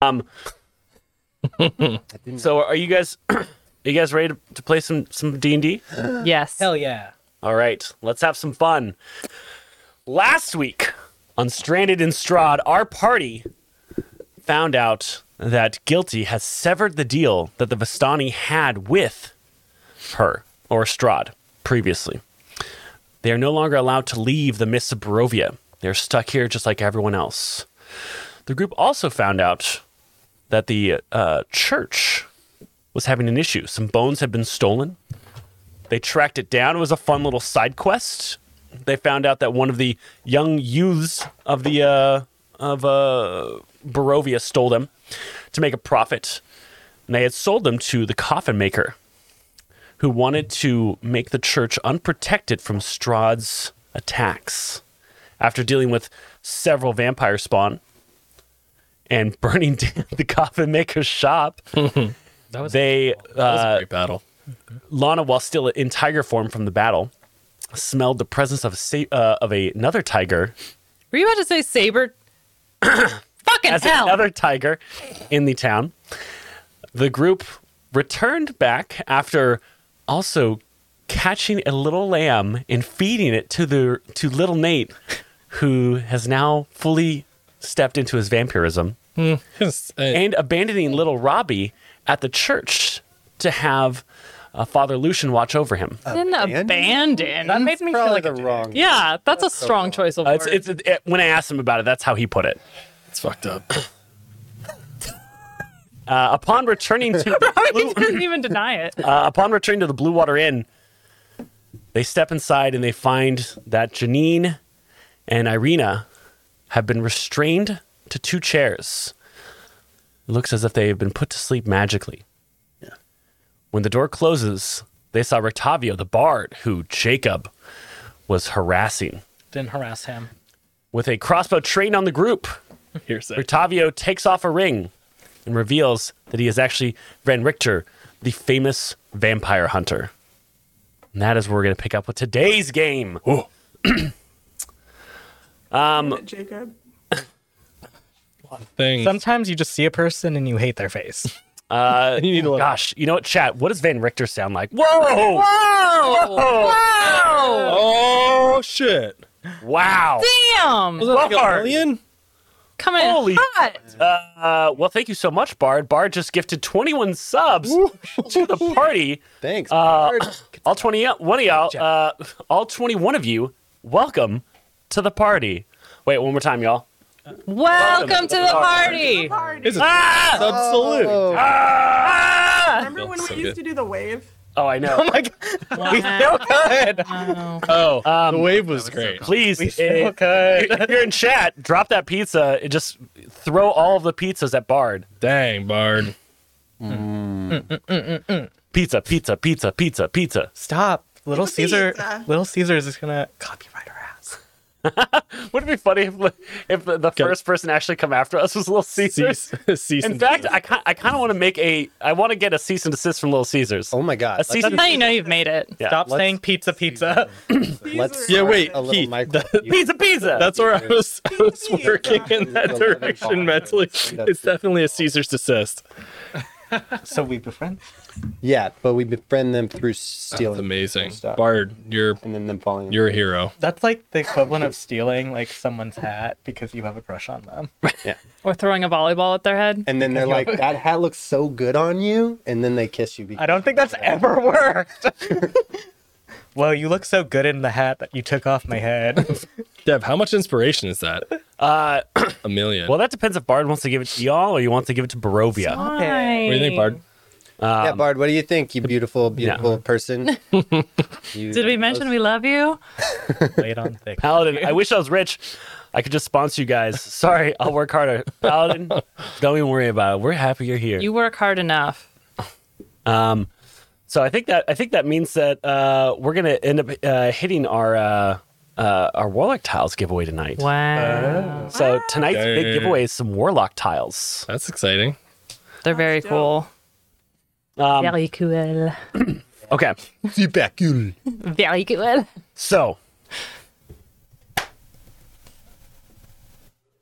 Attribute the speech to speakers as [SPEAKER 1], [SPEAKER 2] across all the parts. [SPEAKER 1] Um. so are you guys? Are you guys ready to, to play some some D and D?
[SPEAKER 2] Yes.
[SPEAKER 3] Hell yeah.
[SPEAKER 1] All right, let's have some fun. Last week on Stranded in Strahd, our party found out that Guilty has severed the deal that the Vistani had with her or Strahd previously. They are no longer allowed to leave the Mists of Barovia. They're stuck here just like everyone else. The group also found out that the uh, church was having an issue. Some bones had been stolen. They tracked it down. It was a fun little side quest. They found out that one of the young youths of the uh, of uh, Barovia stole them to make a profit, and they had sold them to the coffin maker, who wanted to make the church unprotected from Strahd's attacks. After dealing with several vampire spawn and burning down the coffin maker's shop,
[SPEAKER 4] That was,
[SPEAKER 1] they
[SPEAKER 4] that was
[SPEAKER 1] uh,
[SPEAKER 4] a great battle.
[SPEAKER 1] Lana, while still in tiger form from the battle, smelled the presence of a sa- uh, of a, another tiger,
[SPEAKER 2] Were you about to say saber? Fucking
[SPEAKER 1] as
[SPEAKER 2] hell.
[SPEAKER 1] another tiger in the town. The group returned back after also catching a little lamb and feeding it to the to little Nate, who has now fully stepped into his vampirism.
[SPEAKER 4] Uh,
[SPEAKER 1] and abandoning little Robbie at the church to have uh, Father Lucian watch over him.
[SPEAKER 2] Then abandon. That made me feel
[SPEAKER 3] Probably
[SPEAKER 2] like
[SPEAKER 3] the wrong.
[SPEAKER 2] Yeah, that's a strong choice of
[SPEAKER 1] Uh,
[SPEAKER 2] words.
[SPEAKER 1] it's, it's, it- when I asked him about it, that's how he put it.
[SPEAKER 4] it's fucked up.
[SPEAKER 1] Uh, upon returning to the
[SPEAKER 2] he
[SPEAKER 1] blue,
[SPEAKER 2] didn't even deny it.
[SPEAKER 1] uh, upon returning to the Blue Water Inn, they step inside and they find that Janine and Irina have been restrained to two chairs. It looks as if they have been put to sleep magically. When the door closes, they saw Rectavio the bard, who Jacob was harassing.
[SPEAKER 3] Didn't harass him.
[SPEAKER 1] With a crossbow trained on the group,
[SPEAKER 4] Here's that.
[SPEAKER 1] Octavio takes off a ring and reveals that he is actually Van Richter, the famous vampire hunter. And that is where we're going to pick up with today's game. Oh,
[SPEAKER 5] Jacob.
[SPEAKER 4] Thing.
[SPEAKER 3] Sometimes you just see a person and you hate their face.
[SPEAKER 1] Uh,
[SPEAKER 4] you need to look.
[SPEAKER 1] gosh, you know what, chat? What does Van Richter sound like? Whoa!
[SPEAKER 4] Oh shit!
[SPEAKER 1] Wow!
[SPEAKER 2] Damn.
[SPEAKER 4] Was that like
[SPEAKER 1] Lord.
[SPEAKER 4] an alien?
[SPEAKER 2] Coming in
[SPEAKER 1] Holy-
[SPEAKER 2] hot.
[SPEAKER 1] Uh, well, thank you so much, Bard. Bard just gifted 21 subs to the party. Uh,
[SPEAKER 3] Thanks.
[SPEAKER 1] All 20, one of y'all, uh, all 21 of you, welcome to the party. Wait, one more time, y'all.
[SPEAKER 2] Welcome to the party.
[SPEAKER 5] Party.
[SPEAKER 4] It's a absolute.
[SPEAKER 5] Remember when we
[SPEAKER 4] so
[SPEAKER 5] used
[SPEAKER 4] good.
[SPEAKER 5] to do the wave?
[SPEAKER 1] Oh, I know.
[SPEAKER 2] Wow.
[SPEAKER 3] good.
[SPEAKER 4] Oh, the wave was, great.
[SPEAKER 1] Please, eh,
[SPEAKER 3] Okay.
[SPEAKER 1] if you're in chat, drop that pizza and just throw all of the pizzas at Bard.
[SPEAKER 4] Dang, Bard.
[SPEAKER 1] Pizza, pizza, pizza, pizza, pizza.
[SPEAKER 3] Stop. Little
[SPEAKER 5] It's a
[SPEAKER 3] Caesar.
[SPEAKER 5] pizza.
[SPEAKER 3] Little Caesar is just gonna copyright our ass.
[SPEAKER 1] Wouldn't it be funny if, if the, the
[SPEAKER 4] Go.
[SPEAKER 1] first person actually come after us was Little Caesar?
[SPEAKER 4] Cease, cease
[SPEAKER 1] In
[SPEAKER 4] and
[SPEAKER 1] fact, I kind I kind of want to make a I want to get a cease and desist from Little Caesars.
[SPEAKER 6] Oh my
[SPEAKER 1] A
[SPEAKER 6] god.
[SPEAKER 1] cease
[SPEAKER 2] That's
[SPEAKER 1] and
[SPEAKER 2] how you know you've made it.
[SPEAKER 1] Yeah.
[SPEAKER 3] Stop
[SPEAKER 6] Let's-
[SPEAKER 3] saying pizza, pizza.
[SPEAKER 6] Let's
[SPEAKER 5] These
[SPEAKER 4] Yeah,
[SPEAKER 5] are-
[SPEAKER 4] wait.
[SPEAKER 6] a little
[SPEAKER 4] Keith,
[SPEAKER 6] micro.
[SPEAKER 1] pizza, pizza.
[SPEAKER 4] That's where I was, I was
[SPEAKER 5] Cease.
[SPEAKER 4] working in that
[SPEAKER 6] Cease.
[SPEAKER 4] direction mentally. It's definitely a Caesar's desist.
[SPEAKER 3] so we befriend.
[SPEAKER 6] yeah, but we befriend them through stealing
[SPEAKER 4] That's amazing,
[SPEAKER 6] Stop.
[SPEAKER 4] Bard. You're
[SPEAKER 6] and then them falling.
[SPEAKER 4] you're a hero.
[SPEAKER 3] That's like the equivalent of stealing like someone's hat because you have a crush on them.
[SPEAKER 2] Or throwing a volleyball at their head.
[SPEAKER 6] and then they're like, "That hat looks so good on you," and then they kiss you.
[SPEAKER 3] I
[SPEAKER 6] Because
[SPEAKER 3] don't think that's ever worked. well, you look so good in the hat that you took off my head.
[SPEAKER 4] Dev, how much inspiration is that?
[SPEAKER 1] Uh,
[SPEAKER 4] A million.
[SPEAKER 1] well, that depends if Bard wants to give it to y'all or you want to give it to Barovia.
[SPEAKER 2] Why?
[SPEAKER 4] what do you think, Bard?
[SPEAKER 6] yeah, Bard, what do you think, you beautiful, beautiful person? You-
[SPEAKER 2] Did we mention we love you?
[SPEAKER 3] Laid on thick.
[SPEAKER 1] Paladin, I wish I was rich. I could just sponsor you guys. Sorry, I'll work harder. Paladin, don't even worry about it. We're happy you're here.
[SPEAKER 2] You work hard enough.
[SPEAKER 1] Um, So I think that I think that means that uh, we're gonna end up uh, hitting our uh, uh, our warlock tiles giveaway tonight.
[SPEAKER 2] Wow.
[SPEAKER 1] So tonight's
[SPEAKER 4] Dang.
[SPEAKER 1] big giveaway is some warlock tiles.
[SPEAKER 4] That's exciting.
[SPEAKER 2] They're very
[SPEAKER 5] dope.
[SPEAKER 2] cool.
[SPEAKER 1] Um,
[SPEAKER 2] Very cool.
[SPEAKER 1] okay,
[SPEAKER 2] Very cool.
[SPEAKER 1] so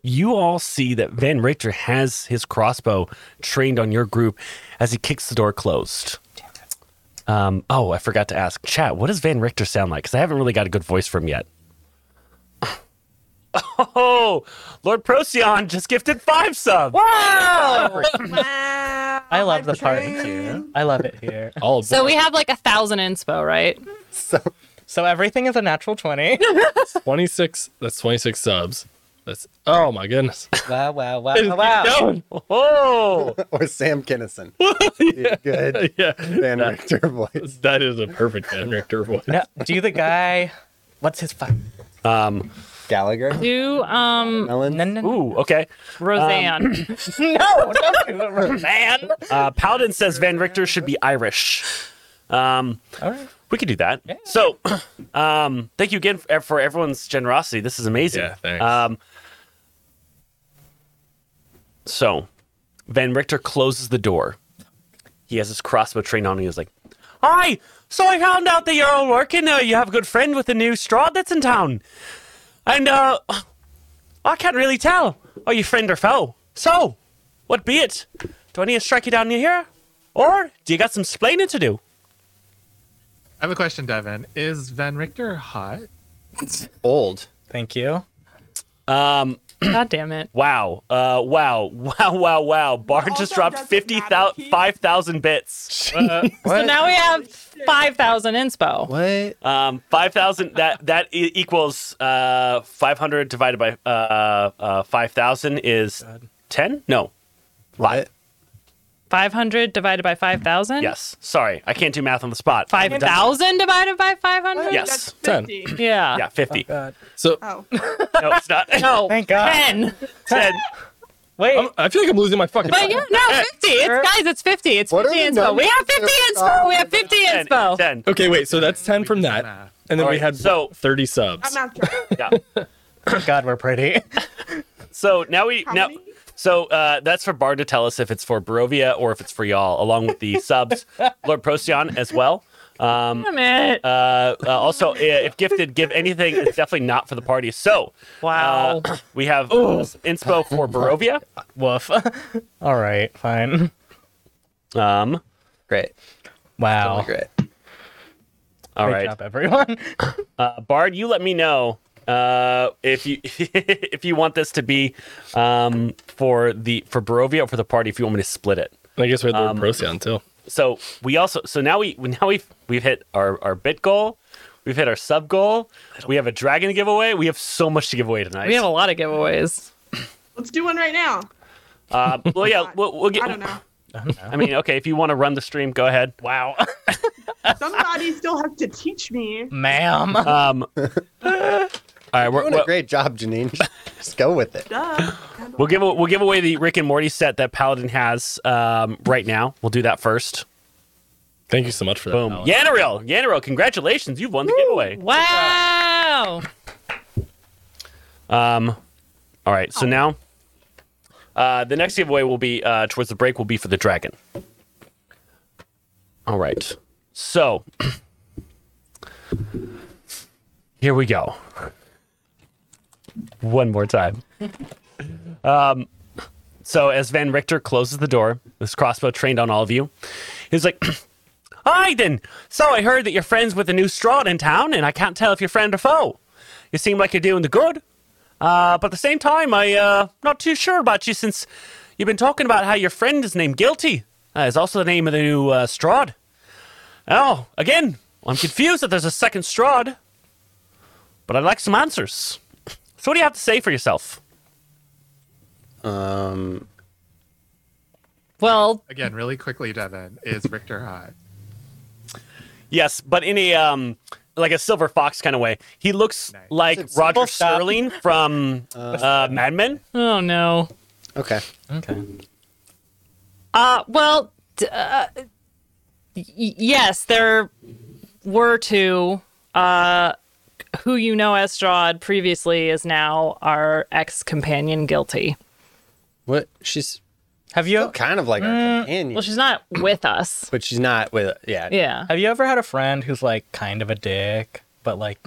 [SPEAKER 1] you all see that Van Richter has his crossbow trained on your group as he kicks the door closed. Um, oh, I forgot to ask. Chat, what does Van Richter sound like? Because I haven't really got a good voice from yet. Oh, Lord Procyon just gifted five subs.
[SPEAKER 2] Wow.
[SPEAKER 3] I love the party here. I love it here.
[SPEAKER 4] All
[SPEAKER 2] So we have like a thousand inspo, right?
[SPEAKER 6] So
[SPEAKER 3] So everything is a natural 20.
[SPEAKER 4] 26. That's 26 subs. That's oh my goodness.
[SPEAKER 3] wow, wow, wow, wow, wow.
[SPEAKER 1] Oh,
[SPEAKER 6] or Sam Kinnison. Good
[SPEAKER 4] yeah,
[SPEAKER 6] Van Richter voice.
[SPEAKER 4] that is a perfect Van Richter voice.
[SPEAKER 3] No, do the guy, what's his fuck?
[SPEAKER 1] um,
[SPEAKER 6] Gallagher.
[SPEAKER 2] Do um
[SPEAKER 6] Melon.
[SPEAKER 3] No, no, no.
[SPEAKER 1] ooh, okay.
[SPEAKER 2] Roseanne.
[SPEAKER 3] no, don't do it, man.
[SPEAKER 1] Uh, Paladin says Van Richter should be Irish. Um,
[SPEAKER 3] All right.
[SPEAKER 1] we could do that. So, um, thank you again for, for everyone's generosity. This is amazing.
[SPEAKER 4] Yeah, thanks.
[SPEAKER 1] Um, so, Van Richter closes the door. He has his crossbow trained on. And he was like, "Hi. So I found out that you're all working. Uh, you have a good friend with a new straw that's in town, and uh, I can't really tell. Are you friend or foe? So, what be it? Do I need to strike you down here, or do you got some splaining to do?"
[SPEAKER 7] I have a question, Devin. Is Van Richter hot?
[SPEAKER 6] Old.
[SPEAKER 3] Thank you.
[SPEAKER 1] Um,
[SPEAKER 2] God damn it.
[SPEAKER 1] Wow. Uh, wow. Wow. Wow. Wow. Bar
[SPEAKER 5] All
[SPEAKER 1] just
[SPEAKER 5] that
[SPEAKER 1] dropped
[SPEAKER 5] doesn't
[SPEAKER 1] 50,000
[SPEAKER 5] matter, Keith.
[SPEAKER 1] 5,000 bits.
[SPEAKER 2] So now we have five thousand inspo.
[SPEAKER 6] What?
[SPEAKER 1] Um, 5,000 that that e- equals uh 500 divided by uh uh 5,000 is 10? No. Five.
[SPEAKER 6] What?
[SPEAKER 2] Five hundred divided by five thousand?
[SPEAKER 1] Yes. Sorry. I can't do math on the spot.
[SPEAKER 2] Five thousand divided by five hundred?
[SPEAKER 1] Yes.
[SPEAKER 4] Ten.
[SPEAKER 5] 50.
[SPEAKER 2] Yeah.
[SPEAKER 1] Yeah, 50.
[SPEAKER 3] God.
[SPEAKER 4] So
[SPEAKER 5] Oh.
[SPEAKER 1] no, it's not.
[SPEAKER 2] No.
[SPEAKER 3] Thank God.
[SPEAKER 2] Ten.
[SPEAKER 1] 10.
[SPEAKER 3] Wait,
[SPEAKER 4] I'm- I feel like I'm losing my fucking.
[SPEAKER 2] But yeah, no, fifty. It's guys, it's fifty. It's
[SPEAKER 6] What are
[SPEAKER 2] fifty
[SPEAKER 6] the
[SPEAKER 2] inspo. We
[SPEAKER 6] numbers
[SPEAKER 2] have fifty
[SPEAKER 6] that are-
[SPEAKER 2] inspo. We have fifty
[SPEAKER 1] 10.
[SPEAKER 2] inspo.
[SPEAKER 1] 10.
[SPEAKER 4] Okay, wait. So that's 10 from
[SPEAKER 7] We just
[SPEAKER 4] that,
[SPEAKER 7] wanna-
[SPEAKER 4] and then
[SPEAKER 1] All
[SPEAKER 4] we
[SPEAKER 1] right,
[SPEAKER 4] had
[SPEAKER 1] so-
[SPEAKER 4] 30 subs.
[SPEAKER 5] I'm not sure.
[SPEAKER 1] Yeah.
[SPEAKER 3] thank God we're pretty.
[SPEAKER 1] So now we
[SPEAKER 5] How
[SPEAKER 1] now
[SPEAKER 5] many?
[SPEAKER 1] so uh, that's for Bard to tell us if it's for Barovia or if it's for y'all, along with the subs, Lord Procyon as well. Um,
[SPEAKER 2] Damn it.
[SPEAKER 1] uh, uh, also, uh, if gifted, give anything. It's definitely not for the party. So
[SPEAKER 2] wow.
[SPEAKER 1] uh, we have inspo for Barovia.
[SPEAKER 3] Woof. All right, fine.
[SPEAKER 1] Um,
[SPEAKER 6] Great.
[SPEAKER 3] Wow.
[SPEAKER 6] Great.
[SPEAKER 1] all
[SPEAKER 3] Great
[SPEAKER 1] right,
[SPEAKER 3] job, everyone.
[SPEAKER 1] uh, Bard, you let me know uh, if you if you want this to be um, for the for Barovia or for the party. If you want me to split it.
[SPEAKER 4] And I guess we had
[SPEAKER 1] Um,
[SPEAKER 4] Lord Procyon too.
[SPEAKER 1] so we also so now we now we've we've hit our our bit goal we've hit our sub goal we have a dragon giveaway we have so much to give away tonight
[SPEAKER 2] we have a lot of giveaways.
[SPEAKER 5] Let's do one right now.
[SPEAKER 1] uh, well yeah we'll, we'll get
[SPEAKER 5] I don't know.
[SPEAKER 1] I mean okay if you want to run the stream go ahead wow
[SPEAKER 5] Somebody still has to teach me.
[SPEAKER 3] Ma'am.
[SPEAKER 1] um all right we're,
[SPEAKER 6] Doing a
[SPEAKER 1] we're,
[SPEAKER 6] great job, Janine. Just go with it.
[SPEAKER 5] Duh.
[SPEAKER 1] we'll give a- we'll give away the Rick and Morty set that Paladin has um, right now we'll do that first
[SPEAKER 4] Thank you so much for that.
[SPEAKER 1] boom
[SPEAKER 4] Alex.
[SPEAKER 1] Yanaril Yanaril congratulations you've won the giveaway
[SPEAKER 2] Wow.
[SPEAKER 1] Um, all right, so now uh, the next giveaway will be uh, towards the break will be for the dragon. All right, so here we go. One more time. Um, so as Van Richter closes the door, this crossbow trained on all of you, he's like. Hi then. So I heard that you're friends with a new straw in town, and I can't tell if you're friend or foe. You seem like you're doing the good, uh, but at the same time, i uh, not too sure about you since you've been talking about how your friend is named Guilty. Uh, is also the name of the new uh, Strahd. Oh, again, I'm confused that there's a second Strahd, but I'd like some answers. So, what do you have to say for yourself?
[SPEAKER 6] Um,
[SPEAKER 2] Well,
[SPEAKER 7] Again, really quickly, Devin. Is Richter hot?
[SPEAKER 1] Yes, but in a um, like a silver fox kind of way. He looks
[SPEAKER 7] Nice.
[SPEAKER 1] like
[SPEAKER 6] It's a
[SPEAKER 1] Roger
[SPEAKER 3] silver fox.
[SPEAKER 1] Sterling from uh, Mad Men.
[SPEAKER 2] oh no.
[SPEAKER 6] okay.
[SPEAKER 3] okay.
[SPEAKER 2] Uh, well, d- uh, y- yes, there were two. Uh, who you know as Strahd previously is now our ex companion guilty.
[SPEAKER 6] What? She's
[SPEAKER 3] Have you
[SPEAKER 6] kind of like our
[SPEAKER 2] Mm,
[SPEAKER 6] companion,
[SPEAKER 2] Well, she's not with us.
[SPEAKER 6] but she's not with. Yeah.
[SPEAKER 2] Yeah.
[SPEAKER 3] have you ever had a friend who's like kind of a dick, but like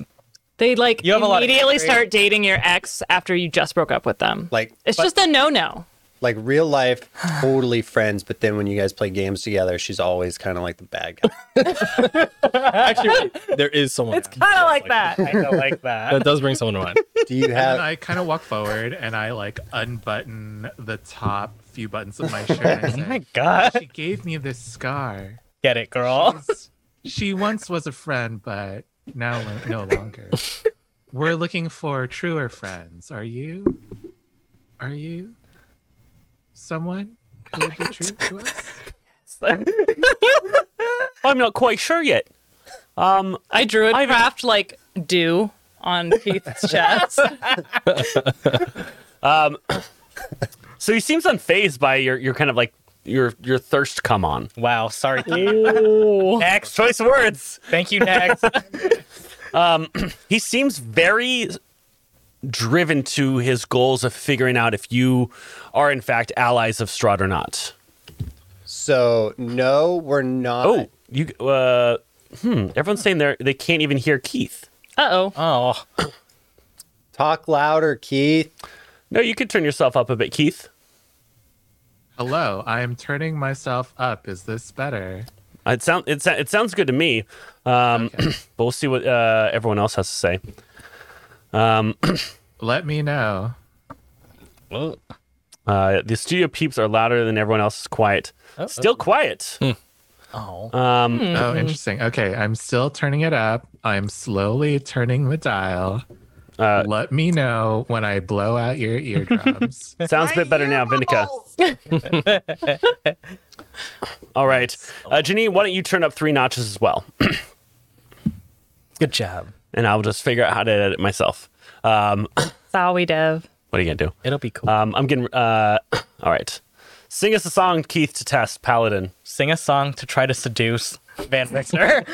[SPEAKER 2] They like
[SPEAKER 3] You have a lot of
[SPEAKER 2] immediately
[SPEAKER 3] history.
[SPEAKER 2] start dating your ex after you just broke up with them.
[SPEAKER 6] Like
[SPEAKER 2] it's just a no no.
[SPEAKER 6] like real life, totally friends, but then when you guys play games together, she's always kind of like the bad guy.
[SPEAKER 4] Actually, wait, there is someone.
[SPEAKER 2] It's kind of like that.
[SPEAKER 3] I don't like that.
[SPEAKER 4] that does bring someone to mind.
[SPEAKER 6] Do you
[SPEAKER 7] And
[SPEAKER 6] have?
[SPEAKER 7] I kind of walk forward and I like unbutton the top few buttons of my shirt. and I
[SPEAKER 3] oh
[SPEAKER 7] say,
[SPEAKER 3] my god.
[SPEAKER 7] She gave me this scar.
[SPEAKER 3] Get it, girl.
[SPEAKER 7] She once was a friend, but now lo- no longer. We're looking for truer friends. Are you? Are you someone who would be true to us?
[SPEAKER 1] I'm not quite sure yet. Um,
[SPEAKER 2] I drew a
[SPEAKER 1] I've-
[SPEAKER 2] craft like do on Keith's chest.
[SPEAKER 1] so he seems unfazed by your your kind of like your your thirst come on.
[SPEAKER 3] Wow. Sorry.
[SPEAKER 2] Ooh.
[SPEAKER 1] Next choice of words.
[SPEAKER 3] Thank you. Next.
[SPEAKER 1] He seems very driven to his goals of figuring out if you are in fact allies of Strahd or not.
[SPEAKER 6] So no, we're not.
[SPEAKER 1] Oh, you uh, hmm. Everyone's saying they they can't even hear Keith.
[SPEAKER 2] Uh oh.
[SPEAKER 3] Oh.
[SPEAKER 6] talk louder, Keith.
[SPEAKER 1] No, you could turn yourself up a bit, Keith.
[SPEAKER 7] Hello, I am turning myself up. Is this better?
[SPEAKER 1] Uh, It sound it, sa- it sounds good to me. Um,
[SPEAKER 7] Okay.
[SPEAKER 1] but we'll see what uh, everyone else has to say.
[SPEAKER 7] Let me know.
[SPEAKER 4] Well,
[SPEAKER 1] Uh, the studio peeps are louder than everyone else is quiet. Still quiet.
[SPEAKER 3] Oh.
[SPEAKER 1] Um,
[SPEAKER 7] Oh, interesting. Okay, I'm still turning it up. I'm slowly turning the dial.
[SPEAKER 1] Uh,
[SPEAKER 7] Let me know when I blow out your eardrums.
[SPEAKER 1] Sounds a bit better now, Vindica. All right. Uh, Janine, why don't you turn up three notches as well?
[SPEAKER 3] Good job.
[SPEAKER 1] And I'll just figure out how to edit myself. Um,
[SPEAKER 2] Sorry, Dev.
[SPEAKER 1] what are you going to do?
[SPEAKER 3] It'll be cool.
[SPEAKER 1] Um, I'm getting. Uh, all right. Sing us a song, Keith, to test Paladin.
[SPEAKER 3] Sing a song to try to seduce Van Vixner.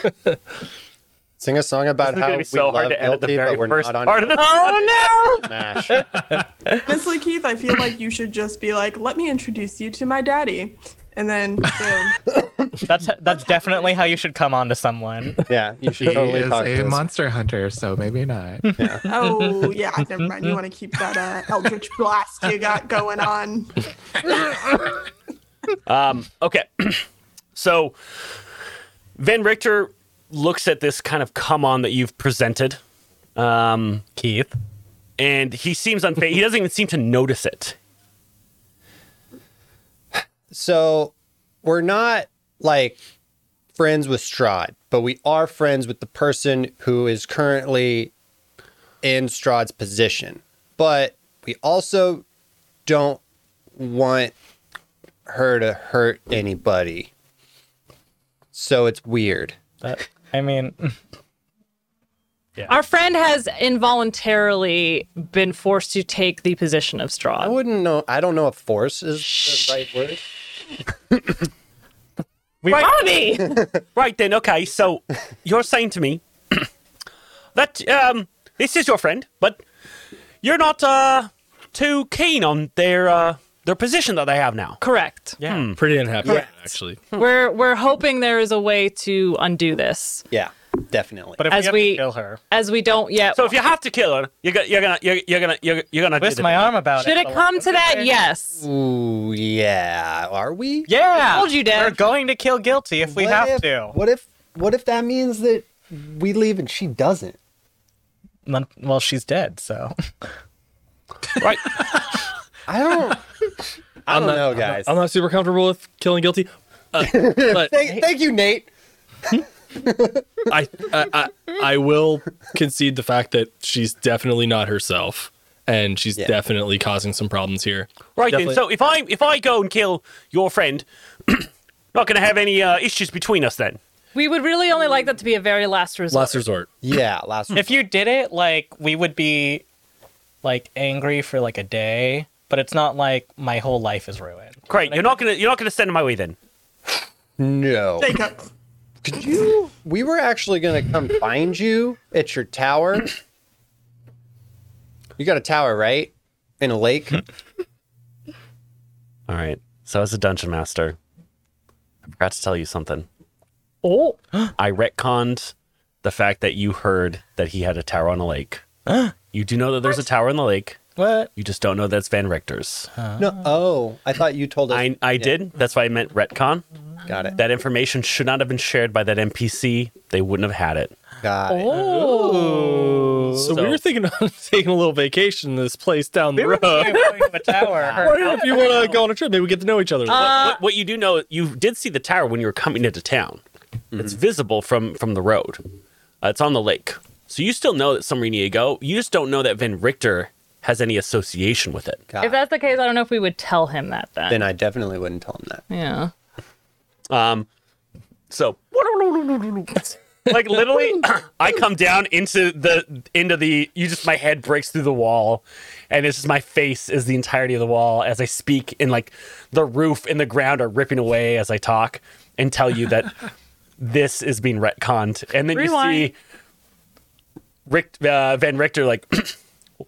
[SPEAKER 6] Sing a song about
[SPEAKER 1] It's
[SPEAKER 6] how
[SPEAKER 1] going to
[SPEAKER 6] we
[SPEAKER 1] be so
[SPEAKER 6] love
[SPEAKER 1] hard to edit the
[SPEAKER 6] guilty,
[SPEAKER 1] very
[SPEAKER 6] but we're
[SPEAKER 1] first
[SPEAKER 6] not on
[SPEAKER 1] part of the.
[SPEAKER 2] Oh no.
[SPEAKER 6] Smash.
[SPEAKER 5] Honestly, Keith, I feel like you should just be like, let me introduce you to my daddy. And then, boom.
[SPEAKER 3] that's that's definitely how you should come on to someone.
[SPEAKER 6] Yeah, you
[SPEAKER 7] She
[SPEAKER 6] should totally
[SPEAKER 7] is
[SPEAKER 6] talk
[SPEAKER 7] a
[SPEAKER 6] to us.
[SPEAKER 7] monster hunter, so maybe not.
[SPEAKER 5] oh, yeah, never mind. You want to keep that uh, Eldritch blast you got going on.
[SPEAKER 1] Um, okay. so Van Richter looks at this kind of come on that you've presented. Um,
[SPEAKER 3] Keith.
[SPEAKER 1] and he seems unfazed. he doesn't even seem to notice it.
[SPEAKER 6] So we're not like friends with Strahd, but we are friends with the person who is currently in Strahd's position. But we also don't want her to hurt anybody. So it's weird.
[SPEAKER 3] That, I mean,
[SPEAKER 2] Our friend has involuntarily been forced to take the position of
[SPEAKER 6] I
[SPEAKER 2] Strahd.
[SPEAKER 6] wouldn't know. I don't know if force is the right word.
[SPEAKER 2] Bobby!
[SPEAKER 1] Right then, okay. So you're saying to me that um, this is your friend, but you're not uh, too keen on their uh, their position that they have now.
[SPEAKER 2] Correct.
[SPEAKER 3] yeah.
[SPEAKER 4] pretty unhappy
[SPEAKER 6] Yeah.
[SPEAKER 4] actually.
[SPEAKER 2] We're we're hoping there is a way to undo this,
[SPEAKER 6] Yeah, definitely.
[SPEAKER 3] But if
[SPEAKER 2] As
[SPEAKER 3] we, have
[SPEAKER 2] we-
[SPEAKER 3] to kill her,
[SPEAKER 2] as we don't yet.
[SPEAKER 1] So if you have to kill her, you're, go- you're gonna you're, you're gonna you're, you're gonna do
[SPEAKER 3] twist
[SPEAKER 1] the-
[SPEAKER 3] my arm about
[SPEAKER 2] should
[SPEAKER 3] it.
[SPEAKER 2] it come to that, yes.
[SPEAKER 6] Ooh, yeah. Are we?
[SPEAKER 3] Yeah.
[SPEAKER 2] I told you, Dev.
[SPEAKER 3] We're going to kill guilty if we
[SPEAKER 6] What
[SPEAKER 3] have
[SPEAKER 6] if-
[SPEAKER 3] to.
[SPEAKER 6] What if what if that means that we leave and she doesn't?
[SPEAKER 3] Mon- Well, she's dead, so
[SPEAKER 1] right.
[SPEAKER 6] I don't I don't know, guys.
[SPEAKER 4] I'm not super comfortable with killing guilty, uh, but
[SPEAKER 6] thank, thank you, Nate.
[SPEAKER 4] I, I, I I will concede the fact that she's definitely not herself, and she's
[SPEAKER 6] Yeah.
[SPEAKER 4] definitely causing some problems here.
[SPEAKER 1] Right
[SPEAKER 4] Definitely.
[SPEAKER 1] then. So if I if I go and kill your friend, not gonna have any uh, issues between us then.
[SPEAKER 2] We would really only like that to be a very last resort.
[SPEAKER 4] Last resort.
[SPEAKER 6] Yeah, last
[SPEAKER 3] if you did it, like we would be like angry for like a day, but it's not like my whole life is ruined.
[SPEAKER 1] Great. You're not gonna you're not gonna send my way then.
[SPEAKER 6] no.
[SPEAKER 5] Take up.
[SPEAKER 6] Could you we were actually gonna come find you at your tower. You got a tower, right? In a lake?
[SPEAKER 1] Hmm. All right. So as a dungeon master, I forgot to tell you something.
[SPEAKER 2] Oh,
[SPEAKER 1] I retconned the fact that you heard that he had a tower on a lake. you do know that there's a tower in the lake.
[SPEAKER 3] What?
[SPEAKER 1] You just don't know that's Van Richter's.
[SPEAKER 6] No, oh, I thought you told us.
[SPEAKER 1] I, I did. That's why I meant retcon.
[SPEAKER 6] got it.
[SPEAKER 1] That information should not have been shared by that NPC. They wouldn't have had it.
[SPEAKER 6] Got it.
[SPEAKER 3] Oh.
[SPEAKER 4] So,
[SPEAKER 1] So-
[SPEAKER 4] we were thinking of taking a little vacation in this place down the road.
[SPEAKER 3] Oh, a tower.
[SPEAKER 4] I
[SPEAKER 3] Her-
[SPEAKER 4] don't know if you want to go on a trip, maybe we get to know each other.
[SPEAKER 1] what, what you do know, you did see the tower when you were coming into town. It's visible from from the road. Uh, it's on the lake, so you still know that somewhere you need to go. You just don't know that Van Richter has any association with it.
[SPEAKER 6] Got
[SPEAKER 2] If
[SPEAKER 6] it.
[SPEAKER 2] that's the case, I don't know if we would tell him that then.
[SPEAKER 6] Then I definitely wouldn't tell him that.
[SPEAKER 2] yeah.
[SPEAKER 1] Um, so like literally, I come down into the into the. You just my head breaks through the wall, and it's just my face is the entirety of the wall as I speak, and like the roof and the ground are ripping away as I talk and tell you that this is being retconned, and then you
[SPEAKER 2] Rewind.
[SPEAKER 1] see Rick uh, Van Richter like,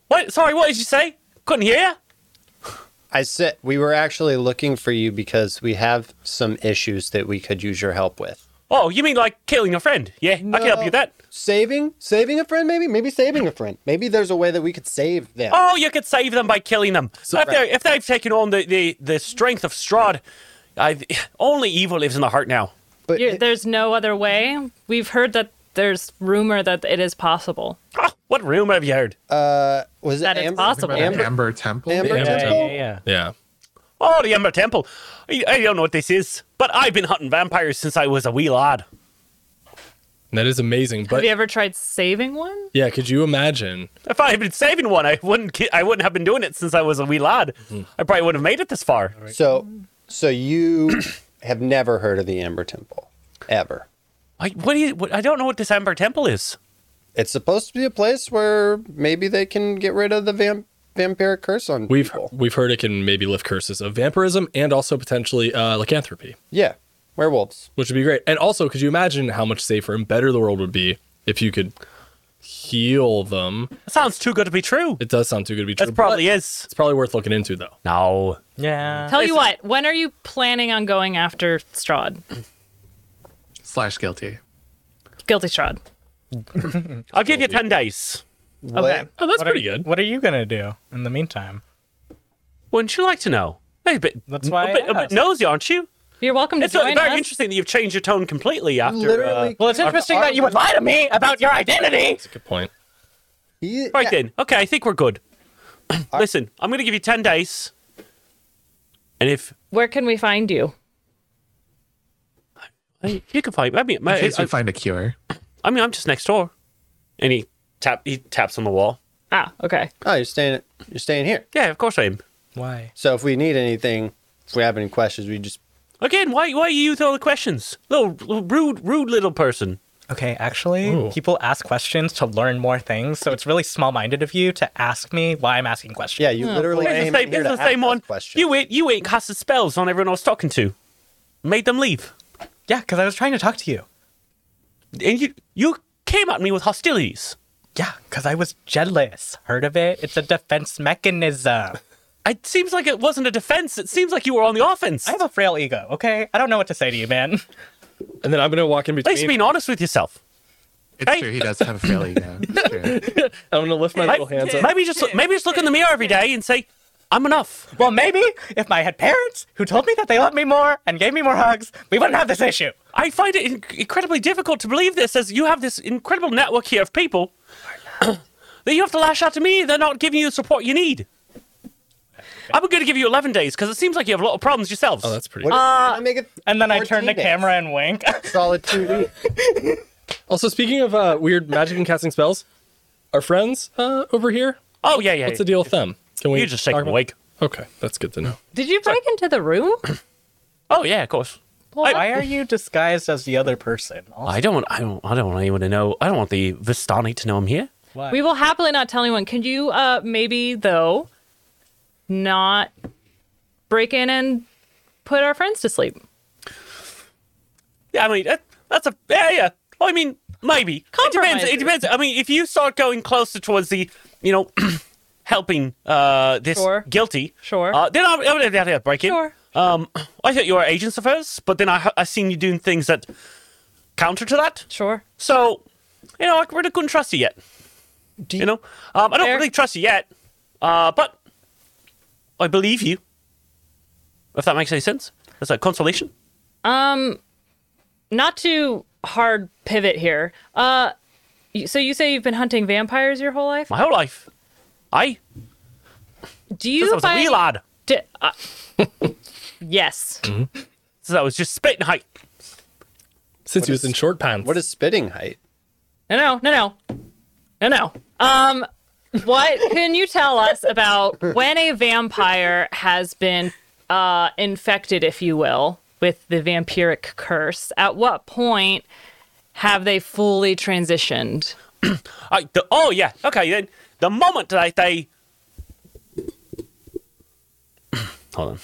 [SPEAKER 1] what? Sorry, what did you say? Couldn't hear you.
[SPEAKER 6] I said we were actually looking for you because we have some issues that we could use your help with.
[SPEAKER 1] Oh, you mean like killing a friend? Yeah, I can help you with that.
[SPEAKER 6] Saving, saving a friend, maybe, maybe saving a friend. Maybe there's a way that we could save them.
[SPEAKER 1] Oh, you could save them by killing them. if, they if they've taken on the, the, the strength of Strahd, I, only evil lives in the heart now.
[SPEAKER 6] but
[SPEAKER 2] You- there's no other way. We've heard that there's rumor that it is possible.
[SPEAKER 1] Ah, what rumor have you heard?
[SPEAKER 6] uh, was
[SPEAKER 2] That
[SPEAKER 6] it
[SPEAKER 2] it's
[SPEAKER 6] Amber?
[SPEAKER 2] possible.
[SPEAKER 7] About
[SPEAKER 6] Amber-
[SPEAKER 7] Amber, Amber Temple.
[SPEAKER 4] Yeah,
[SPEAKER 6] Amber
[SPEAKER 3] Yeah,
[SPEAKER 6] Temple?
[SPEAKER 3] yeah, yeah.
[SPEAKER 4] yeah.
[SPEAKER 1] oh, the Ember Temple. I, I don't know what this is, but I've been hunting vampires since I was a wee lad.
[SPEAKER 4] That is amazing.
[SPEAKER 2] Have
[SPEAKER 4] But
[SPEAKER 2] you ever tried saving one?
[SPEAKER 4] yeah, could you imagine?
[SPEAKER 1] If I had been saving one, I wouldn't. ki- I wouldn't have been doing it since I was a wee lad.
[SPEAKER 4] Hmm.
[SPEAKER 1] I probably wouldn't have made it this far.
[SPEAKER 6] So, so you have never heard of the Amber Temple, ever.
[SPEAKER 1] I, what do you, what, I don't know what this Ember Temple is.
[SPEAKER 6] It's supposed to be a place where maybe they can get rid of the vamp- vampiric curse on
[SPEAKER 4] We've
[SPEAKER 6] people.
[SPEAKER 4] we've heard it can maybe lift curses of vampirism and also potentially uh, lycanthropy,
[SPEAKER 6] Yeah, werewolves.
[SPEAKER 4] which would be great. And also, could you imagine how much safer and better the world would be if you could heal them?
[SPEAKER 1] That sounds too good to be true.
[SPEAKER 4] It does sound too good to be true.
[SPEAKER 1] That probably
[SPEAKER 4] but
[SPEAKER 1] is.
[SPEAKER 4] It's probably worth looking into though.
[SPEAKER 1] No.
[SPEAKER 3] Yeah.
[SPEAKER 2] Tell you what, when are you planning on going after Strahd?
[SPEAKER 7] Slash guilty.
[SPEAKER 2] Guilty Strahd.
[SPEAKER 1] I'll give you ten days.
[SPEAKER 2] Okay.
[SPEAKER 6] What-
[SPEAKER 4] Oh, that's
[SPEAKER 3] What are,
[SPEAKER 4] pretty
[SPEAKER 3] you,
[SPEAKER 4] good.
[SPEAKER 3] what are you gonna do in the meantime?
[SPEAKER 1] Wouldn't you like to know? Hey, a bit,
[SPEAKER 3] That's why
[SPEAKER 1] a
[SPEAKER 3] I
[SPEAKER 1] bit, a bit
[SPEAKER 3] asked.
[SPEAKER 1] uh, nosy, aren't you?
[SPEAKER 2] You're welcome to
[SPEAKER 1] It's uh,
[SPEAKER 2] join
[SPEAKER 1] very
[SPEAKER 2] us.
[SPEAKER 1] interesting that you've changed your tone completely after.
[SPEAKER 6] Literally,
[SPEAKER 1] uh,
[SPEAKER 3] Well, it's interesting that you would lie to me about your identity.
[SPEAKER 4] Good point.
[SPEAKER 6] he-
[SPEAKER 1] right
[SPEAKER 6] yeah,
[SPEAKER 1] then. Okay, I think we're good. Listen, I'm going to give you 10 days. And if
[SPEAKER 2] Where can we find you?
[SPEAKER 1] hey, you can find I mean,
[SPEAKER 7] In
[SPEAKER 1] my,
[SPEAKER 7] case
[SPEAKER 1] I,
[SPEAKER 7] we find a cure.
[SPEAKER 1] I mean, I'm just next door. And he tap he taps on the wall.
[SPEAKER 2] Ah, okay.
[SPEAKER 6] Oh, you're staying. You're staying here.
[SPEAKER 1] Yeah, of course I am.
[SPEAKER 3] Why?
[SPEAKER 6] So if we need anything, if we have any questions, we just
[SPEAKER 1] Again, why why you with all the questions? Little, little rude rude little person.
[SPEAKER 3] Okay, actually,
[SPEAKER 4] Ooh.
[SPEAKER 3] people ask questions to learn more things, so it's really small-minded of you to ask me why I'm asking questions.
[SPEAKER 6] yeah. You
[SPEAKER 1] Oh,
[SPEAKER 6] literally
[SPEAKER 1] It's
[SPEAKER 6] came
[SPEAKER 1] the same,
[SPEAKER 6] here
[SPEAKER 1] it's
[SPEAKER 6] to
[SPEAKER 1] the same
[SPEAKER 6] ask us
[SPEAKER 1] one.
[SPEAKER 6] questions.
[SPEAKER 1] You ain't you ain't casted spells on everyone I was talking to. Made them leave.
[SPEAKER 3] Yeah, because I was trying to talk to you.
[SPEAKER 1] And you you came at me with hostilities.
[SPEAKER 3] Yeah, because I was jealous. Heard of it? It's a defense mechanism.
[SPEAKER 1] It seems like it wasn't a defense. It seems like you were on the offense.
[SPEAKER 3] I have a frail ego, okay? I don't know what to say to you, man.
[SPEAKER 4] And then I'm gonna walk in
[SPEAKER 1] At least
[SPEAKER 4] between.
[SPEAKER 1] being honest with yourself.
[SPEAKER 7] It's
[SPEAKER 1] Hey.
[SPEAKER 7] true. He does have a failure. ego. It's true.
[SPEAKER 4] I'm gonna lift my
[SPEAKER 1] Maybe,
[SPEAKER 4] little hands up.
[SPEAKER 1] maybe just maybe just look in the mirror every day and say, "I'm enough."
[SPEAKER 3] Well, maybe if I had parents who told me that they loved me more and gave me more hugs, we wouldn't have this issue.
[SPEAKER 1] I find it in- incredibly difficult to believe this, as you have this incredible network here of people that you have to lash out to me. They're not giving you the support you need. I'm going to give you 11 days because it seems like you have a lot of problems yourselves.
[SPEAKER 4] Oh, that's pretty.
[SPEAKER 6] What,
[SPEAKER 2] Uh,
[SPEAKER 4] good.
[SPEAKER 6] I make it
[SPEAKER 3] And then I turn
[SPEAKER 6] 14
[SPEAKER 3] the
[SPEAKER 6] days.
[SPEAKER 3] camera and wink.
[SPEAKER 6] solid two weeks.
[SPEAKER 4] Also, speaking of uh, weird magic and casting spells, our friends uh, over here.
[SPEAKER 1] oh yeah, yeah.
[SPEAKER 4] What's the deal with them? Can we
[SPEAKER 1] You just shake
[SPEAKER 4] talk
[SPEAKER 1] them
[SPEAKER 4] about-
[SPEAKER 1] awake.
[SPEAKER 4] Okay, that's good to know.
[SPEAKER 2] Did you break into the room?
[SPEAKER 1] Oh yeah, of course.
[SPEAKER 3] Why are you disguised as the other person?
[SPEAKER 1] I don't want. I don't. I don't want anyone to know. I don't want the Vistani to know I'm here.
[SPEAKER 3] Why?
[SPEAKER 2] We will happily not tell anyone. Can you uh maybe though not break in and put our friends to sleep?
[SPEAKER 1] Yeah, I mean that, that's a yeah, yeah. Well, I mean maybe it depends. It
[SPEAKER 2] Compromises.
[SPEAKER 1] depends. I mean, if you start going closer towards the, you know, helping uh this
[SPEAKER 2] Sure.
[SPEAKER 1] guilty,
[SPEAKER 2] Sure.
[SPEAKER 1] uh, then I would have to break in.
[SPEAKER 2] Sure.
[SPEAKER 1] Um, I thought you were agents of hers, but then I I seen you doing things that counter to that.
[SPEAKER 2] Sure.
[SPEAKER 1] So you know, I really couldn't trust you yet.
[SPEAKER 6] Do
[SPEAKER 1] You know, um, I don't
[SPEAKER 2] Fair.
[SPEAKER 1] really trust you yet, uh, but I believe you. If that makes any sense, that's a consolation.
[SPEAKER 2] Not too hard pivot here. Uh, you- so you say you've been hunting vampires your whole life?
[SPEAKER 1] My whole life, I
[SPEAKER 2] Do
[SPEAKER 1] since I
[SPEAKER 2] you
[SPEAKER 1] was a
[SPEAKER 2] by
[SPEAKER 1] wee lad,
[SPEAKER 2] do- uh, Yes.
[SPEAKER 1] since I was just spitting height.
[SPEAKER 4] Since he was in short pants.
[SPEAKER 6] What is spitting height?
[SPEAKER 2] No, no, no, no, no, no. Um, what can you tell us about when a vampire has been uh, infected, if you will, with the vampiric curse? At what point have they fully transitioned?
[SPEAKER 1] I, the, oh yeah, okay then. The moment that they, hold on.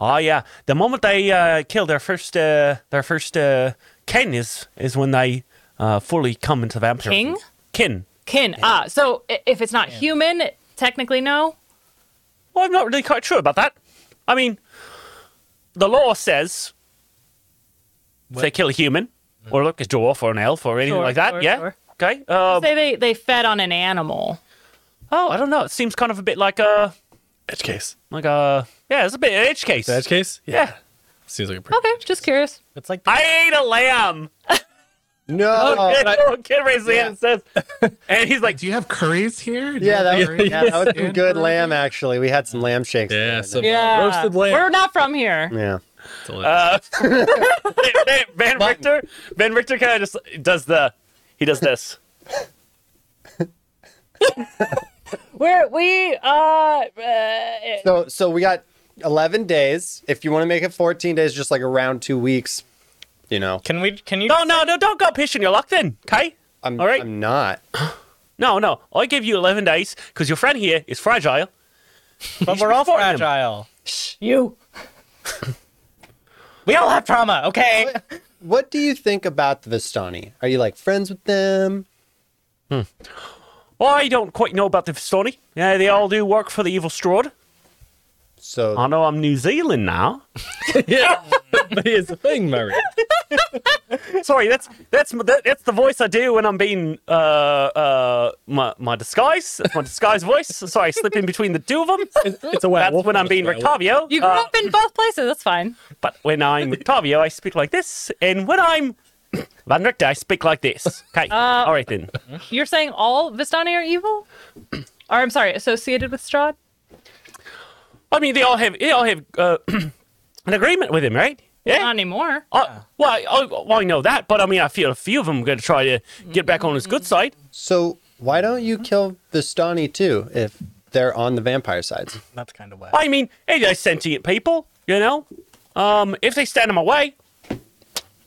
[SPEAKER 1] Oh yeah, the moment they uh, kill their first uh, their first uh, kin is is when they uh, fully come into vampire
[SPEAKER 2] King?
[SPEAKER 1] kin.
[SPEAKER 2] Kin. Ah, so i- if it's not human, technically no.
[SPEAKER 1] Well, I'm not really quite sure about that. I mean, the law says if they kill a human or look a dwarf or an elf or anything
[SPEAKER 2] Sure,
[SPEAKER 1] like that.
[SPEAKER 2] sure,
[SPEAKER 1] yeah.
[SPEAKER 2] sure.
[SPEAKER 1] Okay. Um,
[SPEAKER 2] Say they they fed on an animal.
[SPEAKER 1] oh, I don't know. It seems kind of a bit like uh, a
[SPEAKER 4] Edge case.
[SPEAKER 1] like a yeah. It's a bit edge case.
[SPEAKER 4] The edge case? Yeah.
[SPEAKER 1] Yeah.
[SPEAKER 4] Seems like a pretty.
[SPEAKER 2] Okay, just curious.
[SPEAKER 3] It's like
[SPEAKER 1] I ate a lamb.
[SPEAKER 6] No.
[SPEAKER 2] Oh,
[SPEAKER 1] kid, little kid raises his hand and says, and he's like,
[SPEAKER 7] Do you have curries here? Do you
[SPEAKER 6] yeah,
[SPEAKER 7] have
[SPEAKER 6] that,
[SPEAKER 7] curries?
[SPEAKER 6] yeah, that was some
[SPEAKER 7] And
[SPEAKER 6] good
[SPEAKER 7] curry?
[SPEAKER 6] lamb, actually. We had some lamb shakes.
[SPEAKER 4] Yeah, some
[SPEAKER 2] Oh. Yeah.
[SPEAKER 4] roasted lamb.
[SPEAKER 2] We're not from here.
[SPEAKER 6] Yeah.
[SPEAKER 4] Delicious.
[SPEAKER 1] Ben, ben Richter, Ben Richter kind of just does the, he does this.
[SPEAKER 2] We're we uh, uh
[SPEAKER 6] So, so we got 11 days. If you want to make it 14 days, just like around two weeks, you know,
[SPEAKER 3] can we can you
[SPEAKER 1] No, no, no, don't go pissing your luck then, okay?
[SPEAKER 6] I'm,
[SPEAKER 1] All right.
[SPEAKER 6] I'm not.
[SPEAKER 1] No, no. I gave you 11 days because your friend here is fragile.
[SPEAKER 3] but we're all
[SPEAKER 1] should warn him.
[SPEAKER 3] fragile.
[SPEAKER 2] you.
[SPEAKER 3] We all have trauma, okay?
[SPEAKER 6] What do you think about the Vistani? Are you like friends with them?
[SPEAKER 1] I don't quite know about the Vistani. Yeah, they all do work for the evil Strahd.
[SPEAKER 6] So,
[SPEAKER 1] I know I'm New Zealand now.
[SPEAKER 4] yeah. but here's the thing, Murray.
[SPEAKER 1] Sorry, that's that's that, that's the voice I do when I'm being uh uh my my disguise. That's my disguise voice. Sorry, I slip in between the two of them.
[SPEAKER 4] It's a
[SPEAKER 1] That's
[SPEAKER 4] werewolf.
[SPEAKER 1] when I'm being Rictavio.
[SPEAKER 2] You grew
[SPEAKER 1] uh,
[SPEAKER 2] up in both places. That's fine.
[SPEAKER 1] but when I'm Rictavio, I speak like this, and when I'm Van Richter, I speak like this. Okay, all right then.
[SPEAKER 2] You're saying all Vistani are evil? or I'm sorry, associated with Strahd?
[SPEAKER 1] I mean, they all have they all have uh, an agreement with him, right? Yeah.
[SPEAKER 2] Not anymore.
[SPEAKER 1] I, well, I, I, well, I know that, but I mean, I feel a few of them are going to try to get back on his good side.
[SPEAKER 6] so why don't you kill Vistani too if they're on the vampire sides?
[SPEAKER 3] That's kind of wet.
[SPEAKER 1] I mean, hey, they're sentient people, you know. Um, if they stand in my way,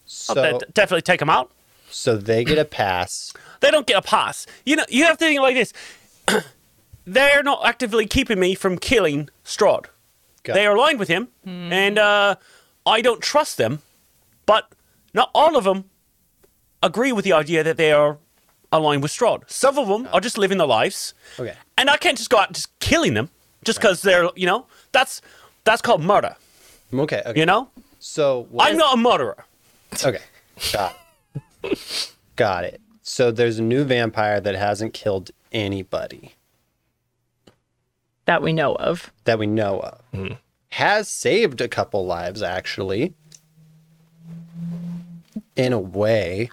[SPEAKER 6] So,
[SPEAKER 1] I'll de- definitely take them out.
[SPEAKER 6] so they get a pass.
[SPEAKER 1] They don't get a pass. You know, you have to think like this. they're not actively keeping me from killing Strahd.
[SPEAKER 6] Got
[SPEAKER 1] They are aligned with him, and uh, I don't trust them. But not all of them agree with the idea that they are aligned with Strahd. Some of them are just living their lives.
[SPEAKER 6] Okay.
[SPEAKER 1] and I can't just go out and just killing them just because they're you know that's that's called murder.
[SPEAKER 6] Okay. Okay.
[SPEAKER 1] You know,
[SPEAKER 6] So
[SPEAKER 1] I'm not a murderer.
[SPEAKER 6] Okay. Got it. Got it. So there's a new vampire that hasn't killed anybody
[SPEAKER 2] That we know of.
[SPEAKER 6] that we know of.
[SPEAKER 4] Hmm.
[SPEAKER 6] Has saved a couple lives, actually. In a way.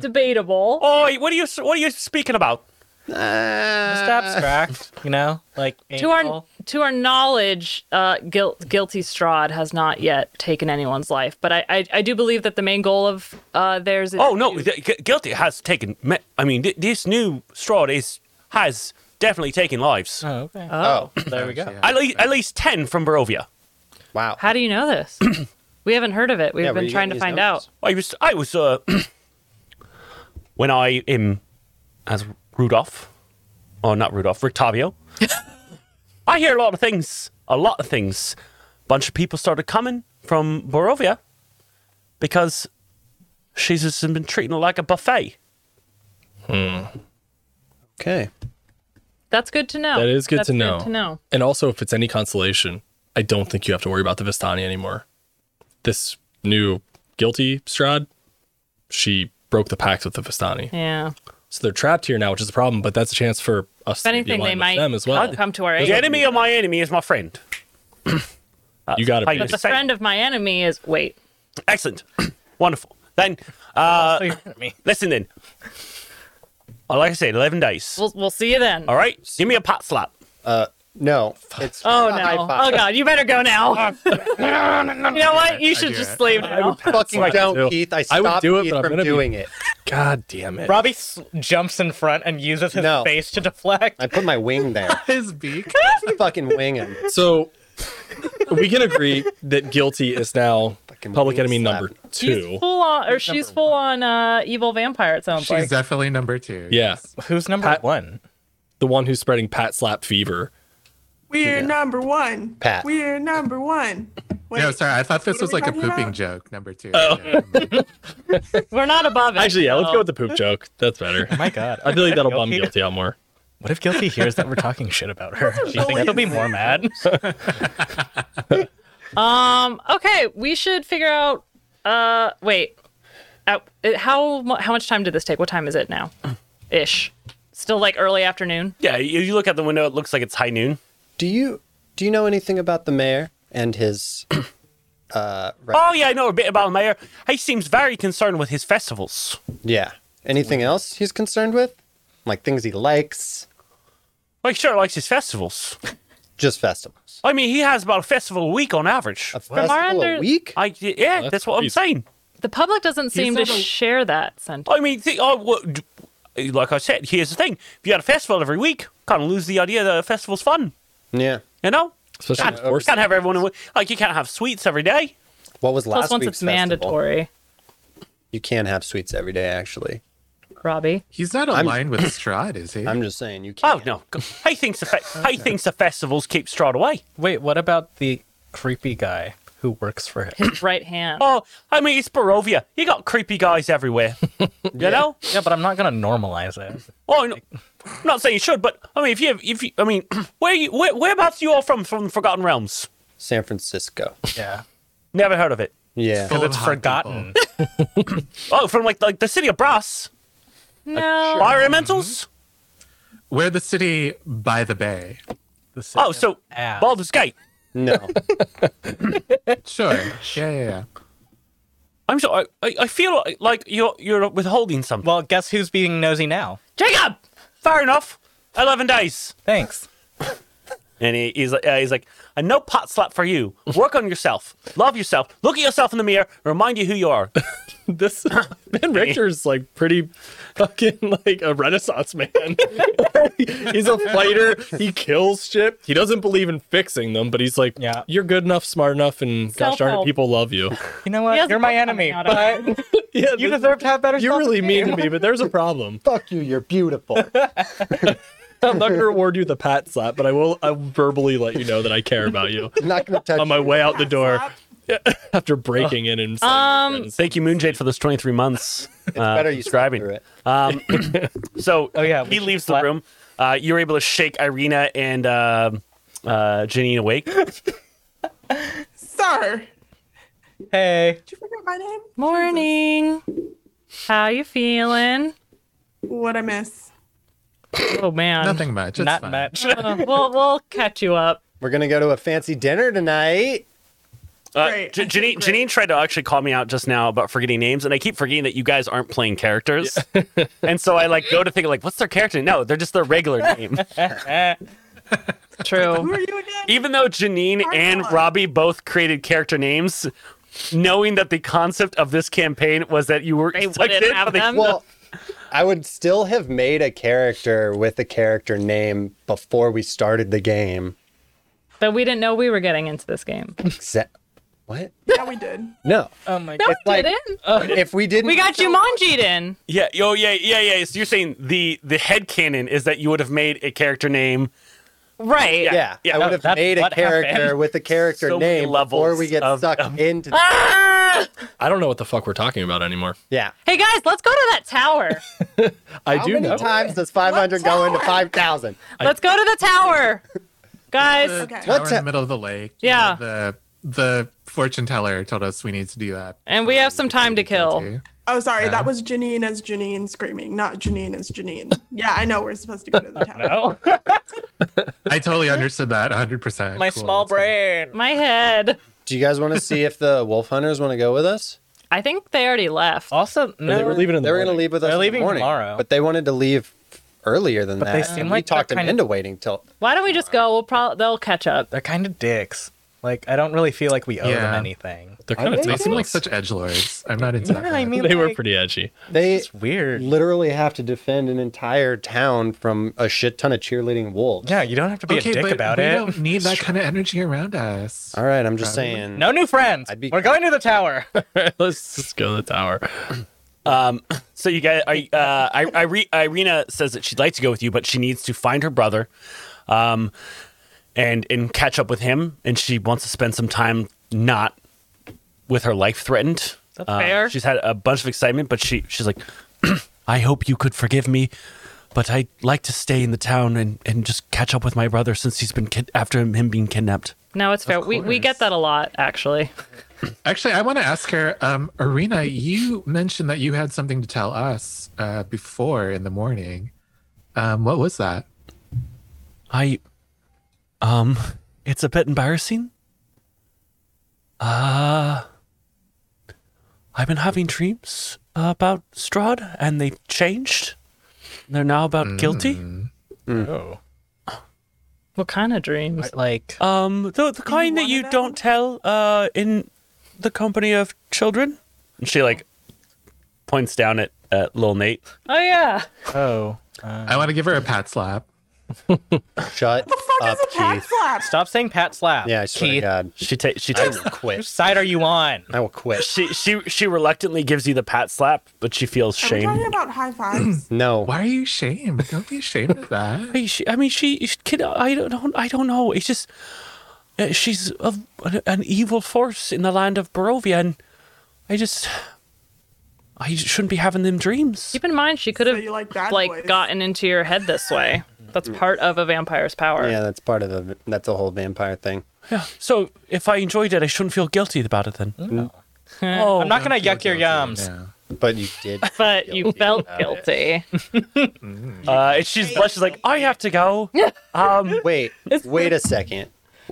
[SPEAKER 2] Debatable.
[SPEAKER 1] Oi, Oh, what are you what are you speaking about?
[SPEAKER 3] Just abstract, you know, like
[SPEAKER 2] To our
[SPEAKER 3] anal.
[SPEAKER 2] to our knowledge, uh, guil- guilty Strahd has not yet taken anyone's life, but I I, I do believe that the main goal of uh, theirs. Is
[SPEAKER 1] Oh no, the, gu- guilty has taken. me- I mean, th- this new Strahd is has definitely taken lives.
[SPEAKER 3] Oh, Uh, okay.
[SPEAKER 6] Oh,
[SPEAKER 3] there we go.
[SPEAKER 1] At, le- at least ten from Barovia.
[SPEAKER 6] wow.
[SPEAKER 2] How do you know this? we haven't heard of it. We've
[SPEAKER 6] Yeah, were
[SPEAKER 2] been
[SPEAKER 6] you
[SPEAKER 2] trying to find
[SPEAKER 6] getting these notes?
[SPEAKER 2] out.
[SPEAKER 1] I was I was uh, when I am as Rudolph, or not Rudolph, Rictavio. I hear a lot of things, a lot of things. Bunch of people started coming from Borovia because she's just been treating it like a buffet.
[SPEAKER 6] Okay.
[SPEAKER 2] That's good to know.
[SPEAKER 4] That is good
[SPEAKER 2] That's
[SPEAKER 4] to know.
[SPEAKER 2] Good to know.
[SPEAKER 4] And also, if it's any consolation, I don't think you have to worry about the Vistani anymore. This new guilty Strad she broke the pact with the Vistani.
[SPEAKER 2] Yeah.
[SPEAKER 4] So they're trapped here now, which is a problem, but that's a chance for us
[SPEAKER 2] If anything,
[SPEAKER 4] to
[SPEAKER 2] they
[SPEAKER 4] align
[SPEAKER 2] might
[SPEAKER 4] with them as well.
[SPEAKER 2] come- come to our aid.
[SPEAKER 1] The enemy of my enemy is my friend.
[SPEAKER 4] You got
[SPEAKER 1] How
[SPEAKER 4] it.
[SPEAKER 1] you-
[SPEAKER 4] baby.
[SPEAKER 2] But the
[SPEAKER 1] Say-
[SPEAKER 2] friend of my enemy is wait.
[SPEAKER 1] Excellent. Wonderful. Then,
[SPEAKER 3] Oh,
[SPEAKER 1] uh, listen then. Oh, like I said, 11 days.
[SPEAKER 2] We'll we'll see you then.
[SPEAKER 1] All right? Give me a pot slap.
[SPEAKER 6] No, it's
[SPEAKER 2] Oh
[SPEAKER 6] not high
[SPEAKER 2] no!
[SPEAKER 6] five.
[SPEAKER 2] Oh god! You better go now. you know what? You should
[SPEAKER 7] do
[SPEAKER 2] just
[SPEAKER 7] it.
[SPEAKER 2] leave now.
[SPEAKER 6] Fucking
[SPEAKER 4] Like,
[SPEAKER 6] don't,
[SPEAKER 4] too.
[SPEAKER 6] Keith. I
[SPEAKER 4] I would
[SPEAKER 6] stopped
[SPEAKER 4] do it,
[SPEAKER 6] Keith
[SPEAKER 4] but I'm
[SPEAKER 6] from
[SPEAKER 4] gonna be-
[SPEAKER 6] doing it.
[SPEAKER 4] God damn it.
[SPEAKER 3] Robbie s- jumps in front and uses his
[SPEAKER 6] No.
[SPEAKER 3] face to deflect.
[SPEAKER 6] I put my wing there.
[SPEAKER 7] His beak.
[SPEAKER 6] fucking wing him.
[SPEAKER 4] So we can agree that guilty is now
[SPEAKER 6] Fucking
[SPEAKER 4] public
[SPEAKER 6] wing
[SPEAKER 4] enemy
[SPEAKER 6] slap.
[SPEAKER 4] number
[SPEAKER 2] She's
[SPEAKER 4] two.
[SPEAKER 2] full on, or she's full on uh, evil vampire. It sounds
[SPEAKER 7] She's
[SPEAKER 2] like.
[SPEAKER 7] definitely number two.
[SPEAKER 4] Yeah.
[SPEAKER 3] Who's number
[SPEAKER 4] Pat-
[SPEAKER 3] one?
[SPEAKER 4] The one who's spreading pat slap fever.
[SPEAKER 5] We're number one.
[SPEAKER 6] Pat.
[SPEAKER 5] We're number one. Wait,
[SPEAKER 7] No, sorry. I thought this
[SPEAKER 5] What
[SPEAKER 7] was
[SPEAKER 5] are we
[SPEAKER 7] like a
[SPEAKER 5] talking
[SPEAKER 7] pooping
[SPEAKER 5] about?
[SPEAKER 7] joke. Number two.
[SPEAKER 6] Oh.
[SPEAKER 2] We're not above it.
[SPEAKER 4] Actually, yeah, let's
[SPEAKER 2] so-
[SPEAKER 3] Oh.
[SPEAKER 4] go with the poop joke. That's better.
[SPEAKER 3] My God.
[SPEAKER 4] I feel like that'll bum guilty out more.
[SPEAKER 3] What if Guilty hears that we're talking shit about her? Do you think he'll be more mad?
[SPEAKER 2] Um. Okay, we should figure out. Uh. Wait. At, uh, how mu- how much time did this take? What time is it now? Ish. Still like early afternoon.
[SPEAKER 1] Yeah, you, you look out the window, it looks like it's high noon.
[SPEAKER 6] Do you do you know anything about the mayor and his uh right
[SPEAKER 1] Oh, yeah, I know a bit about Mayor. He seems very concerned with his festivals.
[SPEAKER 6] yeah. Anything else he's concerned with? Like things he likes?
[SPEAKER 1] Like, sure, likes his festivals.
[SPEAKER 6] Just festivals.
[SPEAKER 1] I mean, he has about a festival a week on average.
[SPEAKER 6] A
[SPEAKER 2] our
[SPEAKER 6] festival a
[SPEAKER 2] under-
[SPEAKER 6] week?
[SPEAKER 1] I, yeah, that's,
[SPEAKER 4] that's
[SPEAKER 1] what I'm
[SPEAKER 4] crazy.
[SPEAKER 1] saying.
[SPEAKER 2] The public doesn't seem to
[SPEAKER 7] said a-
[SPEAKER 2] share that sentiment.
[SPEAKER 1] I mean, th- I would- like I said, here's the thing. If you had a festival every week, kind of lose the idea that a festival's fun,
[SPEAKER 6] yeah.
[SPEAKER 1] you know?
[SPEAKER 4] Especially
[SPEAKER 1] Can't,
[SPEAKER 4] with horses.
[SPEAKER 1] can't have everyone, in- like, you can't have sweets every day.
[SPEAKER 6] What was last
[SPEAKER 2] Plus, once
[SPEAKER 6] week's
[SPEAKER 2] it's
[SPEAKER 6] festival?
[SPEAKER 2] mandatory,
[SPEAKER 6] You can't have sweets every day actually.
[SPEAKER 2] Robbie.
[SPEAKER 7] He's not aligned with Strahd, is he?
[SPEAKER 6] I'm just saying you
[SPEAKER 1] Oh,
[SPEAKER 6] can't.
[SPEAKER 1] no. He thinks the, fe- he thinks the festivals keep Strahd away.
[SPEAKER 3] Wait, what about the creepy guy who works for him?
[SPEAKER 2] His right hand.
[SPEAKER 1] Oh, I mean, it's Barovia. You got creepy guys everywhere. You know?
[SPEAKER 3] yeah, but I'm not gonna normalize it.
[SPEAKER 1] Oh, I'm not- I'm not saying you should, but I mean, if you, if you, I mean, where you, where, whereabouts you all from from Forgotten Realms?
[SPEAKER 6] San Francisco.
[SPEAKER 3] Yeah,
[SPEAKER 1] Never heard of it.
[SPEAKER 6] Yeah.
[SPEAKER 7] Full of
[SPEAKER 3] it's
[SPEAKER 7] hot
[SPEAKER 3] forgotten.
[SPEAKER 7] people.
[SPEAKER 1] Oh, from like like the city of Brass,
[SPEAKER 2] no.
[SPEAKER 3] Mm-hmm.
[SPEAKER 1] environmentals.
[SPEAKER 7] We're the city by the bay.
[SPEAKER 1] Oh, so
[SPEAKER 3] Ass.
[SPEAKER 1] Baldur's Gate.
[SPEAKER 6] No.
[SPEAKER 7] Sure. Yeah, yeah, yeah.
[SPEAKER 1] I'm sorry. I, I- I feel like you're you're withholding something.
[SPEAKER 3] Well, guess who's being nosy now?
[SPEAKER 1] Jacob, fair enough. Eleven days,
[SPEAKER 3] Thanks.
[SPEAKER 1] and he, he's like, uh, he's like, a no pot slap for you. Work on yourself, love yourself, look at yourself in the mirror, remind you who you are.
[SPEAKER 4] this man Richter's like pretty fucking like a renaissance man. he's a fighter. He kills shit. He doesn't believe in fixing them, but he's like,
[SPEAKER 3] Yeah.
[SPEAKER 4] you're good enough, smart enough, and gosh darn
[SPEAKER 2] Self-help.
[SPEAKER 4] it, people love you.
[SPEAKER 3] You know
[SPEAKER 2] He
[SPEAKER 3] what?
[SPEAKER 2] hasn't
[SPEAKER 3] You're my
[SPEAKER 2] put
[SPEAKER 3] enemy,
[SPEAKER 2] something out
[SPEAKER 3] but
[SPEAKER 4] yeah,
[SPEAKER 3] you deserve to have better.
[SPEAKER 4] you're
[SPEAKER 3] self-
[SPEAKER 4] really mean to me, but there's a problem.
[SPEAKER 6] Fuck you, you're beautiful.
[SPEAKER 4] I'm not gonna reward you with a pat slap, but I will. I will verbally let you know that I care about you
[SPEAKER 6] I'm not gonna touch
[SPEAKER 4] on my way out the door
[SPEAKER 5] slap.
[SPEAKER 4] after breaking in and.
[SPEAKER 2] Um.
[SPEAKER 1] Thank you, Moonjade, for those 23 months. It's
[SPEAKER 6] better you
[SPEAKER 1] subscribing.
[SPEAKER 6] through it.
[SPEAKER 1] So
[SPEAKER 3] Oh, yeah, we
[SPEAKER 1] he
[SPEAKER 3] should
[SPEAKER 1] leaves
[SPEAKER 3] slap-
[SPEAKER 1] the room. Uh, you're able to shake Irina and uh, uh, Janine awake.
[SPEAKER 5] Sir,
[SPEAKER 3] Hey,
[SPEAKER 5] did you forget my name?
[SPEAKER 2] Morning. How you feeling?
[SPEAKER 5] What I miss?
[SPEAKER 2] Oh man.
[SPEAKER 7] Nothing much. It's
[SPEAKER 3] not
[SPEAKER 7] fine.
[SPEAKER 3] much.
[SPEAKER 2] Uh, we'll we'll catch you up.
[SPEAKER 6] We're gonna go to a fancy dinner tonight.
[SPEAKER 1] Uh,
[SPEAKER 5] Great.
[SPEAKER 1] J- Janine, Janine tried to actually call me out just now about forgetting names, and I keep forgetting that you guys aren't playing characters. and so I like go to think like, what's their character? No, they're just their regular name.
[SPEAKER 3] Eh,
[SPEAKER 7] Oh
[SPEAKER 5] Who
[SPEAKER 2] True.
[SPEAKER 5] are you again?
[SPEAKER 1] Even though Janine
[SPEAKER 5] Hard
[SPEAKER 1] and
[SPEAKER 5] one.
[SPEAKER 1] Robbie both created character names, knowing that the concept of this campaign was that you were
[SPEAKER 2] They
[SPEAKER 1] expected,
[SPEAKER 2] wouldn't have
[SPEAKER 1] but they-
[SPEAKER 2] them.
[SPEAKER 6] Well, I would still have made a character with a character name before we started the game.
[SPEAKER 2] But we didn't know we were getting into this game.
[SPEAKER 6] Except, what?
[SPEAKER 5] yeah, we did.
[SPEAKER 6] No.
[SPEAKER 3] oh my
[SPEAKER 2] No,
[SPEAKER 3] God.
[SPEAKER 2] we
[SPEAKER 6] like- uh,
[SPEAKER 2] didn't.
[SPEAKER 6] If we didn't,
[SPEAKER 2] Oh. We got Jumanji'd in.
[SPEAKER 1] Yeah, oh yeah, yeah, yeah. So you're saying the the headcanon is that you would have made a character name
[SPEAKER 2] Right.
[SPEAKER 6] Yeah,
[SPEAKER 1] Yeah,
[SPEAKER 6] I
[SPEAKER 1] no,
[SPEAKER 6] would have
[SPEAKER 3] that's
[SPEAKER 6] made a
[SPEAKER 3] what
[SPEAKER 6] character
[SPEAKER 3] happened.
[SPEAKER 6] with a character
[SPEAKER 1] So many
[SPEAKER 6] name before
[SPEAKER 1] levels
[SPEAKER 6] we get
[SPEAKER 1] of-
[SPEAKER 6] sucked into.
[SPEAKER 2] Ah!
[SPEAKER 4] I don't know what the fuck we're talking about anymore.
[SPEAKER 6] yeah.
[SPEAKER 2] Hey guys, let's go to that tower.
[SPEAKER 4] I
[SPEAKER 6] How
[SPEAKER 4] do
[SPEAKER 6] many
[SPEAKER 4] know.
[SPEAKER 6] times does 500 go into 5,000?
[SPEAKER 2] Let's go to the tower. Guys,
[SPEAKER 5] Okay.
[SPEAKER 7] Tower
[SPEAKER 6] What's
[SPEAKER 7] in
[SPEAKER 6] that-
[SPEAKER 7] the middle of the lake.
[SPEAKER 2] Yeah.
[SPEAKER 7] The the fortune teller told us we need to do that.
[SPEAKER 2] and we have some time to kill.
[SPEAKER 7] Guilty.
[SPEAKER 5] Oh, sorry. That was Janine as Janine screaming, not Janine as Janine. Yeah, I know we're supposed to go to the town.
[SPEAKER 3] No,
[SPEAKER 7] I totally understood that 100%.
[SPEAKER 3] my
[SPEAKER 7] Cool,
[SPEAKER 3] small
[SPEAKER 7] that's good.
[SPEAKER 3] brain.
[SPEAKER 2] My head.
[SPEAKER 6] Do you guys want to see if the wolf hunters want to go with us?
[SPEAKER 2] I think they already left.
[SPEAKER 3] Also, no.
[SPEAKER 4] they were leaving in the
[SPEAKER 6] They were going to
[SPEAKER 4] morning.
[SPEAKER 6] leave with us
[SPEAKER 3] They're
[SPEAKER 6] in the
[SPEAKER 3] leaving
[SPEAKER 6] morning,
[SPEAKER 3] tomorrow.
[SPEAKER 6] but they wanted to leave earlier than
[SPEAKER 3] But
[SPEAKER 6] that.
[SPEAKER 3] they seem
[SPEAKER 6] and we
[SPEAKER 3] like they're
[SPEAKER 6] talked them
[SPEAKER 3] kinda-
[SPEAKER 6] into waiting till
[SPEAKER 2] Why don't we just go? We'll probably they'll catch up.
[SPEAKER 3] They're kind of dicks. Like I don't really feel like we owe them
[SPEAKER 7] Yeah.
[SPEAKER 3] anything.
[SPEAKER 4] They're kind of
[SPEAKER 7] They seem like such edge lords. I'm not into that.
[SPEAKER 3] Yeah, I mean,
[SPEAKER 4] They were
[SPEAKER 3] like,
[SPEAKER 4] pretty edgy.
[SPEAKER 6] they
[SPEAKER 3] It's weird.
[SPEAKER 6] literally have to defend an entire town from a shit ton of cheerleading wolves.
[SPEAKER 3] Yeah, you don't have to be a dick about
[SPEAKER 7] we
[SPEAKER 3] it. Uh,
[SPEAKER 7] don't need that kind of energy around us.
[SPEAKER 6] All right, I'm just saying.
[SPEAKER 3] No new friends.
[SPEAKER 6] I'd be-
[SPEAKER 3] We're going to the tower.
[SPEAKER 4] Let's just go to the tower.
[SPEAKER 1] Um, so you guys, I, uh, I, Ire- Irina says that she'd like to go with you, but she needs to find her brother, um, and and catch up with him, and she wants to spend some time not with her life threatened. Uh,
[SPEAKER 2] That's fair.
[SPEAKER 1] She's had a bunch of excitement, but she she's like, I hope you could forgive me, but I'd like to stay in the town and, and just catch up with my brother since he's been kid- after him, him being kidnapped.
[SPEAKER 2] No, it's fair. We we get
[SPEAKER 7] course.
[SPEAKER 2] that a lot actually.
[SPEAKER 7] Actually, I want to ask her, um, Arena, you mentioned that you had something to tell us uh, before in the morning. Um, what was that?
[SPEAKER 1] I, um, it's a bit embarrassing. Uh, I've been having dreams about Strahd, and they've changed. They're now about
[SPEAKER 6] Mm.
[SPEAKER 1] guilty.
[SPEAKER 3] Oh.
[SPEAKER 2] What kind of dreams?
[SPEAKER 3] Like
[SPEAKER 1] Um, the, the kind that
[SPEAKER 5] one
[SPEAKER 1] you
[SPEAKER 5] of
[SPEAKER 1] don't tell, uh, in the company of children. And she, like, points down at, at Lil Nate.
[SPEAKER 2] Oh yeah.
[SPEAKER 3] oh.
[SPEAKER 7] I want to give her a pat slap.
[SPEAKER 6] Shut up,
[SPEAKER 5] It's a cat
[SPEAKER 6] Keith.
[SPEAKER 5] slap.
[SPEAKER 3] Stop saying pat slap.
[SPEAKER 6] Yeah, I swear
[SPEAKER 3] Keith.
[SPEAKER 6] to God,
[SPEAKER 1] She, ta- she
[SPEAKER 6] I
[SPEAKER 1] takes...
[SPEAKER 6] will
[SPEAKER 3] Whose
[SPEAKER 6] quit.
[SPEAKER 3] side are you on?
[SPEAKER 6] I will quit.
[SPEAKER 1] She, she she reluctantly gives you the pat slap, but she feels
[SPEAKER 5] Are we
[SPEAKER 1] shame.
[SPEAKER 5] talking about high fives?
[SPEAKER 6] No,
[SPEAKER 7] Why are you ashamed? Don't be ashamed of that.
[SPEAKER 1] Hey, she, I mean, she, she- kid, I don't, know- I don't know. It's just, uh, she's a, an, an evil force in the land of Barovia, and I just, I shouldn't be having them dreams.
[SPEAKER 2] Keep in mind she could
[SPEAKER 5] So
[SPEAKER 2] have
[SPEAKER 5] you like bad
[SPEAKER 2] like
[SPEAKER 5] boys.
[SPEAKER 2] gotten into your head this way. That's part of a vampire's power.
[SPEAKER 6] yeah, that's part of the that's the whole vampire thing.
[SPEAKER 1] Yeah. So if I enjoyed it, I shouldn't feel guilty about it then.
[SPEAKER 6] Mm.
[SPEAKER 1] Oh,
[SPEAKER 3] I'm not
[SPEAKER 7] Don't
[SPEAKER 3] gonna
[SPEAKER 7] feel
[SPEAKER 3] yuck your
[SPEAKER 7] guilty
[SPEAKER 3] yums.
[SPEAKER 7] now.
[SPEAKER 6] But you did.
[SPEAKER 2] But you felt guilty.
[SPEAKER 1] Uh, and she's blushes like, I have to go. Um,
[SPEAKER 6] Wait, wait a second.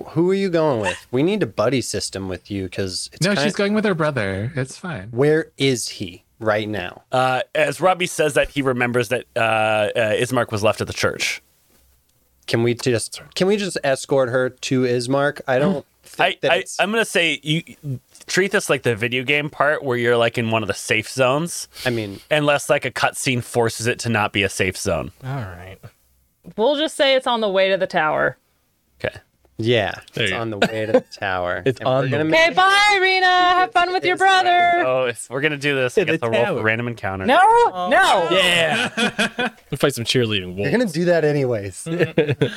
[SPEAKER 6] Who are you going with? We need a buddy system with you because it's
[SPEAKER 7] No,
[SPEAKER 6] kinda-
[SPEAKER 7] she's going with her brother. It's fine.
[SPEAKER 6] Where is he right now?
[SPEAKER 1] uh, as Robbie says that, he remembers that uh, uh, Ismark was left at the church.
[SPEAKER 6] Can we just can we just escort her to Ismark? I don't
[SPEAKER 1] I,
[SPEAKER 6] think that
[SPEAKER 1] I,
[SPEAKER 6] it's
[SPEAKER 1] I'm gonna say you treat this like the video game part where you're like in one of the safe zones.
[SPEAKER 6] I mean
[SPEAKER 1] unless like a cutscene forces it to not be a safe zone.
[SPEAKER 3] All right.
[SPEAKER 2] We'll just say it's on the way to the tower.
[SPEAKER 1] Okay.
[SPEAKER 6] Yeah,
[SPEAKER 4] There
[SPEAKER 6] it's
[SPEAKER 4] you go.
[SPEAKER 6] on the way to the tower.
[SPEAKER 4] It's
[SPEAKER 6] we're
[SPEAKER 4] on the
[SPEAKER 6] gonna
[SPEAKER 4] way.
[SPEAKER 6] make-
[SPEAKER 2] Okay, bye, Rena. Have fun with your brother.
[SPEAKER 1] Oh, if we're gonna do this, I guess I'll roll for random encounter.
[SPEAKER 2] No,
[SPEAKER 5] Oh.
[SPEAKER 2] no.
[SPEAKER 1] Yeah.
[SPEAKER 4] We'll fight some cheerleading
[SPEAKER 6] You're
[SPEAKER 4] wolves.
[SPEAKER 6] gonna do that anyways.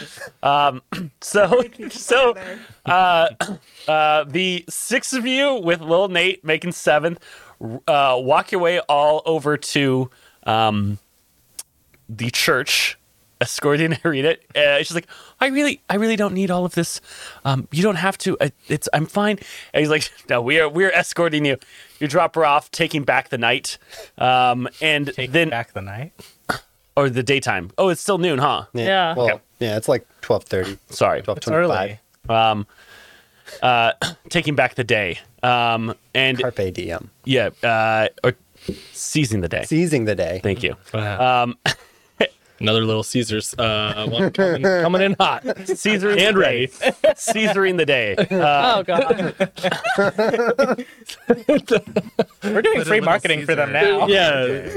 [SPEAKER 1] So, so
[SPEAKER 5] There.
[SPEAKER 1] uh, the six of you with Lil Nate making seventh, uh, walk your way all over to um, the church, escorting Irina. Uh, she's like, I really, I really don't need all of this. Um, you don't have to. I, it's, I'm fine. And he's like, No, we are, we're escorting you. You drop her off, taking back the night, um, and
[SPEAKER 3] Take
[SPEAKER 1] then
[SPEAKER 3] back the night.
[SPEAKER 1] or the daytime. Oh, it's still noon, huh?
[SPEAKER 2] Yeah.
[SPEAKER 6] Well,
[SPEAKER 1] Okay.
[SPEAKER 6] yeah, it's like twelve thirty.
[SPEAKER 1] Sorry.
[SPEAKER 6] Twelve
[SPEAKER 3] It's early.
[SPEAKER 6] twenty-five.
[SPEAKER 1] Taking back the day. Um, and
[SPEAKER 6] Carpe diem.
[SPEAKER 1] yeah, uh, or seizing the day.
[SPEAKER 6] Seizing the day.
[SPEAKER 1] Thank you.
[SPEAKER 4] Um, Another little Caesars uh, one coming, coming in hot
[SPEAKER 1] Caesaring
[SPEAKER 4] and
[SPEAKER 1] the
[SPEAKER 4] ready.
[SPEAKER 1] day. Caesaring the day. Uh,
[SPEAKER 2] Oh god.
[SPEAKER 3] We're doing
[SPEAKER 7] Little-
[SPEAKER 3] free
[SPEAKER 7] little
[SPEAKER 3] marketing for them
[SPEAKER 7] Caesar.
[SPEAKER 3] now.
[SPEAKER 4] Yeah,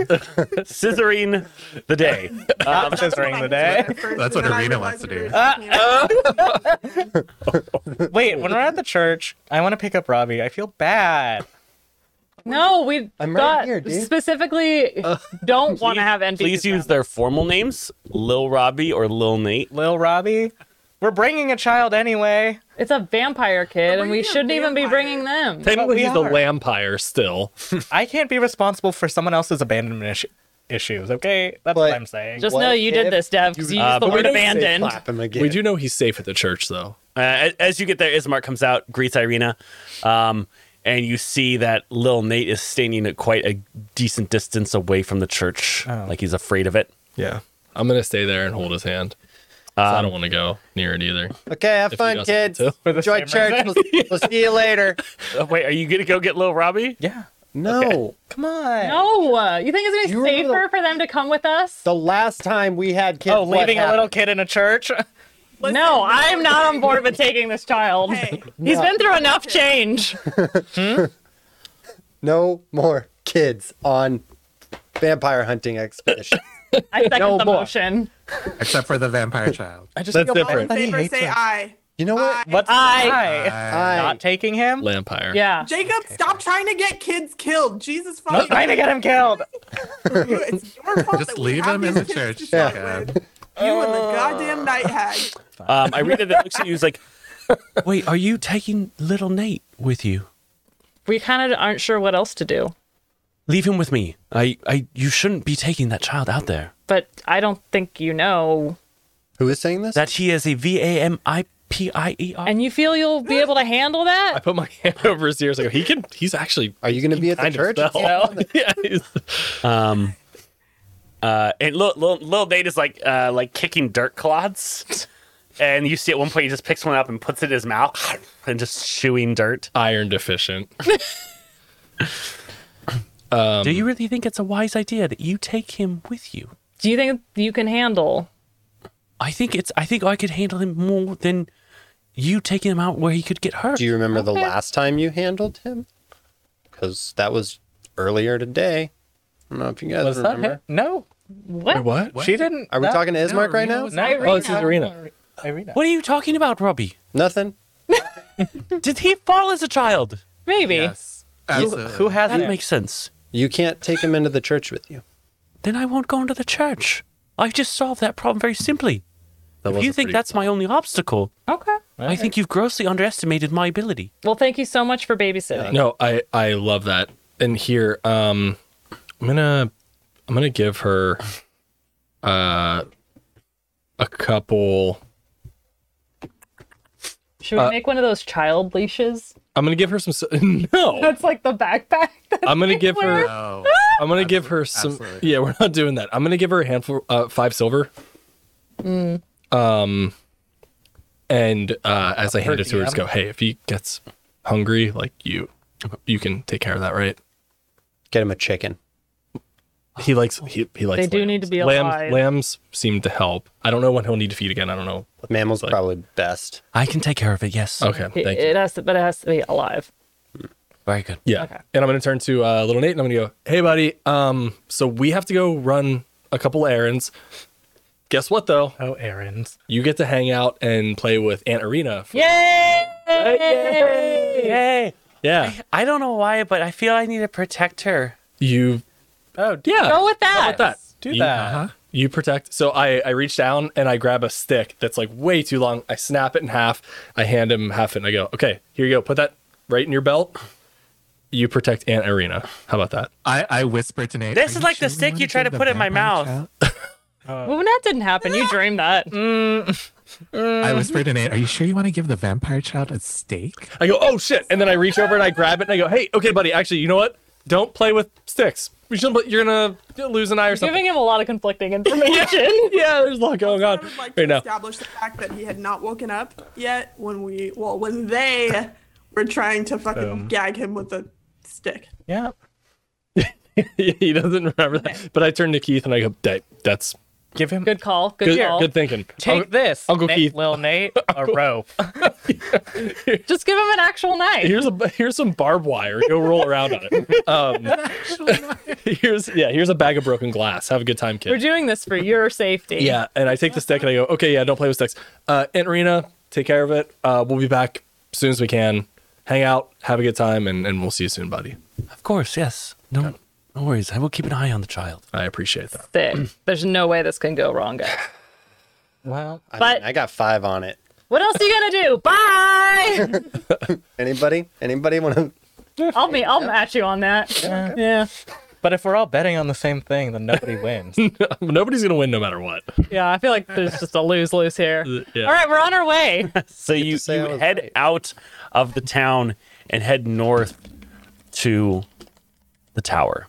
[SPEAKER 1] scissoring the day.
[SPEAKER 3] Not scissoring the day.
[SPEAKER 7] That's what Irina wants to do.
[SPEAKER 2] Uh,
[SPEAKER 3] Wait, when we're at the church, I want to pick up Robbie. I feel bad.
[SPEAKER 2] No, we've
[SPEAKER 6] I'm right
[SPEAKER 2] got
[SPEAKER 6] here, dude.
[SPEAKER 2] specifically don't want to have NPCs.
[SPEAKER 1] Please use their formal names, Lil Robbie or Lil Nate.
[SPEAKER 3] Lil Robbie, we're bringing a child anyway.
[SPEAKER 2] It's a vampire kid, and
[SPEAKER 5] bringing
[SPEAKER 2] we
[SPEAKER 5] a
[SPEAKER 2] shouldn't even be
[SPEAKER 5] vampire.
[SPEAKER 2] bringing them.
[SPEAKER 4] technically
[SPEAKER 3] we
[SPEAKER 4] he's the
[SPEAKER 3] are.
[SPEAKER 4] vampire still.
[SPEAKER 3] I can't be responsible for someone else's abandonment ish- issues. Okay, that's
[SPEAKER 6] But-
[SPEAKER 3] what I'm saying.
[SPEAKER 2] Just
[SPEAKER 6] What
[SPEAKER 2] know you
[SPEAKER 6] if
[SPEAKER 2] did this, Dev, because you used
[SPEAKER 1] Uh,
[SPEAKER 2] the
[SPEAKER 1] but we
[SPEAKER 2] word
[SPEAKER 1] don't say
[SPEAKER 2] abandoned.
[SPEAKER 6] Clap him again.
[SPEAKER 4] We do know he's safe at the church though.
[SPEAKER 1] Uh, as, as you get there, Ismark comes out, greets Irina, um, and you see that little Nate is standing at quite a decent distance away from the church, like he's afraid of it.
[SPEAKER 4] Yeah. I'm gonna stay there and hold his hand. 'Cause I don't want to go near it either.
[SPEAKER 6] Okay, have
[SPEAKER 4] If he
[SPEAKER 6] fun,
[SPEAKER 4] doesn't
[SPEAKER 6] kids.
[SPEAKER 4] want
[SPEAKER 3] For the
[SPEAKER 6] Enjoy
[SPEAKER 3] same
[SPEAKER 6] church. We'll, we'll see you later.
[SPEAKER 1] Uh, wait, are you gonna go get little Robbie?
[SPEAKER 3] Yeah.
[SPEAKER 6] No,
[SPEAKER 3] Come on.
[SPEAKER 2] No, uh, you think it's
[SPEAKER 6] You
[SPEAKER 2] gonna be
[SPEAKER 6] remember
[SPEAKER 2] safer for them to come with us?
[SPEAKER 6] the last time we had kids,
[SPEAKER 3] Oh,
[SPEAKER 6] what
[SPEAKER 3] leaving a
[SPEAKER 6] happened?
[SPEAKER 3] little kid in a church?
[SPEAKER 5] Listen,
[SPEAKER 2] No, I'm not on board with taking this child.
[SPEAKER 5] Hey,
[SPEAKER 2] He's been through enough change.
[SPEAKER 6] No more kids on vampire hunting expedition.
[SPEAKER 2] I second
[SPEAKER 4] No
[SPEAKER 2] the
[SPEAKER 4] more.
[SPEAKER 2] motion.
[SPEAKER 7] Except for the vampire child.
[SPEAKER 3] I just
[SPEAKER 4] That's
[SPEAKER 3] feel bad.
[SPEAKER 4] different.
[SPEAKER 5] all in favor,
[SPEAKER 3] hates
[SPEAKER 5] say
[SPEAKER 3] us.
[SPEAKER 5] aye.
[SPEAKER 6] You know what?
[SPEAKER 5] Aye.
[SPEAKER 3] What's
[SPEAKER 2] I-
[SPEAKER 3] I
[SPEAKER 6] I
[SPEAKER 3] not taking him?
[SPEAKER 4] Lampire.
[SPEAKER 2] Yeah.
[SPEAKER 5] Jacob, stop trying to get kids killed. Jesus
[SPEAKER 3] I'm
[SPEAKER 5] fucking
[SPEAKER 3] trying to get him killed.
[SPEAKER 5] It's your fault
[SPEAKER 7] Just
[SPEAKER 5] that we
[SPEAKER 7] leave
[SPEAKER 5] have
[SPEAKER 7] him in
[SPEAKER 5] these
[SPEAKER 7] the
[SPEAKER 5] kids to
[SPEAKER 7] church,
[SPEAKER 5] start
[SPEAKER 7] Jacob.
[SPEAKER 5] with. You and the goddamn night hag.
[SPEAKER 1] Um, Irina that looks at you is like, "Wait, are you taking little Nate with you?
[SPEAKER 2] We kind of aren't sure what else to do,
[SPEAKER 1] Leave him with me. I, I, you shouldn't be taking that child out there.
[SPEAKER 2] but I don't think you know.
[SPEAKER 6] Who is saying this?
[SPEAKER 1] That he is a V A M I P I E R.
[SPEAKER 2] And you feel you'll be able to handle
[SPEAKER 4] I
[SPEAKER 2] that?
[SPEAKER 4] put my hand over his ears. I go, he can. He's actually
[SPEAKER 6] Are you going to be at the
[SPEAKER 4] kind of
[SPEAKER 6] church?
[SPEAKER 4] spell. yeah, he's-
[SPEAKER 1] Um, uh, and little, little, little Nate is like, uh, like kicking dirt clods. And you see at one point he just picks one up and puts it in his mouth and just chewing dirt.
[SPEAKER 4] iron deficient.
[SPEAKER 1] Do you really think it's a wise idea that you take him with you?
[SPEAKER 2] Do you think you can handle?
[SPEAKER 1] I think it's. I think I could handle him more than you taking him out where he could get hurt.
[SPEAKER 6] Do you remember the last time you handled him? Because that was earlier today. I don't know if you guys
[SPEAKER 3] Was that
[SPEAKER 6] remember.
[SPEAKER 3] him? No.
[SPEAKER 2] What?
[SPEAKER 4] What?
[SPEAKER 7] What?
[SPEAKER 3] She didn't.
[SPEAKER 6] Are we
[SPEAKER 3] that-
[SPEAKER 6] talking to Ismark right
[SPEAKER 7] Rena
[SPEAKER 6] now?
[SPEAKER 7] was-
[SPEAKER 3] No,
[SPEAKER 7] Irina.
[SPEAKER 3] Oh, this is Arena. Arena.
[SPEAKER 1] what are you talking about, Robbie?
[SPEAKER 6] Nothing.
[SPEAKER 1] Did he fall as a child?
[SPEAKER 2] Maybe.
[SPEAKER 7] Yes.
[SPEAKER 3] Who,
[SPEAKER 7] Absolutely.
[SPEAKER 3] who has
[SPEAKER 1] That
[SPEAKER 3] him?
[SPEAKER 1] makes sense.
[SPEAKER 6] You can't take him into the church with you.
[SPEAKER 1] Then I won't go into the church. I just solved that problem very simply.
[SPEAKER 4] That
[SPEAKER 1] if you
[SPEAKER 4] wasn't
[SPEAKER 1] think
[SPEAKER 4] pretty-
[SPEAKER 1] that's my only obstacle,
[SPEAKER 2] Okay.
[SPEAKER 1] I think you've grossly underestimated my ability.
[SPEAKER 2] Well, thank you so much for babysitting.
[SPEAKER 4] No, I I love that. And here, um, I'm gonna I'm gonna give her, uh, a couple.
[SPEAKER 2] Should we make one of those child leashes?
[SPEAKER 4] I'm gonna give her some. s- No,
[SPEAKER 2] That's like the backpack. That
[SPEAKER 4] I'm gonna give her.
[SPEAKER 7] No.
[SPEAKER 4] I'm gonna give her some.
[SPEAKER 7] Absolutely.
[SPEAKER 4] Yeah, we're not doing that. I'm gonna give her a handful, uh, five silver. Um, and uh, as I hand it to her, just go, "Hey, if he gets hungry, like you, you can take care of that, right?"
[SPEAKER 6] Get him a chicken.
[SPEAKER 4] He likes. He, he likes.
[SPEAKER 2] They do need to be
[SPEAKER 4] lambs.
[SPEAKER 2] alive.
[SPEAKER 4] Lambs seem to help. I don't know when he'll need to feed again. I don't know.
[SPEAKER 6] Mammal's
[SPEAKER 4] Like-
[SPEAKER 6] probably best.
[SPEAKER 1] I can take care of it, yes.
[SPEAKER 4] Okay,
[SPEAKER 2] it,
[SPEAKER 4] thank you.
[SPEAKER 2] it has to, but it has to be alive.
[SPEAKER 1] Very good.
[SPEAKER 4] Yeah. And I'm gonna turn to uh, little Nate and I'm gonna go, "Hey, buddy. Um, so we have to go run a couple errands. Guess what, though?
[SPEAKER 3] Oh, errands.
[SPEAKER 4] You get to hang out and play with Aunt Arena. For-
[SPEAKER 2] Yay!
[SPEAKER 1] Yay!
[SPEAKER 4] yeah.
[SPEAKER 1] I don't know why, but I feel I need to protect her.
[SPEAKER 4] You.
[SPEAKER 3] Oh, d-
[SPEAKER 4] Yeah.
[SPEAKER 2] Go with that.
[SPEAKER 4] that.
[SPEAKER 3] do
[SPEAKER 4] You-
[SPEAKER 3] that.
[SPEAKER 7] Uh-huh.
[SPEAKER 4] You protect. So I I reach down and I grab a stick that's like way too long. I snap it in half. I hand him half it and I go, "Okay, here you go. Put that right in your belt. You protect Aunt Arena. How about that?
[SPEAKER 7] I, I whisper to Nate.
[SPEAKER 1] This
[SPEAKER 7] "Are
[SPEAKER 1] is like the
[SPEAKER 7] we
[SPEAKER 1] stick
[SPEAKER 7] wanna
[SPEAKER 1] you try to
[SPEAKER 7] do the
[SPEAKER 1] put in my
[SPEAKER 7] vampire
[SPEAKER 1] mouth."
[SPEAKER 7] child?"
[SPEAKER 2] Well, when that didn't happen, you dreamed that.
[SPEAKER 1] Mm-hmm.
[SPEAKER 7] I whispered to Nate, "Are you sure you want to give the vampire child a steak?"
[SPEAKER 4] I go, "Oh shit!" And then I reach over and I grab it and I go, "Hey, okay, buddy. Actually, you know what? Don't play with sticks. You shouldn't. Play- you're gonna lose an eye or something."
[SPEAKER 2] Giving him a lot of conflicting information.
[SPEAKER 4] yeah, there's a lot going
[SPEAKER 5] I
[SPEAKER 4] on
[SPEAKER 5] would like to
[SPEAKER 4] right now.
[SPEAKER 5] establish the fact that he had not woken up yet when we, well, when they were trying to fucking
[SPEAKER 4] Um.
[SPEAKER 5] gag him with a stick.
[SPEAKER 3] Yeah.
[SPEAKER 4] he doesn't remember that. But I turn to Keith and I go, "That- "That's
[SPEAKER 3] Give him.
[SPEAKER 2] Good call. Good,
[SPEAKER 4] good.
[SPEAKER 2] call.
[SPEAKER 4] Good thinking. Um,
[SPEAKER 3] Take
[SPEAKER 4] Uncle-
[SPEAKER 3] this,
[SPEAKER 4] Uncle
[SPEAKER 3] Na-
[SPEAKER 4] Keith.
[SPEAKER 3] Lil Nate, a rope.
[SPEAKER 2] Just give him an actual knife.
[SPEAKER 4] here's a here's some barbed wire. Go roll around on it. Um, here's yeah, here's a bag of broken glass. Have a good time,
[SPEAKER 2] We're
[SPEAKER 4] kid.
[SPEAKER 2] doing this for your safety.
[SPEAKER 4] Yeah, and I take the stick and I go, okay, yeah, don't play with sticks. Uh, Aunt Rena, take care of it. Uh, we'll be back as soon as we can. Hang out, have a good time, and, and we'll see you soon, buddy.
[SPEAKER 1] Of course, yes. No, no worries. I will keep an eye on the child.
[SPEAKER 4] I appreciate that.
[SPEAKER 2] Sick. There's no way this can go wrong, guys.
[SPEAKER 3] Well,
[SPEAKER 6] I,
[SPEAKER 2] But-
[SPEAKER 6] mean, I got five on it.
[SPEAKER 2] What else are you gonna do? Bye.
[SPEAKER 6] Anybody? Anybody want to?
[SPEAKER 2] I'll be. I'll match you on that. Yeah.
[SPEAKER 3] But if we're all betting on the same thing, then nobody wins.
[SPEAKER 4] Nobody's gonna win no matter what.
[SPEAKER 2] Yeah, I feel like there's just a lose lose here.
[SPEAKER 4] yeah.
[SPEAKER 2] All right, we're on our way.
[SPEAKER 1] So you,
[SPEAKER 6] say I
[SPEAKER 1] you
[SPEAKER 6] was
[SPEAKER 1] head
[SPEAKER 6] right.
[SPEAKER 1] out of the town and head north to the tower.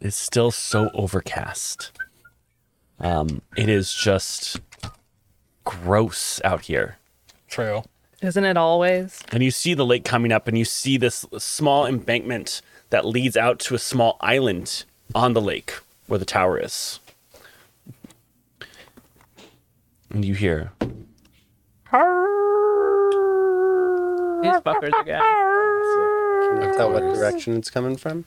[SPEAKER 1] It's still so overcast. Um, it is just gross out here.
[SPEAKER 3] True.
[SPEAKER 2] Isn't it always?
[SPEAKER 1] and you see the lake coming up and you see this small embankment that leads out to a small island on the lake where the tower is and you hear
[SPEAKER 2] These fuckers again.
[SPEAKER 6] Can you tell what direction it's coming from?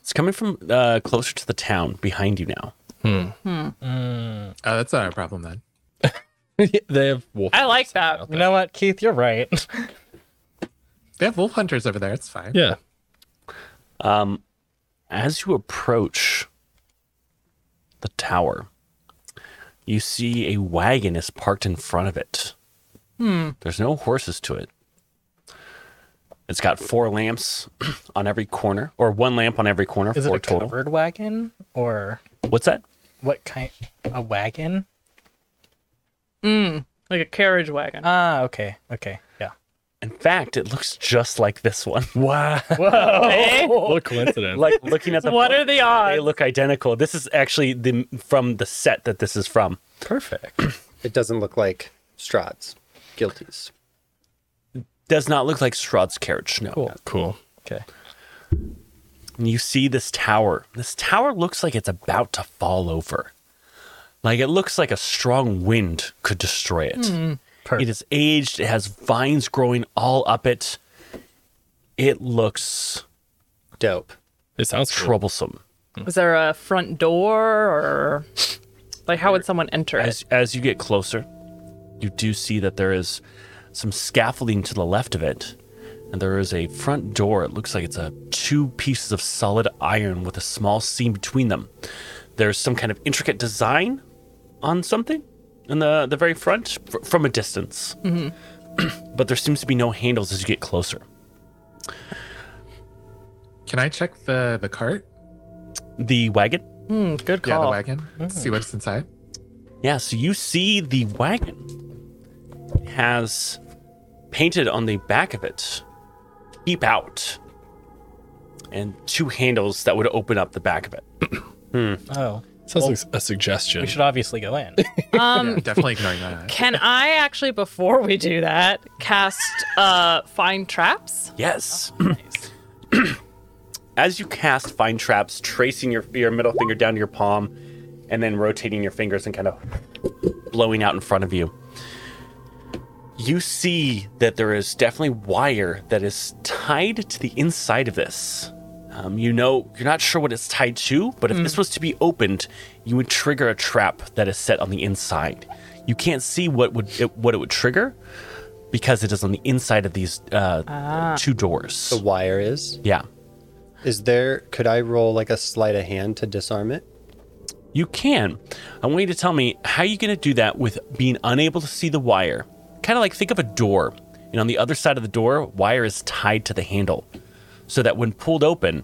[SPEAKER 1] it's coming from uh, closer to the town behind you now
[SPEAKER 7] Oh, that's not our problem then.
[SPEAKER 4] they have wolf.
[SPEAKER 2] I like that.
[SPEAKER 3] You know what, Keith? You're right.
[SPEAKER 7] They have wolf hunters over there. It's fine.
[SPEAKER 4] Yeah.
[SPEAKER 1] as you approach the tower you see a wagon is parked in front of it
[SPEAKER 3] Hmm.
[SPEAKER 1] there's no horses to it it's got four lamps on every corner or one lamp on every corner
[SPEAKER 3] Is it
[SPEAKER 1] four
[SPEAKER 3] a
[SPEAKER 1] total
[SPEAKER 3] covered wagon or
[SPEAKER 1] What's that?
[SPEAKER 3] what kind? A wagon?
[SPEAKER 2] Like a carriage wagon.
[SPEAKER 4] Oh.
[SPEAKER 3] Ah, okay, okay, yeah.
[SPEAKER 1] In fact, it looks just like this one.
[SPEAKER 4] Wow.
[SPEAKER 2] Eh?
[SPEAKER 4] what a coincidence.
[SPEAKER 1] like looking at the
[SPEAKER 2] What are the
[SPEAKER 1] they
[SPEAKER 2] odds?
[SPEAKER 1] look identical. This is actually the from the set that this is from.
[SPEAKER 4] perfect.
[SPEAKER 6] It doesn't look like Strahd's. Guilty's.
[SPEAKER 1] Does not look like Strahd's carriage. No.
[SPEAKER 3] Cool.
[SPEAKER 4] Cool.
[SPEAKER 3] Okay.
[SPEAKER 1] And you see this tower. This tower looks like it's about to fall over. Like it looks like a strong wind could destroy it. It is aged. It has vines growing all up it. It looks
[SPEAKER 6] Dope.
[SPEAKER 4] It sounds cool.
[SPEAKER 1] troublesome.
[SPEAKER 2] Is there a front door or like how would someone enter it?
[SPEAKER 1] As as you get closer, you do see that there is some scaffolding to the left of it, and there is a front door. It looks like it's a two pieces of solid iron with a small seam between them. There's some kind of intricate design on something in the the very front fr- from a distance, but there seems to be no handles as you get closer.
[SPEAKER 7] Can I check the the cart?
[SPEAKER 1] The wagon.
[SPEAKER 2] Hmm, good
[SPEAKER 7] Yeah, the
[SPEAKER 2] call.
[SPEAKER 7] wagon.
[SPEAKER 1] Mm-hmm.
[SPEAKER 7] See what's inside.
[SPEAKER 1] Yeah, so you see the wagon has painted on the back of it, keep out, and two handles that would open up the back of it.
[SPEAKER 3] Oh,
[SPEAKER 4] Sounds like a suggestion.
[SPEAKER 3] we should obviously go in.
[SPEAKER 1] Um,
[SPEAKER 7] yeah, definitely ignoring that.
[SPEAKER 2] Can I actually, before we do that, cast uh find traps?
[SPEAKER 1] Yes. As you cast Find Traps, tracing your, your middle finger down to your palm and then rotating your fingers and kind of blowing out in front of you, you see that there is definitely wire that is tied to the inside of this. Um, you know, you're not sure what it's tied to, but if this was to be opened, you would trigger a trap that is set on the inside. You can't see what would it, what it would trigger because it is on the inside of these uh, two doors.
[SPEAKER 6] The wire is.
[SPEAKER 1] Yeah.
[SPEAKER 6] Is there? Could I roll like a sleight of hand to disarm it?
[SPEAKER 1] You can. I want you to tell me how you're going to do that with being unable to see the wire. Kind of like think of a door, and on the other side of the door, wire is tied to the handle, so that when pulled open,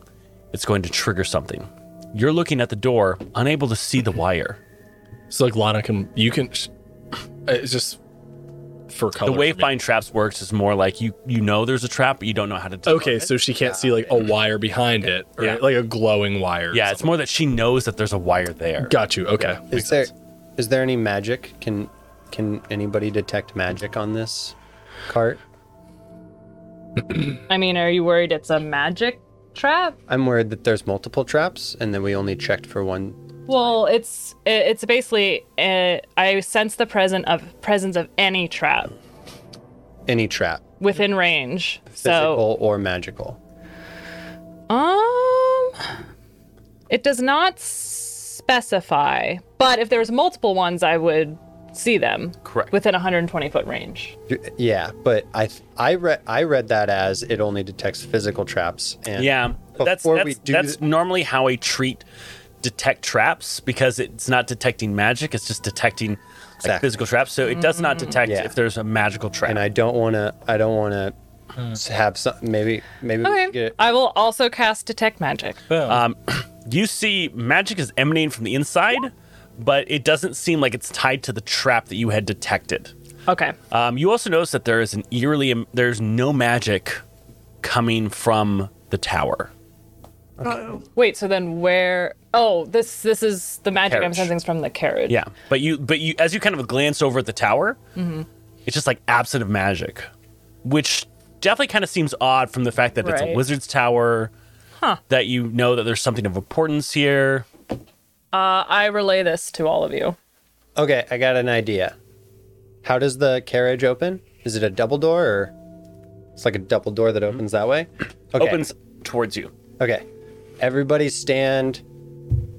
[SPEAKER 1] it's going to trigger something. You're looking at the door, unable to see the wire.
[SPEAKER 4] So like Lana can you can sh- uh, it's just for color.
[SPEAKER 1] The way
[SPEAKER 4] for me.
[SPEAKER 1] find traps works is more like you you know there's a trap, but you don't know how to. disarm
[SPEAKER 4] Okay,
[SPEAKER 1] it.
[SPEAKER 4] so she can't see like a wire behind it or
[SPEAKER 1] Yeah.
[SPEAKER 4] like a glowing wire. or
[SPEAKER 1] yeah, it's
[SPEAKER 4] something.
[SPEAKER 1] more that she knows that there's a wire there.
[SPEAKER 4] Got you. Okay.
[SPEAKER 6] Is there? Is there any magic? Can can anybody detect magic on this cart?
[SPEAKER 2] I mean, are you worried it's a magic trap?
[SPEAKER 6] I'm worried that there's multiple traps and then we only checked for one.
[SPEAKER 2] Well, it's i- it's basically uh, I sense the presence of presence of any trap
[SPEAKER 6] Any trap,
[SPEAKER 2] within range. So,
[SPEAKER 6] physical or magical.
[SPEAKER 2] um, it does not specify, but if there was multiple ones, I would see them
[SPEAKER 1] Correct.
[SPEAKER 2] within 120 foot range.
[SPEAKER 6] Yeah, but I th- I read I read that as it only detects physical traps. And
[SPEAKER 1] Yeah, that's
[SPEAKER 6] Before
[SPEAKER 1] that's,
[SPEAKER 6] we do
[SPEAKER 1] that's
[SPEAKER 6] th-
[SPEAKER 1] normally how I treat detect traps because it's not detecting magic; it's just detecting like,
[SPEAKER 6] Exactly.
[SPEAKER 1] physical traps. So it does not detect
[SPEAKER 6] Yeah.
[SPEAKER 1] if there's a magical trap.
[SPEAKER 6] and I don't want to I don't want to s- have some. Maybe maybe we should
[SPEAKER 2] Okay.
[SPEAKER 6] get.
[SPEAKER 2] I will also cast detect magic.
[SPEAKER 3] Boom.
[SPEAKER 1] You see magic is emanating from the inside, but it doesn't seem like it's tied to the trap that you had detected.
[SPEAKER 2] Okay.
[SPEAKER 1] Um, you also notice that there is an eerily there's no magic coming from the tower.
[SPEAKER 5] Uh-oh.
[SPEAKER 2] Wait, so then where Oh, this this is the magic I'm
[SPEAKER 1] Carriage.
[SPEAKER 2] sensing is from the carriage.
[SPEAKER 1] Yeah, but you but you as you kind of glance over at the tower,
[SPEAKER 2] Mm-hmm.
[SPEAKER 1] it's just like absent of magic, which definitely kind of seems odd from the fact that it's a
[SPEAKER 2] Right.
[SPEAKER 1] wizard's tower. That you know that there's something of importance here.
[SPEAKER 2] Uh, I relay this to all of you.
[SPEAKER 6] Okay, I got an idea. How does the carriage open? Is it a double door or? It's like a double door that opens that way. Okay.
[SPEAKER 1] Opens towards you.
[SPEAKER 6] Okay. Everybody stand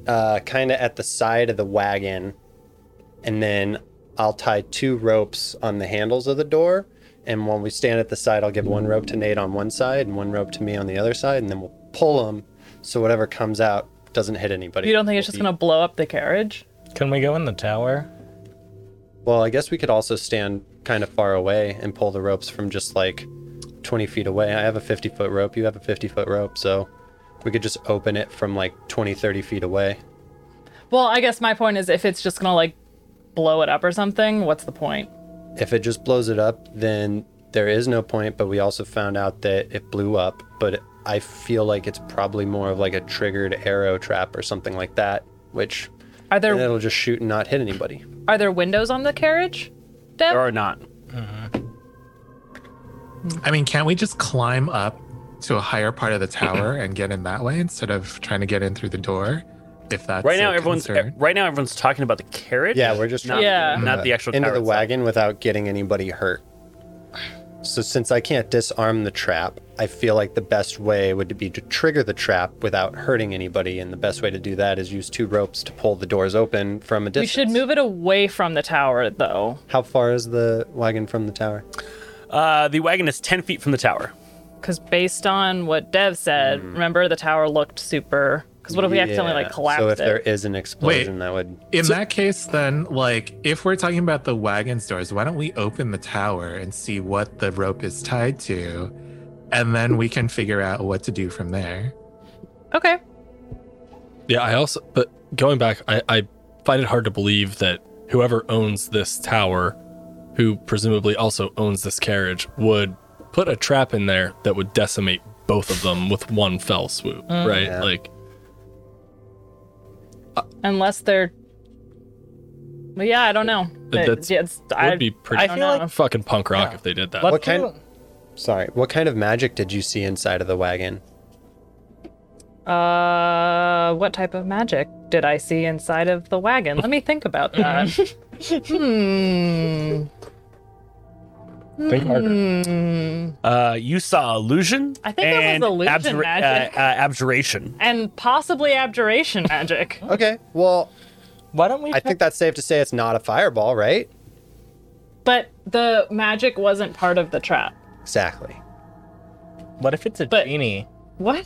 [SPEAKER 6] uh, kind of at the side of the wagon, and then I'll tie two ropes on the handles of the door. And when we stand at the side, I'll give one rope to Nate on one side and one rope to me on the other side, and then we'll pull them so whatever comes out doesn't hit anybody.
[SPEAKER 2] You don't think it's just gonna blow up the carriage?
[SPEAKER 3] Can we go in the tower?
[SPEAKER 6] Well, I guess we could also stand kind of far away and pull the ropes from just like 20 feet away. I have a 50 foot rope. You have a 50 foot rope. So we could just open it from like 20, 30 feet away.
[SPEAKER 2] Well, I guess my point is if it's just gonna like blow it up or something, what's the point?
[SPEAKER 6] If it just blows it up, then there is no point. But we also found out that it blew up. But I feel like it's probably more of like a triggered arrow trap or something like that, which
[SPEAKER 2] Are there
[SPEAKER 6] it'll just shoot and not hit anybody.
[SPEAKER 2] are there windows on the carriage? Deb?
[SPEAKER 1] There are not.
[SPEAKER 7] I mean, can't we just climb up to a higher part of the tower and get in that way instead of trying to get in through the door? If that's
[SPEAKER 1] Right
[SPEAKER 7] a
[SPEAKER 1] now, everyone's eh,
[SPEAKER 7] concern?
[SPEAKER 1] right now everyone's talking about the carriage.
[SPEAKER 6] Yeah, we're just
[SPEAKER 1] not,
[SPEAKER 6] trying to
[SPEAKER 2] Yeah.
[SPEAKER 1] not the actual
[SPEAKER 6] into
[SPEAKER 1] tower
[SPEAKER 6] the
[SPEAKER 1] itself.
[SPEAKER 6] wagon without getting anybody hurt. So since I can't disarm the trap, I feel like the best way would be to trigger the trap without hurting anybody, and the best way to do that is use two ropes to pull the doors open from a
[SPEAKER 2] we
[SPEAKER 6] distance.
[SPEAKER 2] should move it away from the tower though.
[SPEAKER 6] How far is the wagon from the tower?
[SPEAKER 1] Uh, the wagon is ten feet from the tower.
[SPEAKER 2] Because based on what Dev said, remember the tower looked super. Because what if we accidentally
[SPEAKER 6] Yeah,
[SPEAKER 2] like collapsed
[SPEAKER 6] So if
[SPEAKER 2] it?
[SPEAKER 6] there is an explosion, that would.
[SPEAKER 1] eh,
[SPEAKER 7] In that case, then, like, if we're talking about the wagon's doors, why don't we open the tower and see what the rope is tied to? And then we can figure out what to do from there.
[SPEAKER 2] Okay.
[SPEAKER 4] Yeah, I also, but going back, I, I find it hard to believe that whoever owns this tower, who presumably also owns this carriage, would put a trap in there that would decimate both of them with one fell swoop,
[SPEAKER 2] Mm.
[SPEAKER 4] right?
[SPEAKER 6] Yeah.
[SPEAKER 4] Like,
[SPEAKER 2] Unless they're. Well, yeah, I don't know.
[SPEAKER 4] Th-
[SPEAKER 2] It-
[SPEAKER 4] that's-
[SPEAKER 2] yeah, it's-
[SPEAKER 4] it
[SPEAKER 2] I,
[SPEAKER 4] would be pretty
[SPEAKER 2] I feel like
[SPEAKER 4] fucking punk rock if they did that.
[SPEAKER 3] Let's
[SPEAKER 6] What kind-
[SPEAKER 3] do-
[SPEAKER 6] Sorry, what kind of magic did you see inside of the wagon?
[SPEAKER 2] Uh, what type of magic did I see inside of the wagon? Let me think about that. hmm.
[SPEAKER 4] Think harder.
[SPEAKER 1] Uh, you saw illusion.
[SPEAKER 2] I think it was
[SPEAKER 1] and
[SPEAKER 2] illusion
[SPEAKER 1] abjura-
[SPEAKER 2] magic.
[SPEAKER 1] Uh, uh, abjuration.
[SPEAKER 2] And possibly abjuration magic.
[SPEAKER 6] Okay, well,
[SPEAKER 3] Why don't we?
[SPEAKER 6] I think that's safe to say it's not a fireball, right?
[SPEAKER 2] But the magic wasn't part of the trap.
[SPEAKER 6] Exactly.
[SPEAKER 3] What if it's a
[SPEAKER 2] But-
[SPEAKER 3] genie?
[SPEAKER 2] What?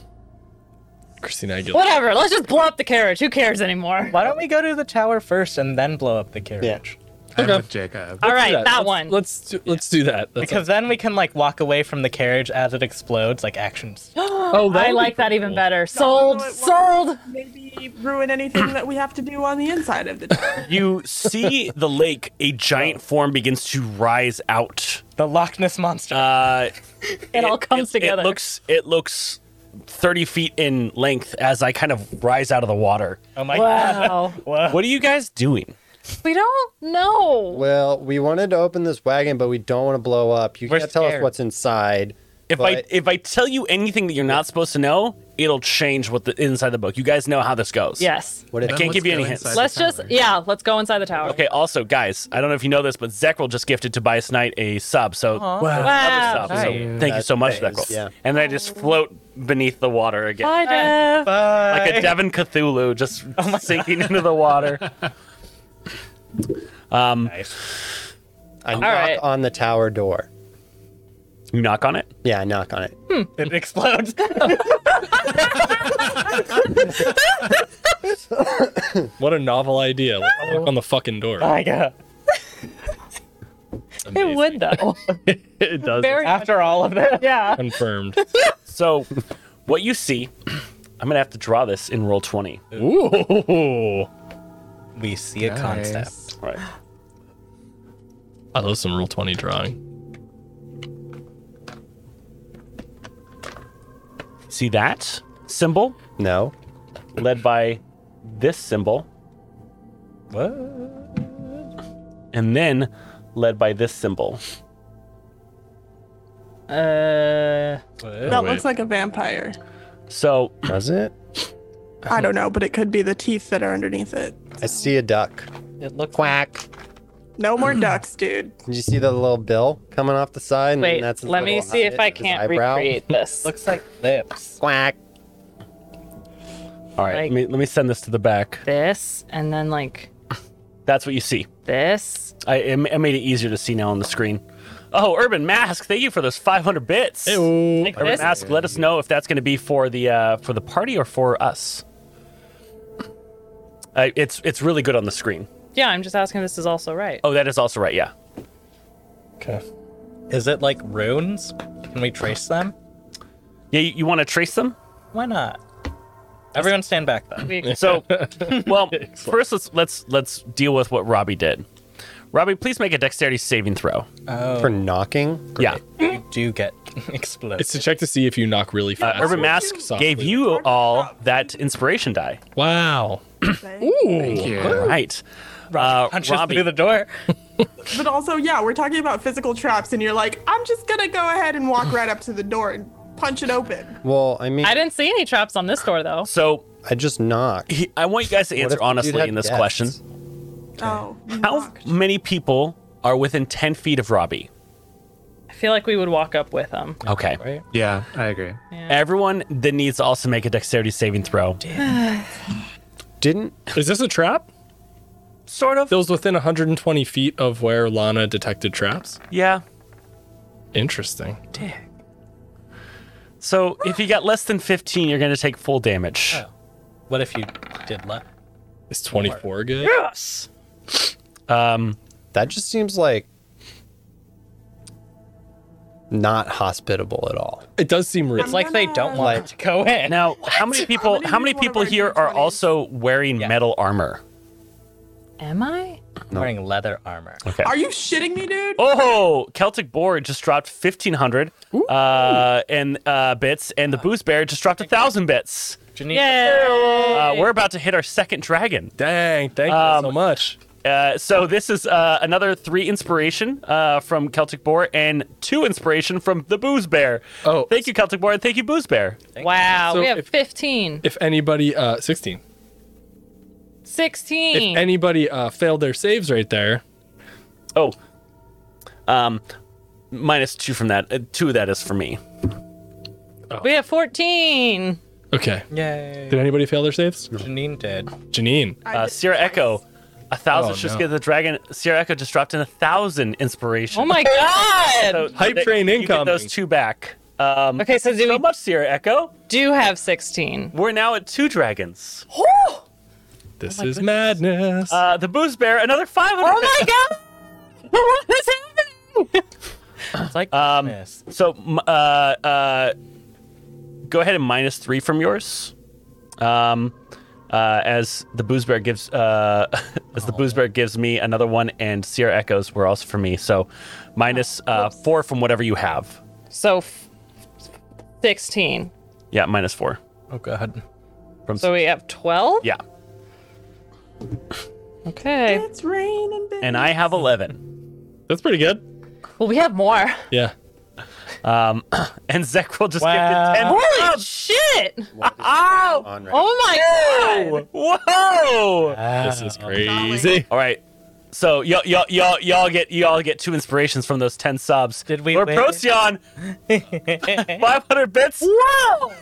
[SPEAKER 4] Christina Aguilera.
[SPEAKER 2] Whatever. Let's just blow up the carriage. Who cares anymore?
[SPEAKER 3] Why don't we go to the tower first and then blow up the carriage?
[SPEAKER 7] I'm with Jacob.
[SPEAKER 2] All right,
[SPEAKER 4] Yeah,
[SPEAKER 2] that
[SPEAKER 4] let's-
[SPEAKER 2] one.
[SPEAKER 4] Let's do, let's do that. That's
[SPEAKER 3] Because then we can like walk away from the carriage as it explodes, like actions.
[SPEAKER 4] oh,
[SPEAKER 2] I like that even better. Sold,
[SPEAKER 5] No, it won't.
[SPEAKER 2] sold.
[SPEAKER 5] Maybe ruin anything that we have to do on the inside of the tower.
[SPEAKER 1] You see the lake. A giant form begins to rise out.
[SPEAKER 3] The Loch Ness monster.
[SPEAKER 1] Uh,
[SPEAKER 2] It, all comes
[SPEAKER 1] it-
[SPEAKER 2] together.
[SPEAKER 1] It looks. It looks. 30 feet in length as I kind of rise out of the water.
[SPEAKER 3] oh my god!
[SPEAKER 2] wow.
[SPEAKER 1] What are you guys doing?
[SPEAKER 2] we don't know.
[SPEAKER 6] Well, we wanted to open this wagon, but we don't want to blow up. You
[SPEAKER 3] We're
[SPEAKER 6] can't tell us
[SPEAKER 3] scared.
[SPEAKER 6] what's inside.
[SPEAKER 1] If I
[SPEAKER 6] But-
[SPEAKER 1] if I tell you anything that you're not supposed to know, it'll change what the inside the book. You guys know how this goes.
[SPEAKER 2] Yes.
[SPEAKER 6] What if
[SPEAKER 1] I
[SPEAKER 7] Then
[SPEAKER 1] can't
[SPEAKER 7] let's
[SPEAKER 1] give you
[SPEAKER 7] go
[SPEAKER 1] any hints.
[SPEAKER 7] inside the
[SPEAKER 2] Let's just
[SPEAKER 7] tower.
[SPEAKER 2] yeah, let's go inside the tower.
[SPEAKER 1] Okay, also, guys, I don't know if you know this, but Zekrel just gifted Tobias Knight a sub, so
[SPEAKER 3] Wow.
[SPEAKER 2] Wow.
[SPEAKER 1] sub, so
[SPEAKER 7] Nice.
[SPEAKER 1] thank you so much,
[SPEAKER 6] Thanks,
[SPEAKER 1] Zekrel.
[SPEAKER 6] yeah.
[SPEAKER 1] And I just float beneath the water again.
[SPEAKER 2] Hi, Oh Dev.
[SPEAKER 1] Like a Devon Cthulhu just sinking into the water.
[SPEAKER 6] I knock
[SPEAKER 2] right.
[SPEAKER 6] on the tower door.
[SPEAKER 1] You knock on it.
[SPEAKER 6] Yeah, I knock on it.
[SPEAKER 3] It explodes.
[SPEAKER 2] Oh.
[SPEAKER 4] what a novel idea. Let's knock on the fucking door.
[SPEAKER 3] my god!
[SPEAKER 2] It would though.
[SPEAKER 1] it does.
[SPEAKER 2] Very
[SPEAKER 3] After all of this,
[SPEAKER 2] yeah.
[SPEAKER 4] Confirmed.
[SPEAKER 1] So, what you see, I'm gonna have to draw this in roll twenty.
[SPEAKER 4] Ooh.
[SPEAKER 3] we see a concept.
[SPEAKER 7] Nice.
[SPEAKER 1] Right.
[SPEAKER 4] I love some Rule 20 drawing.
[SPEAKER 1] See that symbol
[SPEAKER 6] No.
[SPEAKER 1] led by this symbol,
[SPEAKER 3] What?
[SPEAKER 1] and then led by this symbol.
[SPEAKER 3] Uh,
[SPEAKER 5] That
[SPEAKER 4] wait.
[SPEAKER 5] looks like a vampire.
[SPEAKER 1] So,
[SPEAKER 6] Does it?
[SPEAKER 5] I don't know, but it could be the teeth that are underneath it.
[SPEAKER 6] I see a duck.
[SPEAKER 3] it looks
[SPEAKER 6] Quack.
[SPEAKER 5] No more ducks, dude.
[SPEAKER 6] Did you see the little bill coming off the side? And
[SPEAKER 2] Wait,
[SPEAKER 6] that's his
[SPEAKER 2] let me
[SPEAKER 6] little
[SPEAKER 2] see
[SPEAKER 6] eye-
[SPEAKER 2] if I
[SPEAKER 6] his
[SPEAKER 2] can't
[SPEAKER 6] eyebrow?
[SPEAKER 2] recreate this.
[SPEAKER 3] looks like lips.
[SPEAKER 6] Quack.
[SPEAKER 1] all right,
[SPEAKER 2] Like-
[SPEAKER 1] let me let me send this to the back.
[SPEAKER 2] this and then like
[SPEAKER 1] That's what you see.
[SPEAKER 2] this.
[SPEAKER 1] I, it, ma- it made it easier to see now on the screen. Oh, Urban Mask, thank you for those 500 bits.
[SPEAKER 2] Like
[SPEAKER 1] Urban
[SPEAKER 2] this.
[SPEAKER 1] Mask, let us know if that's going to be for the uh, for the party or for us. Uh, it's it's really good on the screen.
[SPEAKER 2] Yeah, I'm just asking if this is also right.
[SPEAKER 1] Oh, that is also right. Yeah.
[SPEAKER 3] Okay. Is it like runes? Can we trace them?
[SPEAKER 1] Yeah, you, you want to trace them?
[SPEAKER 3] Why not? Everyone stand back then.
[SPEAKER 2] We-
[SPEAKER 1] So, well, first let's let's let's deal with what Robbie did. Robbie, please make a dexterity saving throw.
[SPEAKER 6] For knocking?
[SPEAKER 1] Yeah.
[SPEAKER 3] You do get exploded.
[SPEAKER 4] It's to check to see if you knock really
[SPEAKER 1] Uh,
[SPEAKER 4] fast.
[SPEAKER 1] Urban
[SPEAKER 4] or
[SPEAKER 1] Mask
[SPEAKER 4] softly.
[SPEAKER 1] gave you all that inspiration die.
[SPEAKER 4] Wow.
[SPEAKER 7] Thank you.
[SPEAKER 1] Right. Uh,
[SPEAKER 3] punches
[SPEAKER 1] Robbie,
[SPEAKER 3] through the door.
[SPEAKER 5] But also, yeah, we're talking about physical traps, and you're like, I'm just gonna go ahead and walk right up to the door and punch it open.
[SPEAKER 6] Well, I mean,
[SPEAKER 2] I
[SPEAKER 6] I,
[SPEAKER 2] didn't see any traps on this door though.
[SPEAKER 1] so
[SPEAKER 6] just knocked.
[SPEAKER 1] he, I want you guys to
[SPEAKER 6] What if
[SPEAKER 1] answer
[SPEAKER 6] the dude
[SPEAKER 1] honestly
[SPEAKER 6] had
[SPEAKER 1] in this
[SPEAKER 6] guests?
[SPEAKER 1] question.
[SPEAKER 5] Oh, you
[SPEAKER 1] How
[SPEAKER 5] knocked.
[SPEAKER 1] many people are within 10 feet of Robbie?
[SPEAKER 2] I feel like we would walk up with them.
[SPEAKER 1] Okay.
[SPEAKER 3] Right?
[SPEAKER 7] Yeah, I agree.
[SPEAKER 1] Everyone then needs to also make a dexterity saving throw.
[SPEAKER 6] Didn't
[SPEAKER 4] Is this a trap?
[SPEAKER 1] Sort of.
[SPEAKER 4] That was within 120 feet of where Lana detected traps.
[SPEAKER 1] Yeah.
[SPEAKER 4] Interesting.
[SPEAKER 1] So if you got less than 15, you're going to take full damage.
[SPEAKER 3] Oh. What if you did left?
[SPEAKER 4] Is 24 good?
[SPEAKER 1] Yes. Um,
[SPEAKER 6] that just seems like not hospitable at all.
[SPEAKER 4] It does seem real.
[SPEAKER 3] It's like they don't want
[SPEAKER 6] Like-
[SPEAKER 3] it to go in.
[SPEAKER 1] now, how many people?
[SPEAKER 5] many
[SPEAKER 1] How many
[SPEAKER 5] people
[SPEAKER 1] people
[SPEAKER 5] are wearing
[SPEAKER 1] here are
[SPEAKER 5] 20s?
[SPEAKER 1] also wearing
[SPEAKER 3] Yeah.
[SPEAKER 1] metal armor?
[SPEAKER 2] Am I?
[SPEAKER 3] Wearing leather armor.
[SPEAKER 1] Okay.
[SPEAKER 5] Are you shitting me, dude?
[SPEAKER 1] Oh, Celtic Board just dropped fifteen hundred uh, and uh, bits, and the Booze Bear just dropped thousand bits.
[SPEAKER 3] Geneva.
[SPEAKER 2] Yeah.
[SPEAKER 1] Uh, we're about to hit our second dragon.
[SPEAKER 4] Dang, thank
[SPEAKER 1] Um,
[SPEAKER 4] you so much.
[SPEAKER 1] Uh, so this is uh, another three inspiration uh, from Celtic Boar and two inspiration from the Booze Bear.
[SPEAKER 4] Oh.
[SPEAKER 1] thank you, Celtic Boar, and thank you, Booze Bear.
[SPEAKER 2] Wow,
[SPEAKER 4] So
[SPEAKER 2] we have
[SPEAKER 4] if-
[SPEAKER 2] 15,
[SPEAKER 4] If anybody, uh, 16. If
[SPEAKER 2] 16.
[SPEAKER 4] anybody uh, failed their saves right there,
[SPEAKER 1] Oh, um, minus two from that. Uh, two of that is for me.
[SPEAKER 2] we have 14.
[SPEAKER 4] okay.
[SPEAKER 3] Yay.
[SPEAKER 4] Did anybody fail their saves?
[SPEAKER 3] Janine did.
[SPEAKER 4] Janine.
[SPEAKER 5] I
[SPEAKER 1] Uh,
[SPEAKER 5] did
[SPEAKER 1] Sierra
[SPEAKER 5] twice.
[SPEAKER 1] Echo, a thousand.
[SPEAKER 4] Oh,
[SPEAKER 1] just
[SPEAKER 4] no.
[SPEAKER 1] get the dragon. Sierra Echo just dropped in a thousand inspiration.
[SPEAKER 2] Oh my god.
[SPEAKER 1] So
[SPEAKER 4] Hype
[SPEAKER 1] they-
[SPEAKER 4] train
[SPEAKER 1] you get Those
[SPEAKER 4] incoming.
[SPEAKER 1] two back. Um,
[SPEAKER 2] Okay, so do
[SPEAKER 1] so
[SPEAKER 2] we
[SPEAKER 1] much, Sierra Echo.
[SPEAKER 2] do have 16.
[SPEAKER 1] We're now at two dragons.
[SPEAKER 5] Oh.
[SPEAKER 4] This is madness.
[SPEAKER 1] Oh Uh, the Booze Bear, another five hundred.
[SPEAKER 5] Oh,
[SPEAKER 2] my god. What is happening?
[SPEAKER 3] It's like
[SPEAKER 1] Um,
[SPEAKER 3] Christmas.
[SPEAKER 1] So, m- uh, uh, go ahead and minus three from yours. Um, uh, as the booze bear gives, uh, as the booze bear gives me another one, and Sierra Echoes were also for me. So, minus uh, four from whatever you have.
[SPEAKER 2] So f- 16.
[SPEAKER 1] Yeah, minus four
[SPEAKER 3] Oh god.
[SPEAKER 1] from.
[SPEAKER 2] So we have 12?
[SPEAKER 1] yeah,
[SPEAKER 2] Okay.
[SPEAKER 5] It's raining, bitch.
[SPEAKER 1] and I have eleven,
[SPEAKER 4] That's pretty good.
[SPEAKER 2] Well, we have more.
[SPEAKER 4] Yeah.
[SPEAKER 1] and Zek will just
[SPEAKER 3] Wow.
[SPEAKER 1] give you
[SPEAKER 2] Holy shit!
[SPEAKER 6] On right.
[SPEAKER 2] Oh my god!
[SPEAKER 1] ten. Whoa!
[SPEAKER 4] This
[SPEAKER 1] Uh,
[SPEAKER 4] is crazy.
[SPEAKER 1] All right. So y'all, y'all, y'all, y'all get y'all get two inspirations from those ten subs.
[SPEAKER 3] Did we
[SPEAKER 1] Lord
[SPEAKER 3] win?
[SPEAKER 1] Procyon, five hundred bits,
[SPEAKER 2] Whoa!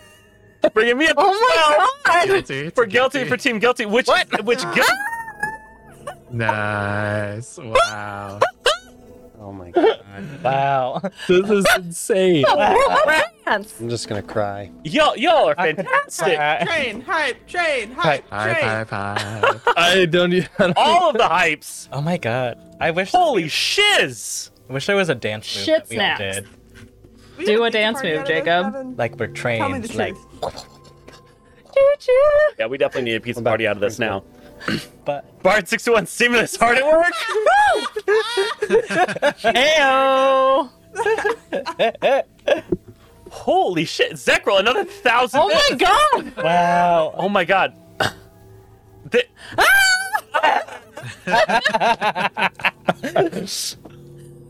[SPEAKER 1] bringing me up
[SPEAKER 2] Oh my god!
[SPEAKER 7] Guilty.
[SPEAKER 1] for guilty for team guilty. Which which guilty?
[SPEAKER 7] Nice. Wow.
[SPEAKER 6] Oh my god.
[SPEAKER 3] wow.
[SPEAKER 4] This is insane.
[SPEAKER 2] Rants.
[SPEAKER 6] I'm just gonna cry.
[SPEAKER 1] Y'all y'all are fantastic.
[SPEAKER 5] Train, hype, train, hype,
[SPEAKER 7] High
[SPEAKER 5] train.
[SPEAKER 7] five, high.
[SPEAKER 4] I don't. e- I don't
[SPEAKER 1] All of the hypes.
[SPEAKER 3] Oh my god. I wish
[SPEAKER 1] Holy shiz!
[SPEAKER 3] I wish there was a dance move
[SPEAKER 2] Shit
[SPEAKER 3] that we
[SPEAKER 2] snaps.
[SPEAKER 3] all did.
[SPEAKER 5] We
[SPEAKER 2] Do
[SPEAKER 5] gotta
[SPEAKER 2] a
[SPEAKER 5] beat the
[SPEAKER 2] dance
[SPEAKER 5] party
[SPEAKER 2] move,
[SPEAKER 5] out of this,
[SPEAKER 2] Jacob.
[SPEAKER 5] Evan.
[SPEAKER 3] Like we're
[SPEAKER 5] Tell me the
[SPEAKER 3] trained. Like,
[SPEAKER 5] truth.
[SPEAKER 1] Yeah, we definitely need a pizza party out of this now.
[SPEAKER 3] but
[SPEAKER 1] Bard six one stimulus hard at work.
[SPEAKER 2] Heyo!
[SPEAKER 1] Holy shit, Zekril, another thousand.
[SPEAKER 2] Oh my god!
[SPEAKER 3] wow,
[SPEAKER 1] Oh my god. Th-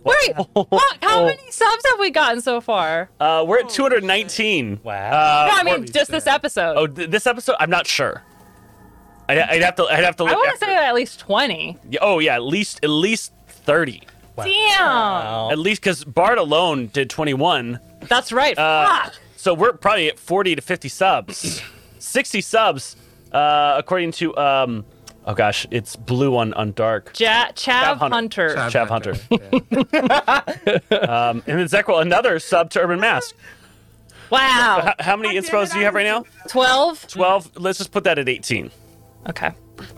[SPEAKER 2] Wait, fuck, how many subs have we gotten so far?
[SPEAKER 1] uh, we're
[SPEAKER 2] Oh,
[SPEAKER 1] at 219.
[SPEAKER 3] wow.
[SPEAKER 1] Uh,
[SPEAKER 2] no, I mean just this episode.
[SPEAKER 1] oh, th- this episode, I'm not sure. I'd, I'd have to. I'd have to
[SPEAKER 2] I
[SPEAKER 1] look.
[SPEAKER 2] want to
[SPEAKER 1] after.
[SPEAKER 2] say at least twenty.
[SPEAKER 1] Yeah, Oh yeah, at least at least 30.
[SPEAKER 2] Damn,
[SPEAKER 1] At least because Bard alone did 21.
[SPEAKER 2] that's right.
[SPEAKER 1] Uh,
[SPEAKER 2] fuck.
[SPEAKER 1] So we're probably at 40 to 50 subs. 60 subs, uh, according to um, oh gosh, it's blue on on dark.
[SPEAKER 2] Ja-
[SPEAKER 1] Chav
[SPEAKER 2] Chav
[SPEAKER 1] Hunter.
[SPEAKER 2] Hunter.
[SPEAKER 7] Chav
[SPEAKER 1] Chav Hunter.
[SPEAKER 7] Yeah.
[SPEAKER 1] Um, and then Zekril, another sub to Urban Mask.
[SPEAKER 2] Wow,
[SPEAKER 1] H- how many
[SPEAKER 5] God damn
[SPEAKER 1] inspos
[SPEAKER 5] it,
[SPEAKER 1] do you have
[SPEAKER 5] I
[SPEAKER 1] right now?
[SPEAKER 5] was-
[SPEAKER 2] twelve.
[SPEAKER 1] 12. Let's just put that at 18.
[SPEAKER 2] Okay,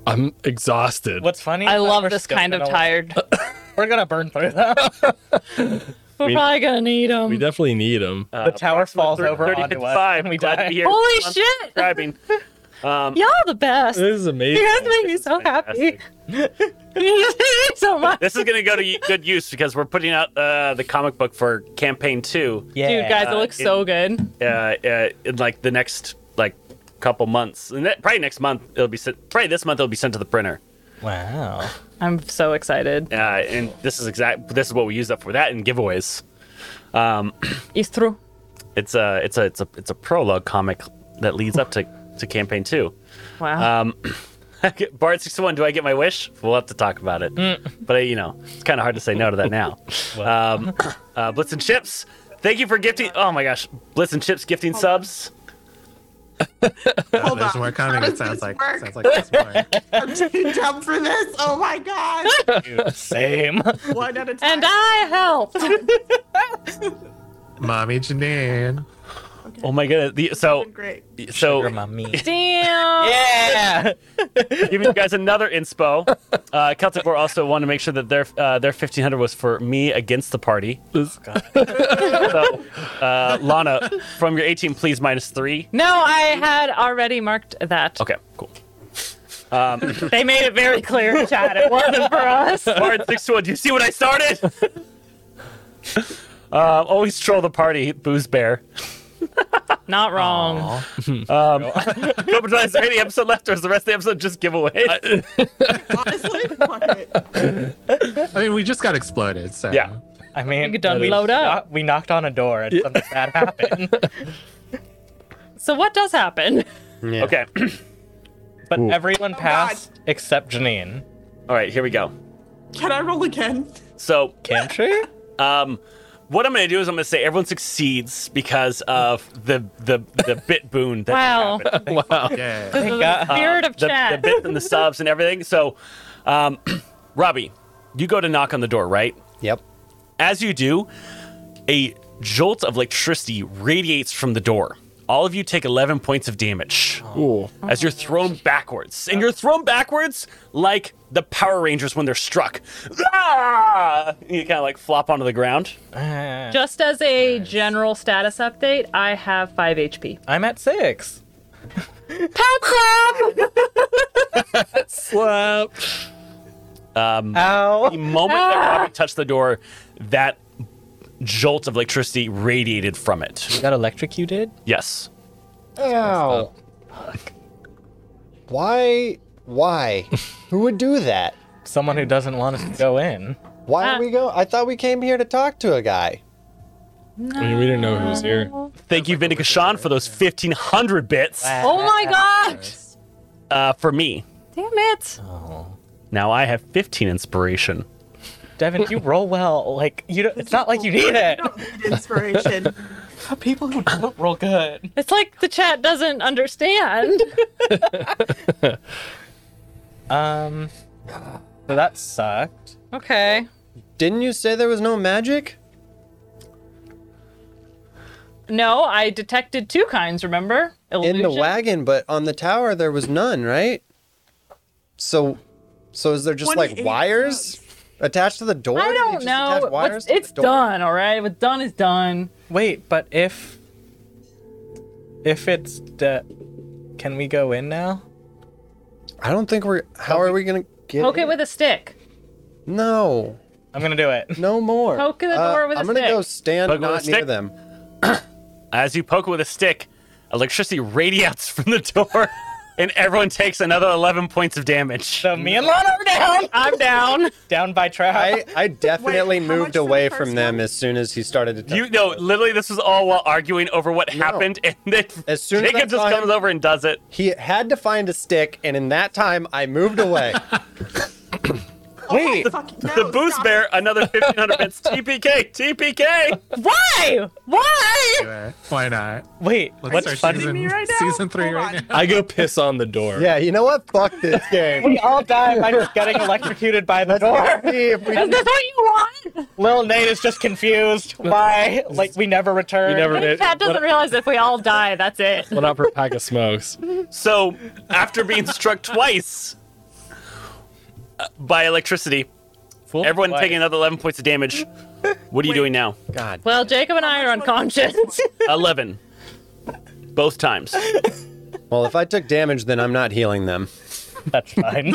[SPEAKER 4] I'm exhausted.
[SPEAKER 3] What's funny?
[SPEAKER 2] I
[SPEAKER 3] is that
[SPEAKER 2] love
[SPEAKER 3] we're
[SPEAKER 2] this
[SPEAKER 3] still
[SPEAKER 2] kind of
[SPEAKER 3] gonna-
[SPEAKER 2] tired.
[SPEAKER 3] We're gonna burn through them.
[SPEAKER 2] We're probably gonna need
[SPEAKER 4] We
[SPEAKER 2] them.
[SPEAKER 4] definitely need them.
[SPEAKER 1] Uh,
[SPEAKER 3] the tower falls over
[SPEAKER 1] 30,
[SPEAKER 3] onto us,
[SPEAKER 1] 55.
[SPEAKER 3] and we
[SPEAKER 1] Glad
[SPEAKER 3] die.
[SPEAKER 1] to be here.
[SPEAKER 2] Holy
[SPEAKER 1] I'm
[SPEAKER 2] shit!
[SPEAKER 1] subscribing. Um,
[SPEAKER 2] Y'all the best.
[SPEAKER 4] this is amazing.
[SPEAKER 2] You guys make me so happy. You guys make me so much.
[SPEAKER 1] This is going to go to y- good use because we're putting out uh, the comic book for campaign two
[SPEAKER 3] Yeah.
[SPEAKER 2] Dude, guys, it looks
[SPEAKER 1] it-
[SPEAKER 2] so good.
[SPEAKER 1] uh, uh, in like the next like couple months. And that- Probably next month it'll be sent. Probably this month it'll be sent to the printer.
[SPEAKER 3] Wow.
[SPEAKER 2] I'm so excited.
[SPEAKER 1] Uh, and this is exact. This is what we use up for that and giveaways.
[SPEAKER 2] It's true.
[SPEAKER 1] It's a it's a it's a it's a prologue comic that leads up to to campaign two.
[SPEAKER 2] Wow.
[SPEAKER 1] Bard sixty one. Do I get my wish? We'll have to talk about it. But uh, you know, it's kind of hard to say no to that now. um, uh, Blitz and Chips, thank you for gifting. Oh my gosh, Blitz and Chips gifting subs.
[SPEAKER 7] Oh,
[SPEAKER 5] Hold
[SPEAKER 7] there's
[SPEAKER 5] on.
[SPEAKER 7] more
[SPEAKER 5] How
[SPEAKER 7] coming. It
[SPEAKER 5] does
[SPEAKER 7] sounds
[SPEAKER 5] this
[SPEAKER 7] like
[SPEAKER 5] work?
[SPEAKER 7] sounds like there's more.
[SPEAKER 5] I'm too dumb for this. Oh my god.
[SPEAKER 3] Dude, same.
[SPEAKER 5] One at a time.
[SPEAKER 2] And I helped.
[SPEAKER 7] Mommy Janine.
[SPEAKER 1] Oh my goodness. The, so
[SPEAKER 5] Great.
[SPEAKER 1] so
[SPEAKER 3] You're my meat.
[SPEAKER 2] Damn.
[SPEAKER 3] Yeah.
[SPEAKER 1] giving you guys another inspo. Uh, Celtic War also wanted to make sure that their uh, their fifteen hundred was for me against the party. Oh, so uh, Lana, from your eighteen, please minus three.
[SPEAKER 2] No, I had already marked that.
[SPEAKER 1] Okay, cool.
[SPEAKER 2] They made it very clear, Chad. It wasn't for us.
[SPEAKER 1] Bard six to one. Do you see what I started? Uh, always troll the party, booze bear.
[SPEAKER 2] Not wrong.
[SPEAKER 1] Um, Couple times, is there any episode left, or is the rest of the episode just giveaways?
[SPEAKER 5] Honestly, fuck it.
[SPEAKER 7] I mean, we just got exploded, so
[SPEAKER 1] Yeah.
[SPEAKER 3] I mean,
[SPEAKER 2] could done
[SPEAKER 3] we
[SPEAKER 2] load up.
[SPEAKER 3] knock- we knocked on a door and something bad happened.
[SPEAKER 2] So what does happen?
[SPEAKER 6] Yeah.
[SPEAKER 1] okay,
[SPEAKER 3] But everyone
[SPEAKER 5] God.
[SPEAKER 3] passed except Janine.
[SPEAKER 1] all right, here we go.
[SPEAKER 5] Can I roll again?
[SPEAKER 1] So
[SPEAKER 3] Can she?
[SPEAKER 1] Um, what I'm going to do is I'm going to say everyone succeeds because of the the the bit boon that
[SPEAKER 2] Wow.
[SPEAKER 1] happened.
[SPEAKER 7] Yeah.
[SPEAKER 2] This is the
[SPEAKER 3] God.
[SPEAKER 2] spirit of
[SPEAKER 1] the, the
[SPEAKER 2] Chad.
[SPEAKER 1] bits and the subs and everything. So, um, Robbie, you go to knock on the door, right?
[SPEAKER 6] Yep.
[SPEAKER 1] As you do, a jolt of electricity radiates from the door. All of you take 11 points of damage
[SPEAKER 4] Cool.
[SPEAKER 1] as you're thrown backwards. And you're thrown backwards like the Power Rangers when they're struck. Ah! You kind of like flop onto the ground.
[SPEAKER 3] Uh,
[SPEAKER 2] Just as a general status update, I have five HP.
[SPEAKER 3] I'm at six.
[SPEAKER 2] Pat club.
[SPEAKER 4] Slap.
[SPEAKER 3] Ow.
[SPEAKER 1] the moment that Robbie touched the door, that jolt of electricity radiated from it.
[SPEAKER 3] Got electrocuted?
[SPEAKER 1] Yes.
[SPEAKER 6] Ow. Why? Why? Who would do that?
[SPEAKER 3] Someone who doesn't want us to go in.
[SPEAKER 6] Why
[SPEAKER 2] Ah.
[SPEAKER 6] are we go? I thought we came here to talk to a guy.
[SPEAKER 4] I mean, we didn't know who was here.
[SPEAKER 1] Thank you, Vindica Sean, for those 1,500 bits
[SPEAKER 2] Oh my god.
[SPEAKER 1] uh, for me.
[SPEAKER 2] Damn it.
[SPEAKER 1] Now I have 15 inspiration.
[SPEAKER 3] Devin, you roll well. Like you, don't, it's not like you need it.
[SPEAKER 5] I don't need inspiration.
[SPEAKER 3] People who don't roll good.
[SPEAKER 2] It's like the chat doesn't understand.
[SPEAKER 3] Um, so that sucked.
[SPEAKER 2] Okay.
[SPEAKER 6] Didn't you say there was no magic?
[SPEAKER 2] No, I detected two kinds, remember?
[SPEAKER 6] in the
[SPEAKER 2] Illusion.
[SPEAKER 6] wagon, but on the tower there was none, right? So, so is there just like
[SPEAKER 5] 28
[SPEAKER 6] wires? attached to the door?
[SPEAKER 2] I
[SPEAKER 6] Did you
[SPEAKER 2] don't
[SPEAKER 6] just
[SPEAKER 2] know.
[SPEAKER 6] attach
[SPEAKER 2] What's-
[SPEAKER 6] wires to the
[SPEAKER 2] it's
[SPEAKER 6] door?
[SPEAKER 2] done, all right? What's done is done.
[SPEAKER 3] Wait, but if if it's de- can we go in now?
[SPEAKER 6] I don't think we're. How are we gonna get?
[SPEAKER 2] Poke it
[SPEAKER 6] in?
[SPEAKER 2] with a stick.
[SPEAKER 6] No,
[SPEAKER 3] I'm gonna do it.
[SPEAKER 6] no more.
[SPEAKER 2] Poke the
[SPEAKER 6] Uh,
[SPEAKER 2] door with a
[SPEAKER 6] I'm gonna
[SPEAKER 2] stick.
[SPEAKER 6] go stand
[SPEAKER 1] Poke it with a
[SPEAKER 6] not near
[SPEAKER 1] stick?
[SPEAKER 6] them.
[SPEAKER 1] As you poke it with a stick, electricity radiates from the door, and everyone takes another 11 points of damage.
[SPEAKER 3] So me and Lana are down.
[SPEAKER 2] I'm down.
[SPEAKER 3] Down by trap.
[SPEAKER 6] I, I definitely
[SPEAKER 5] how much
[SPEAKER 6] moved
[SPEAKER 5] for the
[SPEAKER 6] away
[SPEAKER 5] first
[SPEAKER 6] from them
[SPEAKER 5] one?
[SPEAKER 6] as soon as he started to. touch
[SPEAKER 1] You no, literally, this was all while arguing over what happened, and then
[SPEAKER 6] As soon as I
[SPEAKER 1] Jacob just
[SPEAKER 6] saw him-
[SPEAKER 1] comes over and does it.
[SPEAKER 6] He had to find a stick, and in that time, I moved away.
[SPEAKER 3] Wait,
[SPEAKER 5] Fuck,
[SPEAKER 1] the
[SPEAKER 5] no,
[SPEAKER 1] boost
[SPEAKER 5] Oh, stop
[SPEAKER 1] bear, another 1500 bits. TPK, TPK.
[SPEAKER 2] Why? Why?
[SPEAKER 7] Do it. Why not?
[SPEAKER 3] wait.
[SPEAKER 7] Let's
[SPEAKER 3] What's
[SPEAKER 7] start
[SPEAKER 3] fun?
[SPEAKER 5] kidding
[SPEAKER 7] season,
[SPEAKER 5] me right now?
[SPEAKER 7] season three
[SPEAKER 5] Hold
[SPEAKER 7] right
[SPEAKER 5] on.
[SPEAKER 7] now.
[SPEAKER 4] I go piss on the door.
[SPEAKER 6] yeah, you know what? Fuck this game.
[SPEAKER 3] We all die by just getting electrocuted by the door.
[SPEAKER 6] See if we
[SPEAKER 2] Is this what you want?
[SPEAKER 3] Lil Nate is just confused. Why? Like we never return.
[SPEAKER 4] We never did.
[SPEAKER 2] Pat doesn't realize if we all die, that's it.
[SPEAKER 4] Went out for a pack of smokes.
[SPEAKER 1] So, after being struck twice uh, by electricity,
[SPEAKER 5] Oh,
[SPEAKER 3] Fool
[SPEAKER 1] everyone
[SPEAKER 3] twice.
[SPEAKER 1] taking another 11 points of damage. What are you doing now?
[SPEAKER 6] God.
[SPEAKER 2] Well, Jacob and I are unconscious.
[SPEAKER 1] 11. Both times.
[SPEAKER 6] Well, if I took damage, then I'm not healing them.
[SPEAKER 3] That's fine. you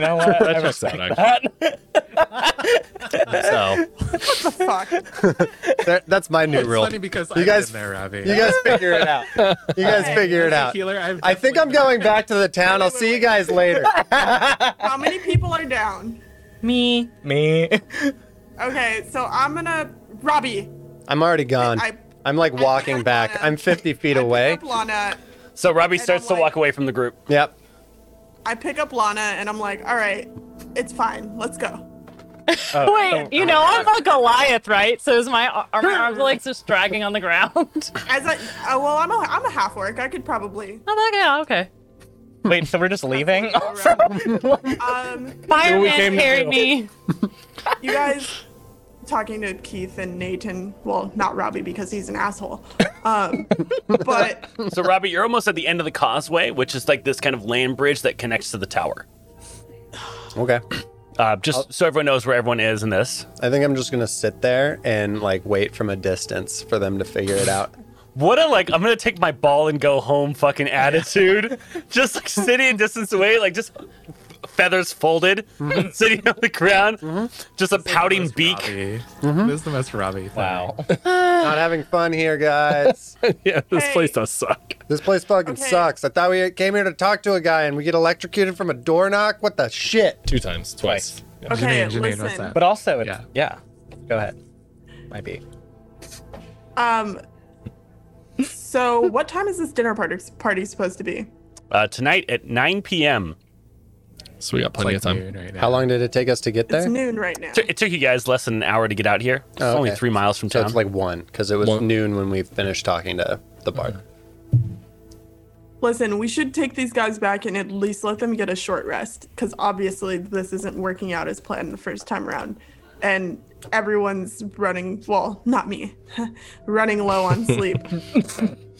[SPEAKER 3] know what? I
[SPEAKER 4] That checks out,
[SPEAKER 3] respect
[SPEAKER 4] actually.
[SPEAKER 3] that.
[SPEAKER 6] So
[SPEAKER 5] the fuck.
[SPEAKER 6] that, that's my new
[SPEAKER 7] It's
[SPEAKER 6] rule.
[SPEAKER 7] funny because
[SPEAKER 6] You
[SPEAKER 7] I've
[SPEAKER 6] guys-
[SPEAKER 7] been there, Robbie.
[SPEAKER 6] You guys figure it out. You guys figure
[SPEAKER 7] As
[SPEAKER 6] it
[SPEAKER 7] a
[SPEAKER 6] out.
[SPEAKER 7] healer, I've
[SPEAKER 6] I think I'm
[SPEAKER 7] definitely
[SPEAKER 6] going back to the town. I'll see you guys later.
[SPEAKER 5] How many people are down?
[SPEAKER 2] Me.
[SPEAKER 3] Me.
[SPEAKER 5] Okay, so I'm gonna Robbie.
[SPEAKER 6] I'm already gone.
[SPEAKER 5] I-
[SPEAKER 6] I'm like walking back. I'm 50 feet
[SPEAKER 5] I pick
[SPEAKER 6] away.
[SPEAKER 5] up Lana.
[SPEAKER 1] So, Robbie
[SPEAKER 5] don't
[SPEAKER 1] starts to
[SPEAKER 5] like-
[SPEAKER 1] walk away from the group.
[SPEAKER 6] Yep.
[SPEAKER 5] I pick up Lana and I'm like, all right, it's fine. Let's go.
[SPEAKER 2] Wait, you know I'm a Goliath, right? So is my are my arms like just dragging on the ground?
[SPEAKER 5] As I, uh, well, I'm a, I'm a half orc. I could probably.
[SPEAKER 2] oh, okay, yeah, okay.
[SPEAKER 3] Wait, so we're just leaving?
[SPEAKER 5] go around. um,
[SPEAKER 2] Fireman
[SPEAKER 4] came to
[SPEAKER 2] carried
[SPEAKER 4] do.
[SPEAKER 2] me.
[SPEAKER 5] you guys talking to Keith and Nathan. Well, not Robbie because he's an asshole. Um, but
[SPEAKER 1] So, Robbie, you're almost at the end of the causeway, which is like this kind of land bridge that connects to the tower.
[SPEAKER 6] Okay.
[SPEAKER 1] Uh, just
[SPEAKER 5] Oh.
[SPEAKER 1] so everyone knows where everyone is in this.
[SPEAKER 6] I think I'm just gonna sit there and like wait from a distance for them to figure it out.
[SPEAKER 1] What a like, I'm gonna take my ball and go home fucking attitude. just like sitting a distance away, like just feathers folded,
[SPEAKER 5] Mm-hmm.
[SPEAKER 1] sitting on the ground, just a pouting
[SPEAKER 7] Most
[SPEAKER 1] beak.
[SPEAKER 7] Robbie.
[SPEAKER 4] Mm-hmm.
[SPEAKER 7] This is the most Robbie thing.
[SPEAKER 3] Wow.
[SPEAKER 6] Not having fun here, guys.
[SPEAKER 4] Yeah, this
[SPEAKER 5] Hey.
[SPEAKER 4] place does suck.
[SPEAKER 6] This place fucking
[SPEAKER 5] Okay.
[SPEAKER 6] sucks. I thought we came here to talk to a guy and we get electrocuted from a door knock. What the shit?
[SPEAKER 4] Two times, twice. Yeah.
[SPEAKER 5] okay,
[SPEAKER 7] Janine, Janine, what's
[SPEAKER 5] listen.
[SPEAKER 7] that?
[SPEAKER 3] But also, it's,
[SPEAKER 7] Yeah.
[SPEAKER 3] yeah. Go ahead. Might be.
[SPEAKER 5] Um, so what time is this dinner party party supposed to be?
[SPEAKER 1] Uh, tonight at 9 p.m.
[SPEAKER 4] So we got
[SPEAKER 7] It's
[SPEAKER 4] plenty of
[SPEAKER 7] like
[SPEAKER 4] time.
[SPEAKER 7] noon right now.
[SPEAKER 6] How long did it take us to get
[SPEAKER 5] It's
[SPEAKER 6] there?
[SPEAKER 5] noon right now.
[SPEAKER 1] It took you guys less than an hour to get out here. It's
[SPEAKER 6] Oh,
[SPEAKER 1] only
[SPEAKER 6] okay.
[SPEAKER 1] three miles from
[SPEAKER 6] So
[SPEAKER 1] town.
[SPEAKER 6] it's like one because it was
[SPEAKER 4] One.
[SPEAKER 6] noon when we finished talking to the bard.
[SPEAKER 5] Listen, we should take these guys back and at least let them get a short rest because obviously this isn't working out as planned the first time around. And everyone's running, well, not me, running low on sleep.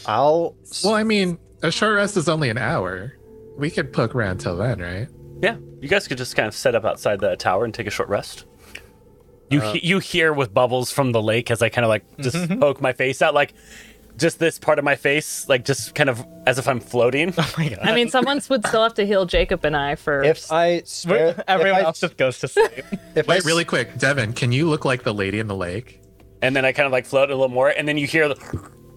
[SPEAKER 6] I'll
[SPEAKER 7] Well, I mean, a short rest is only an hour. We could poke around till then, right?
[SPEAKER 1] yeah, you guys could just kind of set up outside the tower and take a short rest. You
[SPEAKER 6] Uh,
[SPEAKER 1] he- you hear with bubbles from the lake as I kind of like just
[SPEAKER 6] Mm-hmm.
[SPEAKER 1] poke my face out, like just this part of my face, like just kind of as if I'm floating.
[SPEAKER 2] I mean, someone would still have to heal Jacob and I for.
[SPEAKER 6] if I spare,
[SPEAKER 3] Everyone
[SPEAKER 6] if I,
[SPEAKER 3] else just goes to sleep.
[SPEAKER 6] if I
[SPEAKER 7] Wait, really quick, Devin, can you look like the lady in the lake?
[SPEAKER 1] and then I kind of like float a little more, and then you hear the,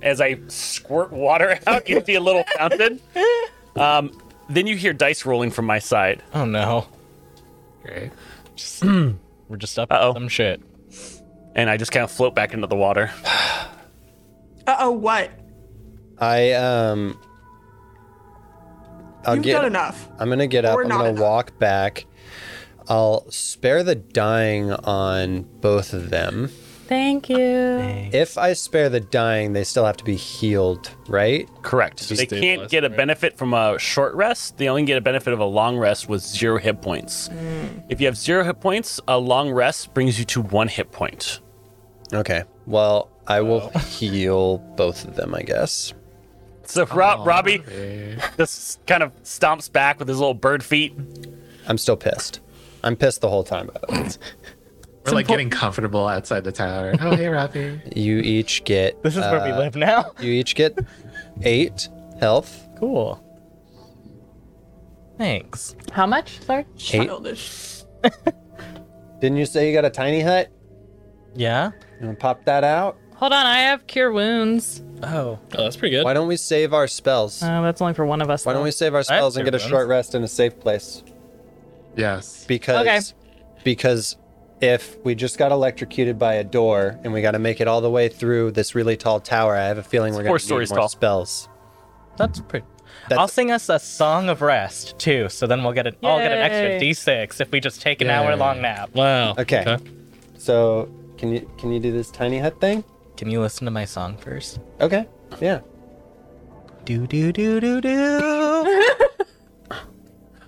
[SPEAKER 1] as I squirt water out, you see a little fountain. Um, then you hear dice rolling from my side.
[SPEAKER 3] oh no.
[SPEAKER 7] Great.
[SPEAKER 3] We're just up
[SPEAKER 1] Uh-oh.
[SPEAKER 3] to some shit.
[SPEAKER 1] and I just kind of float back into the water.
[SPEAKER 5] uh oh, what?
[SPEAKER 6] I um, I'll
[SPEAKER 5] You've
[SPEAKER 6] get.
[SPEAKER 5] done enough.
[SPEAKER 6] I'm gonna get up.
[SPEAKER 5] Or
[SPEAKER 6] I'm
[SPEAKER 5] not
[SPEAKER 6] gonna
[SPEAKER 5] enough.
[SPEAKER 6] walk back. I'll spare the dying on both of them.
[SPEAKER 2] Thank
[SPEAKER 6] Oh,
[SPEAKER 2] you.
[SPEAKER 6] If I spare the dying, they still have to be healed, right?
[SPEAKER 1] Correct.
[SPEAKER 4] just
[SPEAKER 1] they
[SPEAKER 4] stay
[SPEAKER 1] can't
[SPEAKER 4] blessed,
[SPEAKER 1] get a
[SPEAKER 4] right?
[SPEAKER 1] benefit from a short rest. They only get a benefit of a long rest with zero hit points. If you have zero hit points, a long rest brings you to one hit point.
[SPEAKER 6] Okay. Well, I will heal both of them, I guess.
[SPEAKER 1] So
[SPEAKER 6] Oh,
[SPEAKER 1] Ro- Robbie just kind of stomps back with his little bird feet.
[SPEAKER 6] I'm still pissed. I'm pissed the whole time. By the way.
[SPEAKER 7] We're like
[SPEAKER 3] impor-
[SPEAKER 7] getting comfortable outside the tower. Oh, hey, Rafi.
[SPEAKER 6] You each get
[SPEAKER 3] This is where we live now.
[SPEAKER 6] you each get eight health.
[SPEAKER 3] Cool. Thanks.
[SPEAKER 2] How much? Sorry.
[SPEAKER 5] Childish.
[SPEAKER 6] Didn't you say you got a tiny hut?
[SPEAKER 3] Yeah.
[SPEAKER 6] You want to pop that out?
[SPEAKER 2] Hold on, I have cure wounds.
[SPEAKER 3] Oh,
[SPEAKER 4] Oh, that's pretty good.
[SPEAKER 6] Why don't we save our spells?
[SPEAKER 2] Uh, that's only for one of us.
[SPEAKER 6] Why don't
[SPEAKER 2] though.
[SPEAKER 6] we save our spells and
[SPEAKER 4] two
[SPEAKER 6] get a
[SPEAKER 4] guns.
[SPEAKER 6] short rest in a safe place?
[SPEAKER 7] Yes.
[SPEAKER 6] Because
[SPEAKER 2] Okay.
[SPEAKER 6] because if we just got electrocuted by a door and we got to make it all the way through this really tall tower, I have a feeling we're
[SPEAKER 1] four
[SPEAKER 6] going to need
[SPEAKER 1] stories
[SPEAKER 6] more
[SPEAKER 1] tall.
[SPEAKER 6] spells.
[SPEAKER 3] that's pretty.
[SPEAKER 6] That's-
[SPEAKER 3] I'll sing us a song of rest too, so then we'll get an. I'll get an
[SPEAKER 2] Yay.
[SPEAKER 3] extra d6 if we just take an
[SPEAKER 7] Yay.
[SPEAKER 3] hour long nap.
[SPEAKER 4] Wow.
[SPEAKER 6] Okay. So can you can you do this tiny hut thing?
[SPEAKER 3] Can you listen to my song first?
[SPEAKER 6] Okay. Yeah.
[SPEAKER 3] Do do do do do.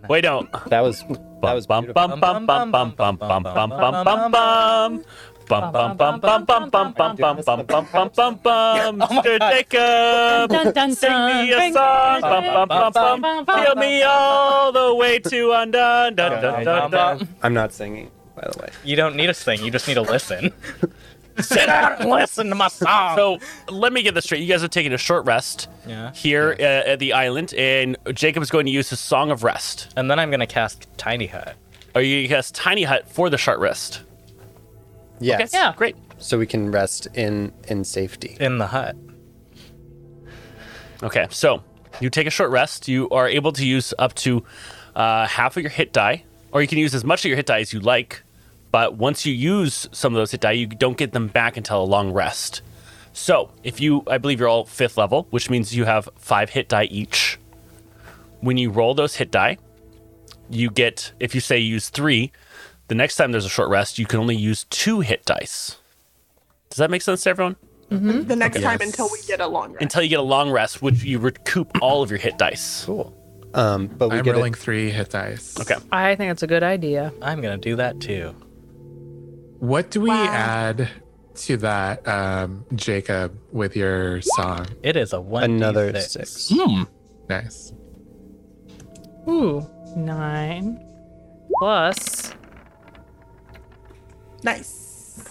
[SPEAKER 1] Wait, don't.
[SPEAKER 6] That was that was
[SPEAKER 1] bum
[SPEAKER 6] beautiful.
[SPEAKER 1] bum bum bum bum bum bum bum bum bum bum. Bum bum bum bum bum bum bum bum bum bum bum bum
[SPEAKER 6] Oh
[SPEAKER 1] bum. Mr. Jacob,
[SPEAKER 2] Dun, dun,
[SPEAKER 1] sing me a
[SPEAKER 2] dun.
[SPEAKER 1] song. Bum bum bum bum. Feel me all the way to undone. Dun dun dun dun.
[SPEAKER 6] I'm not singing, by the way.
[SPEAKER 3] You don't need to sing. You just need to listen. Sit down and listen to my song.
[SPEAKER 1] So let me get this straight. You guys are taking a short rest
[SPEAKER 3] yeah.
[SPEAKER 1] here uh, at the island, and Jacob is going to use his song of rest.
[SPEAKER 3] And then I'm gonna cast Tiny Hut.
[SPEAKER 1] Or you cast Tiny Hut for the short rest.
[SPEAKER 6] Yes.
[SPEAKER 2] Yeah.
[SPEAKER 1] Great.
[SPEAKER 6] So we can rest in in safety.
[SPEAKER 3] in the hut.
[SPEAKER 1] Okay, so you take a short rest. You are able to use up to uh, half of your hit die, or you can use as much of your hit die as you like. But once you use some of those hit die, you don't get them back until a long rest. So if you, I believe you're all fifth level, which means you have five hit die each. When you roll those hit die, you get, if you say you use three, the next time there's a short rest, you can only use two hit dice. Does that make sense to everyone?
[SPEAKER 5] The next time until we get a long rest.
[SPEAKER 1] Until you get a long rest, which you recoup all of your hit dice.
[SPEAKER 6] Cool. Um, but we
[SPEAKER 7] I'm
[SPEAKER 6] get
[SPEAKER 7] rolling
[SPEAKER 6] a,
[SPEAKER 7] three hit dice.
[SPEAKER 1] Okay.
[SPEAKER 2] I think that's a good idea.
[SPEAKER 3] I'm gonna do that too.
[SPEAKER 7] What do we
[SPEAKER 5] Wow.
[SPEAKER 7] add to that, um, Jacob, with your song?
[SPEAKER 3] It is a one.
[SPEAKER 6] another
[SPEAKER 3] D6.
[SPEAKER 6] six.
[SPEAKER 4] Hmm.
[SPEAKER 7] Nice.
[SPEAKER 2] Ooh, nine plus.
[SPEAKER 5] Nice.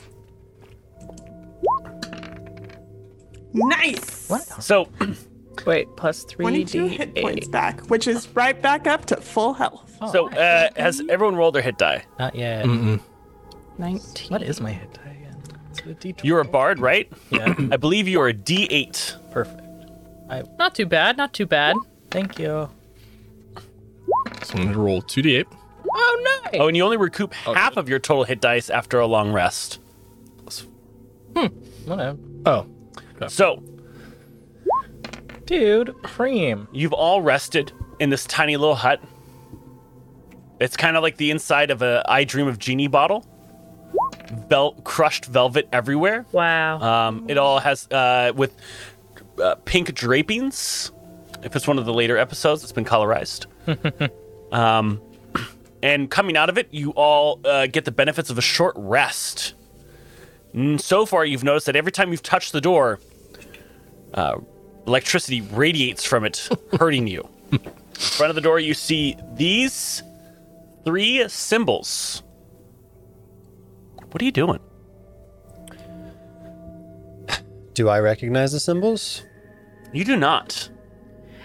[SPEAKER 5] Nice.
[SPEAKER 3] What?
[SPEAKER 1] So
[SPEAKER 2] Wait, plus three
[SPEAKER 5] 22
[SPEAKER 2] d
[SPEAKER 5] hit points
[SPEAKER 2] eight.
[SPEAKER 5] back, which is right back up to full health.
[SPEAKER 3] Oh,
[SPEAKER 1] So, uh, has everyone rolled their hit die?
[SPEAKER 3] not yet.
[SPEAKER 2] Nineteen.
[SPEAKER 3] What is my hit die again? Is it a D12?
[SPEAKER 1] You're a bard, right?
[SPEAKER 3] yeah.
[SPEAKER 1] I believe you are a D8.
[SPEAKER 3] Perfect.
[SPEAKER 2] Not too bad. Not too bad.
[SPEAKER 3] Thank you.
[SPEAKER 4] So I'm gonna roll two d eight
[SPEAKER 2] Oh no.
[SPEAKER 1] Oh, and you only recoup half of your total hit dice after a long rest.
[SPEAKER 3] Whatever.
[SPEAKER 4] Oh,
[SPEAKER 1] So,
[SPEAKER 3] Dude, cream.
[SPEAKER 1] you've all rested in this tiny little hut. It's kind of like the inside of a I Dream of Genie bottle. Vel- crushed velvet everywhere.
[SPEAKER 2] Wow.
[SPEAKER 1] Um, it all has uh, with uh, pink drapings. If it's one of the later episodes, it's been colorized. um, and coming out of it, you all uh, get the benefits of a short rest. And so far, you've noticed that every time you've touched the door, uh, electricity radiates from it, hurting you. In front of the door, you see these three symbols. What are you doing?
[SPEAKER 6] Do I recognize the symbols?
[SPEAKER 1] You do not.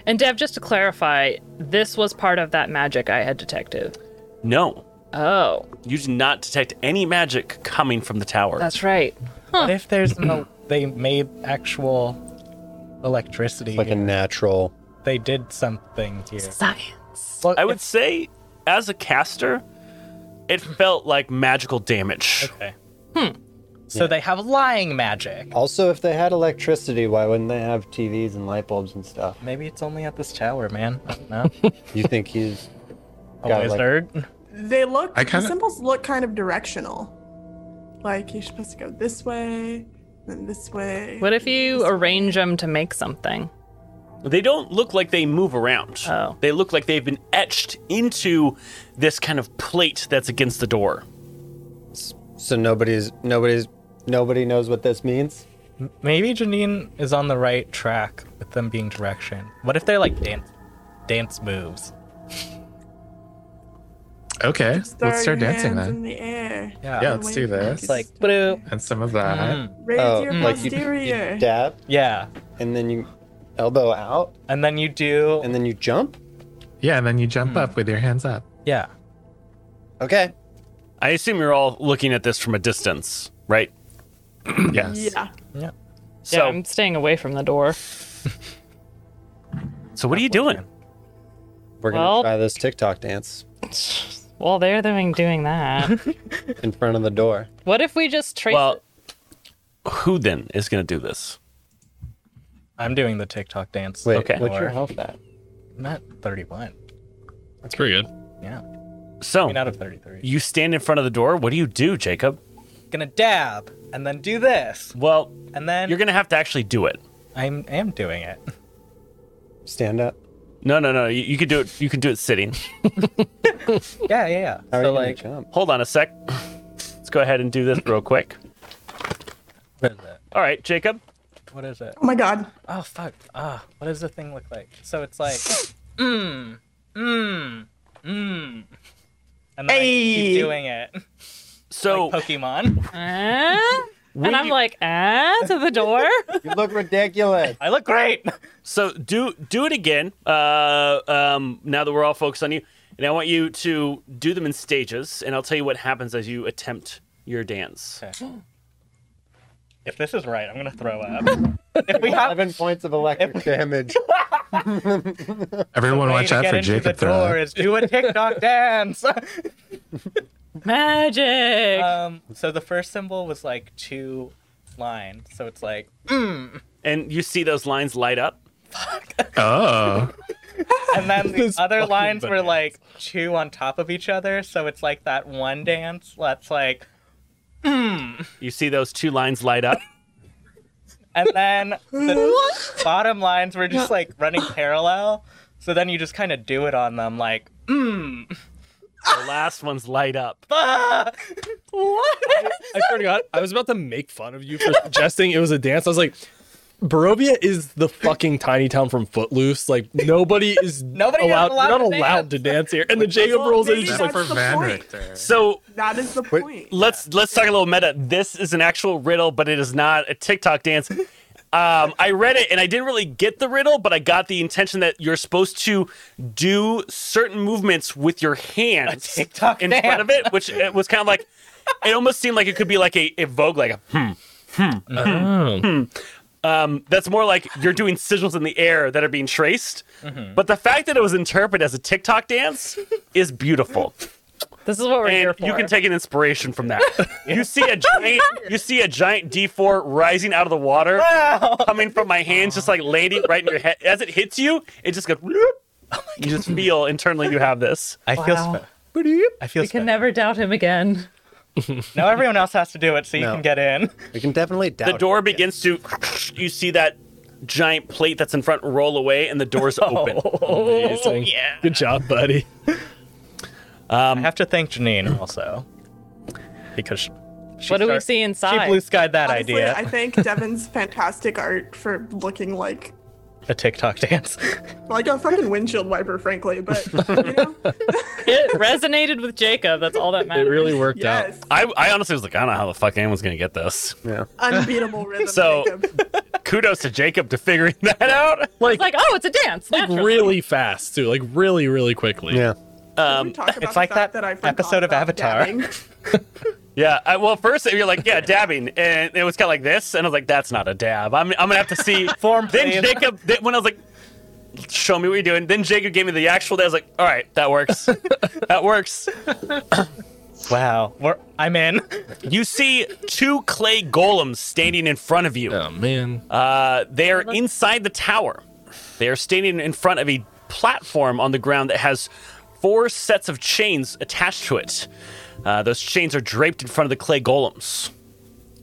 [SPEAKER 2] and Dev, just to clarify, this was part of that magic I had detected.
[SPEAKER 1] No.
[SPEAKER 2] Oh,
[SPEAKER 1] You did not detect any magic coming from the tower.
[SPEAKER 2] that's right.
[SPEAKER 3] What if there's no? They made actual electricity.
[SPEAKER 6] Like a natural.
[SPEAKER 3] they did something here.
[SPEAKER 2] Science.
[SPEAKER 3] Well,
[SPEAKER 1] I would say, as a caster, it felt like magical damage.
[SPEAKER 3] Okay. Hmm. So they have lying magic.
[SPEAKER 6] Also, if they had electricity, why wouldn't they have TVs and light bulbs and stuff?
[SPEAKER 3] Maybe it's only at this tower, man. I don't know.
[SPEAKER 6] You think he's
[SPEAKER 3] A
[SPEAKER 6] Got, like-
[SPEAKER 3] wizard.
[SPEAKER 5] They look,
[SPEAKER 7] I
[SPEAKER 5] the
[SPEAKER 7] kinda-
[SPEAKER 5] symbols look kind of directional. Like you're supposed to go this way, then this way.
[SPEAKER 2] What if you arrange them to make something?
[SPEAKER 1] They don't look like they move around.
[SPEAKER 2] Oh.
[SPEAKER 1] They look like they've been etched into this kind of plate that's against the door.
[SPEAKER 6] so nobody's nobody's nobody knows what this means?
[SPEAKER 3] Maybe Janine is on the right track with them being direction. What if they're like dance, dance moves?
[SPEAKER 7] Okay,
[SPEAKER 5] Throw
[SPEAKER 7] let's start
[SPEAKER 5] your
[SPEAKER 7] dancing
[SPEAKER 5] hands
[SPEAKER 7] then.
[SPEAKER 5] In the air.
[SPEAKER 3] Yeah.
[SPEAKER 7] Yeah, let's do this.
[SPEAKER 3] It's like, boo.
[SPEAKER 7] And some of that.
[SPEAKER 3] Hmm.
[SPEAKER 5] Raise
[SPEAKER 6] Oh,
[SPEAKER 5] your
[SPEAKER 6] like you,
[SPEAKER 5] posterior.
[SPEAKER 6] you dab
[SPEAKER 3] Yeah.
[SPEAKER 6] and then you elbow out
[SPEAKER 3] And then you do.
[SPEAKER 6] and then you jump.
[SPEAKER 7] Yeah, and then you
[SPEAKER 3] Hmm.
[SPEAKER 7] jump up with your hands up.
[SPEAKER 3] yeah.
[SPEAKER 6] Okay.
[SPEAKER 1] I assume you're all looking at this from a distance, right?
[SPEAKER 7] Yes.
[SPEAKER 5] yeah.
[SPEAKER 1] So,
[SPEAKER 2] yeah, I'm staying away from the door.
[SPEAKER 1] so what are you doing?
[SPEAKER 6] We're gonna
[SPEAKER 2] Well-
[SPEAKER 6] try this TikTok dance
[SPEAKER 2] While they're doing doing that,
[SPEAKER 6] in front of the door.
[SPEAKER 2] what if we just trace?
[SPEAKER 1] Well, who then is going to do this?
[SPEAKER 3] I'm doing the TikTok dance.
[SPEAKER 6] Wait,
[SPEAKER 1] Okay.
[SPEAKER 6] what's your
[SPEAKER 3] Or-
[SPEAKER 6] health at?
[SPEAKER 3] I'm at 31.
[SPEAKER 4] That's pretty good.
[SPEAKER 3] Yeah. I
[SPEAKER 1] So
[SPEAKER 6] Oh.
[SPEAKER 3] mean, out of 33.
[SPEAKER 1] you stand in front of the door. What do you do, Jacob?
[SPEAKER 3] Gonna dab and then do this.
[SPEAKER 1] Well,
[SPEAKER 3] And then
[SPEAKER 1] you're going to have to actually do it.
[SPEAKER 3] I'm am doing it.
[SPEAKER 6] Stand up.
[SPEAKER 1] No, no, no. You, you could do it. You can do it sitting.
[SPEAKER 3] Yeah, yeah, yeah.
[SPEAKER 6] How are
[SPEAKER 3] so
[SPEAKER 6] you
[SPEAKER 3] like,
[SPEAKER 6] gonna jump?
[SPEAKER 1] Hold on a sec. Let's go ahead and do this real quick.
[SPEAKER 3] what is it?
[SPEAKER 1] All right, Jacob.
[SPEAKER 3] What is it?
[SPEAKER 5] Oh my god.
[SPEAKER 3] Oh fuck. Ah, what does the thing look like? So it's like, mmm, mmm, mmm. And then I
[SPEAKER 5] Hey.
[SPEAKER 3] keep doing it.
[SPEAKER 1] So
[SPEAKER 3] Pokemon.
[SPEAKER 2] Huh? Eh? and I'm
[SPEAKER 1] you-
[SPEAKER 2] like, ah, to the door.
[SPEAKER 6] You look ridiculous.
[SPEAKER 3] I look great.
[SPEAKER 1] So do do it again. Uh, um, now that we're all focused on you, and I want you to do them in stages, and I'll tell you what happens as you attempt your dance.
[SPEAKER 3] If this is right, I'm gonna throw up. if we have
[SPEAKER 6] Eleven points of electric damage.
[SPEAKER 7] Everyone,
[SPEAKER 3] way
[SPEAKER 7] watch
[SPEAKER 3] to
[SPEAKER 7] out
[SPEAKER 3] get
[SPEAKER 7] for
[SPEAKER 3] into
[SPEAKER 7] Jacob
[SPEAKER 3] the
[SPEAKER 7] throw.
[SPEAKER 3] door
[SPEAKER 7] up.
[SPEAKER 3] is do a TikTok dance.
[SPEAKER 2] Magic.
[SPEAKER 3] um, so the first symbol was like two lines. So it's like
[SPEAKER 1] And you see those lines light up.
[SPEAKER 7] Oh,
[SPEAKER 3] and then the other
[SPEAKER 4] fucking
[SPEAKER 3] lines were
[SPEAKER 4] bananas.
[SPEAKER 3] like two on top of each other. So it's like that one dance that's like,
[SPEAKER 1] You see those two lines light up.
[SPEAKER 3] and then the bottom lines were just like running parallel. So then you just kind of do it on them, like,
[SPEAKER 1] The last ones light up.
[SPEAKER 3] ah!
[SPEAKER 4] I swear to God, I was about to make fun of you for suggesting it was a dance. I was like, Barovia is the fucking tiny town from Footloose. Like nobody is
[SPEAKER 3] Nobody is
[SPEAKER 4] allowed.
[SPEAKER 3] allowed
[SPEAKER 4] you're not
[SPEAKER 3] to
[SPEAKER 4] allowed
[SPEAKER 3] dance.
[SPEAKER 4] to dance here. And the Jacob
[SPEAKER 5] Well,
[SPEAKER 4] rolls in.
[SPEAKER 5] maybe
[SPEAKER 4] He's just
[SPEAKER 5] that's
[SPEAKER 4] like,
[SPEAKER 7] for
[SPEAKER 5] the
[SPEAKER 7] Van
[SPEAKER 5] point.
[SPEAKER 7] right there.
[SPEAKER 1] So
[SPEAKER 5] That is the point.
[SPEAKER 1] let's let's talk a little meta. This is an actual riddle, but it is not a TikTok dance. Um, I read it and I didn't really get the riddle, but I got the intention that you're supposed to do certain movements with your hands
[SPEAKER 3] TikTok
[SPEAKER 1] in
[SPEAKER 3] dance.
[SPEAKER 1] front of it, which it was kind of like it almost seemed like it could be like a, a Vogue, like a hmm,
[SPEAKER 3] Uh-huh.
[SPEAKER 1] hmm, hmm. Um, that's more like you're doing sigils in the air that are being traced.
[SPEAKER 3] Mm-hmm.
[SPEAKER 1] But the fact that it was interpreted as a TikTok dance is beautiful
[SPEAKER 2] this is what we're here
[SPEAKER 1] and
[SPEAKER 2] for.
[SPEAKER 1] you can take an inspiration from that. you see a giant, you see a giant D4 rising out of the water, coming from my hands, just like landing right in your head. As it hits you, it just goes. whoop.
[SPEAKER 2] Oh
[SPEAKER 1] you just feel internally you have this.
[SPEAKER 3] I feel
[SPEAKER 2] Wow.
[SPEAKER 3] spe- I feel
[SPEAKER 2] we can
[SPEAKER 3] spe-
[SPEAKER 2] never doubt him again.
[SPEAKER 3] Now everyone else has to do it so you
[SPEAKER 6] No.
[SPEAKER 3] can get in.
[SPEAKER 6] We can definitely doubt.
[SPEAKER 1] The door
[SPEAKER 6] it.
[SPEAKER 1] begins to. You see that giant plate that's in front roll away, and the door's open.
[SPEAKER 4] "Oh, amazing. Good job, buddy.
[SPEAKER 3] I have to thank Janine also. Because she, she
[SPEAKER 2] what do we
[SPEAKER 3] start-
[SPEAKER 2] see
[SPEAKER 3] She
[SPEAKER 2] inside?
[SPEAKER 3] blue skied that
[SPEAKER 5] Honestly,
[SPEAKER 3] idea.
[SPEAKER 5] I thank Devin's fantastic art for looking like
[SPEAKER 3] A TikTok dance.
[SPEAKER 5] like a fucking windshield wiper, frankly. But you know,
[SPEAKER 2] it resonated with Jacob. That's all that
[SPEAKER 4] It
[SPEAKER 2] matters.
[SPEAKER 4] really worked out.
[SPEAKER 5] yes,
[SPEAKER 1] I, I honestly was like, I don't know how the fuck anyone's gonna get this.
[SPEAKER 6] Yeah.
[SPEAKER 5] unbeatable rhythm.
[SPEAKER 1] So-
[SPEAKER 5] Jacob.
[SPEAKER 1] Kudos to Jacob to figuring that out.
[SPEAKER 2] It's like, oh, it's a dance.
[SPEAKER 4] Like
[SPEAKER 2] naturally.
[SPEAKER 4] really fast too. Like really, really quickly.
[SPEAKER 6] Yeah.
[SPEAKER 5] We talk about
[SPEAKER 3] um, it's
[SPEAKER 5] the
[SPEAKER 3] like
[SPEAKER 5] fact
[SPEAKER 3] that
[SPEAKER 5] I forgot
[SPEAKER 3] episode of
[SPEAKER 5] about
[SPEAKER 3] Avatar.
[SPEAKER 5] dabbing.
[SPEAKER 1] Yeah. I, well, first you're like, yeah, dabbing, and it was kind of like this, and I was like, that's not a dab. I'm, I'm gonna have to see.
[SPEAKER 3] Form, please.
[SPEAKER 1] then Jacob, then, when I was like, show me what you're doing. Then Jacob gave me the actual. I was like, all right, that works. that works.
[SPEAKER 3] Wow. We're, I'm in.
[SPEAKER 1] You see two clay golems standing in front of you.
[SPEAKER 4] Oh man.
[SPEAKER 1] Uh, they are inside the tower. They are standing in front of a platform on the ground that has four sets of chains attached to it. Uh, those chains are draped in front of the clay golems.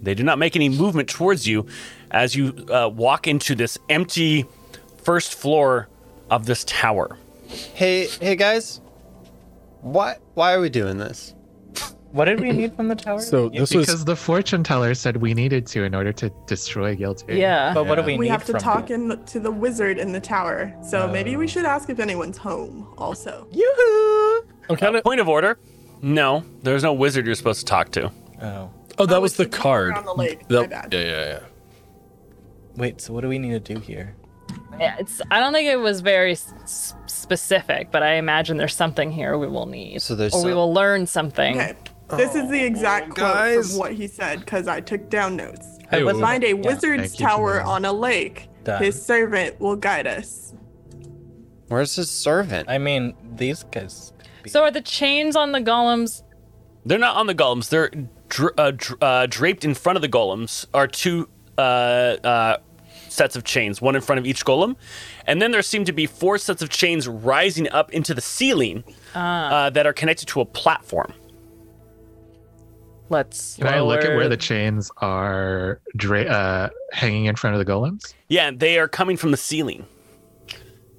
[SPEAKER 1] They do not make any movement towards you as you uh, walk into this empty first floor of this tower.
[SPEAKER 6] Hey, hey guys. Why, why are we doing this?
[SPEAKER 3] What did we need from the tower?
[SPEAKER 4] So this was
[SPEAKER 7] because the fortune teller said we needed to in order to destroy Guilty.
[SPEAKER 2] Yeah.
[SPEAKER 3] but what do we,
[SPEAKER 5] We,
[SPEAKER 3] need
[SPEAKER 5] have to
[SPEAKER 3] from
[SPEAKER 5] talk
[SPEAKER 3] you? Uh,
[SPEAKER 5] in to the wizard in the tower. So maybe we should ask if anyone's home. Also,
[SPEAKER 4] I'm kind of.
[SPEAKER 1] Point of order. No, there's no wizard you're supposed to talk to.
[SPEAKER 3] Oh.
[SPEAKER 4] Oh, that
[SPEAKER 5] Oh,
[SPEAKER 4] was
[SPEAKER 5] it's
[SPEAKER 4] the
[SPEAKER 5] the one
[SPEAKER 4] card.
[SPEAKER 5] around the lake.
[SPEAKER 4] That-
[SPEAKER 5] My bad.
[SPEAKER 4] Yeah, yeah, yeah.
[SPEAKER 3] Wait, so what do we need to do here?
[SPEAKER 2] Yeah, it's. I don't think it was very s- s- specific, but I imagine there's something here we will need,
[SPEAKER 6] So there's
[SPEAKER 2] or we
[SPEAKER 6] some-
[SPEAKER 2] will learn something.
[SPEAKER 5] Okay. This is the exact quote
[SPEAKER 6] guys.
[SPEAKER 5] from what he said because I took down notes.
[SPEAKER 4] Hey,
[SPEAKER 5] We'll
[SPEAKER 4] ooh.
[SPEAKER 5] find a
[SPEAKER 3] Yeah.
[SPEAKER 5] wizard's
[SPEAKER 7] Thank you,
[SPEAKER 5] tower
[SPEAKER 7] Janelle.
[SPEAKER 5] on a lake.
[SPEAKER 3] Done.
[SPEAKER 5] His servant will guide us.
[SPEAKER 6] Where's his servant?
[SPEAKER 3] I mean, these guys.
[SPEAKER 2] So are the chains on the golems?
[SPEAKER 1] They're not on the golems. They're dra- uh, dra- uh, draped in front of the golems are two uh, uh, sets of chains, one in front of each golem, and then there seem to be four sets of chains rising up into the ceiling
[SPEAKER 2] Ah.
[SPEAKER 1] uh, that are connected to a platform.
[SPEAKER 2] Let's.
[SPEAKER 7] Can I look at where
[SPEAKER 2] lower-
[SPEAKER 7] the chains are dra- uh, hanging in front of the golems?
[SPEAKER 1] Yeah, and they are coming from the ceiling.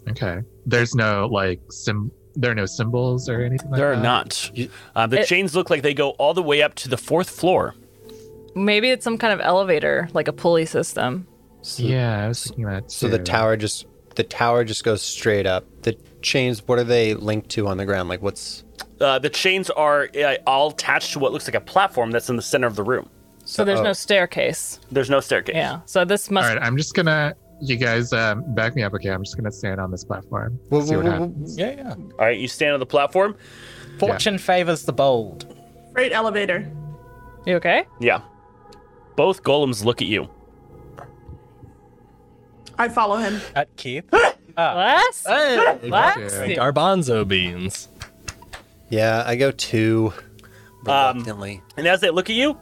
[SPEAKER 7] Okay. There's no like sim. There are no symbols or anything. Like
[SPEAKER 1] There are
[SPEAKER 7] that?
[SPEAKER 1] not. Uh, the
[SPEAKER 2] It-
[SPEAKER 1] chains look like they go all the way up to the fourth floor.
[SPEAKER 2] Maybe it's some kind of elevator, like a pulley system.
[SPEAKER 7] Yeah, I was thinking that.
[SPEAKER 6] So the
[SPEAKER 7] too.
[SPEAKER 6] tower just the tower just goes straight up. The chains, what are they linked to on the ground? Like what's
[SPEAKER 1] Uh, the chains are uh, all attached to what looks like a platform that's in the center of the room.
[SPEAKER 2] So there's
[SPEAKER 6] Uh-oh.
[SPEAKER 2] no staircase.
[SPEAKER 1] There's no staircase.
[SPEAKER 2] Yeah. So this
[SPEAKER 7] All
[SPEAKER 2] must.
[SPEAKER 7] right, I'm just gonna. You guys, um, back me up, okay? I'm just gonna stand on this platform.
[SPEAKER 6] Wha-
[SPEAKER 7] see what
[SPEAKER 6] wha- wha-
[SPEAKER 7] happens.
[SPEAKER 3] Yeah, yeah.
[SPEAKER 1] All right, you stand on the platform.
[SPEAKER 3] Fortune favors the bold.
[SPEAKER 5] Freight elevator.
[SPEAKER 2] You okay?
[SPEAKER 1] Yeah. Both golems look at you.
[SPEAKER 5] I follow him.
[SPEAKER 3] At Keith.
[SPEAKER 2] Bless. Bless
[SPEAKER 7] Yeah.
[SPEAKER 2] you.
[SPEAKER 4] Garbanzo beans.
[SPEAKER 6] Yeah, I go two
[SPEAKER 1] Um,
[SPEAKER 6] reluctantly.
[SPEAKER 1] And as they look at you,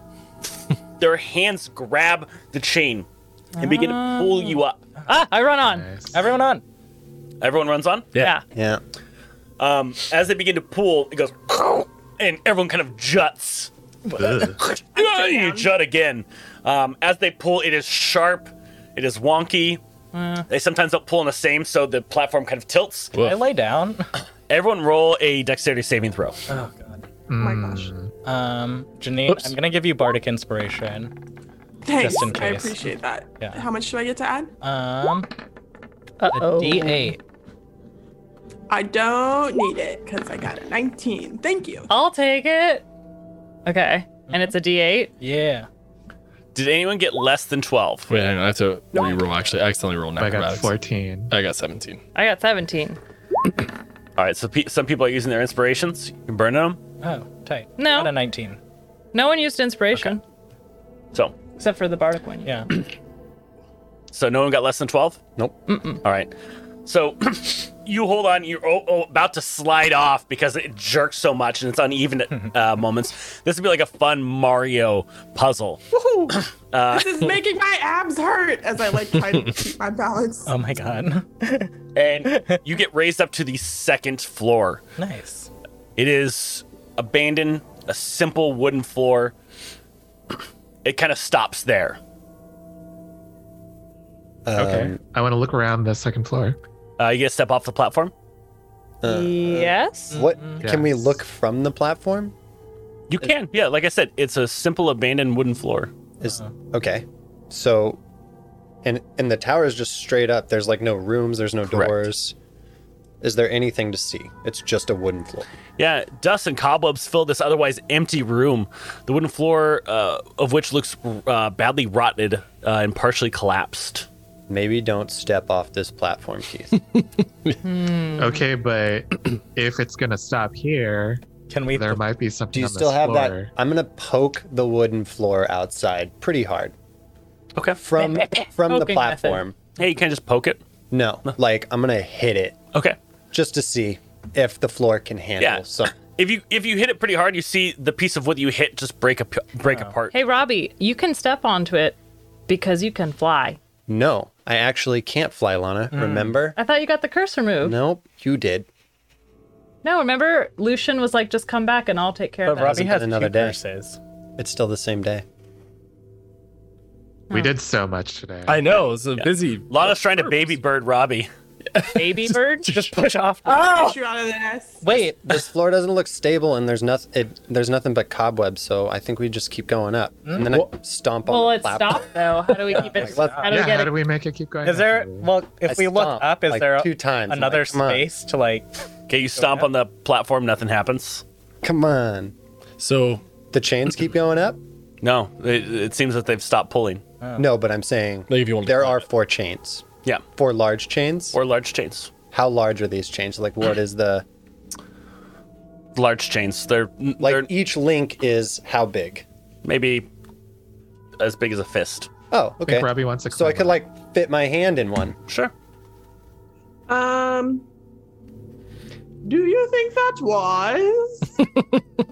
[SPEAKER 1] their hands grab the chain and begin to pull you up.
[SPEAKER 2] Ah, I run on.
[SPEAKER 7] Nice.
[SPEAKER 3] Everyone on.
[SPEAKER 1] Everyone runs on.
[SPEAKER 2] Yeah.
[SPEAKER 6] yeah.
[SPEAKER 1] Um, as they begin to pull, it goes, and everyone kind of juts. you jut again. Um, as they pull, it is sharp, it is wonky. They sometimes don't pull on the same, so the platform kind of tilts.
[SPEAKER 3] I lay down.
[SPEAKER 1] Everyone roll a dexterity saving throw.
[SPEAKER 3] Oh god.
[SPEAKER 5] Oh my gosh.
[SPEAKER 3] Um, Janine,
[SPEAKER 4] Oops.
[SPEAKER 3] I'm gonna give you bardic inspiration.
[SPEAKER 5] Thanks.
[SPEAKER 3] Just in
[SPEAKER 5] I
[SPEAKER 3] case.
[SPEAKER 5] appreciate that.
[SPEAKER 3] Yeah.
[SPEAKER 5] How much do I get to add?
[SPEAKER 3] Um,
[SPEAKER 2] Uh
[SPEAKER 3] a
[SPEAKER 2] oh.
[SPEAKER 3] D8.
[SPEAKER 5] I don't need it because I got a 19. Thank you.
[SPEAKER 2] I'll take it. Okay. And it's a D8.
[SPEAKER 3] Yeah.
[SPEAKER 1] Did anyone get less than 12?
[SPEAKER 4] Wait, hang on, I have to re-roll. Actually, I accidentally rolled
[SPEAKER 7] I got
[SPEAKER 4] acrobatics.
[SPEAKER 7] 14.
[SPEAKER 4] I got 17.
[SPEAKER 2] I got 17.
[SPEAKER 1] All right, so pe- some people are using their inspirations. You can burn them.
[SPEAKER 3] Oh, tight.
[SPEAKER 2] No.
[SPEAKER 3] Got a 19.
[SPEAKER 2] No one used inspiration
[SPEAKER 1] So,
[SPEAKER 2] except for the bardic one.
[SPEAKER 3] Yeah.
[SPEAKER 1] so no one got less than 12?
[SPEAKER 6] Nope.
[SPEAKER 1] All right. So you hold on. You're oh, oh, about to slide off because it jerks so much and it's uneven at uh, moments. This would be like a fun Mario puzzle.
[SPEAKER 3] Uh,
[SPEAKER 5] this is making my abs hurt as I like try to keep my balance.
[SPEAKER 3] Oh my god.
[SPEAKER 1] And you get raised up to the second floor.
[SPEAKER 3] nice.
[SPEAKER 1] It is abandoned, a simple wooden floor. It kind of stops there.
[SPEAKER 6] um,
[SPEAKER 7] Okay.
[SPEAKER 3] Um,
[SPEAKER 7] I want to look around the second floor.
[SPEAKER 1] Uh, you get to step off the platform.
[SPEAKER 2] Yes.
[SPEAKER 6] What can we
[SPEAKER 7] Yes.
[SPEAKER 6] look from the platform?
[SPEAKER 1] You can. Yeah, like I said, it's a simple abandoned wooden floor.
[SPEAKER 6] Is okay. So and and the tower is just straight up. There's like no rooms, there's no
[SPEAKER 1] Correct.
[SPEAKER 6] doors. Is there anything to see? It's just a wooden floor.
[SPEAKER 1] Yeah, dust and cobwebs fill this otherwise empty room, the wooden floor uh, of which looks uh, badly rotted uh, and partially collapsed.
[SPEAKER 6] Maybe don't step off this platform, Keith. Hmm.
[SPEAKER 7] Okay, but if it's gonna stop here,
[SPEAKER 3] Can we?
[SPEAKER 7] there might be something.
[SPEAKER 6] Do you
[SPEAKER 7] on
[SPEAKER 6] still
[SPEAKER 7] this
[SPEAKER 6] have
[SPEAKER 7] floor.
[SPEAKER 6] that? I'm gonna poke the wooden floor outside pretty hard
[SPEAKER 1] Okay.
[SPEAKER 6] from from the
[SPEAKER 2] Poking method.
[SPEAKER 6] platform.
[SPEAKER 1] Hey, you can just poke it.
[SPEAKER 6] No, like I'm gonna hit it
[SPEAKER 1] Okay.
[SPEAKER 6] just to see if the floor can handle.
[SPEAKER 1] Yeah.
[SPEAKER 6] So
[SPEAKER 1] If you if you hit it pretty hard, you see the piece of wood you hit just break ap- break apart.
[SPEAKER 2] Hey, Robbie, you can step onto it because you can fly.
[SPEAKER 6] no, I actually can't fly, Lana.
[SPEAKER 2] Mm.
[SPEAKER 6] Remember?
[SPEAKER 2] I thought you got the curse removed.
[SPEAKER 6] Nope, you did.
[SPEAKER 2] No, remember Lucian was like, just come back and I'll take care
[SPEAKER 3] but
[SPEAKER 2] of that.
[SPEAKER 3] Robbie
[SPEAKER 6] Hasn't
[SPEAKER 3] has
[SPEAKER 6] been another
[SPEAKER 3] two
[SPEAKER 6] day.
[SPEAKER 3] curses.
[SPEAKER 6] It's still the same day.
[SPEAKER 7] We did so much today.
[SPEAKER 4] I know. It's a busy.
[SPEAKER 1] Lana's trying to baby bird Robbie.
[SPEAKER 2] Baby bird.
[SPEAKER 3] Just push off.
[SPEAKER 5] Get you out of the nest.
[SPEAKER 3] Wait.
[SPEAKER 6] This floor doesn't look stable, and there's nothing. It, there's nothing but cobwebs. So I think we just keep going up, and then I stomp on.
[SPEAKER 2] Mm. Well,
[SPEAKER 6] the
[SPEAKER 2] it
[SPEAKER 6] platform.
[SPEAKER 2] stopped though. How do we keep it?
[SPEAKER 6] let's-
[SPEAKER 2] How do
[SPEAKER 7] yeah,
[SPEAKER 2] we get
[SPEAKER 7] how
[SPEAKER 2] it?
[SPEAKER 7] do we make it keep going?
[SPEAKER 3] Is there?
[SPEAKER 7] up?
[SPEAKER 3] Well, if
[SPEAKER 6] I
[SPEAKER 3] we look
[SPEAKER 6] stomped,
[SPEAKER 3] up, is
[SPEAKER 6] like,
[SPEAKER 3] there
[SPEAKER 6] two times. I'm
[SPEAKER 3] another
[SPEAKER 6] like, "Come on."
[SPEAKER 3] space to like
[SPEAKER 1] Okay, you stomp on the platform, nothing happens.
[SPEAKER 6] Come on.
[SPEAKER 4] So
[SPEAKER 6] The chains keep going up?
[SPEAKER 1] No, it, it seems that they've stopped pulling.
[SPEAKER 6] No, but I'm saying
[SPEAKER 4] Like if you wanted to
[SPEAKER 6] there
[SPEAKER 4] climb
[SPEAKER 6] are
[SPEAKER 4] it.
[SPEAKER 6] four chains.
[SPEAKER 1] Yeah,
[SPEAKER 6] Four large chains.
[SPEAKER 1] or large chains.
[SPEAKER 6] How large are these chains? Like what is the
[SPEAKER 1] Large chains. They're
[SPEAKER 6] like
[SPEAKER 1] they're
[SPEAKER 6] each link is how big?
[SPEAKER 1] maybe as big as a fist.
[SPEAKER 6] Oh,
[SPEAKER 7] I think
[SPEAKER 6] okay.
[SPEAKER 7] Robbie wants to.
[SPEAKER 6] So I
[SPEAKER 7] climb
[SPEAKER 6] could
[SPEAKER 7] up.
[SPEAKER 6] like fit my hand in one.
[SPEAKER 1] Sure.
[SPEAKER 5] Um, do you think that's wise?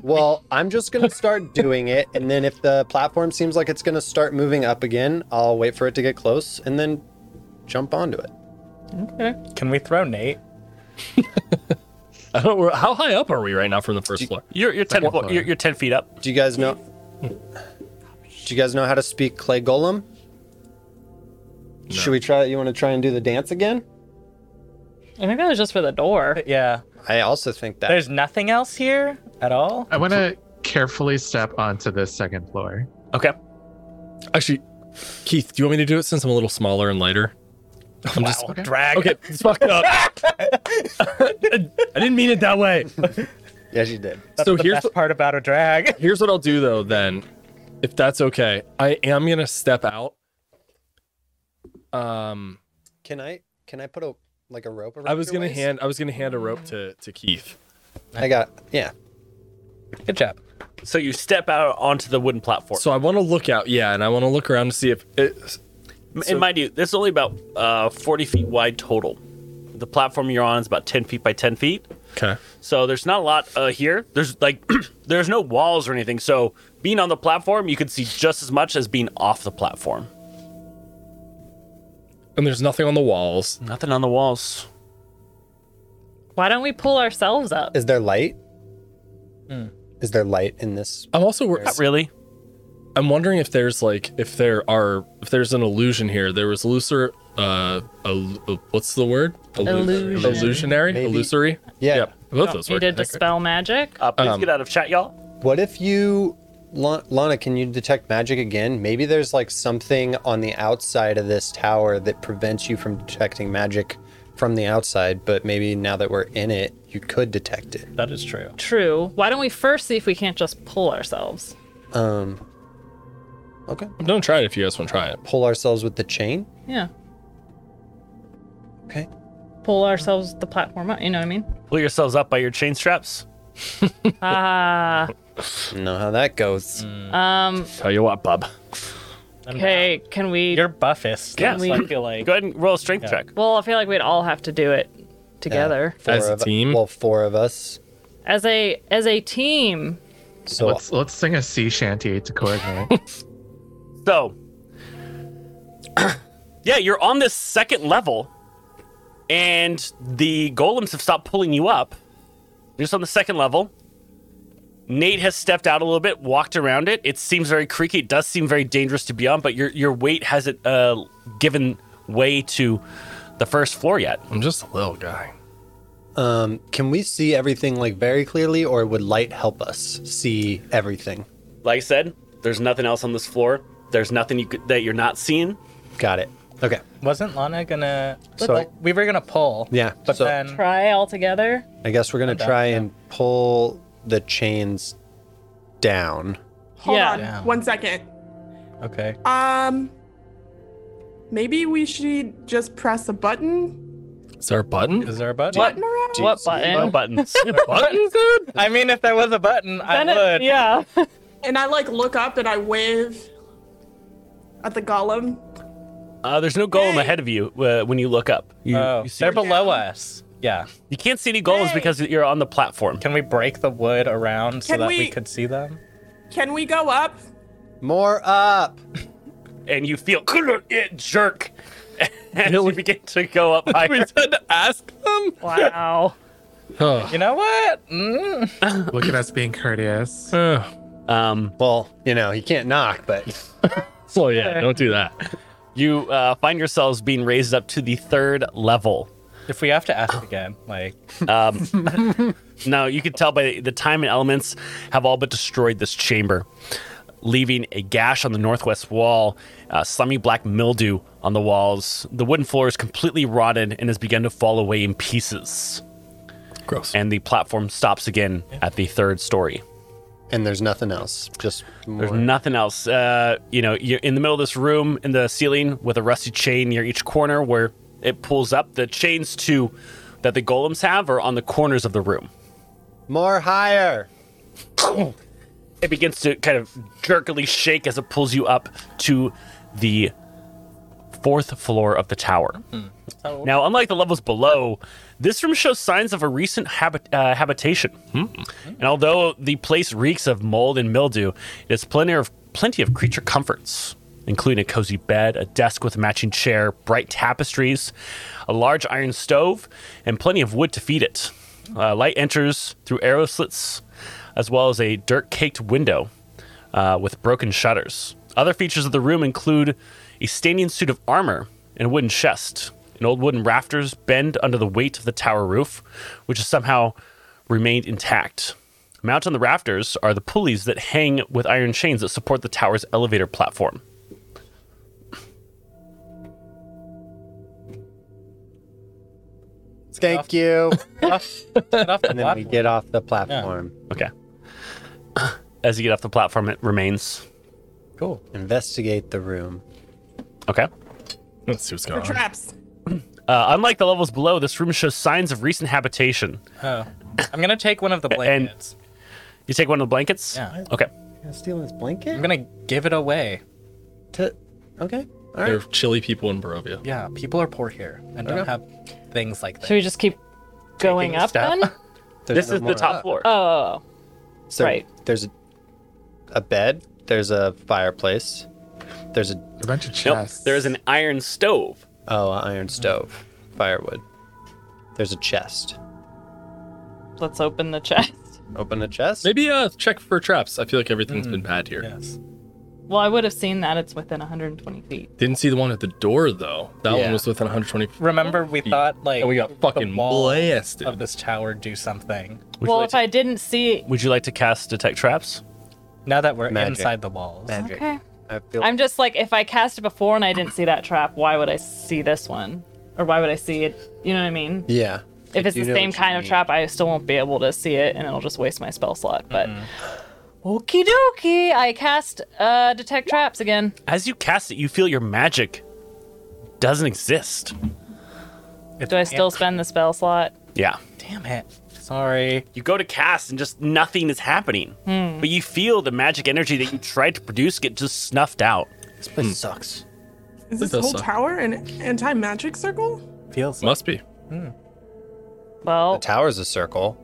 [SPEAKER 6] Well, I'm just gonna start doing it, and then if the platform seems like it's gonna start moving up again, I'll wait for it to get close and then jump onto it.
[SPEAKER 3] Can we throw Nate?
[SPEAKER 4] I don't. know, How high up are we right now from the first floor?
[SPEAKER 1] You're you're ten fo- you're, you're ten feet up.
[SPEAKER 6] Do you guys know? Do you guys know how to speak clay golem? Should we try? You want to try and do the dance again?
[SPEAKER 2] I think that was just for the door.
[SPEAKER 3] Yeah.
[SPEAKER 6] I also think that.
[SPEAKER 3] There's nothing else here at all.
[SPEAKER 7] I want to carefully step onto the second floor.
[SPEAKER 1] Okay.
[SPEAKER 4] Actually, Keith, do you want me to do it since I'm a little smaller and lighter? I'm just
[SPEAKER 7] Okay.
[SPEAKER 3] Drag.
[SPEAKER 4] okay. It's fucked up. I didn't mean it that way.
[SPEAKER 6] yes, you did.
[SPEAKER 3] That's
[SPEAKER 4] so
[SPEAKER 3] the
[SPEAKER 4] here's
[SPEAKER 3] best
[SPEAKER 4] what-
[SPEAKER 3] part about a drag.
[SPEAKER 4] Here's what I'll do though. Then, if that's okay, I am gonna step out. Um,
[SPEAKER 6] Can I? Can I put a like a rope around?
[SPEAKER 4] I was
[SPEAKER 6] your
[SPEAKER 4] gonna
[SPEAKER 6] waist?
[SPEAKER 4] hand. I was gonna hand a rope to to Keith.
[SPEAKER 6] I got. Yeah.
[SPEAKER 3] Good job.
[SPEAKER 1] So you step out onto the wooden platform.
[SPEAKER 4] So I want to look out. Yeah, and I want to look around to see if it,
[SPEAKER 1] M- and mind you, this is only about uh, forty feet wide total. The platform you're on is about ten feet by ten feet.
[SPEAKER 4] okay.
[SPEAKER 1] So there's not a lot uh, here. There's like there's no walls or anything. So being on the platform, you could see just as much as being off the platform.
[SPEAKER 4] And there's nothing on the walls.
[SPEAKER 1] Nothing on the walls.
[SPEAKER 2] Why don't we pull ourselves up?
[SPEAKER 6] Is there light?
[SPEAKER 4] Hmm.
[SPEAKER 6] Is there light in this?
[SPEAKER 4] I'm also wor-
[SPEAKER 1] Not really.
[SPEAKER 4] I'm wondering if there's like if there are if there's an illusion here. There was looser uh il- uh, what's the word? Illu-
[SPEAKER 2] Illusion.
[SPEAKER 4] Illusionary?
[SPEAKER 6] Maybe.
[SPEAKER 4] Illusory?
[SPEAKER 6] Yeah.
[SPEAKER 4] Both those
[SPEAKER 2] Oh, You
[SPEAKER 4] words.
[SPEAKER 2] did dispel magic.
[SPEAKER 1] Uh, please
[SPEAKER 4] Um,
[SPEAKER 1] get out of chat, y'all.
[SPEAKER 6] What if you, Lon- Lana? Can you detect magic again? Maybe there's like something on the outside of this tower that prevents you from detecting magic from the outside. But maybe now that we're in it, you could detect it.
[SPEAKER 3] That is true.
[SPEAKER 2] True. Why don't we first see if we can't just pull ourselves?
[SPEAKER 6] Um. Okay.
[SPEAKER 4] Don't try it if you guys want to try it.
[SPEAKER 6] Pull ourselves with the chain.
[SPEAKER 2] Yeah.
[SPEAKER 6] Okay.
[SPEAKER 2] Pull ourselves the platform up. You know what I mean?
[SPEAKER 1] Pull yourselves up by your chain straps.
[SPEAKER 2] Ah.
[SPEAKER 6] Know how that goes.
[SPEAKER 4] Mm,
[SPEAKER 2] um.
[SPEAKER 1] Tell you what, bub.
[SPEAKER 2] Okay. Can we?
[SPEAKER 3] You're buffest.
[SPEAKER 1] Yeah.
[SPEAKER 3] so I feel like
[SPEAKER 1] Go ahead and roll a strength
[SPEAKER 3] Yeah.
[SPEAKER 1] check.
[SPEAKER 2] Well, I feel like we'd all have to do it together
[SPEAKER 6] Four
[SPEAKER 4] As a
[SPEAKER 6] of-
[SPEAKER 4] team?
[SPEAKER 6] Well, four of us.
[SPEAKER 2] as a as a team.
[SPEAKER 6] So
[SPEAKER 7] let's let's sing a sea shanty to coordinate.
[SPEAKER 1] So, yeah, you're on this second level, and the golems have stopped pulling you up. You're just on the second level. Nate has stepped out a little bit, walked around it. It seems very creaky. It does seem very dangerous to be on, but your your weight hasn't uh, given way to the first floor yet.
[SPEAKER 4] I'm just a little guy.
[SPEAKER 6] Um, can we see everything like very clearly, or would light help us see everything?
[SPEAKER 1] Like I said, there's nothing else on this floor. There's nothing you could, that you're not seeing.
[SPEAKER 6] Got it. Okay.
[SPEAKER 3] wasn't Lana gonna?
[SPEAKER 6] So-
[SPEAKER 3] Well, we were gonna pull.
[SPEAKER 6] Yeah,
[SPEAKER 3] But
[SPEAKER 6] so-
[SPEAKER 3] then
[SPEAKER 2] Try all together.
[SPEAKER 6] I guess we're gonna try and pull the chains down.
[SPEAKER 5] Hold
[SPEAKER 2] Yeah.
[SPEAKER 5] on
[SPEAKER 3] Yeah.
[SPEAKER 5] one second.
[SPEAKER 3] okay.
[SPEAKER 5] Um, maybe we should just press a button.
[SPEAKER 4] Is there a button?
[SPEAKER 3] Is there a button?
[SPEAKER 2] What?
[SPEAKER 5] around?
[SPEAKER 2] What button?
[SPEAKER 1] buttons.
[SPEAKER 4] button, dude?
[SPEAKER 3] I mean, if there was a button, I
[SPEAKER 2] Then it-
[SPEAKER 3] would.
[SPEAKER 2] yeah.
[SPEAKER 5] And I like look up and I wave at the golem.
[SPEAKER 1] Uh, there's no golem
[SPEAKER 5] Hey.
[SPEAKER 1] ahead of you uh, when you look up. You,
[SPEAKER 3] Oh,
[SPEAKER 1] you, see-
[SPEAKER 3] they're below us. Yeah.
[SPEAKER 1] you can't see any golems
[SPEAKER 5] Hey.
[SPEAKER 1] because you're on the platform.
[SPEAKER 3] Can we break the wood around so
[SPEAKER 5] Can
[SPEAKER 3] that we...
[SPEAKER 5] we-
[SPEAKER 3] could see them?
[SPEAKER 5] Can we go up?
[SPEAKER 6] More up.
[SPEAKER 1] And you feel it jerk. And you begin to go up
[SPEAKER 4] We
[SPEAKER 1] higher.
[SPEAKER 4] had to ask them.
[SPEAKER 2] Wow.
[SPEAKER 4] Oh,
[SPEAKER 3] You know what? Mm.
[SPEAKER 7] Look at us being courteous.
[SPEAKER 4] uh,
[SPEAKER 1] Um,
[SPEAKER 6] Well, you know, he can't knock, but
[SPEAKER 4] so oh, yeah, don't do that.
[SPEAKER 1] you uh, find yourselves being raised up to the third level.
[SPEAKER 3] If we have to ask again, like
[SPEAKER 1] Now, you can tell by the, the time and elements have all but destroyed this chamber, leaving a gash on the northwest wall, uh, slimy black mildew on the walls. The wooden floor is completely rotted and has begun to fall away in pieces.
[SPEAKER 4] Gross.
[SPEAKER 1] and the platform stops again at the third story.
[SPEAKER 6] and there's nothing else. Just more.
[SPEAKER 1] There's nothing else. Uh, you know, you're in the middle of this room in the ceiling with a rusty chain near each corner where it pulls up. The chains to that the golems have are on the corners of the room.
[SPEAKER 6] more higher.
[SPEAKER 1] It begins to kind of jerkily shake as it pulls you up to the fourth floor of the tower.
[SPEAKER 3] Oh.
[SPEAKER 1] Now, unlike the levels below, this room shows signs of a recent habit, uh, habitation. Hmm. And although the place reeks of mold and mildew, it has plenty of plenty of creature comforts, including a cozy bed, a desk with a matching chair, bright tapestries, a large iron stove, and plenty of wood to feed it. Uh, light enters through arrow slits, as well as a dirt-caked window uh, with broken shutters. Other features of the room include a standing suit of armor and a wooden chest. And old wooden rafters bend under the weight of the tower roof, which has somehow remained intact. Mounted on the rafters are the pulleys that hang with iron chains that support the tower's elevator platform.
[SPEAKER 6] Thank you.
[SPEAKER 3] Get off the
[SPEAKER 6] And then we
[SPEAKER 3] platform.
[SPEAKER 6] get off the platform.
[SPEAKER 1] Okay. As you get off the platform, it remains.
[SPEAKER 3] Cool.
[SPEAKER 6] Investigate the room.
[SPEAKER 1] Okay.
[SPEAKER 4] Let's see what's going
[SPEAKER 5] For
[SPEAKER 4] on.
[SPEAKER 5] traps.
[SPEAKER 1] Uh, unlike the levels below, this room shows signs of recent habitation.
[SPEAKER 3] Oh. I'm gonna take one of the
[SPEAKER 1] and-
[SPEAKER 3] blankets.
[SPEAKER 1] You take one of the blankets?
[SPEAKER 3] Yeah.
[SPEAKER 1] Okay.
[SPEAKER 6] Stealing his
[SPEAKER 3] I'm
[SPEAKER 6] blanket?
[SPEAKER 3] gonna give it away.
[SPEAKER 6] To- okay. All
[SPEAKER 4] There are
[SPEAKER 6] right.
[SPEAKER 4] chilly people in Barovia.
[SPEAKER 3] Yeah, people are poor here and don't have things like
[SPEAKER 2] Should
[SPEAKER 3] this.
[SPEAKER 2] we just keep going
[SPEAKER 1] Taking a
[SPEAKER 2] up
[SPEAKER 1] step.
[SPEAKER 2] then?
[SPEAKER 6] There's
[SPEAKER 1] this
[SPEAKER 6] no
[SPEAKER 1] is the
[SPEAKER 6] more Ah.
[SPEAKER 1] top
[SPEAKER 6] up.
[SPEAKER 1] floor.
[SPEAKER 2] Oh,
[SPEAKER 6] So
[SPEAKER 2] right.
[SPEAKER 6] There's a, a bed. There's a fireplace. There's a
[SPEAKER 7] A bunch of
[SPEAKER 1] nope.
[SPEAKER 7] chests.
[SPEAKER 1] There is an iron stove.
[SPEAKER 6] oh a iron stove, firewood. There's a chest.
[SPEAKER 2] let's open the chest.
[SPEAKER 6] Open the chest.
[SPEAKER 4] Maybe uh check for traps. I feel like everything's been bad here.
[SPEAKER 3] Yes.
[SPEAKER 2] Well, I would have seen that it's within 120 feet.
[SPEAKER 4] Didn't see the one at the door though. That
[SPEAKER 6] Yeah.
[SPEAKER 4] one was within 120
[SPEAKER 3] Remember, we thought like
[SPEAKER 4] and we got
[SPEAKER 3] the
[SPEAKER 4] fucking
[SPEAKER 3] wall
[SPEAKER 4] blasted.
[SPEAKER 3] of this tower do something.
[SPEAKER 1] Would you
[SPEAKER 2] well,
[SPEAKER 1] like
[SPEAKER 2] if
[SPEAKER 1] to-
[SPEAKER 2] I didn't see,
[SPEAKER 1] Would you like to cast detect traps?
[SPEAKER 3] Now that we're
[SPEAKER 6] Magic.
[SPEAKER 3] inside the walls,
[SPEAKER 6] Magic.
[SPEAKER 2] okay.
[SPEAKER 6] I feel
[SPEAKER 2] I'm just like, if I cast it before and I didn't see that trap, why would I see this one? Or why would I see it? You know what I mean?
[SPEAKER 6] yeah.
[SPEAKER 2] if it's
[SPEAKER 6] do
[SPEAKER 2] the
[SPEAKER 6] know
[SPEAKER 2] same
[SPEAKER 6] what you
[SPEAKER 2] kind of
[SPEAKER 6] mean.
[SPEAKER 2] trap, I still won't be able to see it, and it'll just waste my spell slot. But
[SPEAKER 1] Mm-hmm.
[SPEAKER 2] okie dokie, I cast uh, detect traps again.
[SPEAKER 1] As you cast it, you feel your magic doesn't exist.
[SPEAKER 3] It's
[SPEAKER 2] Do I still
[SPEAKER 3] amp-
[SPEAKER 2] spend the spell slot?
[SPEAKER 1] Yeah.
[SPEAKER 3] Damn it! Sorry.
[SPEAKER 1] You go to cast and just nothing is happening. But you feel the magic energy that you tried to produce get just snuffed out.
[SPEAKER 6] This place sucks.
[SPEAKER 5] Is this
[SPEAKER 4] does
[SPEAKER 5] whole
[SPEAKER 4] suck.
[SPEAKER 5] tower an anti magic circle?
[SPEAKER 3] Feels like
[SPEAKER 4] Must be.
[SPEAKER 6] The
[SPEAKER 2] Well,
[SPEAKER 6] tower's a circle.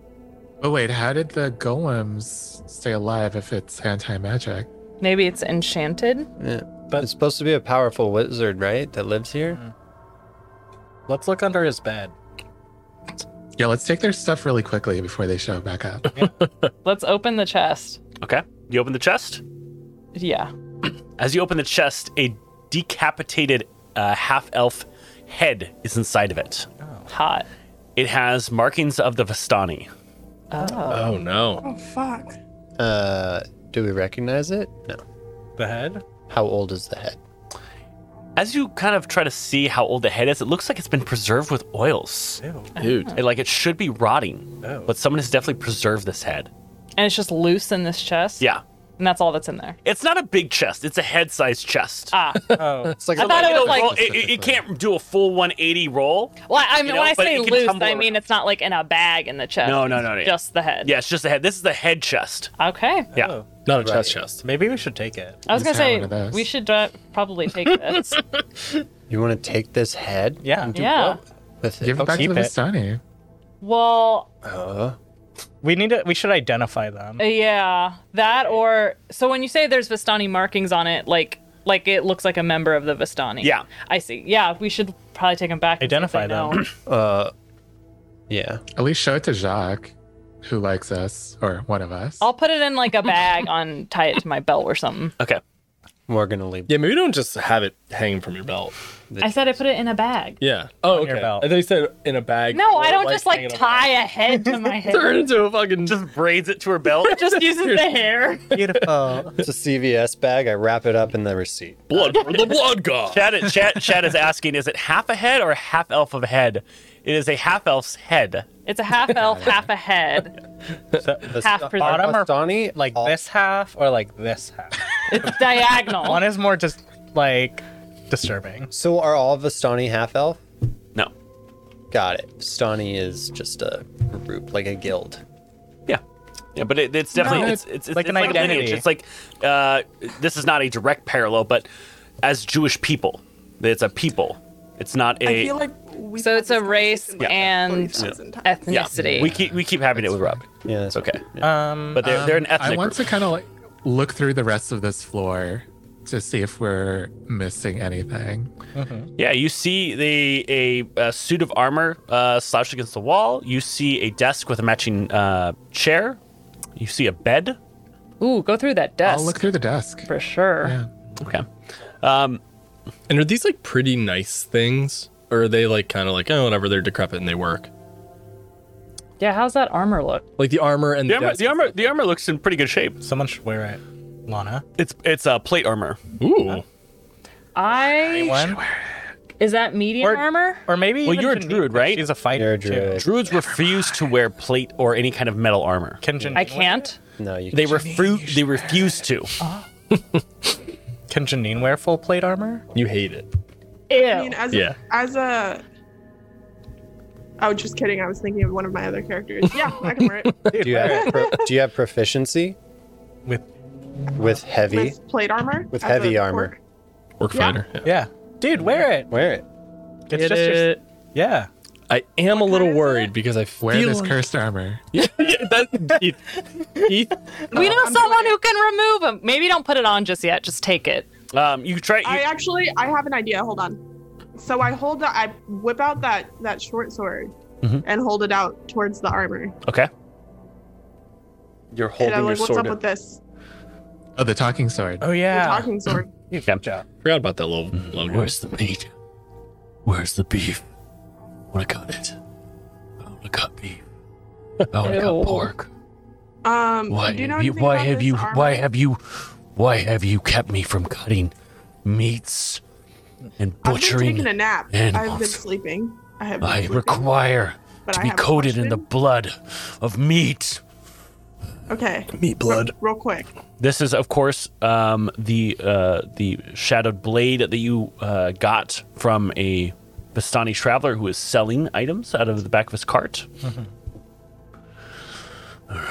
[SPEAKER 7] But wait, how did the golems stay alive if it's anti-magic?
[SPEAKER 2] maybe it's enchanted.
[SPEAKER 6] Yeah.
[SPEAKER 3] But-
[SPEAKER 6] But it's supposed to be a powerful wizard, right? That lives here.
[SPEAKER 3] Let's look under his bed.
[SPEAKER 7] Yeah, let's take their stuff really quickly before they show back up.
[SPEAKER 2] Let's open the chest.
[SPEAKER 1] Okay. You open the chest.
[SPEAKER 2] Yeah.
[SPEAKER 1] As you open the chest, a decapitated uh, half elf head is inside of it.
[SPEAKER 2] Hot.
[SPEAKER 1] It has markings of the Vistani.
[SPEAKER 4] Oh no.
[SPEAKER 5] Oh, fuck.
[SPEAKER 6] Uh, do we recognize it? No.
[SPEAKER 3] The head?
[SPEAKER 6] How old is the head?
[SPEAKER 1] As you kind of try to see how old the head is, it looks like it's been preserved with oils.
[SPEAKER 3] Ew.
[SPEAKER 4] Dude.
[SPEAKER 1] It- like it should be rotting,
[SPEAKER 3] Oh.
[SPEAKER 1] but someone has definitely preserved this head.
[SPEAKER 2] And it's just loose in this chest.
[SPEAKER 1] Yeah.
[SPEAKER 2] And that's all that's in there.
[SPEAKER 1] It's not a big chest. It's a head-sized chest.
[SPEAKER 2] Ah.
[SPEAKER 3] Oh,
[SPEAKER 6] It's like
[SPEAKER 2] I thought it was like.
[SPEAKER 1] Well, it, it- it can't do a full 180 roll.
[SPEAKER 2] Well, I mean,
[SPEAKER 1] you know,
[SPEAKER 2] when I
[SPEAKER 1] but
[SPEAKER 2] say
[SPEAKER 1] it can
[SPEAKER 2] loose,
[SPEAKER 1] tumble
[SPEAKER 2] I mean
[SPEAKER 1] around.
[SPEAKER 2] it's not like in a bag in the chest.
[SPEAKER 1] No, no, no, no,
[SPEAKER 2] It's
[SPEAKER 1] yeah.
[SPEAKER 2] Just the head.
[SPEAKER 1] Yeah, it's just the head. This is the head chest.
[SPEAKER 2] Okay.
[SPEAKER 1] Yeah.
[SPEAKER 3] oh.
[SPEAKER 4] Not a chest
[SPEAKER 6] Right.
[SPEAKER 4] chest.
[SPEAKER 3] Maybe we should take it.
[SPEAKER 2] I was gonna
[SPEAKER 7] Just have one
[SPEAKER 2] say
[SPEAKER 7] of those.
[SPEAKER 2] we should dra- probably take this.
[SPEAKER 6] You want to take this head?
[SPEAKER 3] Yeah.
[SPEAKER 2] yeah.
[SPEAKER 6] With it?
[SPEAKER 7] Give it back to
[SPEAKER 3] keep
[SPEAKER 7] the
[SPEAKER 3] it.
[SPEAKER 7] Vistani.
[SPEAKER 2] Well, uh,
[SPEAKER 6] Oh.
[SPEAKER 3] We need to. We should identify them.
[SPEAKER 2] yeah, that or so when you say there's Vistani markings on it, like like it looks like a member of the Vistani.
[SPEAKER 1] Yeah.
[SPEAKER 2] I see. Yeah, we should probably take them back. and see if
[SPEAKER 3] Identify
[SPEAKER 2] they
[SPEAKER 3] them.
[SPEAKER 2] know.
[SPEAKER 6] Uh, yeah.
[SPEAKER 7] At least show it to Jacques, who likes us or one of us.
[SPEAKER 2] I'll put it in like a bag on, tie it to my belt or something.
[SPEAKER 1] Okay.
[SPEAKER 6] We're gonna leave.
[SPEAKER 4] Yeah, maybe don't just have it hanging from your belt.
[SPEAKER 2] I said I put it in a bag.
[SPEAKER 4] Yeah. Oh,
[SPEAKER 3] your
[SPEAKER 4] okay.
[SPEAKER 3] belt.
[SPEAKER 4] I thought you said in a bag.
[SPEAKER 2] No,
[SPEAKER 4] or,
[SPEAKER 2] I don't just
[SPEAKER 4] hanging
[SPEAKER 2] like
[SPEAKER 4] up-
[SPEAKER 2] tie a head to my head.
[SPEAKER 4] Turn into a fucking.
[SPEAKER 1] Just braids it to her belt.
[SPEAKER 2] just uses the hair.
[SPEAKER 6] Beautiful. it's a CVS bag. I wrap it up in the receipt.
[SPEAKER 4] blood for the blood god.
[SPEAKER 1] Chad, Chad, Chad is asking, is it half a head or a half elf of a head? It is a half elf's head.
[SPEAKER 2] It's a half elf, half a head. Half
[SPEAKER 6] The
[SPEAKER 2] percent.
[SPEAKER 3] Bottom or
[SPEAKER 6] Bastani,
[SPEAKER 3] like
[SPEAKER 6] all-
[SPEAKER 3] this half or like this half?
[SPEAKER 2] It's diagonal.
[SPEAKER 3] One is more just like disturbing.
[SPEAKER 6] So are all Vistani half elf?
[SPEAKER 1] No.
[SPEAKER 6] Got it. Vistani is just a group, like a guild.
[SPEAKER 1] Yeah. Yeah, but it, it's definitely
[SPEAKER 3] No,
[SPEAKER 1] it's, it's, it's
[SPEAKER 3] like
[SPEAKER 1] it's
[SPEAKER 3] an
[SPEAKER 1] like a lineage.
[SPEAKER 3] identity.
[SPEAKER 1] It's like uh, this is not a direct parallel, but as Jewish people, it's a people. It's not a.
[SPEAKER 5] I feel like we
[SPEAKER 2] So it's a race and
[SPEAKER 1] yeah.
[SPEAKER 2] ethnicity.
[SPEAKER 1] We keep we keep having it with Rob.
[SPEAKER 6] Yeah, that's
[SPEAKER 1] It's okay,
[SPEAKER 3] Um,
[SPEAKER 1] but they're they're an ethnic.
[SPEAKER 7] I want
[SPEAKER 1] group.
[SPEAKER 7] to kind of like look through the rest of this floor to see if we're missing anything.
[SPEAKER 1] Yeah, you see the a, a suit of armor uh, slouched against the wall. You see a desk with a matching uh, chair. You see a bed.
[SPEAKER 2] Ooh, go through that desk
[SPEAKER 7] I'll look through the desk.
[SPEAKER 2] for sure.
[SPEAKER 7] Yeah.
[SPEAKER 1] Okay.
[SPEAKER 4] And are these like pretty nice things, or are they like kind of like oh whatever they're decrepit and they work?
[SPEAKER 2] Yeah, how's that armor look?
[SPEAKER 4] Like the armor and
[SPEAKER 1] The armor,
[SPEAKER 4] desk
[SPEAKER 1] the armor, the armor looks in pretty good shape.
[SPEAKER 3] someone should wear it. Lana,
[SPEAKER 1] It's it's a uh, plate armor.
[SPEAKER 4] Ooh.
[SPEAKER 2] I
[SPEAKER 3] anyone?
[SPEAKER 2] is that medium
[SPEAKER 3] Or-
[SPEAKER 2] armor?
[SPEAKER 3] Or maybe
[SPEAKER 1] Well,
[SPEAKER 3] even
[SPEAKER 1] you're a
[SPEAKER 3] Janine,
[SPEAKER 1] druid,
[SPEAKER 3] because
[SPEAKER 1] right?
[SPEAKER 3] She's a fighter.
[SPEAKER 6] You're a
[SPEAKER 3] too.
[SPEAKER 6] druid.
[SPEAKER 1] Druids refuse to wear plate or any kind of metal armor.
[SPEAKER 3] Can Janine
[SPEAKER 2] I can't.
[SPEAKER 6] No, you.
[SPEAKER 1] They refu- They refuse to.
[SPEAKER 3] Wear, can Janine wear full plate armor?
[SPEAKER 4] You hate it.
[SPEAKER 5] I mean,
[SPEAKER 2] Ew.
[SPEAKER 5] as
[SPEAKER 4] Yeah.
[SPEAKER 5] a, as a. Oh, just kidding. I was thinking of one of my other characters. Yeah, I can wear it.
[SPEAKER 6] do you have pro- do you have proficiency
[SPEAKER 3] With
[SPEAKER 6] with heavy?
[SPEAKER 5] With plate armor.
[SPEAKER 6] With
[SPEAKER 5] as a
[SPEAKER 6] heavy armor.
[SPEAKER 5] orc.
[SPEAKER 4] Work
[SPEAKER 5] Yeah.
[SPEAKER 4] fighter. Yeah.
[SPEAKER 3] yeah, dude, wear it.
[SPEAKER 6] Wear it.
[SPEAKER 3] It's just your, yeah.
[SPEAKER 4] I am a little
[SPEAKER 5] kind is
[SPEAKER 4] worried because I feel
[SPEAKER 7] Wear this
[SPEAKER 4] like-
[SPEAKER 7] cursed armor.
[SPEAKER 4] yeah, that, Heath, Heath,
[SPEAKER 2] We know someone who can remove them. Maybe don't put it on just yet. Just take it.
[SPEAKER 1] Um, you try. You,
[SPEAKER 5] I actually, I have an idea. Hold on. So I hold, the- I whip out that that short sword
[SPEAKER 8] Mm-hmm.
[SPEAKER 1] Mhm.
[SPEAKER 5] and hold it out towards the armor.
[SPEAKER 1] okay.
[SPEAKER 6] You're
[SPEAKER 5] And
[SPEAKER 6] holding
[SPEAKER 5] I'm
[SPEAKER 6] your
[SPEAKER 5] like, what's
[SPEAKER 6] sword.
[SPEAKER 5] up with this?
[SPEAKER 7] Oh, the talking sword.
[SPEAKER 3] Oh yeah.
[SPEAKER 5] The talking sword.
[SPEAKER 1] Okay.
[SPEAKER 3] job.
[SPEAKER 4] forgot about that little logo.
[SPEAKER 8] Where's the meat? Where's the beef? I want to cut it. I want to cut beef. I want to
[SPEAKER 2] Ew.
[SPEAKER 8] cut pork.
[SPEAKER 5] Um,
[SPEAKER 8] Why
[SPEAKER 5] do you know
[SPEAKER 8] have you?
[SPEAKER 5] anything
[SPEAKER 8] Why
[SPEAKER 5] about
[SPEAKER 8] have
[SPEAKER 5] this
[SPEAKER 8] you?
[SPEAKER 5] armor?
[SPEAKER 8] Why have you? Why have you kept me from cutting meats and
[SPEAKER 5] I've been
[SPEAKER 8] butchering?
[SPEAKER 5] taking a nap. I've been
[SPEAKER 8] animals.
[SPEAKER 5] sleeping. I have. Been
[SPEAKER 8] I
[SPEAKER 5] sleeping,
[SPEAKER 8] require
[SPEAKER 5] but
[SPEAKER 8] to
[SPEAKER 5] I
[SPEAKER 8] be
[SPEAKER 5] have a
[SPEAKER 8] coated in the
[SPEAKER 5] question.
[SPEAKER 8] blood of meat.
[SPEAKER 5] Okay,
[SPEAKER 8] Meat blood.
[SPEAKER 5] real quick.
[SPEAKER 1] This is, of course, um, the uh, the shadowed blade that you uh, got from a Bastani traveler who is selling items out of the back of his cart.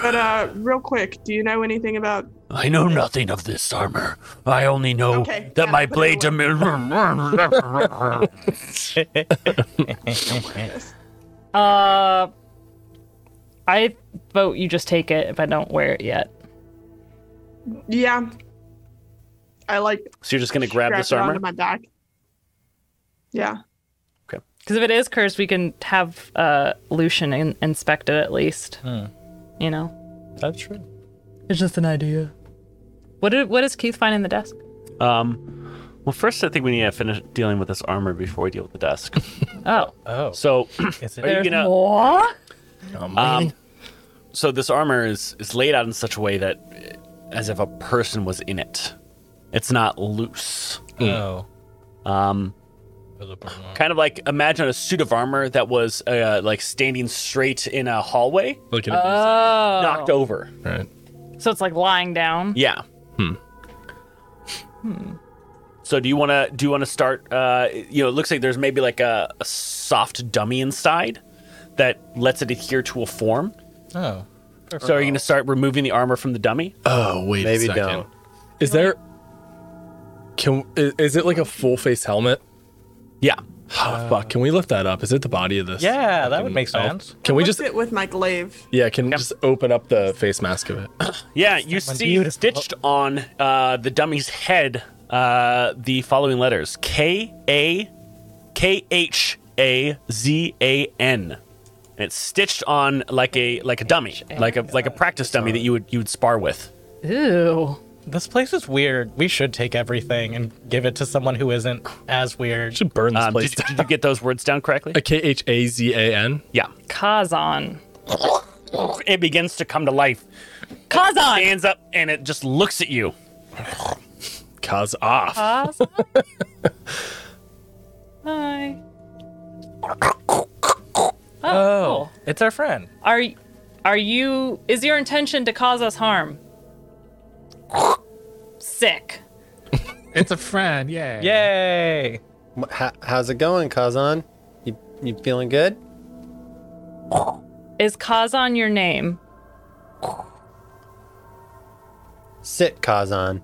[SPEAKER 5] But uh, real quick. Do you know anything about?
[SPEAKER 8] I know nothing of this armor. I only know
[SPEAKER 5] Okay,
[SPEAKER 8] that
[SPEAKER 5] yeah,
[SPEAKER 8] my
[SPEAKER 5] put it
[SPEAKER 8] blade.
[SPEAKER 5] away.
[SPEAKER 8] dem-
[SPEAKER 2] Uh, I vote you just take it if I don't wear it yet.
[SPEAKER 5] Yeah. I like
[SPEAKER 1] So you're just gonna grab
[SPEAKER 5] strap
[SPEAKER 1] this
[SPEAKER 5] it onto
[SPEAKER 1] armor.
[SPEAKER 5] my back. Yeah.
[SPEAKER 2] Because if it is cursed, we can have uh, Lucian in- inspect it at least. You know,
[SPEAKER 3] That's true.
[SPEAKER 2] it's just an idea. What did, what does Keith find in the desk?
[SPEAKER 1] Um, well, first I think we need to finish dealing with this armor before we deal with the desk.
[SPEAKER 2] Oh,
[SPEAKER 3] Oh,
[SPEAKER 1] So,
[SPEAKER 3] is
[SPEAKER 1] are you
[SPEAKER 3] it?
[SPEAKER 1] gonna?
[SPEAKER 2] more.
[SPEAKER 1] Um, so this armor is is laid out in such a way that, eh, as if a person was in it, it's not loose.
[SPEAKER 3] Oh.
[SPEAKER 1] Um, kind of like imagine a suit of armor that was uh, like standing straight in a hallway,
[SPEAKER 4] Look at
[SPEAKER 2] Oh,
[SPEAKER 1] knocked over.
[SPEAKER 4] it. All right.
[SPEAKER 2] so it's like lying down.
[SPEAKER 1] Yeah. Hmm. So do you want to do you want to start? Uh, you know, it looks like there's maybe like a, a soft dummy inside that lets it adhere to a form.
[SPEAKER 3] Oh.
[SPEAKER 1] So are you going to start removing the armor from the dummy?
[SPEAKER 4] Oh wait, a
[SPEAKER 6] Maybe
[SPEAKER 4] second.
[SPEAKER 6] don't.
[SPEAKER 4] Is there? Can is, is it like a full face helmet?
[SPEAKER 1] Yeah.
[SPEAKER 4] Oh, fuck, can we lift that up? Is it the body of this?
[SPEAKER 3] Yeah, that would
[SPEAKER 4] fucking
[SPEAKER 3] make
[SPEAKER 4] elf?
[SPEAKER 3] sense.
[SPEAKER 4] Can we
[SPEAKER 5] What's
[SPEAKER 4] just?
[SPEAKER 5] it with my glaive?
[SPEAKER 4] Yeah, can we just open up the face mask of it.
[SPEAKER 1] Yeah, you see stitched on uh, the dummy's head uh, the following letters K A K H A Z A N. And it's stitched on like a like a dummy, like a like a practice dummy that you would you would spar with.
[SPEAKER 2] Ew.
[SPEAKER 3] This place is weird. We should take everything and give it to someone who isn't as weird.
[SPEAKER 4] Should burn this
[SPEAKER 1] Um,
[SPEAKER 4] place.
[SPEAKER 1] did, did you get those words down correctly?
[SPEAKER 4] A K H A Z A N.
[SPEAKER 1] Yeah.
[SPEAKER 2] Kazan.
[SPEAKER 1] It begins to come to life.
[SPEAKER 2] Kazan.
[SPEAKER 1] Stands up and it just looks at you.
[SPEAKER 4] Cause off.
[SPEAKER 2] Kazan. Hi. Oh, cool.
[SPEAKER 3] It's our friend.
[SPEAKER 2] Are are you is your intention to cause us harm? Sick.
[SPEAKER 7] It's a friend. Yay.
[SPEAKER 3] Yay!
[SPEAKER 6] Wh- How, how's it going, Kazan? You you feeling good?
[SPEAKER 2] Is Kazan your name?
[SPEAKER 6] Sit, Kazan.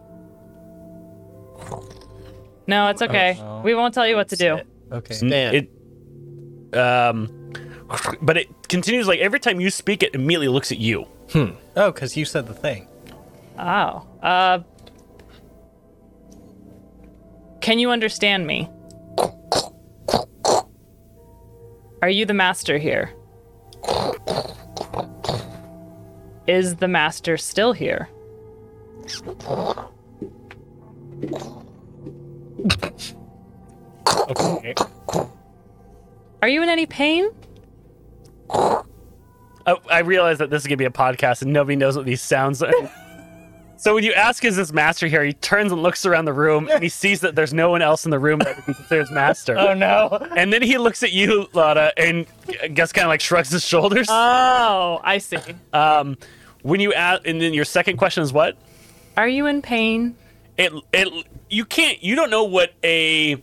[SPEAKER 2] No, it's okay. We won't tell you what to do.
[SPEAKER 3] Okay.
[SPEAKER 6] Stand.
[SPEAKER 1] It um but it continues like every time you speak it immediately looks at you.
[SPEAKER 3] Oh, because you said the thing.
[SPEAKER 2] Oh. Uh Can you understand me? Are you the master here? Is the master still here?
[SPEAKER 3] Okay.
[SPEAKER 2] Are you in any pain?
[SPEAKER 1] I, I realize that this is gonna be a podcast and nobody knows what these sounds are. so when you ask, "Is this master here?" He turns and looks around the room, and he sees that there's no one else in the room that would be considered his master.
[SPEAKER 3] Oh no.
[SPEAKER 1] And then he looks at you, Lada, and I guess kind of like shrugs his shoulders.
[SPEAKER 2] Oh, I see.
[SPEAKER 1] um, when you ask, and then your second question is what?
[SPEAKER 2] Are you in pain?
[SPEAKER 1] It it you can't you don't know what a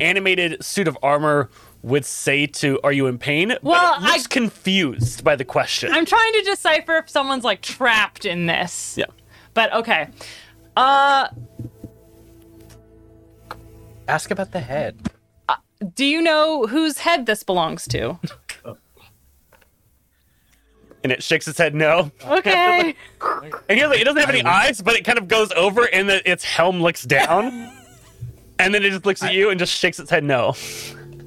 [SPEAKER 1] animated suit of armor would say to "Are you in pain?"
[SPEAKER 2] Well,
[SPEAKER 1] but it looks
[SPEAKER 2] I-
[SPEAKER 1] confused by the question.
[SPEAKER 2] I'm trying to decipher if someone's like trapped in this.
[SPEAKER 1] yeah.
[SPEAKER 2] But okay. Uh
[SPEAKER 3] Ask about the head.
[SPEAKER 2] do you know whose head this belongs to?
[SPEAKER 1] And it shakes its head no.
[SPEAKER 2] Okay.
[SPEAKER 1] And here's the- it doesn't have any eyes, but it kind of goes over and the, its helm looks down. and then it just looks at you and just shakes its head no.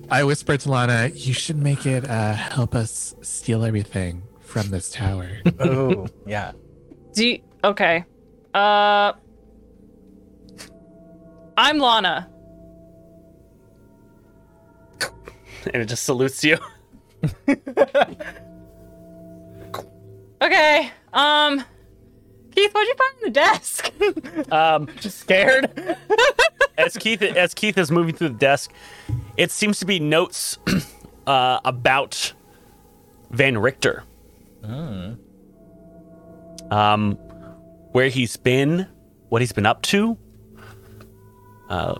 [SPEAKER 7] I whispered to Lana, you should make it uh, help us steal everything from this tower.
[SPEAKER 3] Oh, yeah.
[SPEAKER 2] do you, okay. Uh I'm Lana.
[SPEAKER 1] And it just salutes you.
[SPEAKER 2] Okay. Um Keith, what'd you find in the desk?
[SPEAKER 1] Um,
[SPEAKER 3] Scared?
[SPEAKER 1] as Keith as Keith is moving through the desk, it seems to be notes uh, about Van Richter. Um, where he's been, what he's been up to. Uh,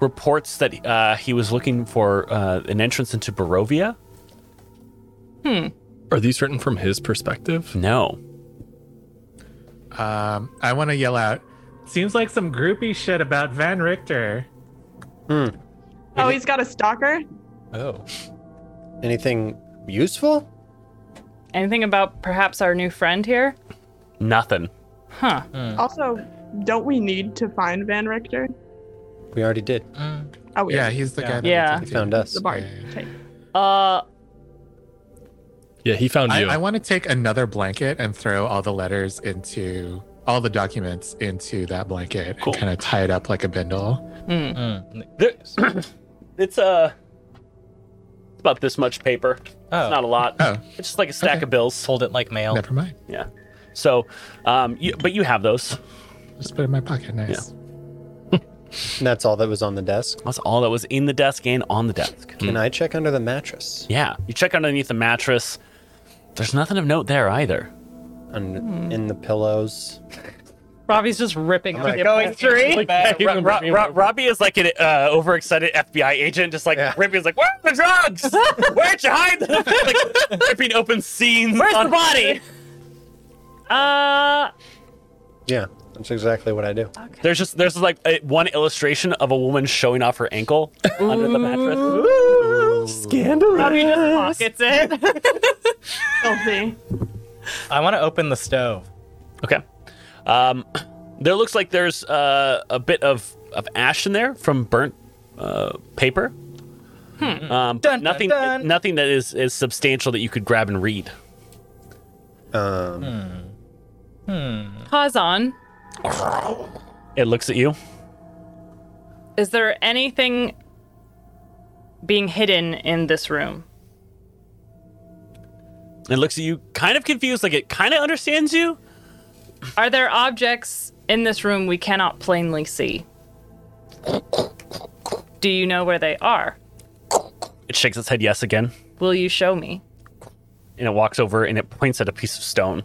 [SPEAKER 1] reports that uh, he was looking for uh, an entrance into Barovia.
[SPEAKER 4] Are these written from his perspective?
[SPEAKER 1] No.
[SPEAKER 7] um, I want to yell out, seems like some groupie shit about Van Richter.
[SPEAKER 5] Oh, he's got a stalker?
[SPEAKER 3] Oh.
[SPEAKER 6] Anything useful?
[SPEAKER 2] Anything about perhaps our new friend here?
[SPEAKER 1] Nothing.
[SPEAKER 2] Huh.
[SPEAKER 7] Uh.
[SPEAKER 5] Also, don't we need to find Van Richter?
[SPEAKER 6] We already did.
[SPEAKER 5] Oh, we
[SPEAKER 7] Yeah, he's the guy. That
[SPEAKER 2] Yeah.
[SPEAKER 7] we took to.
[SPEAKER 6] Found us.
[SPEAKER 5] the bard.
[SPEAKER 7] Yeah.
[SPEAKER 5] Okay.
[SPEAKER 2] Uh
[SPEAKER 4] Yeah, he found
[SPEAKER 7] I,
[SPEAKER 4] you.
[SPEAKER 7] I want to take another blanket and throw all the letters into all the documents into that blanket
[SPEAKER 1] Cool.
[SPEAKER 7] and kind of tie it up like a bindle.
[SPEAKER 3] Mm.
[SPEAKER 1] There, it's uh, it's about this much paper.
[SPEAKER 3] Oh.
[SPEAKER 1] It's not a lot.
[SPEAKER 7] Oh.
[SPEAKER 1] It's just like a stack
[SPEAKER 7] Okay.
[SPEAKER 1] of bills.
[SPEAKER 3] Hold it like mail.
[SPEAKER 7] Never mind.
[SPEAKER 1] Yeah. So, um, you, but you have those.
[SPEAKER 7] Just put it in my pocket. Nice.
[SPEAKER 6] And that's all that was on the desk.
[SPEAKER 1] That's all that was in the desk and on the desk.
[SPEAKER 5] Hmm.
[SPEAKER 6] Can I check under the mattress?
[SPEAKER 1] Yeah. You check underneath the mattress. There's nothing of note there either.
[SPEAKER 5] Hmm.
[SPEAKER 6] Un- In the pillows.
[SPEAKER 2] Robbie's just ripping up the
[SPEAKER 3] Going three.
[SPEAKER 1] Ro- Ro- Ro- Robbie is like an uh, overexcited FBI agent, just like
[SPEAKER 6] Yeah.
[SPEAKER 1] ripping. He's like, "Where are the drugs? Where'd you hide them?" like ripping open scenes.
[SPEAKER 2] Where's
[SPEAKER 1] on-
[SPEAKER 2] the body? Uh
[SPEAKER 6] Yeah, that's exactly what I do.
[SPEAKER 1] There's just there's like a, one illustration of a woman showing off her ankle under the mattress.
[SPEAKER 2] Robbie just pockets it.
[SPEAKER 5] Filthy.
[SPEAKER 3] I want to open the stove.
[SPEAKER 1] Okay. Um, there looks like there's uh, a bit of, of ash in there from burnt uh, paper. Um, but
[SPEAKER 3] Hmm. Dun, dun,
[SPEAKER 1] nothing,
[SPEAKER 3] dun.
[SPEAKER 1] nothing that is, is substantial that you could grab and read.
[SPEAKER 6] Um,
[SPEAKER 2] Kazan,
[SPEAKER 1] It looks at you.
[SPEAKER 2] Is there anything being hidden in this room?
[SPEAKER 1] It looks at you kind of confused, like it kind of understands you.
[SPEAKER 2] Are there objects in this room we cannot plainly see? Do you know where they are?
[SPEAKER 1] It shakes its head yes again,
[SPEAKER 2] Will you show me?
[SPEAKER 1] and it walks over and it points at a piece of stone.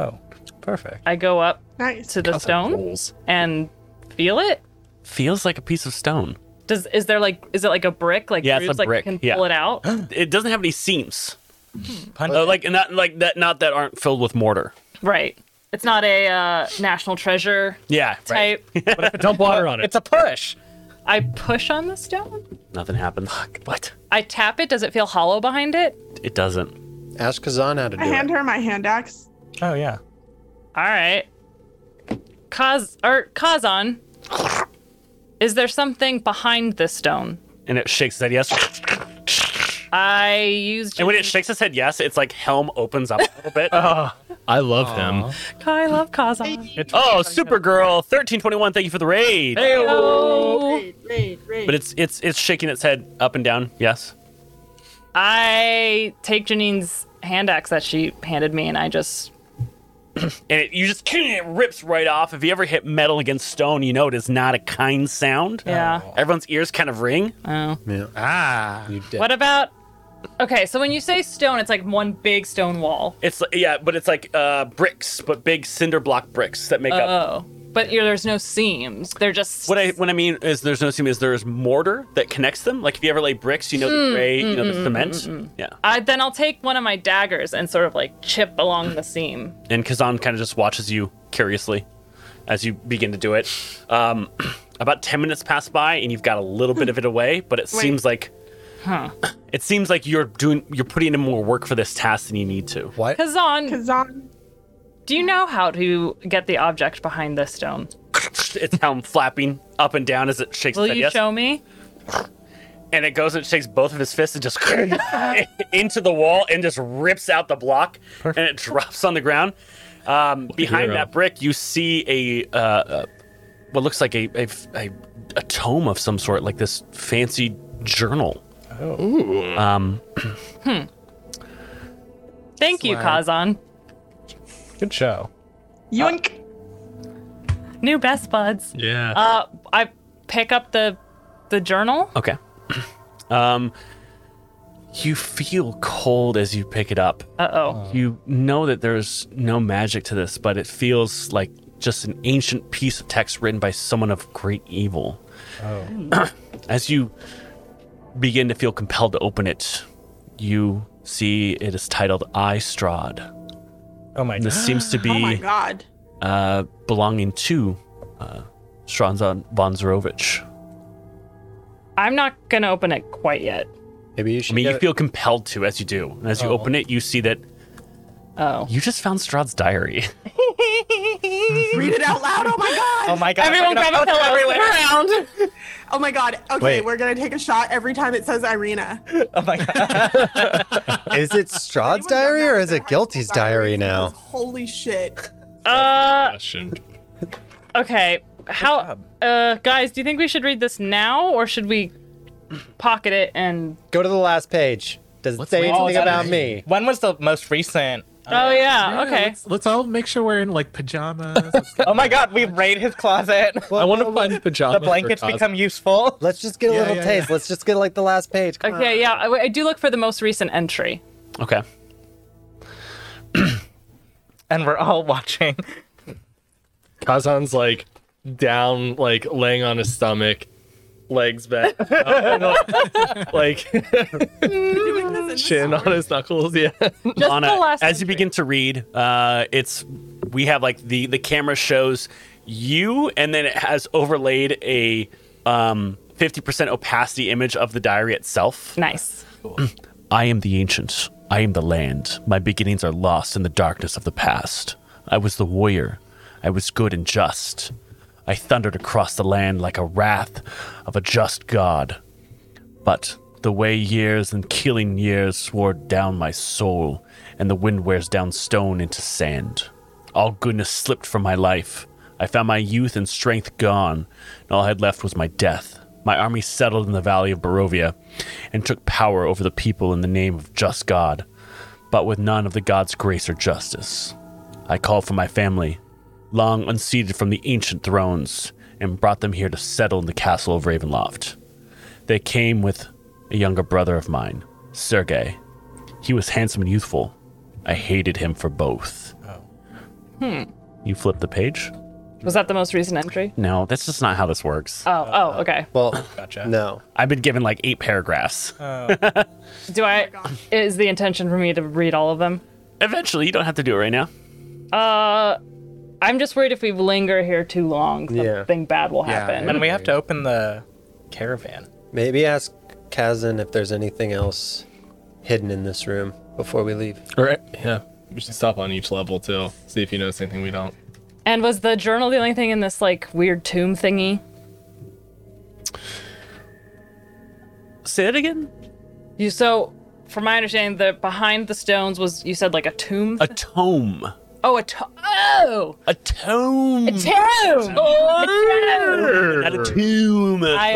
[SPEAKER 3] Oh, perfect.
[SPEAKER 2] I go up
[SPEAKER 5] Nice.
[SPEAKER 2] to the stone
[SPEAKER 4] Rules.
[SPEAKER 2] and feel it.
[SPEAKER 1] Feels like a piece of stone.
[SPEAKER 2] Does is there like is it like a brick? Like
[SPEAKER 1] Yeah, it's a
[SPEAKER 2] Groot's, like
[SPEAKER 1] brick,
[SPEAKER 2] can
[SPEAKER 1] yeah.
[SPEAKER 2] pull it out.
[SPEAKER 1] It doesn't have any seams,
[SPEAKER 3] Punch
[SPEAKER 1] uh, like not like that, not that aren't filled with mortar.
[SPEAKER 2] right. It's not a uh, national treasure
[SPEAKER 1] Yeah, right.
[SPEAKER 2] type.
[SPEAKER 4] Dump water on it.
[SPEAKER 3] It's a push.
[SPEAKER 2] I push on the stone.
[SPEAKER 1] Nothing happens. What?
[SPEAKER 2] I tap it. Does it feel hollow behind it?
[SPEAKER 1] It doesn't.
[SPEAKER 6] Ask Kazan how to do
[SPEAKER 5] I hand
[SPEAKER 6] it.
[SPEAKER 5] her my hand axe.
[SPEAKER 3] Oh yeah.
[SPEAKER 2] All right. Kaz or Kazan, is there something behind this stone?
[SPEAKER 1] And it shakes its head yes.
[SPEAKER 2] I used.
[SPEAKER 1] And when it shakes its head yes, its like helm opens up a little bit.
[SPEAKER 4] I love him.
[SPEAKER 2] I love Kazan.
[SPEAKER 1] oh, Supergirl, thirteen twenty one. Thank you for the raid.
[SPEAKER 2] Oh.
[SPEAKER 9] Raid, raid, raid.
[SPEAKER 1] But it's it's it's shaking its head up and down. Yes.
[SPEAKER 2] I take Janine's hand axe that she handed me, and I just
[SPEAKER 1] and it, you just it rips right off. If you ever hit metal against stone, you know it is not a kind sound.
[SPEAKER 2] yeah.
[SPEAKER 1] Everyone's ears kind of ring.
[SPEAKER 7] Ah,
[SPEAKER 6] You did.
[SPEAKER 2] What about? Okay, so when you say stone, it's like one big stone wall.
[SPEAKER 1] It's like- yeah, but it's like uh, bricks, but big cinder block bricks that make up.
[SPEAKER 2] Oh, but you're, there's no seams. They're just
[SPEAKER 1] What I what I mean is there's no seam is there's mortar that connects them. Like if you ever lay bricks, you know the gray, you know the cement. Yeah.
[SPEAKER 2] I, then I'll take one of my daggers and sort of like chip along the seam.
[SPEAKER 1] And Kazan kind of just watches you curiously as you begin to do it. Um, about ten minutes pass by, and you've got a little bit of it away, but it seems like. It seems like you're doing you're putting in more work for this task than you need to.
[SPEAKER 6] What?
[SPEAKER 2] Kazan,
[SPEAKER 5] Kazan.
[SPEAKER 2] do you know how to get the object behind this stone?
[SPEAKER 1] its helm flapping up and down as it shakes
[SPEAKER 2] Will
[SPEAKER 1] its head
[SPEAKER 2] you
[SPEAKER 1] yes.
[SPEAKER 2] show me?
[SPEAKER 1] and it goes and shakes both of his fists and just into the wall and just rips out the block and it drops on the ground. Um, behind
[SPEAKER 4] hero.
[SPEAKER 1] that brick, you see a uh, uh, what looks like a, a a a tome of some sort, like this fancy journal.
[SPEAKER 2] Thank you, Kazan.
[SPEAKER 3] Good show.
[SPEAKER 5] Yoink.
[SPEAKER 7] Uh,
[SPEAKER 2] New best buds.
[SPEAKER 4] Yeah.
[SPEAKER 2] Uh, I pick up the the journal.
[SPEAKER 1] Okay. Um, you feel cold as you pick it up.
[SPEAKER 2] Uh oh.
[SPEAKER 1] You know that there's no magic to this, but it feels like just an ancient piece of text written by someone of great evil. Oh. As you begin to feel compelled to open it, you see it is titled I Strad.
[SPEAKER 3] Oh my.
[SPEAKER 1] This seems to
[SPEAKER 5] Oh my
[SPEAKER 1] be
[SPEAKER 5] god.
[SPEAKER 1] uh, belonging to uh, Stranzan von Zorovich.
[SPEAKER 2] I'm not gonna open it quite yet.
[SPEAKER 6] Maybe you should.
[SPEAKER 1] I mean,
[SPEAKER 6] get
[SPEAKER 1] you
[SPEAKER 6] it.
[SPEAKER 1] feel compelled to as you do. And as you open it, you see that
[SPEAKER 2] Oh.
[SPEAKER 1] you just found Strahd's diary.
[SPEAKER 5] Read it out loud. Oh my god.
[SPEAKER 3] Oh my god.
[SPEAKER 2] Everyone
[SPEAKER 3] we're
[SPEAKER 2] grab
[SPEAKER 3] gonna
[SPEAKER 2] a
[SPEAKER 3] go
[SPEAKER 2] pillow.
[SPEAKER 3] everywhere.
[SPEAKER 2] around.
[SPEAKER 5] Oh my god. Okay,
[SPEAKER 6] Wait.
[SPEAKER 5] we're gonna take a shot every time it says Irina.
[SPEAKER 3] Oh my god.
[SPEAKER 6] Is it Strahd's diary or is it Guilty's diary now?
[SPEAKER 5] Holy shit.
[SPEAKER 2] Uh.
[SPEAKER 4] Question.
[SPEAKER 2] Okay. How, uh, guys, do you think we should read this now or should we pocket it and?
[SPEAKER 6] Go to the last page. Does it say
[SPEAKER 7] read
[SPEAKER 6] anything
[SPEAKER 3] all that.
[SPEAKER 6] about me?
[SPEAKER 3] When was the most recent?
[SPEAKER 2] Oh yeah.
[SPEAKER 7] Yeah,
[SPEAKER 2] Okay.
[SPEAKER 7] Let's, let's all make sure we're in like pajamas. Let's get-
[SPEAKER 3] Oh my god. We raid his closet.
[SPEAKER 6] Well,
[SPEAKER 4] I want to find pajamas.
[SPEAKER 3] The blankets
[SPEAKER 4] for Cos-
[SPEAKER 3] become useful.
[SPEAKER 6] Let's just get a
[SPEAKER 7] Yeah,
[SPEAKER 6] little
[SPEAKER 7] yeah,
[SPEAKER 6] taste. Let's just get like the last page. Come
[SPEAKER 2] Okay. Yeah. I, I do look for the most recent entry.
[SPEAKER 1] Okay.
[SPEAKER 3] And we're all watching.
[SPEAKER 4] Kazan's like down, like laying on his stomach, legs back, up, like chin on his knuckles. Yeah.
[SPEAKER 2] Just
[SPEAKER 1] on
[SPEAKER 2] the
[SPEAKER 1] a-
[SPEAKER 2] last.
[SPEAKER 1] as you
[SPEAKER 2] entry.
[SPEAKER 1] begin to read uh, it's we have like the the camera shows you and then it has overlaid a um, 50% opacity image of the diary itself
[SPEAKER 2] Nice.
[SPEAKER 1] i am the ancient i am the land my beginnings are lost in the darkness of the past i was the warrior i was good and just i thundered across the land like a wrath of a just god but the way years and killing years swore down my soul, and the wind wears down stone into sand. All goodness slipped from my life. I found my youth and strength gone, and all I had left was my death. My army settled in the valley of Barovia and took power over the people in the name of just God, but with none of the God's grace or justice. I called for my family, long unseated from the ancient thrones, and brought them here to settle in the castle of Ravenloft. They came with a younger brother of mine, Sergei. He was handsome and youthful. I hated him for both. You flip the page?
[SPEAKER 2] Was that the most recent entry?
[SPEAKER 1] No, that's just not how this works.
[SPEAKER 2] Oh, oh, okay.
[SPEAKER 6] Well,
[SPEAKER 3] Gotcha.
[SPEAKER 6] no.
[SPEAKER 1] I've been given like eight paragraphs.
[SPEAKER 2] Do I? Is the intention for me to read all of them?
[SPEAKER 1] Eventually, you don't have to do it right now.
[SPEAKER 2] I'm just worried if we linger here too long,
[SPEAKER 6] Yeah.
[SPEAKER 2] something bad will
[SPEAKER 7] Yeah.
[SPEAKER 2] happen.
[SPEAKER 3] And we have to open the caravan.
[SPEAKER 6] Maybe ask Kazan if there's anything else hidden in this room before we leave.
[SPEAKER 4] All right. Yeah. We should stop on each level too. See if you notice anything we don't.
[SPEAKER 2] And was the journal the only thing in this like weird tomb thingy?
[SPEAKER 1] Say that again?
[SPEAKER 2] You so, from my understanding, the behind the stones was you said like a tomb.
[SPEAKER 1] A tome.
[SPEAKER 2] oh, a to- oh,
[SPEAKER 1] A tome.
[SPEAKER 2] tomb. A tomb!
[SPEAKER 1] Not a tomb.
[SPEAKER 2] I-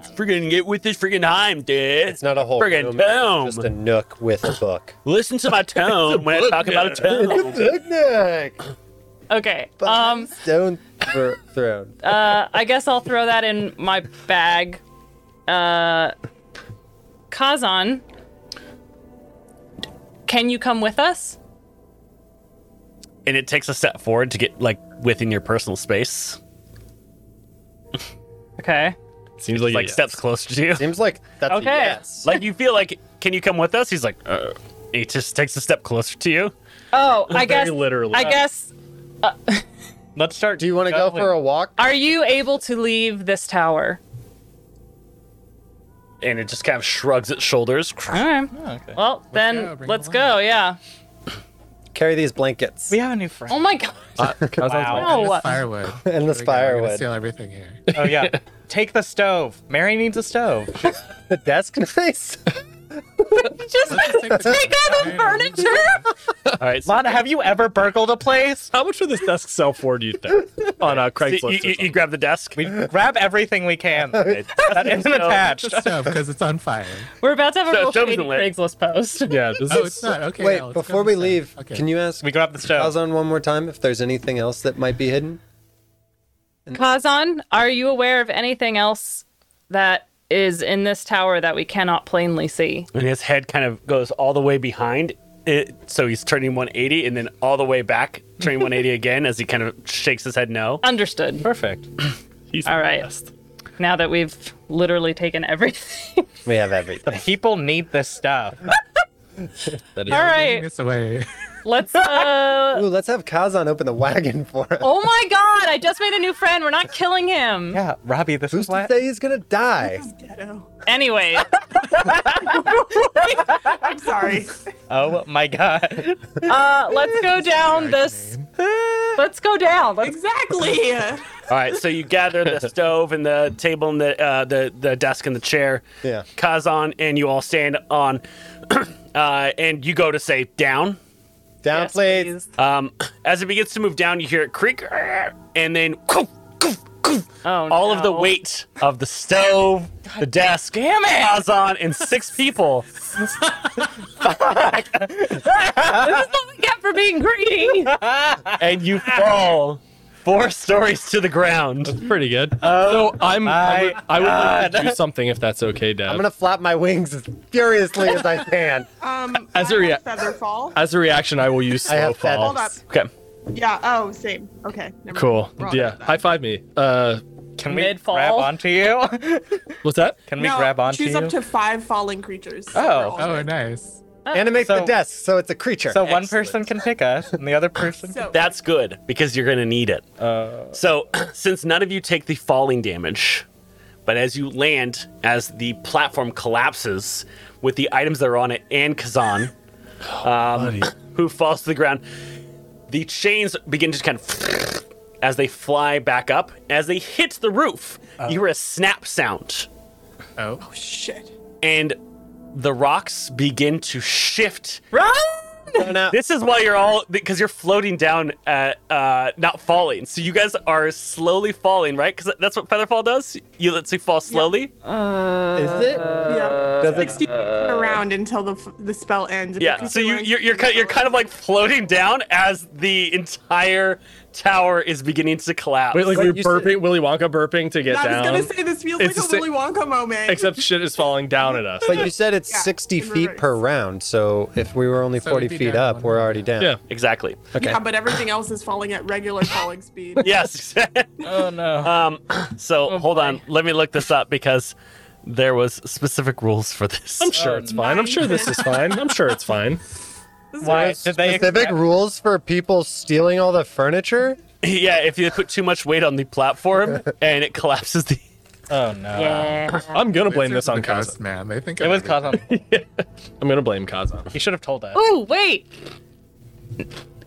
[SPEAKER 1] Thana. Friggin' get with this friggin' time, dude.
[SPEAKER 6] It's not a whole
[SPEAKER 1] Friggin'
[SPEAKER 6] room,
[SPEAKER 1] tome.
[SPEAKER 6] Just a nook with a book.
[SPEAKER 1] Listen to my tone when I talk about a tome.
[SPEAKER 6] Picnic.
[SPEAKER 2] Okay. Um,
[SPEAKER 6] Stone thro- throne.
[SPEAKER 2] uh, I guess I'll throw that in my bag. Uh, Kazan, can you come with us?
[SPEAKER 1] And it takes a step forward to get like within your personal space.
[SPEAKER 2] Okay.
[SPEAKER 4] Seems
[SPEAKER 1] Like,
[SPEAKER 4] like,
[SPEAKER 1] steps closer to you.
[SPEAKER 6] Seems like that's
[SPEAKER 2] Okay.
[SPEAKER 6] a yes.
[SPEAKER 1] Like you feel like, can you come with us? He's like, uh. He just takes a step closer to you.
[SPEAKER 2] Oh, I guess.
[SPEAKER 4] literally.
[SPEAKER 2] I guess.
[SPEAKER 3] Let's start.
[SPEAKER 6] Do you want to go for a walk?
[SPEAKER 2] Are you able to leave this tower?
[SPEAKER 1] And it just kind of shrugs its shoulders.
[SPEAKER 2] All right.
[SPEAKER 3] okay.
[SPEAKER 2] Well, then
[SPEAKER 7] go, bring
[SPEAKER 2] let's
[SPEAKER 7] the
[SPEAKER 2] go. Yeah.
[SPEAKER 6] Carry these blankets
[SPEAKER 3] We have a new friend.
[SPEAKER 2] Oh my god.
[SPEAKER 3] wow.
[SPEAKER 2] No.
[SPEAKER 7] Firewood.
[SPEAKER 6] and this
[SPEAKER 7] We're gonna
[SPEAKER 6] firewood.
[SPEAKER 7] steal everything here.
[SPEAKER 3] Oh yeah. Take the stove. Mary needs a stove.
[SPEAKER 6] The desk nice.
[SPEAKER 2] Just take all the furniture.
[SPEAKER 1] All right. so-
[SPEAKER 3] Lana, have you ever burgled a place?
[SPEAKER 4] How much would this desk sell for? Do you think on a
[SPEAKER 1] so
[SPEAKER 4] Craigslist?
[SPEAKER 1] you,
[SPEAKER 4] or
[SPEAKER 1] you, you
[SPEAKER 4] something?
[SPEAKER 1] grab the desk.
[SPEAKER 3] We grab everything we can. That isn't attached.
[SPEAKER 7] Stove, because it's on fire.
[SPEAKER 2] We're about to have a
[SPEAKER 1] So,
[SPEAKER 2] real
[SPEAKER 1] Stone's
[SPEAKER 2] shady
[SPEAKER 1] been lit.
[SPEAKER 2] Craigslist post.
[SPEAKER 4] yeah. This
[SPEAKER 7] Oh,
[SPEAKER 4] is
[SPEAKER 7] it's not. Okay.
[SPEAKER 6] Wait,
[SPEAKER 7] no, let's go
[SPEAKER 6] before we
[SPEAKER 7] inside.
[SPEAKER 6] leave,
[SPEAKER 7] okay.
[SPEAKER 6] can you ask
[SPEAKER 3] We grab the stove.
[SPEAKER 6] Kazan one more time if there's anything else that might be hidden?
[SPEAKER 2] Kazan, are you aware of anything else that is in this tower that we cannot plainly see?
[SPEAKER 1] and his head kind of goes all the way behind it so he's turning 180 and then all the way back turning 180 again as he kind of shakes his head no
[SPEAKER 2] Understood.
[SPEAKER 3] Perfect.
[SPEAKER 4] he's
[SPEAKER 2] All right.
[SPEAKER 4] best.
[SPEAKER 2] Now that we've literally taken everything.
[SPEAKER 6] We have everything.
[SPEAKER 3] People need this stuff.
[SPEAKER 2] All
[SPEAKER 7] Putting
[SPEAKER 2] right.
[SPEAKER 7] this away.
[SPEAKER 2] Let's uh
[SPEAKER 6] Ooh, let's have Kazan open the wagon for us.
[SPEAKER 2] Oh my god, I just made a new friend. We're not killing him.
[SPEAKER 3] Yeah, Robbie, this
[SPEAKER 6] Who's
[SPEAKER 3] is
[SPEAKER 6] to
[SPEAKER 3] what.
[SPEAKER 6] say he's gonna die?
[SPEAKER 5] Ghetto.
[SPEAKER 2] Anyway,
[SPEAKER 5] I'm sorry.
[SPEAKER 3] Oh my god.
[SPEAKER 2] uh let's go down this Let's go down. Let's
[SPEAKER 5] exactly.
[SPEAKER 1] all right so you gather the stove and the table and the uh, the, the desk and the chair
[SPEAKER 6] Yeah.
[SPEAKER 1] kazan and you all stand on uh, and you go to say down
[SPEAKER 6] Down,
[SPEAKER 2] Yes,
[SPEAKER 6] please.
[SPEAKER 2] please.
[SPEAKER 1] um, as it begins to move down you hear it creak and then
[SPEAKER 2] Oh,
[SPEAKER 1] all of the
[SPEAKER 2] no.
[SPEAKER 1] weight of the stove, the desk, damn it, Kazan, and six people
[SPEAKER 2] This is what we get for being greedy.
[SPEAKER 1] and you fall four stories to the ground.
[SPEAKER 4] Pretty good. so I'm. I would, I would like to do something if that's okay, Dad.
[SPEAKER 6] I'm gonna flap my wings as furiously as I can.
[SPEAKER 7] Uh,
[SPEAKER 5] Um,
[SPEAKER 4] As a
[SPEAKER 5] I have
[SPEAKER 4] rea-
[SPEAKER 5] feather fall.
[SPEAKER 4] As a reaction, I will use
[SPEAKER 6] I
[SPEAKER 4] slow
[SPEAKER 6] have
[SPEAKER 4] fall.
[SPEAKER 5] Hold up.
[SPEAKER 6] feathers.
[SPEAKER 1] Okay.
[SPEAKER 5] Yeah. Oh, same. Okay. never mind.
[SPEAKER 4] Cool.
[SPEAKER 5] We're all
[SPEAKER 4] Yeah.
[SPEAKER 5] done with
[SPEAKER 4] High
[SPEAKER 5] that.
[SPEAKER 4] five me. Uh,
[SPEAKER 3] Can we
[SPEAKER 2] Mid-fall.
[SPEAKER 3] grab onto you?
[SPEAKER 4] what's that?
[SPEAKER 3] Can we
[SPEAKER 5] No,
[SPEAKER 3] grab onto
[SPEAKER 5] choose
[SPEAKER 3] you?
[SPEAKER 5] up to five falling creatures.
[SPEAKER 3] Oh.
[SPEAKER 5] We're all
[SPEAKER 7] Oh,
[SPEAKER 5] good.
[SPEAKER 7] nice.
[SPEAKER 6] Animate the
[SPEAKER 3] So-
[SPEAKER 6] desk so it's a creature.
[SPEAKER 3] so one person can pick us, and the other person.
[SPEAKER 5] So
[SPEAKER 1] That's good because you're going to need it. so, since none of you take the falling damage, but as you land, as the platform collapses with the items that are on it and Kazan, um, who falls to the ground, the chains begin to kind of as they fly back up. As they hit the roof, you hear a snap sound.
[SPEAKER 7] Oh,
[SPEAKER 5] shit.
[SPEAKER 1] and the rocks begin to shift
[SPEAKER 2] Run!
[SPEAKER 6] Run out.
[SPEAKER 1] This is why you're all because you're floating down at uh, not falling. So you guys are slowly falling, right? Because that's what featherfall does. You lets you fall slowly.
[SPEAKER 6] Is it?
[SPEAKER 5] yeah.
[SPEAKER 6] Does it?
[SPEAKER 5] 60 feet around until the f- the spell ends. If
[SPEAKER 1] Yeah.
[SPEAKER 5] keep
[SPEAKER 1] So you
[SPEAKER 5] going-
[SPEAKER 1] you're you're, ki- you're kind of like floating down as the entire tower is beginning to collapse.
[SPEAKER 4] Wait, like
[SPEAKER 6] Wait,
[SPEAKER 4] we were
[SPEAKER 6] you
[SPEAKER 4] burping, Willy Wonka burping to get
[SPEAKER 5] I was
[SPEAKER 4] down.
[SPEAKER 5] gonna say this feels
[SPEAKER 4] It's
[SPEAKER 5] like
[SPEAKER 4] the
[SPEAKER 5] a
[SPEAKER 4] sa-
[SPEAKER 5] Willy Wonka moment.
[SPEAKER 4] except shit is falling down at us.
[SPEAKER 6] But you said it's
[SPEAKER 5] Yeah,
[SPEAKER 6] 60
[SPEAKER 5] in
[SPEAKER 6] feet per
[SPEAKER 5] reverse.
[SPEAKER 6] round, so if we were only
[SPEAKER 7] So
[SPEAKER 6] 40
[SPEAKER 7] it'd be
[SPEAKER 6] feet
[SPEAKER 7] down
[SPEAKER 6] up,
[SPEAKER 7] one
[SPEAKER 6] we're
[SPEAKER 7] round.
[SPEAKER 6] already down.
[SPEAKER 4] Yeah.
[SPEAKER 1] exactly.
[SPEAKER 6] Okay.
[SPEAKER 5] yeah, but everything else is falling at regular falling speed.
[SPEAKER 1] Yes.
[SPEAKER 3] Oh no.
[SPEAKER 4] Uh,
[SPEAKER 1] um.
[SPEAKER 4] Oh
[SPEAKER 1] So hold on. Let me look this up because there was specific rules for this.
[SPEAKER 4] I'm sure it's fine. I'm sure this is fine. I'm sure it's fine.
[SPEAKER 5] This is
[SPEAKER 3] Why
[SPEAKER 5] right.
[SPEAKER 3] did they?
[SPEAKER 6] Specific
[SPEAKER 3] accept-
[SPEAKER 6] rules for people stealing all the furniture?
[SPEAKER 1] yeah. If you put too much weight on the platform and it collapses the.
[SPEAKER 3] Oh no.
[SPEAKER 2] Yeah.
[SPEAKER 4] I'm gonna blame
[SPEAKER 7] Wizards
[SPEAKER 4] this
[SPEAKER 7] of
[SPEAKER 4] on
[SPEAKER 7] the Coast,
[SPEAKER 4] Kazan.
[SPEAKER 7] man. They think
[SPEAKER 3] It was
[SPEAKER 7] everything.
[SPEAKER 3] Kazan.
[SPEAKER 4] I'm gonna blame Kazan.
[SPEAKER 3] He should have told us.
[SPEAKER 2] Ooh, Oh, wait.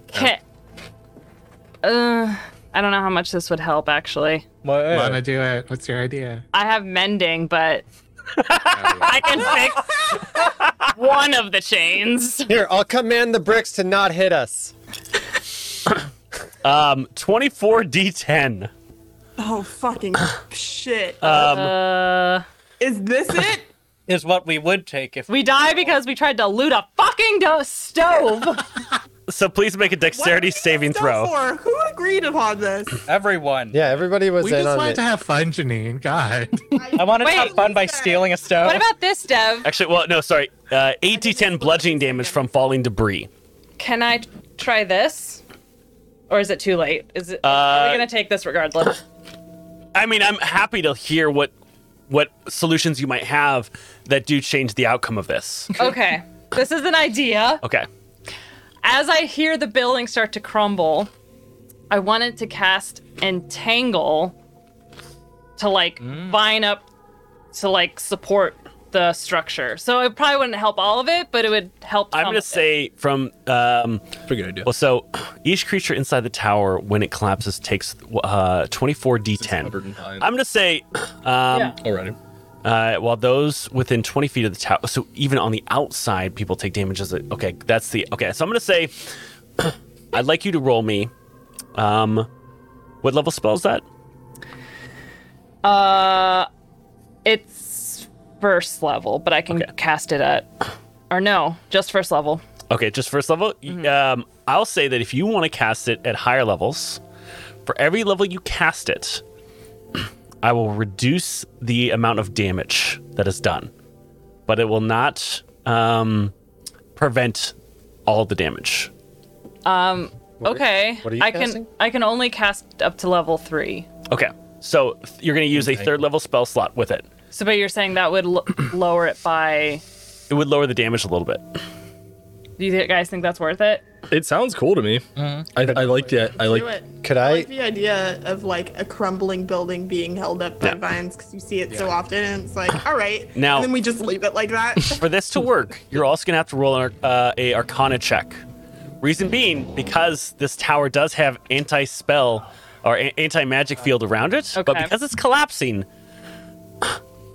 [SPEAKER 2] Can, uh, I don't know how much this would help actually.
[SPEAKER 3] What?
[SPEAKER 7] Lana, do it. What's your idea?
[SPEAKER 2] I have mending, but
[SPEAKER 7] Oh, yeah.
[SPEAKER 2] I can fix one of the chains.
[SPEAKER 6] Here, I'll command the bricks to not hit us.
[SPEAKER 1] Um, 24d10.
[SPEAKER 5] Oh fucking shit!
[SPEAKER 2] Uh,
[SPEAKER 5] is this it?
[SPEAKER 3] Is what we would take if
[SPEAKER 2] we die because we tried to loot a fucking do- stove.
[SPEAKER 1] So please make a
[SPEAKER 5] What are
[SPEAKER 1] dexterity
[SPEAKER 5] we
[SPEAKER 1] saving
[SPEAKER 5] so
[SPEAKER 1] throw.
[SPEAKER 5] For? Who agreed upon this?
[SPEAKER 3] everyone.
[SPEAKER 6] Yeah, everybody was
[SPEAKER 7] We
[SPEAKER 6] in
[SPEAKER 7] just
[SPEAKER 6] on
[SPEAKER 7] wanted
[SPEAKER 6] it.
[SPEAKER 7] to have fun, Janine. God.
[SPEAKER 3] I wanted
[SPEAKER 2] Wait.
[SPEAKER 3] to have fun by stealing a stone.
[SPEAKER 2] what about this, Dev?
[SPEAKER 1] Actually, well, no, sorry. Uh, 8d10 bludgeoning damage from falling debris.
[SPEAKER 2] Can I try this? Or is it too late? Is it? are we gonna take this regardless?
[SPEAKER 1] Uh, I mean, I'm happy to hear what what solutions you might have that do change the outcome of this.
[SPEAKER 2] okay. This is an idea.
[SPEAKER 1] Okay.
[SPEAKER 2] As I hear the building start to crumble, I wanted to cast Entangle to like
[SPEAKER 6] Mm.
[SPEAKER 2] vine up to like support the structure. So it probably wouldn't help all of it, but it would help.
[SPEAKER 1] I'm
[SPEAKER 2] some
[SPEAKER 1] going to
[SPEAKER 2] of it.
[SPEAKER 1] say from. Um,
[SPEAKER 4] Pretty good idea.
[SPEAKER 1] well, so each creature inside the tower, when it collapses, takes uh, 24d10. I'm going to say
[SPEAKER 2] Yeah.
[SPEAKER 4] Alrighty.
[SPEAKER 1] Uh, while those within 20 feet of the tower, so even on the outside, people take damage as a. Okay, that's the. Okay, so I'm going to say I'd like you to roll me. Um, what level spell is that?
[SPEAKER 2] Uh, it's first level, but I can
[SPEAKER 1] Okay.
[SPEAKER 2] cast it at, or no, just first level.
[SPEAKER 1] Okay, just first level. Y- Um, I'll say that if you want to cast it at higher levels, for every level you cast it, I will reduce the amount of damage that is done, but it will not um, prevent all the damage.
[SPEAKER 2] okay,
[SPEAKER 6] what are you
[SPEAKER 2] I
[SPEAKER 6] casting?
[SPEAKER 2] can I can only cast up to level three.
[SPEAKER 1] Okay, so th- you're going to use a third level spell slot with it.
[SPEAKER 2] So, but you're saying that would l- lower it by?
[SPEAKER 1] It would lower the damage a little bit.
[SPEAKER 2] Do you guys think that's worth it?
[SPEAKER 4] It sounds cool to me. I, I like the I like
[SPEAKER 5] Do it.
[SPEAKER 6] Could
[SPEAKER 5] I
[SPEAKER 6] I?
[SPEAKER 5] like the idea of like a crumbling building being held up by
[SPEAKER 1] Yeah.
[SPEAKER 5] vines because you see it so often, and it's like, all right,
[SPEAKER 1] Now-
[SPEAKER 5] and then we just leave it like that.
[SPEAKER 1] For this to work, you're also going to have to roll an, uh, a Arcana check. Reason being, because this tower does have anti spell or a- anti magic field around it, but
[SPEAKER 2] Okay.
[SPEAKER 1] because it's collapsing,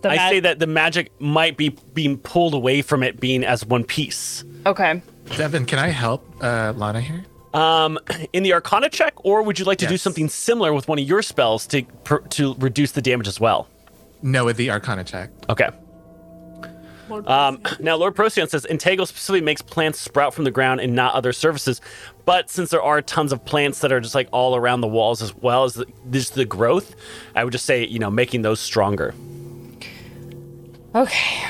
[SPEAKER 2] The
[SPEAKER 1] I
[SPEAKER 2] ma-
[SPEAKER 1] say that the magic might be being pulled away from it being as one piece.
[SPEAKER 2] Okay.
[SPEAKER 7] Devin, can I help uh, Lana here?
[SPEAKER 1] Um, in the Arcana check, or would you like to do
[SPEAKER 7] Yes.
[SPEAKER 1] something similar with one of your spells to pr- to reduce the damage as well?
[SPEAKER 7] No, with the Arcana check.
[SPEAKER 1] Okay.
[SPEAKER 5] Lord
[SPEAKER 1] Um, now, Lord Procyon says Integral specifically makes plants sprout from the ground and not other surfaces. But since there are tons of plants that are just like all around the walls as well as the, just the growth, I would just say, you know, making those stronger.
[SPEAKER 2] Okay.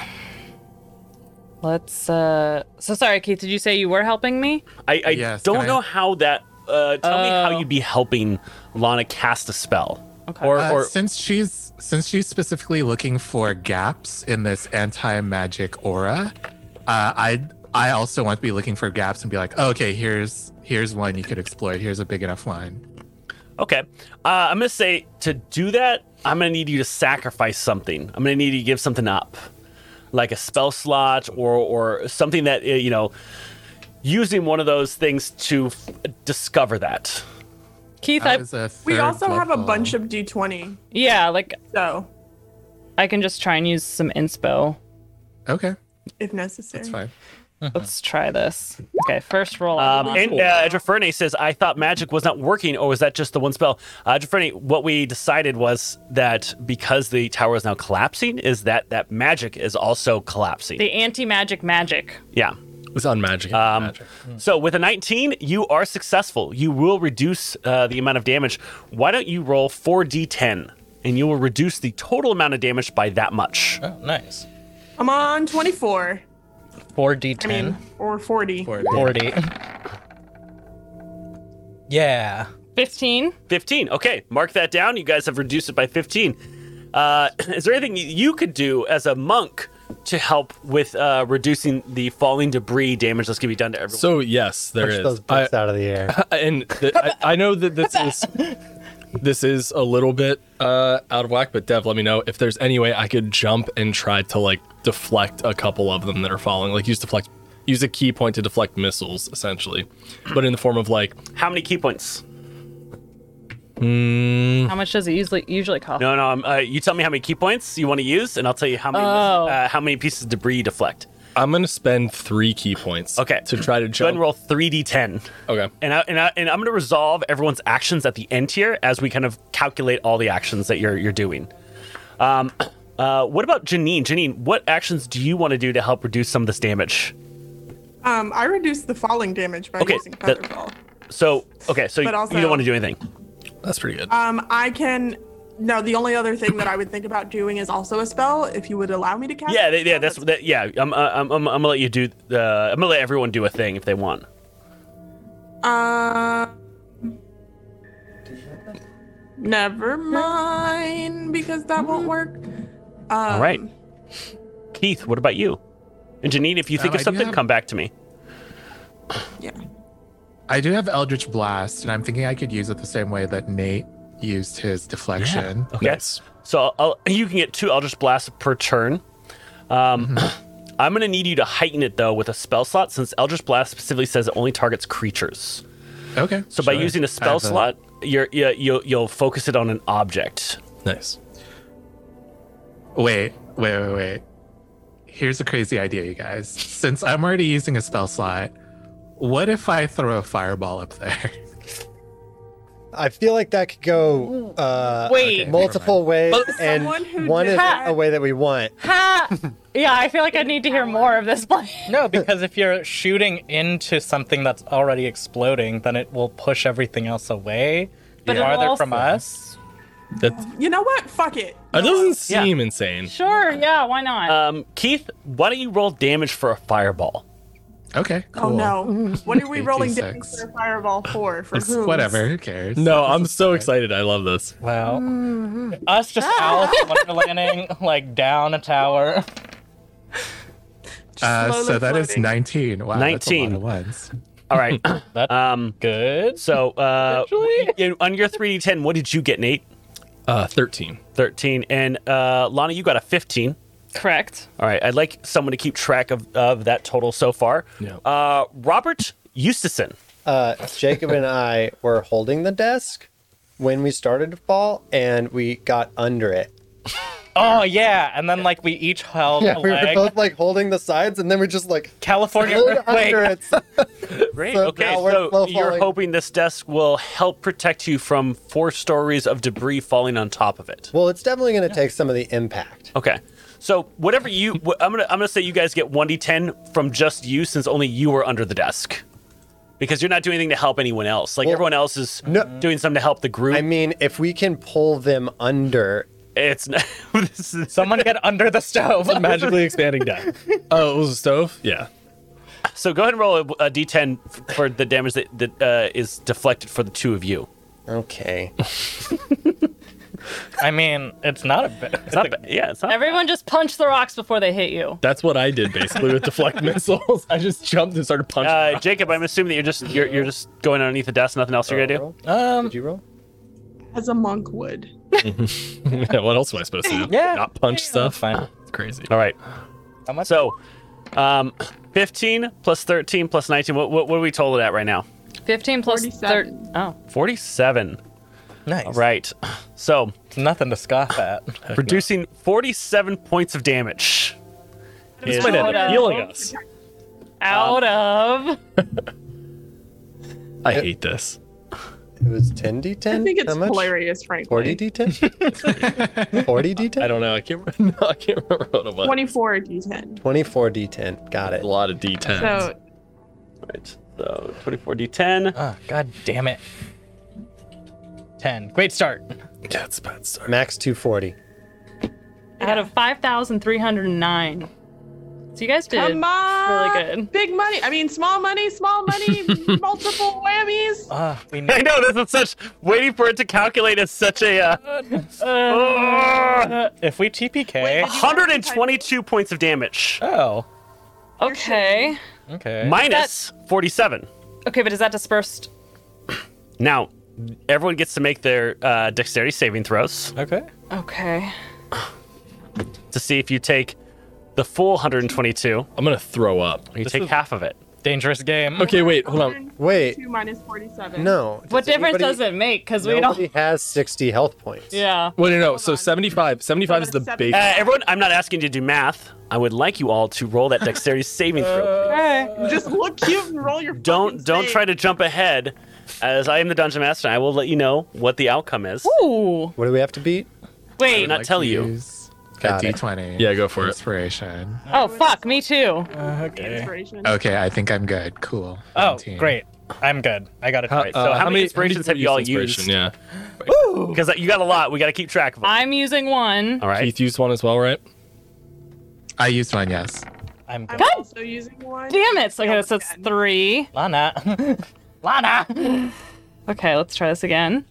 [SPEAKER 2] Let's. uh So sorry, Keith. Did you say you were helping me?
[SPEAKER 1] I, I
[SPEAKER 7] Yes,
[SPEAKER 1] don't
[SPEAKER 7] can I-
[SPEAKER 1] know how that. Uh, tell me how
[SPEAKER 2] Oh.
[SPEAKER 1] you'd be helping Lana cast a spell.
[SPEAKER 2] Okay.
[SPEAKER 1] Or,
[SPEAKER 7] Uh,
[SPEAKER 1] or
[SPEAKER 7] since she's since she's specifically looking for gaps in this anti-magic aura, uh, I I also want to be looking for gaps and be like, oh, okay, here's here's one you could exploit. Here's a big enough one.
[SPEAKER 1] okay, uh, I'm gonna say to do that, I'm gonna need you to sacrifice something. I'm gonna need you to give something up, like a spell slot or or something that uh, you know, using one of those things to f- discover that.
[SPEAKER 2] Keith, I
[SPEAKER 7] That is a
[SPEAKER 5] we
[SPEAKER 7] third
[SPEAKER 5] also have a
[SPEAKER 7] level.
[SPEAKER 5] bunch of d20,
[SPEAKER 2] yeah, like
[SPEAKER 5] so
[SPEAKER 2] I can just try and use some inspo.
[SPEAKER 7] Okay,
[SPEAKER 5] if necessary,
[SPEAKER 7] that's fine.
[SPEAKER 2] Let's try this. Okay, first roll. on
[SPEAKER 1] Um,
[SPEAKER 2] luck.
[SPEAKER 1] and uh, Edreferne says, I thought magic was not working, or was that just the one spell? Uh, Edreferne, what we decided was that because the tower is now collapsing, is that that magic is also collapsing.
[SPEAKER 2] the anti magic magic.
[SPEAKER 1] yeah.
[SPEAKER 4] It's on magic. magic.
[SPEAKER 1] So with a 19, you are successful. You will reduce uh, the amount of damage. Why don't you roll 4d10 and you will reduce the total amount of damage by that much?
[SPEAKER 3] Oh, nice.
[SPEAKER 5] I'm on 24.
[SPEAKER 3] 4d10.
[SPEAKER 5] I mean, or 40.
[SPEAKER 3] 40. yeah.
[SPEAKER 2] 15.
[SPEAKER 1] 15. Okay, mark that down. You guys have reduced it by 15. Uh, is there anything you could do as a monk to help with uh, reducing the falling debris damage that's going to be done to everyone?
[SPEAKER 4] So yes, there
[SPEAKER 6] Push
[SPEAKER 4] is.
[SPEAKER 6] those
[SPEAKER 4] I-
[SPEAKER 6] books out of the air.
[SPEAKER 4] and th- I, I know that this is this is a little bit uh, out of whack, but Dev, let me know if there's any way I could jump and try to like deflect a couple of them that are falling. Like use deflect, use a key point to deflect missiles, essentially, but in the form of like
[SPEAKER 1] How many key points?
[SPEAKER 2] How much does it usually usually cost?
[SPEAKER 1] No, no. Um, uh, you tell me how many key points you want to use, and I'll tell you how many
[SPEAKER 2] Oh.
[SPEAKER 1] uh, how many pieces of debris you deflect.
[SPEAKER 4] I'm gonna spend three key points.
[SPEAKER 1] Okay.
[SPEAKER 4] To try to
[SPEAKER 1] Go ahead
[SPEAKER 4] jump.
[SPEAKER 1] and roll three d10.
[SPEAKER 4] Okay.
[SPEAKER 1] And, I, and, I, and I'm going to resolve everyone's actions at the end here as we kind of calculate all the actions that you're you're doing. Um, uh, what about Janine? Janine, what actions do you want to do to help reduce some of this damage?
[SPEAKER 5] Um, I reduced the falling damage by
[SPEAKER 1] Okay,
[SPEAKER 5] using
[SPEAKER 1] that-
[SPEAKER 5] Featherball.
[SPEAKER 1] So okay, so
[SPEAKER 5] But
[SPEAKER 1] you-
[SPEAKER 5] also-
[SPEAKER 1] you don't want to do anything.
[SPEAKER 4] That's pretty good.
[SPEAKER 5] Um, I can. No, the only other thing that I would think about doing is also a spell, if you would allow me to cast.
[SPEAKER 1] Yeah,
[SPEAKER 5] a
[SPEAKER 1] they, yeah, that's
[SPEAKER 5] spell.
[SPEAKER 1] that, yeah. I'm, uh, I'm I'm I'm gonna let you do. Uh, I'm gonna let everyone do a thing if they want.
[SPEAKER 5] Uh, never mind, because that won't work. Um,
[SPEAKER 1] All right, Keith, what about you? And Janine, if you think of
[SPEAKER 7] Um, I do
[SPEAKER 1] something,
[SPEAKER 7] have-
[SPEAKER 1] come back to me.
[SPEAKER 5] Yeah.
[SPEAKER 7] I do have Eldritch Blast, and I'm thinking I could use it the same way that Nate used his deflection.
[SPEAKER 1] Okay. So I'll, you can get two Eldritch Blasts per turn. Um,
[SPEAKER 7] Mm-hmm.
[SPEAKER 1] I'm going to need you to heighten it though with a spell slot, since Eldritch Blast specifically says it only targets creatures.
[SPEAKER 7] Okay.
[SPEAKER 1] So by
[SPEAKER 7] sure.
[SPEAKER 1] using
[SPEAKER 7] I
[SPEAKER 1] a spell
[SPEAKER 7] have
[SPEAKER 1] slot, you're, you you'll, you'll focus it on an object.
[SPEAKER 4] nice.
[SPEAKER 7] Wait, wait, wait, wait. Here's a crazy idea, you guys. Since I'm already using a spell slot, what if I throw a fireball up there?
[SPEAKER 6] I feel like that could go uh,
[SPEAKER 2] Wait.
[SPEAKER 6] multiple ways, and
[SPEAKER 5] someone who
[SPEAKER 6] one
[SPEAKER 5] did
[SPEAKER 6] is
[SPEAKER 5] that-
[SPEAKER 6] a way that we want.
[SPEAKER 2] Ha! yeah, I feel like I need to hear more of this play.
[SPEAKER 3] No, because if you're shooting into something that's already exploding, then it will push everything else away
[SPEAKER 2] But it'll
[SPEAKER 3] farther
[SPEAKER 2] also-
[SPEAKER 3] from us.
[SPEAKER 4] That's,
[SPEAKER 5] You know what? Fuck it.
[SPEAKER 4] that doesn't seem insane.
[SPEAKER 2] Sure, yeah, why not?
[SPEAKER 1] Um, Keith, why don't you roll damage for a fireball?
[SPEAKER 7] Okay.
[SPEAKER 5] Oh
[SPEAKER 7] Cool.
[SPEAKER 5] no! What are we rolling
[SPEAKER 7] Eighteen
[SPEAKER 5] damage
[SPEAKER 7] six.
[SPEAKER 5] for Fireball for? For
[SPEAKER 7] It's
[SPEAKER 5] whom?
[SPEAKER 7] whatever. Who cares?
[SPEAKER 4] No, I'm so excited. I love this.
[SPEAKER 3] Wow. Us just owls wonderlanding like down a tower.
[SPEAKER 7] Uh,
[SPEAKER 5] slowly
[SPEAKER 7] so that is
[SPEAKER 5] floating.
[SPEAKER 7] 19. Wow.
[SPEAKER 1] 19.
[SPEAKER 7] That's a lot at once.
[SPEAKER 1] All right.
[SPEAKER 3] That's
[SPEAKER 1] um,
[SPEAKER 3] good.
[SPEAKER 1] so uh,
[SPEAKER 3] Actually?
[SPEAKER 1] you- on your 3d10, what did you get, Nate?
[SPEAKER 4] Uh, Thirteen.
[SPEAKER 1] 13. And uh, Lana, you got a 15.
[SPEAKER 2] Correct.
[SPEAKER 1] All right, I'd like someone to keep track of, of that total so far.
[SPEAKER 4] Yeah.
[SPEAKER 1] Uh, Robert Eustacen.
[SPEAKER 6] Uh, Jacob and I were holding the desk when we started to fall, and we got under it.
[SPEAKER 3] Oh yeah, and then like we each held a
[SPEAKER 6] we were
[SPEAKER 3] leg.
[SPEAKER 6] both like holding the sides, and then we just like
[SPEAKER 3] California
[SPEAKER 6] slid under
[SPEAKER 3] earthquake.
[SPEAKER 6] it.
[SPEAKER 1] Great.
[SPEAKER 6] So
[SPEAKER 1] okay,
[SPEAKER 6] now we're
[SPEAKER 1] so
[SPEAKER 6] slow
[SPEAKER 1] you're
[SPEAKER 6] falling.
[SPEAKER 1] hoping this desk will help protect you from four stories of debris falling on top of it.
[SPEAKER 6] Well, it's definitely going to take some of the impact.
[SPEAKER 1] Okay. So whatever you, wh- I'm gonna I'm gonna say you guys get one d10 from just you since only you were under the desk, because you're not doing anything to help anyone else. Like
[SPEAKER 6] Well,
[SPEAKER 1] everyone else is
[SPEAKER 6] no-
[SPEAKER 1] doing something to help the group.
[SPEAKER 6] I mean, if we can pull them under,
[SPEAKER 1] it's n- this is-
[SPEAKER 3] Someone get under the stove.
[SPEAKER 4] Magically expanding down. Oh, it was a stove. Yeah.
[SPEAKER 1] so. Go ahead and roll a, a d10 f- for the damage that, that uh, is deflected for the two of you.
[SPEAKER 6] okay.
[SPEAKER 3] I mean, it's not a bit.
[SPEAKER 1] It's not, ba- yeah, it's not
[SPEAKER 2] Everyone just punch the rocks before they hit you.
[SPEAKER 4] That's what I did basically with deflect missiles. I just jumped and started punching.
[SPEAKER 1] Uh, Jacob, I'm assuming that you're just you're, you're just going underneath the desk. Nothing else you're gonna do.
[SPEAKER 3] Um,
[SPEAKER 6] Did you roll?
[SPEAKER 5] As a monk would.
[SPEAKER 4] Yeah, what else am I supposed to do?
[SPEAKER 3] Yeah.
[SPEAKER 4] Not punch
[SPEAKER 3] that's
[SPEAKER 4] stuff.
[SPEAKER 3] fine.
[SPEAKER 4] It's crazy.
[SPEAKER 1] All right.
[SPEAKER 3] How much?
[SPEAKER 1] So, um, 15 plus 13 plus 19. What what, what are we total it at right now?
[SPEAKER 2] 15 plus 30.
[SPEAKER 5] 47.
[SPEAKER 2] Oh.
[SPEAKER 1] 47.
[SPEAKER 3] nice.
[SPEAKER 1] All right. So
[SPEAKER 3] Nothing to scoff at.
[SPEAKER 1] reducing 47 points of damage.
[SPEAKER 5] It was
[SPEAKER 1] Is- uh,
[SPEAKER 5] all
[SPEAKER 2] Wait a minute,
[SPEAKER 5] about
[SPEAKER 4] healing us.
[SPEAKER 2] out of.
[SPEAKER 4] I hate this.
[SPEAKER 6] It was 10d10?
[SPEAKER 5] I think it's
[SPEAKER 6] How much?
[SPEAKER 5] hilarious, frankly.
[SPEAKER 6] 40d10? 40d10?
[SPEAKER 4] I don't know. I can't. No, I can't remember what it was.
[SPEAKER 5] 24 d10.
[SPEAKER 6] 24d10. Got it.
[SPEAKER 4] A lot of D10s.
[SPEAKER 5] So
[SPEAKER 1] Right. So 24d10.
[SPEAKER 3] Ah, god damn it. 10. Great start.
[SPEAKER 4] yeah, it's a bad start.
[SPEAKER 6] Max 240.
[SPEAKER 2] Out of 5,309. So you guys did
[SPEAKER 5] come on,
[SPEAKER 2] really good.
[SPEAKER 5] Big money. I mean, small money, small money, multiple whammies.
[SPEAKER 3] Ah, we
[SPEAKER 1] I
[SPEAKER 3] need
[SPEAKER 1] know this is such waiting for it to calculate is such a uh,
[SPEAKER 3] Uh, if we TPK.
[SPEAKER 5] Wait,
[SPEAKER 1] 122 points of damage
[SPEAKER 3] oh,
[SPEAKER 2] Okay.
[SPEAKER 3] okay.
[SPEAKER 1] minus 47.
[SPEAKER 2] Okay, but is that dispersed?
[SPEAKER 1] Now everyone gets to make their uh, dexterity saving throws
[SPEAKER 3] okay.
[SPEAKER 2] Okay.
[SPEAKER 1] to see if you take the full 122 or
[SPEAKER 4] I'm gonna throw up.
[SPEAKER 1] you take half of it.
[SPEAKER 3] Dangerous game.
[SPEAKER 4] Okay, wait, hold on.
[SPEAKER 6] Wait.
[SPEAKER 5] 2 minus 47.
[SPEAKER 6] No.
[SPEAKER 2] What
[SPEAKER 6] does
[SPEAKER 2] difference
[SPEAKER 6] anybody-
[SPEAKER 2] does it make? Because we
[SPEAKER 6] Nobody
[SPEAKER 2] don't.
[SPEAKER 6] has 60 health points.
[SPEAKER 2] Yeah.
[SPEAKER 4] Wait, no, no. So 75. 75 is the
[SPEAKER 5] Seven.
[SPEAKER 4] big.
[SPEAKER 1] Uh, everyone, I'm not asking you to do math. I would like you all to roll that dexterity saving throw.
[SPEAKER 2] Uh,
[SPEAKER 5] Just look cute and roll your
[SPEAKER 1] Don't don't try to jump ahead. As I am the dungeon master, I will let you know what the outcome is.
[SPEAKER 2] Ooh.
[SPEAKER 6] What do we have to beat?
[SPEAKER 1] I
[SPEAKER 2] Wait.
[SPEAKER 1] did not tell you.
[SPEAKER 6] Got it.
[SPEAKER 7] D20.
[SPEAKER 4] Yeah, go for it.
[SPEAKER 7] Inspiration.
[SPEAKER 2] Oh fuck. Me too.
[SPEAKER 3] okay.
[SPEAKER 5] Inspiration.
[SPEAKER 7] Okay, Uh, I think I'm good. Cool.
[SPEAKER 3] Oh,
[SPEAKER 7] 19.
[SPEAKER 3] great. I'm good. I got it right.
[SPEAKER 1] so uh,
[SPEAKER 4] uh,
[SPEAKER 1] how many inspirations have
[SPEAKER 4] people
[SPEAKER 1] y'all
[SPEAKER 4] used
[SPEAKER 1] used?
[SPEAKER 4] inspiration? Yeah.
[SPEAKER 1] Because you got a lot. We got to keep track of them.
[SPEAKER 2] I'm using one.
[SPEAKER 1] All right.
[SPEAKER 4] Keith used one as well, right?
[SPEAKER 7] I used one, yes.
[SPEAKER 3] I'm
[SPEAKER 5] I'm
[SPEAKER 3] good.
[SPEAKER 5] also using one.
[SPEAKER 2] Damn it. So, okay, so it's
[SPEAKER 5] Again.
[SPEAKER 2] three.
[SPEAKER 3] Lana. Lana.
[SPEAKER 2] Okay, let's try this again.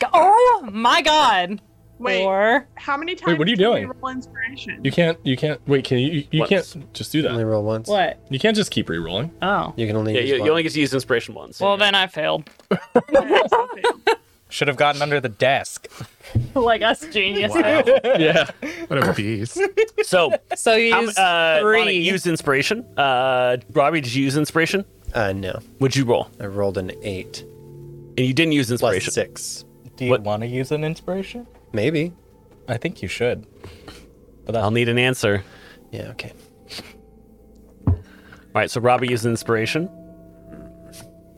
[SPEAKER 2] Go- Oh my god.
[SPEAKER 5] Wait,
[SPEAKER 2] Four.
[SPEAKER 5] how many times
[SPEAKER 4] Wait, what are you
[SPEAKER 5] can we
[SPEAKER 4] doing?
[SPEAKER 5] roll inspiration?
[SPEAKER 4] You can't. You can't. Wait, can you? You, you
[SPEAKER 1] Once.
[SPEAKER 4] can't just do
[SPEAKER 6] Only
[SPEAKER 4] that.
[SPEAKER 6] roll once.
[SPEAKER 2] What?
[SPEAKER 4] You can't just keep re-rolling.
[SPEAKER 2] Oh.
[SPEAKER 6] You can only
[SPEAKER 1] yeah,
[SPEAKER 6] use
[SPEAKER 1] you,
[SPEAKER 6] one.
[SPEAKER 1] you only get to use inspiration once.
[SPEAKER 2] Well, then I failed.
[SPEAKER 3] Should have gotten under the desk.
[SPEAKER 2] like us genius.
[SPEAKER 4] yeah.
[SPEAKER 7] What a beast.
[SPEAKER 1] so
[SPEAKER 2] So you
[SPEAKER 1] how,
[SPEAKER 2] use
[SPEAKER 1] uh, Bonnet,
[SPEAKER 2] three.
[SPEAKER 1] use inspiration. Uh, Robbie, did you use inspiration?
[SPEAKER 6] Uh, no.
[SPEAKER 1] Would you roll?
[SPEAKER 6] I rolled an 8
[SPEAKER 1] And you didn't use
[SPEAKER 6] plus
[SPEAKER 1] inspiration.
[SPEAKER 6] 6.
[SPEAKER 3] Do you
[SPEAKER 1] What-
[SPEAKER 3] want to use an inspiration?
[SPEAKER 6] Maybe.
[SPEAKER 3] I think you should. But
[SPEAKER 1] I'll
[SPEAKER 3] that's
[SPEAKER 1] need an answer.
[SPEAKER 6] Yeah, okay.
[SPEAKER 1] All right. So Robbie used inspiration.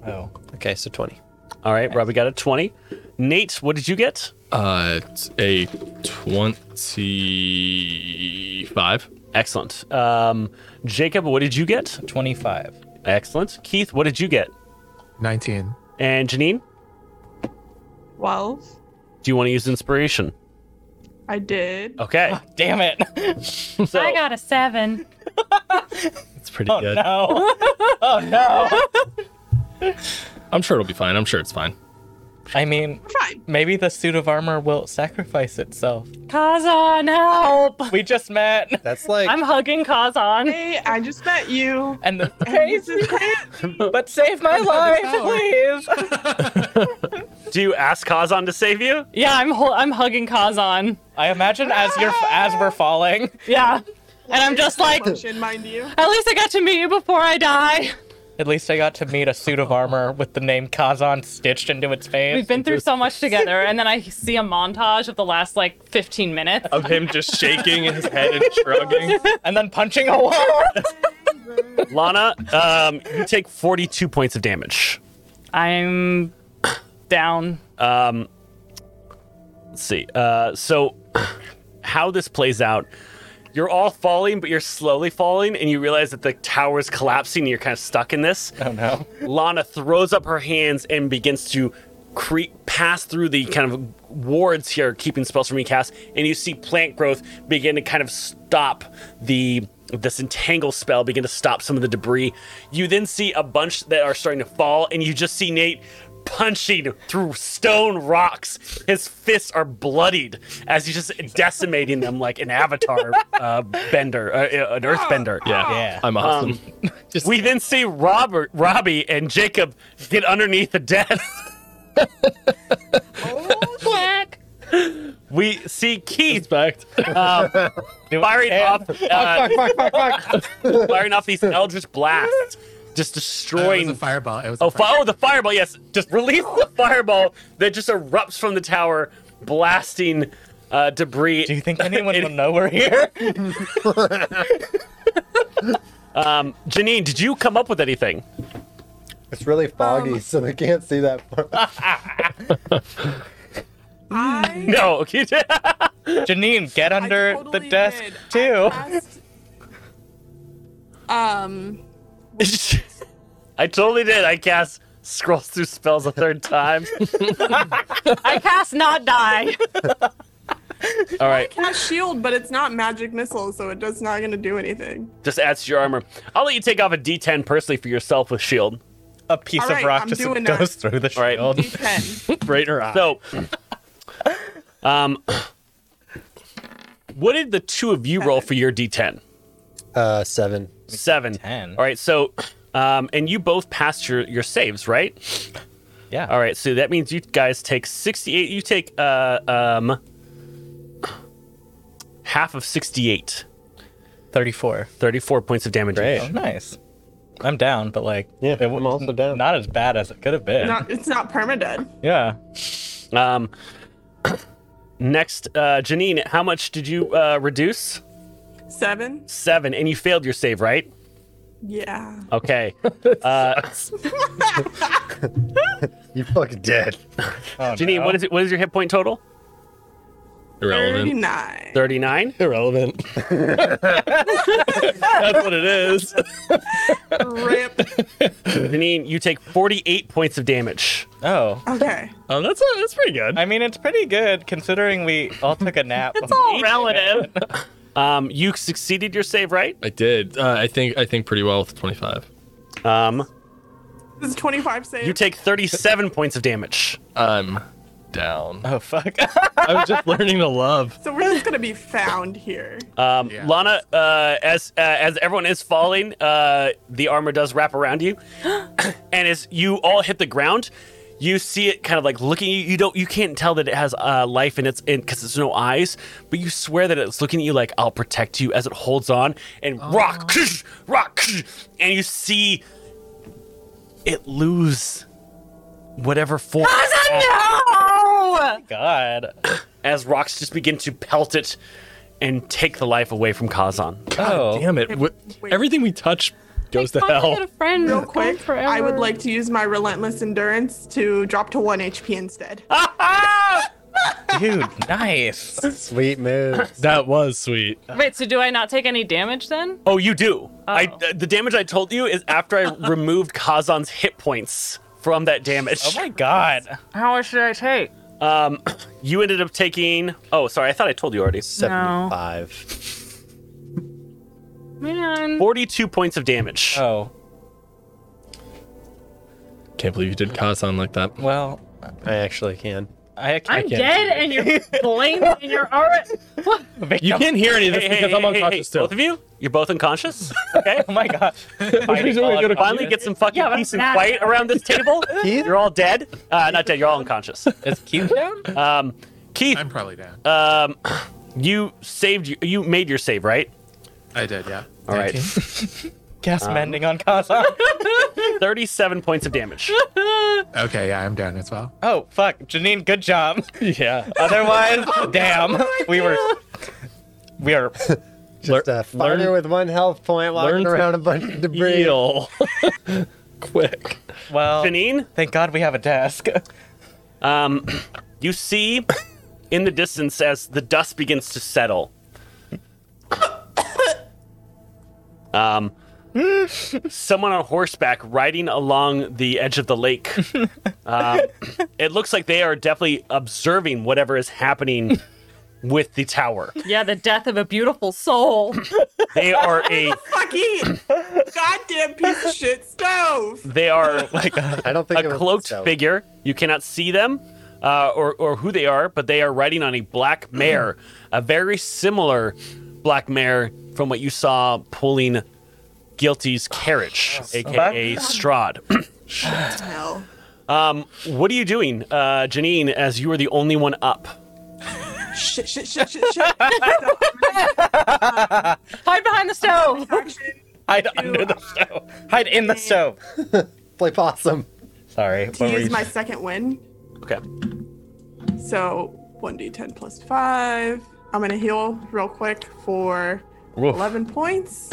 [SPEAKER 3] oh.
[SPEAKER 6] Okay, so 20.
[SPEAKER 1] All right. Robbie got a 20. Nate, what did you get?
[SPEAKER 4] Uh, it's a twenty-five.
[SPEAKER 1] Excellent. Um, Jacob, what did you get?
[SPEAKER 3] 25.
[SPEAKER 1] Excellent. Keith, what did you get?
[SPEAKER 7] 19.
[SPEAKER 1] And Janine,
[SPEAKER 5] 12.
[SPEAKER 1] do you want to use inspiration?
[SPEAKER 5] I did.
[SPEAKER 1] Okay.
[SPEAKER 3] Damn it.
[SPEAKER 1] So
[SPEAKER 2] I got a seven.
[SPEAKER 4] It's pretty
[SPEAKER 3] Oh,
[SPEAKER 4] good.
[SPEAKER 3] no. Oh, no.
[SPEAKER 4] I'm sure it'll be fine. I'm sure it's fine.
[SPEAKER 3] I mean,
[SPEAKER 5] Fine.
[SPEAKER 3] maybe the suit of armor will sacrifice itself.
[SPEAKER 2] Kazan, help!
[SPEAKER 3] We just met.
[SPEAKER 6] That's like
[SPEAKER 2] I'm hugging Kazan.
[SPEAKER 5] Hey, I just met you.
[SPEAKER 3] And the
[SPEAKER 5] This
[SPEAKER 3] crazy,
[SPEAKER 5] is crazy.
[SPEAKER 3] but save my life, please.
[SPEAKER 1] do you ask Kazan to save you?
[SPEAKER 2] Yeah, I'm hu- I'm hugging Kazan.
[SPEAKER 3] I imagine as you're as we're falling.
[SPEAKER 2] Yeah, and I'm just like,
[SPEAKER 5] Function, mind you.
[SPEAKER 2] at least I got to meet you before I die.
[SPEAKER 3] At least I got to meet a suit of armor with the name Kazan stitched into its
[SPEAKER 2] We've
[SPEAKER 3] face.
[SPEAKER 2] been through so much together, and then I see a montage of the last like 15 minutes.
[SPEAKER 4] Of him just shaking his head and shrugging.
[SPEAKER 3] and then punching a wall.
[SPEAKER 1] Lana, um, you take 42 points of damage.
[SPEAKER 2] I'm down.
[SPEAKER 1] Let's see. Uh, so, how this plays out, you're all falling, but you're slowly falling, and you realize that the tower's collapsing and you're kind of stuck in this.
[SPEAKER 3] Oh no.
[SPEAKER 1] Lana throws up her hands and begins to creep pass through the kind of wards here, keeping spells from being cast, and you see plant growth begin to kind of stop the this entangle spell begin to stop some of the debris. You then see a bunch that are starting to fall, and you just see Nate punching through stone rocks. His fists are bloodied as he's just decimating them like an avatar uh, bender, uh, an earthbender.
[SPEAKER 4] Yeah.
[SPEAKER 3] Yeah.
[SPEAKER 4] I'm awesome.
[SPEAKER 1] We then see Robert, Robbie, and Jacob get underneath the desk.
[SPEAKER 2] Quack.
[SPEAKER 1] We see Keith
[SPEAKER 4] Respect.
[SPEAKER 1] firing off, uh,
[SPEAKER 3] fuck, fuck, fuck, fuck.
[SPEAKER 1] firing off these Eldritch blasts, just
[SPEAKER 7] Oh, it was
[SPEAKER 1] destroying.
[SPEAKER 7] a fireball. It was
[SPEAKER 1] oh,
[SPEAKER 7] a fireball.
[SPEAKER 1] fi- oh, the fireball! Yes, just release the fireball that just erupts from the tower, blasting uh, debris.
[SPEAKER 3] Do you think anyone will know we're here?
[SPEAKER 1] Um, Janine, did you come up with anything?
[SPEAKER 6] It's really foggy, so they can't see that far.
[SPEAKER 5] I
[SPEAKER 1] No. you did-
[SPEAKER 3] Janine, get
[SPEAKER 5] I
[SPEAKER 3] under
[SPEAKER 5] totally
[SPEAKER 3] the desk
[SPEAKER 5] did. I
[SPEAKER 3] too.
[SPEAKER 5] cast- Um,
[SPEAKER 1] I totally did. I cast scrolls through spells a third time.
[SPEAKER 2] I cast not die.
[SPEAKER 1] All right.
[SPEAKER 5] cast shield, but it's not magic missile, so it does not gonna do anything.
[SPEAKER 1] Just adds to your armor. I'll let you take off a D10 personally for yourself with shield.
[SPEAKER 3] A piece
[SPEAKER 5] All right,
[SPEAKER 3] of rock
[SPEAKER 5] I'm
[SPEAKER 3] just
[SPEAKER 5] doing
[SPEAKER 3] goes
[SPEAKER 5] that.
[SPEAKER 3] through the
[SPEAKER 1] right.
[SPEAKER 3] shield.
[SPEAKER 5] D10.
[SPEAKER 4] right in her eye.
[SPEAKER 1] So, um, what did the two of you roll for your D10?
[SPEAKER 6] Uh, seven.
[SPEAKER 1] Seven.
[SPEAKER 3] Ten.
[SPEAKER 1] All right. So, um, and you both passed your your saves, right?
[SPEAKER 3] Yeah.
[SPEAKER 1] All right, so that means you guys take 68. You take uh um half of 68,
[SPEAKER 3] 34.
[SPEAKER 1] 34 points of damage.
[SPEAKER 6] Great.
[SPEAKER 3] Oh, nice. I'm down, but like,
[SPEAKER 6] Yeah,
[SPEAKER 3] it w-
[SPEAKER 6] I'm also down.
[SPEAKER 3] Not as bad as it could have been.
[SPEAKER 5] not, it's not permadead.
[SPEAKER 3] yeah.
[SPEAKER 1] Um next uh Janine, how much did you uh reduce?
[SPEAKER 5] Seven.
[SPEAKER 1] 7 and you failed your save, right?
[SPEAKER 5] Yeah.
[SPEAKER 1] Okay.
[SPEAKER 6] You fucking dead.
[SPEAKER 3] Oh,
[SPEAKER 1] Janine,
[SPEAKER 3] no.
[SPEAKER 1] what is it what is your hit point total?
[SPEAKER 4] Irrelevant.
[SPEAKER 5] Thirty-nine.
[SPEAKER 1] 39.
[SPEAKER 4] Irrelevant. That's what it is.
[SPEAKER 5] Rip.
[SPEAKER 1] Janine, you take 48 points of damage.
[SPEAKER 3] Oh.
[SPEAKER 5] Okay.
[SPEAKER 4] Um, that's uh, that's pretty good.
[SPEAKER 3] I mean, it's pretty good considering we all took a nap. Oh
[SPEAKER 2] It's all relative.
[SPEAKER 1] Um you succeeded your save, right?
[SPEAKER 4] I did. Uh, I think I think pretty well with 25.
[SPEAKER 1] Um
[SPEAKER 5] This is 25 save.
[SPEAKER 1] you take 37 points of damage.
[SPEAKER 4] I'm down.
[SPEAKER 3] Oh, fuck.
[SPEAKER 4] I was just learning to love.
[SPEAKER 5] so we're just gonna be found here.
[SPEAKER 1] Um,
[SPEAKER 7] Yeah.
[SPEAKER 1] Lana, uh, as uh, as everyone is falling, uh, the armor does wrap around you, and as you all hit the ground, you see it kind of like looking. You, you don't, you can't tell that it has uh, life in its in because there's no eyes, but you swear that it's looking at you like I'll protect you as it holds on and rock, rock, and you see it lose whatever form
[SPEAKER 2] no!
[SPEAKER 3] God.
[SPEAKER 1] as rocks just begin to pelt it and take the life away from Kazan.
[SPEAKER 3] oh.
[SPEAKER 4] Damn it! Wh-
[SPEAKER 5] Wait.
[SPEAKER 4] everything we touch goes to hell.
[SPEAKER 5] Real quick, I would like to use my relentless endurance to drop to one HP instead.
[SPEAKER 3] Dude, nice.
[SPEAKER 6] Sweet moves.
[SPEAKER 4] That was sweet.
[SPEAKER 2] Wait, so do I not take any damage then?
[SPEAKER 1] Oh, you do. I th- the damage I told you is after I removed Kazan's hit points from that damage.
[SPEAKER 3] Oh my god.
[SPEAKER 2] How much should I take?
[SPEAKER 1] You ended up taking. Oh, sorry. I thought I told you already.
[SPEAKER 6] Seventy-five.
[SPEAKER 2] Man.
[SPEAKER 1] Forty-two points of
[SPEAKER 4] Uh,
[SPEAKER 1] damage.
[SPEAKER 3] Oh,
[SPEAKER 4] Can't believe you did Kazan like that.
[SPEAKER 3] well,
[SPEAKER 6] I actually can.
[SPEAKER 3] I can't.
[SPEAKER 2] I'm dead and you're blamed and you're already. What?
[SPEAKER 4] You can't hear any of this
[SPEAKER 1] Hey, hey,
[SPEAKER 4] because
[SPEAKER 1] hey,
[SPEAKER 4] I'm
[SPEAKER 1] hey, hey,
[SPEAKER 4] unconscious
[SPEAKER 1] hey,
[SPEAKER 4] too.
[SPEAKER 1] Both of you? You're both unconscious? Okay.
[SPEAKER 3] Oh my god. Fighting
[SPEAKER 4] is always
[SPEAKER 3] all
[SPEAKER 4] gonna
[SPEAKER 3] unconscious.
[SPEAKER 1] Finally get some fucking
[SPEAKER 2] Yeah, but
[SPEAKER 1] peace
[SPEAKER 2] I'm
[SPEAKER 1] and
[SPEAKER 2] mad.
[SPEAKER 1] quiet around this table. You're all dead. Uh, not dead. You're all unconscious.
[SPEAKER 3] Is Keith down?
[SPEAKER 1] Um, Keith,
[SPEAKER 7] I'm probably down.
[SPEAKER 1] um, you saved. You, you made your save, right?
[SPEAKER 7] I did, yeah.
[SPEAKER 1] All right.
[SPEAKER 3] Gas mending on Kazan.
[SPEAKER 1] Thirty-seven points of damage.
[SPEAKER 7] Okay, yeah, I'm down as well.
[SPEAKER 3] Oh, fuck. Janine, good job.
[SPEAKER 4] Yeah.
[SPEAKER 3] Otherwise,
[SPEAKER 5] Oh
[SPEAKER 3] damn. We were. We are.
[SPEAKER 6] Just
[SPEAKER 4] Lear-
[SPEAKER 6] a fighter
[SPEAKER 4] learn-
[SPEAKER 6] with one health point
[SPEAKER 4] learn
[SPEAKER 6] walking
[SPEAKER 4] to
[SPEAKER 6] around a bunch of debris.
[SPEAKER 4] Real. Quick.
[SPEAKER 3] Well,
[SPEAKER 1] Janine.
[SPEAKER 3] thank god we have a desk.
[SPEAKER 1] Um, you see in the distance as the dust begins to settle. Um, someone on horseback riding along the edge of the lake. Um, it looks like they are definitely observing whatever is happening with the tower.
[SPEAKER 2] Yeah, the death of a beautiful soul.
[SPEAKER 1] They are a
[SPEAKER 5] Fucking goddamn piece of shit stove.
[SPEAKER 1] they are like
[SPEAKER 6] I don't think it
[SPEAKER 1] a
[SPEAKER 6] was
[SPEAKER 1] cloaked
[SPEAKER 6] so.
[SPEAKER 1] figure. You cannot see them uh, or, or who they are, but they are riding on a black mare, a very similar black mare from what you saw pulling Guilty's carriage, aka Strahd.
[SPEAKER 5] Hell.
[SPEAKER 1] what are you doing, uh, Janine, as you are the only one up?
[SPEAKER 5] Shit, shit, shit, shit, shit.
[SPEAKER 2] Hide behind the stove.
[SPEAKER 5] Action
[SPEAKER 3] Hide under the stove. Hide in the stove.
[SPEAKER 6] Play possum.
[SPEAKER 3] Sorry.
[SPEAKER 5] to
[SPEAKER 3] What were
[SPEAKER 5] use
[SPEAKER 3] you?
[SPEAKER 5] my second win.
[SPEAKER 1] Okay.
[SPEAKER 5] So 1d10 plus 5. I'm going to heal real quick for
[SPEAKER 4] Woof.
[SPEAKER 5] 11 points.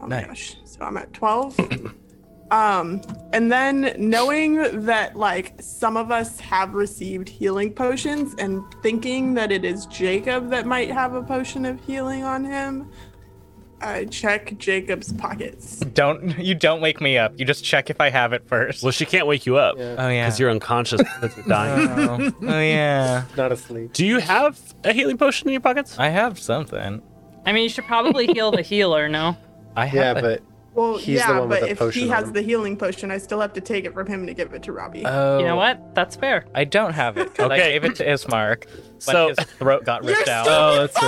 [SPEAKER 5] Oh my
[SPEAKER 3] Nice.
[SPEAKER 5] gosh. So I'm at 12. um, and then knowing that like some of us have received healing potions and thinking that it is Jacob that might have a potion of healing on him, I check Jacob's
[SPEAKER 6] Hmm.
[SPEAKER 5] pockets.
[SPEAKER 3] Don't you don't wake me up. You just check if I have it first.
[SPEAKER 1] Well, she can't wake you up because
[SPEAKER 3] Oh yeah.
[SPEAKER 1] you're unconscious. because you're dying.
[SPEAKER 3] oh, oh, yeah.
[SPEAKER 6] Not asleep.
[SPEAKER 1] Do you have a healing potion in your pockets?
[SPEAKER 3] I have something.
[SPEAKER 2] I mean, you should probably heal the healer, no?
[SPEAKER 3] I have
[SPEAKER 6] Yeah,
[SPEAKER 3] a-
[SPEAKER 6] but
[SPEAKER 5] Well,
[SPEAKER 6] He's the
[SPEAKER 5] yeah,
[SPEAKER 6] one with
[SPEAKER 5] but
[SPEAKER 6] the
[SPEAKER 5] if
[SPEAKER 6] potion
[SPEAKER 5] he
[SPEAKER 6] on
[SPEAKER 5] has
[SPEAKER 6] him.
[SPEAKER 5] the healing potion, I still have to take it from him to give it to Robbie.
[SPEAKER 3] Oh,
[SPEAKER 2] You know what? That's fair.
[SPEAKER 3] I don't have it. 'cause I
[SPEAKER 1] Okay.
[SPEAKER 3] gave it to Ismark. But
[SPEAKER 1] So-
[SPEAKER 3] his throat got
[SPEAKER 5] You're
[SPEAKER 3] ripped out.
[SPEAKER 5] still
[SPEAKER 4] Oh,
[SPEAKER 5] my
[SPEAKER 4] that's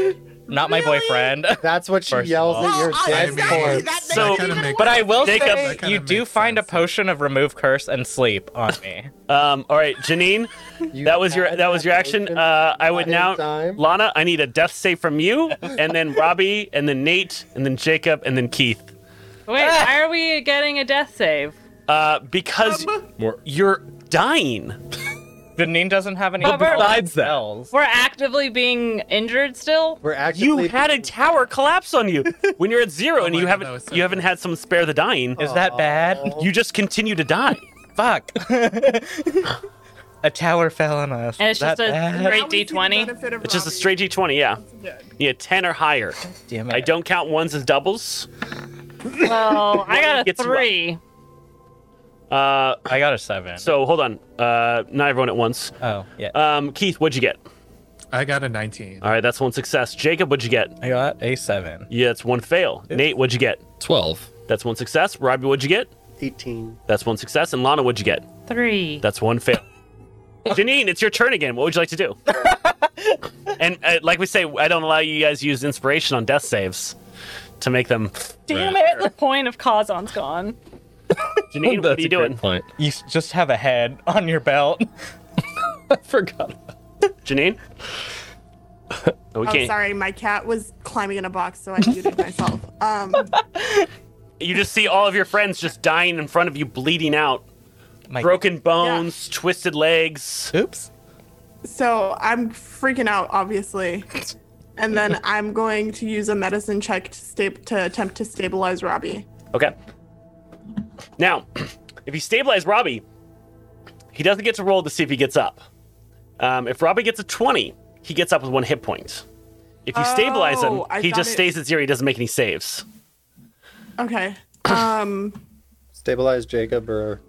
[SPEAKER 5] fucking boyfriend.
[SPEAKER 3] Not my
[SPEAKER 5] really?
[SPEAKER 3] boyfriend.
[SPEAKER 6] that's what she
[SPEAKER 3] First of
[SPEAKER 6] yells
[SPEAKER 3] all-
[SPEAKER 6] at your
[SPEAKER 5] Well, I-
[SPEAKER 6] dead
[SPEAKER 5] exactly,
[SPEAKER 6] corpse.
[SPEAKER 5] that makes
[SPEAKER 1] So-
[SPEAKER 5] it even
[SPEAKER 7] Kinda
[SPEAKER 5] worse.
[SPEAKER 3] But I will
[SPEAKER 1] Jacob-
[SPEAKER 3] say,
[SPEAKER 1] That
[SPEAKER 7] kinda
[SPEAKER 3] you do
[SPEAKER 7] makes
[SPEAKER 3] find a
[SPEAKER 7] sense.
[SPEAKER 3] potion of remove curse and sleep on me.
[SPEAKER 1] Um, all right, Janine,
[SPEAKER 6] You
[SPEAKER 1] that was your
[SPEAKER 6] had
[SPEAKER 1] that was your action.
[SPEAKER 6] potion
[SPEAKER 1] Uh, I would
[SPEAKER 6] at
[SPEAKER 1] now,
[SPEAKER 6] any time.
[SPEAKER 1] Lana, I need a death save from you, and then Robbie, and then Nate, and then Jacob, and then Keith,
[SPEAKER 2] Wait,
[SPEAKER 3] Ah!
[SPEAKER 2] why are we getting a death save?
[SPEAKER 1] uh, because
[SPEAKER 7] Um,
[SPEAKER 4] More.
[SPEAKER 1] you're dying.
[SPEAKER 3] Janine doesn't have any.
[SPEAKER 2] But
[SPEAKER 4] besides that-
[SPEAKER 3] spells.
[SPEAKER 2] We're actively being injured still?
[SPEAKER 6] We're
[SPEAKER 1] You
[SPEAKER 6] actively
[SPEAKER 1] had a tower collapse on you when you're at zero, and
[SPEAKER 7] Oh my
[SPEAKER 1] you
[SPEAKER 7] God,
[SPEAKER 1] haven't
[SPEAKER 7] that was so Oh.
[SPEAKER 1] you haven't had someone spare the dying.
[SPEAKER 3] Is that bad?
[SPEAKER 1] You just continue to die.
[SPEAKER 3] Fuck. a tower fell on us.
[SPEAKER 2] And it's
[SPEAKER 3] Is that
[SPEAKER 2] just a
[SPEAKER 3] bad?
[SPEAKER 2] great
[SPEAKER 5] Now we see the
[SPEAKER 2] D20.
[SPEAKER 5] benefit of Oh,
[SPEAKER 1] It's just a
[SPEAKER 5] Robbie.
[SPEAKER 1] straight d20, yeah. Yeah, 10 or higher.
[SPEAKER 3] Damn it.
[SPEAKER 1] I don't count ones as doubles.
[SPEAKER 2] Well, Oh, I got a
[SPEAKER 1] Gets you up.
[SPEAKER 2] three.
[SPEAKER 1] Uh,
[SPEAKER 3] I got a seven.
[SPEAKER 1] so hold on. Uh, not everyone at once.
[SPEAKER 3] oh yeah.
[SPEAKER 1] Um, Keith, what'd you get?
[SPEAKER 7] I got a 19.
[SPEAKER 1] All right, that's one success. Jacob, what'd you get?
[SPEAKER 3] I got a seven.
[SPEAKER 1] Yeah, that's one fail. Nate, what'd you get?
[SPEAKER 4] 12.
[SPEAKER 1] That's one success. Robbie, what'd you get?
[SPEAKER 6] 18.
[SPEAKER 1] That's one success. And Lana, what'd you get?
[SPEAKER 2] Three.
[SPEAKER 1] That's one fail. Janine, it's your turn again. What would you like to do? and uh, like we say, I don't allow you guys to use inspiration on death saves to make them.
[SPEAKER 2] Damn it, the point of Kazan's gone.
[SPEAKER 1] Janine, what are
[SPEAKER 4] That's
[SPEAKER 1] you
[SPEAKER 4] a great
[SPEAKER 1] doing?
[SPEAKER 4] point.
[SPEAKER 3] You s- just have a head on your belt.
[SPEAKER 4] I forgot.
[SPEAKER 1] Janine? Oh, we
[SPEAKER 5] Oh,
[SPEAKER 1] can't.
[SPEAKER 5] sorry, my cat was climbing in a box, so I muted myself. Um,
[SPEAKER 1] You just see all of your friends just dying in front of you, bleeding out.
[SPEAKER 3] My
[SPEAKER 1] Broken bones, twisted legs.
[SPEAKER 3] Oops.
[SPEAKER 5] so I'm freaking out, obviously, and then I'm going to use a medicine check to, sta- to attempt to stabilize Robbie.
[SPEAKER 1] Okay. Now, if you stabilize Robbie, he doesn't get to roll to see if he gets up. Um, if Robbie gets a 20, he gets up with one hit point. If you stabilize him,
[SPEAKER 5] Oh, I
[SPEAKER 1] he
[SPEAKER 5] thought
[SPEAKER 1] just
[SPEAKER 5] it-
[SPEAKER 1] stays at zero. He doesn't make any saves.
[SPEAKER 5] Okay. Um.
[SPEAKER 6] Stabilize Jacob or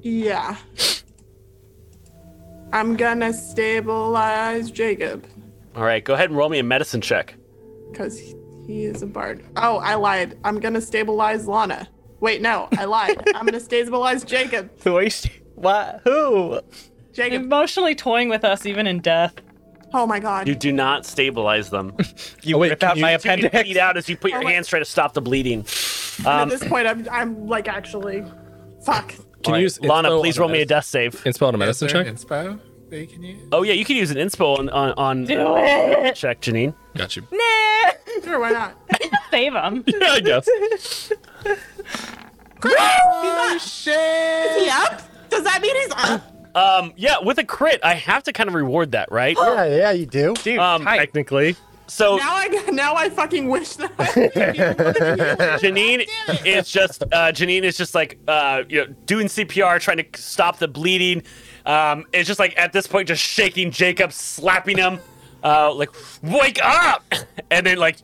[SPEAKER 5] Yeah. I'm gonna stabilize Jacob
[SPEAKER 1] All right, go ahead and roll me a medicine check.
[SPEAKER 5] because he, he is a bard. Oh, I lied. I'm gonna stabilize Lana. Wait, no, I lied. I'm gonna stabilize Jacob.
[SPEAKER 3] Who are you? st- What? Who?
[SPEAKER 5] Jacob.
[SPEAKER 2] Emotionally toying with us even in death.
[SPEAKER 5] Oh my God.
[SPEAKER 1] You do not stabilize them.
[SPEAKER 3] Oh, You
[SPEAKER 4] wait,
[SPEAKER 3] ripped
[SPEAKER 4] can
[SPEAKER 3] out
[SPEAKER 4] you-
[SPEAKER 3] my
[SPEAKER 1] You
[SPEAKER 3] appendix.
[SPEAKER 1] bleed out as you put your
[SPEAKER 5] Oh my-
[SPEAKER 1] hands try to stop the bleeding.
[SPEAKER 5] At this point, I'm, I'm like actually, fuck.
[SPEAKER 4] Can
[SPEAKER 1] All
[SPEAKER 4] you
[SPEAKER 1] right,
[SPEAKER 4] use
[SPEAKER 1] Lana,
[SPEAKER 4] inspo
[SPEAKER 1] please
[SPEAKER 4] on
[SPEAKER 1] roll me a
[SPEAKER 4] medicine-
[SPEAKER 1] death save.
[SPEAKER 4] Inspo on a
[SPEAKER 7] Is
[SPEAKER 4] medicine
[SPEAKER 7] there
[SPEAKER 4] check?
[SPEAKER 7] an inspo they can use?
[SPEAKER 1] Oh yeah, you can use an inspo on on, on
[SPEAKER 2] Do it.
[SPEAKER 1] check, Janine.
[SPEAKER 4] Got you.
[SPEAKER 5] Sure, why not?
[SPEAKER 2] Save him.
[SPEAKER 4] Yeah, I guess.
[SPEAKER 5] Is he up? Does that mean he's up?
[SPEAKER 1] Um, yeah, with a crit, I have to kind of reward that, right?
[SPEAKER 6] Yeah, yeah, you do.
[SPEAKER 3] Dude,
[SPEAKER 1] Um,
[SPEAKER 3] tight.
[SPEAKER 4] Technically.
[SPEAKER 1] So
[SPEAKER 5] Now I now I fucking wish that. I
[SPEAKER 1] Janine is just uh, Janine is just like uh, you know, doing CPR, trying to stop the bleeding. Um, it's just like at this point, just shaking Jacob, slapping him, uh, like wake up, and then like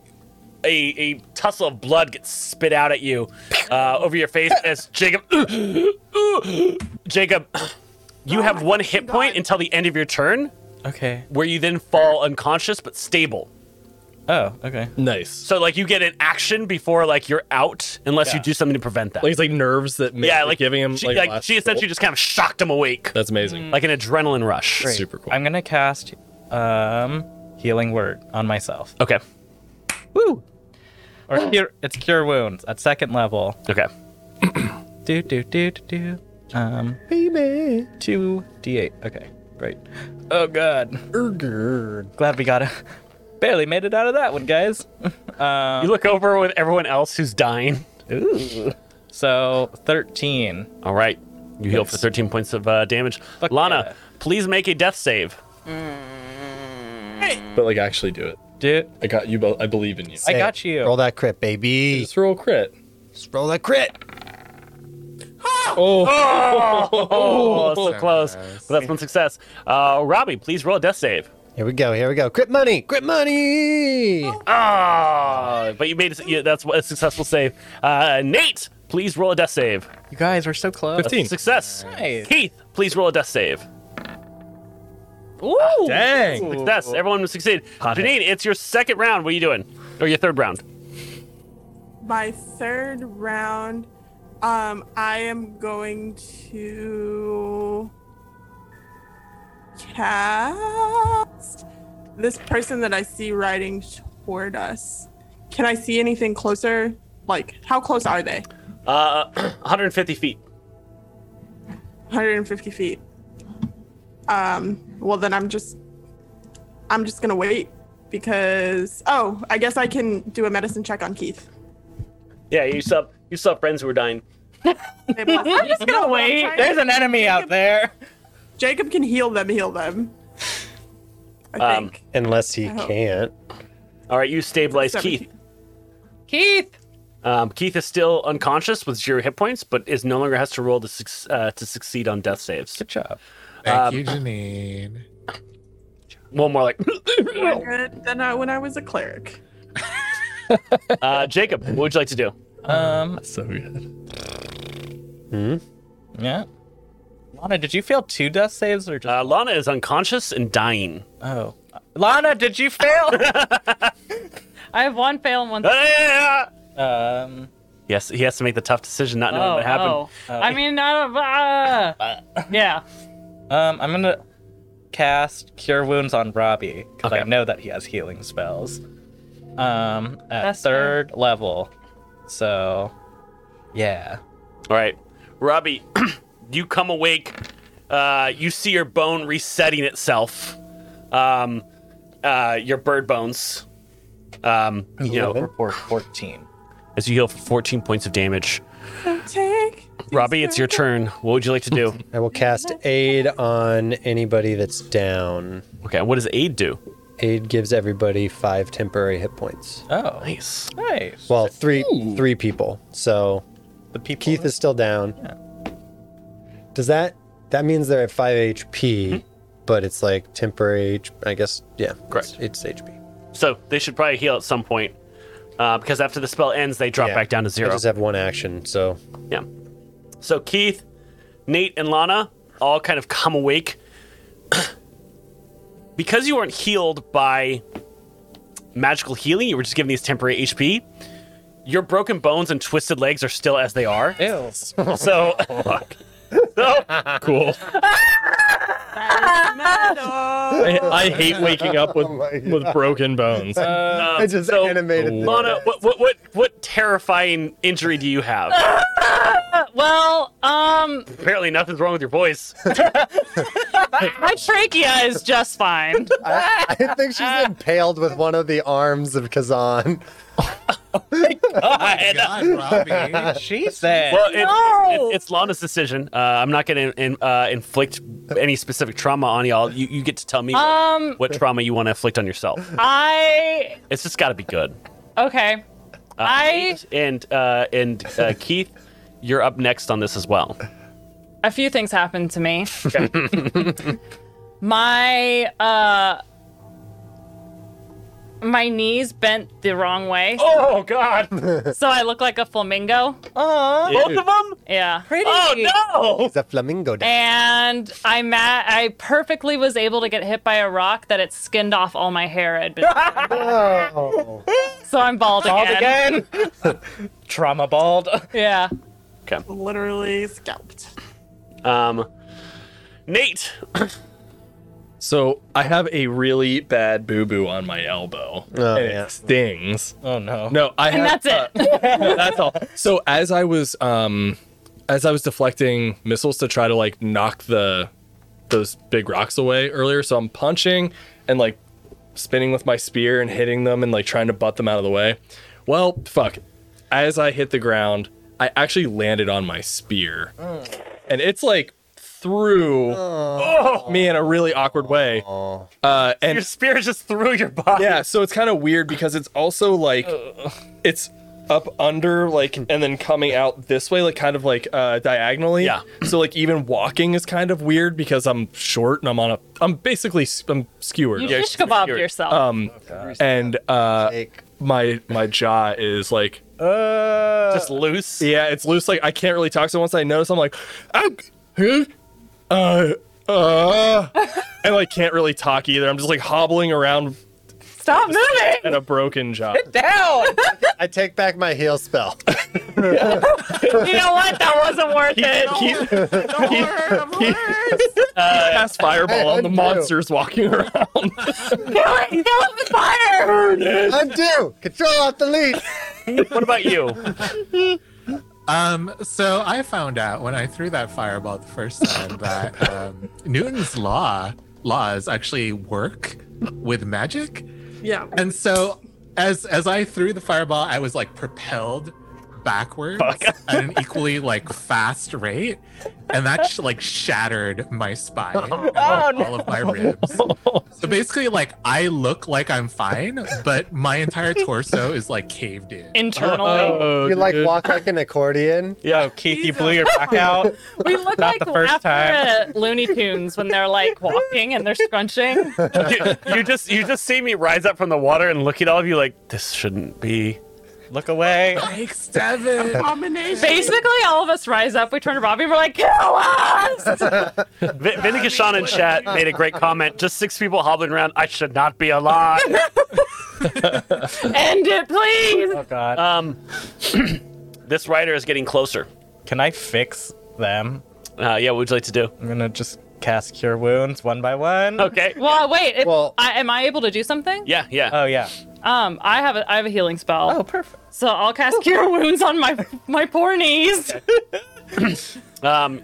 [SPEAKER 1] a, a tussle of blood gets spit out at you uh, over your face as Jacob. Jacob, you have one hit point
[SPEAKER 5] God.
[SPEAKER 1] until the end of your turn,
[SPEAKER 3] Okay.
[SPEAKER 1] where you then fall unconscious but stable.
[SPEAKER 3] Oh, okay.
[SPEAKER 4] Nice.
[SPEAKER 1] So like you get an action before like you're out, unless you
[SPEAKER 3] Yeah.
[SPEAKER 1] do something to prevent that.
[SPEAKER 4] Like it's like nerves that make,
[SPEAKER 1] yeah, like
[SPEAKER 4] giving him
[SPEAKER 1] she,
[SPEAKER 4] like,
[SPEAKER 1] like,
[SPEAKER 4] last
[SPEAKER 1] she essentially
[SPEAKER 4] bolt.
[SPEAKER 1] just kind of shocked him awake,
[SPEAKER 4] That's amazing.
[SPEAKER 1] like an adrenaline rush.
[SPEAKER 3] Great.
[SPEAKER 4] Super cool.
[SPEAKER 3] I'm gonna cast um healing word on myself.
[SPEAKER 1] Okay,
[SPEAKER 3] Woo. Or cure, it's cure wounds at second level.
[SPEAKER 1] okay.
[SPEAKER 3] Do do do do do. Um,
[SPEAKER 6] Baby.
[SPEAKER 3] two d8. Okay, great. Oh god. Glad we got it. Barely made it out of that one, guys. Uh,
[SPEAKER 1] You look over with everyone else who's dying.
[SPEAKER 3] Ooh. So thirteen.
[SPEAKER 1] All right, you heal for
[SPEAKER 3] Nice.
[SPEAKER 1] 13 points of uh, damage.
[SPEAKER 3] Fuck
[SPEAKER 1] Lana,
[SPEAKER 3] yeah.
[SPEAKER 1] please make a death save.
[SPEAKER 4] But like actually do it.
[SPEAKER 3] dude.
[SPEAKER 4] I got you. Bo- Mm. I believe in you.
[SPEAKER 3] I
[SPEAKER 6] Hey,
[SPEAKER 3] got you.
[SPEAKER 6] Roll that crit, baby.
[SPEAKER 4] Just roll a crit.
[SPEAKER 6] Just roll that crit.
[SPEAKER 4] Oh,
[SPEAKER 1] Oh, so close. But that's one success. Uh, Robbie, please roll a death save.
[SPEAKER 6] Here we go. Here we go. Crit money. Crit money.
[SPEAKER 1] Ah, but you made it. Yeah, that's a successful save. Uh, Nate, please roll a death save.
[SPEAKER 3] You guys are so close.
[SPEAKER 4] 15.
[SPEAKER 1] Success.
[SPEAKER 3] Nice.
[SPEAKER 1] Keith, please roll a death save.
[SPEAKER 3] Ooh.
[SPEAKER 4] dang.
[SPEAKER 1] Success. Everyone succeeded. Janine, it's your second round. What are you doing? Or your third round?
[SPEAKER 5] My third round, um, I am going to cast this person that I see riding toward us. Can I see anything closer? Like, how close are they?
[SPEAKER 1] Uh, 150 feet.
[SPEAKER 5] 150 feet. Um, well then I'm just I'm just gonna wait because oh, I guess I can do a medicine check on Keith.
[SPEAKER 1] Yeah, you saw you saw friends who were dying.
[SPEAKER 5] I'm just
[SPEAKER 3] No, wait. There's an enemy out there.
[SPEAKER 5] Jacob can heal them, heal them. I
[SPEAKER 1] Um,
[SPEAKER 5] think.
[SPEAKER 6] Unless he
[SPEAKER 5] Oh.
[SPEAKER 6] can't.
[SPEAKER 1] All right, you stabilize
[SPEAKER 5] Seventeen.
[SPEAKER 1] Keith.
[SPEAKER 2] Keith.
[SPEAKER 1] Um, Keith is still unconscious with zero hit points, but is no longer has to roll to, suc- uh, to succeed on death saves.
[SPEAKER 3] Good job.
[SPEAKER 7] Thank
[SPEAKER 1] Um,
[SPEAKER 7] you, Janine.
[SPEAKER 1] One more like.
[SPEAKER 5] More good than I, when I was a cleric.
[SPEAKER 1] uh, Jacob, what would you like to do?
[SPEAKER 3] Um.
[SPEAKER 4] So good.
[SPEAKER 3] Yeah. Lana, did you fail two death saves or just?
[SPEAKER 1] Uh, Lana is unconscious and dying.
[SPEAKER 3] oh. Lana, did you fail?
[SPEAKER 2] I have one fail and one.
[SPEAKER 3] um.
[SPEAKER 1] Yes, he has to make the tough decision, not knowing
[SPEAKER 2] oh,
[SPEAKER 1] what happened.
[SPEAKER 2] oh. I mean, I don't. Uh, yeah.
[SPEAKER 3] Um. I'm gonna cast Cure Wounds on Robbie because I
[SPEAKER 1] Okay.
[SPEAKER 3] know that he has healing spells. Um. At
[SPEAKER 2] That's
[SPEAKER 3] third level. So. Yeah.
[SPEAKER 1] All right, Robbie, you come awake. Uh, you see your bone resetting itself. Um, uh, your bird bones. Um, you know,
[SPEAKER 3] Report fourteen.
[SPEAKER 1] as you heal for 14 points of damage.
[SPEAKER 5] Take.
[SPEAKER 1] Robbie, it's your turn. What would you like to do?
[SPEAKER 6] I will cast aid on anybody that's down.
[SPEAKER 1] Okay, what does aid do?
[SPEAKER 6] Aid gives everybody five temporary hit points.
[SPEAKER 3] Oh.
[SPEAKER 1] Nice.
[SPEAKER 3] Nice.
[SPEAKER 6] Well, three three people. So
[SPEAKER 3] the people.
[SPEAKER 6] Keith is still down. Does that that means they're at five HP,
[SPEAKER 1] Hmm.
[SPEAKER 6] but it's like temporary. H- I guess yeah. it's-
[SPEAKER 1] Correct.
[SPEAKER 6] It's, HP.
[SPEAKER 1] So they should probably heal at some point, uh, because after the spell ends, they drop
[SPEAKER 6] Yeah.
[SPEAKER 1] back down to
[SPEAKER 6] I
[SPEAKER 1] zero.
[SPEAKER 6] just have one action, so
[SPEAKER 1] Yeah. So Keith, Nate, and Lana all kind of come awake. because you weren't healed by magical healing, you were just given these temporary HP. Your broken bones and twisted legs are still as they are.
[SPEAKER 3] Ew.
[SPEAKER 1] Um, So, so
[SPEAKER 4] Cool. I, I hate waking up
[SPEAKER 6] Oh
[SPEAKER 4] with with broken bones.
[SPEAKER 6] I just
[SPEAKER 1] so-
[SPEAKER 6] animated.
[SPEAKER 4] Oh.
[SPEAKER 6] the-
[SPEAKER 1] Lana, what, what what what terrifying injury do you have?
[SPEAKER 2] Well, um,
[SPEAKER 1] Apparently, nothing's wrong with your voice.
[SPEAKER 2] my trachea is just fine.
[SPEAKER 6] I, I think she's impaled with one of the arms of Kazan.
[SPEAKER 1] And, uh,
[SPEAKER 7] God, Robbie.
[SPEAKER 3] Jesus.
[SPEAKER 1] Well, it,
[SPEAKER 2] No!
[SPEAKER 1] it- it's Lana's decision. Uh, I'm not going to in, uh, inflict any specific trauma on y'all. You, you get to tell me
[SPEAKER 2] Um,
[SPEAKER 1] what trauma you want to inflict on yourself.
[SPEAKER 2] I
[SPEAKER 1] It's just got to be good.
[SPEAKER 2] okay.
[SPEAKER 3] Uh,
[SPEAKER 2] I
[SPEAKER 1] And uh, and uh, Keith, you're up next on this as well.
[SPEAKER 2] a few things happened to me. my uh, my knees bent the wrong way,
[SPEAKER 1] Oh God!
[SPEAKER 2] so I look like a flamingo.
[SPEAKER 3] Aw,
[SPEAKER 1] Both of them?
[SPEAKER 2] Yeah.
[SPEAKER 3] pretty.
[SPEAKER 1] Oh
[SPEAKER 6] It's a flamingo. down.
[SPEAKER 2] And I ma- I perfectly was able to get hit by a rock that it skinned off all my hair. I'd been-
[SPEAKER 6] Oh.
[SPEAKER 2] so I'm bald
[SPEAKER 3] Bald
[SPEAKER 2] again.
[SPEAKER 3] again. Trauma bald.
[SPEAKER 2] Yeah.
[SPEAKER 5] Literally scalped.
[SPEAKER 1] no! Um, Nate,
[SPEAKER 4] So I have a really bad boo boo on my elbow,
[SPEAKER 6] Oh,
[SPEAKER 4] and
[SPEAKER 6] yeah.
[SPEAKER 4] it stings.
[SPEAKER 3] Oh no.
[SPEAKER 4] No, I
[SPEAKER 2] And
[SPEAKER 4] have,
[SPEAKER 2] that's it.
[SPEAKER 4] that's all. So as I was um as I was deflecting missiles to try to like knock the those big rocks away earlier, so I'm punching and like spinning with my spear and hitting them and like trying to butt them out of the way. Well, fuck. As I hit the ground, I actually landed on my spear. And it's like through me in a really awkward way. Uh, and
[SPEAKER 1] Your spear just through your body.
[SPEAKER 4] yeah, so it's kind of weird because it's also like it's up under like and then coming out this way like kind of like uh diagonally
[SPEAKER 1] Yeah.
[SPEAKER 4] so like even walking is kind of weird because i'm short and i'm on a i'm basically s- i'm skewered
[SPEAKER 2] You shish kebabbed yourself.
[SPEAKER 4] and uh
[SPEAKER 6] Like,
[SPEAKER 4] my my jaw is like uh
[SPEAKER 1] Just loose.
[SPEAKER 4] yeah, it's loose. Like I can't really talk. So once I notice, I'm like, "Ow, huh, uh, uh, and like can't really talk either. I'm just like hobbling around
[SPEAKER 2] Stop moving!
[SPEAKER 4] at a broken jaw.
[SPEAKER 2] Down!
[SPEAKER 6] I take back my heal spell.
[SPEAKER 2] you know what? That wasn't worth it.
[SPEAKER 4] Keith
[SPEAKER 5] Don't worry, I'm alert.
[SPEAKER 4] cast fireball on the
[SPEAKER 6] undo.
[SPEAKER 4] monsters walking around.
[SPEAKER 2] Kill it! Kill it with fire!
[SPEAKER 6] Undo! Control off the lead!
[SPEAKER 1] What about you?
[SPEAKER 7] Um, so I found out when I threw that fireball the first time that um, Newton's law laws actually work with magic.
[SPEAKER 5] Yeah.
[SPEAKER 7] And so as as I threw the fireball, I was like propelled backwards at an equally like fast rate. And that sh- like shattered my spine and like, all of my ribs. So basically like I look like I'm fine, but my entire torso is like caved in.
[SPEAKER 2] Internally.
[SPEAKER 4] Oh,
[SPEAKER 6] You like walk like an accordion.
[SPEAKER 3] Yo, Keith, you blew your back out.
[SPEAKER 2] we look
[SPEAKER 3] Not
[SPEAKER 2] like
[SPEAKER 3] the first
[SPEAKER 2] after
[SPEAKER 3] time.
[SPEAKER 2] uh, Looney Tunes when they're like walking and they're scrunching.
[SPEAKER 1] you? You just you just see me rise up from the water and look at all of you like this shouldn't be.
[SPEAKER 3] Look away.
[SPEAKER 7] Like seven.
[SPEAKER 5] Combination.
[SPEAKER 2] Basically, all of us rise up, we turn to Robbie, and we're like, kill us!
[SPEAKER 1] V- Vinica Sean in chat made a great comment. Just six people hobbling around. I should not be alive.
[SPEAKER 2] End it, please!
[SPEAKER 3] Oh God.
[SPEAKER 1] Um, this rider is getting closer.
[SPEAKER 3] Can I fix them?
[SPEAKER 1] Uh, yeah, what would you like to do?
[SPEAKER 3] I'm gonna just cast Cure Wounds one by one.
[SPEAKER 1] Okay.
[SPEAKER 2] Well, wait. If,
[SPEAKER 6] Well-
[SPEAKER 2] I, am I able to do something?
[SPEAKER 1] Yeah, yeah.
[SPEAKER 3] Oh yeah.
[SPEAKER 2] Um, I have a I have a healing spell.
[SPEAKER 3] Oh, perfect.
[SPEAKER 2] So I'll cast cure wounds on my my poor knees.
[SPEAKER 1] Um,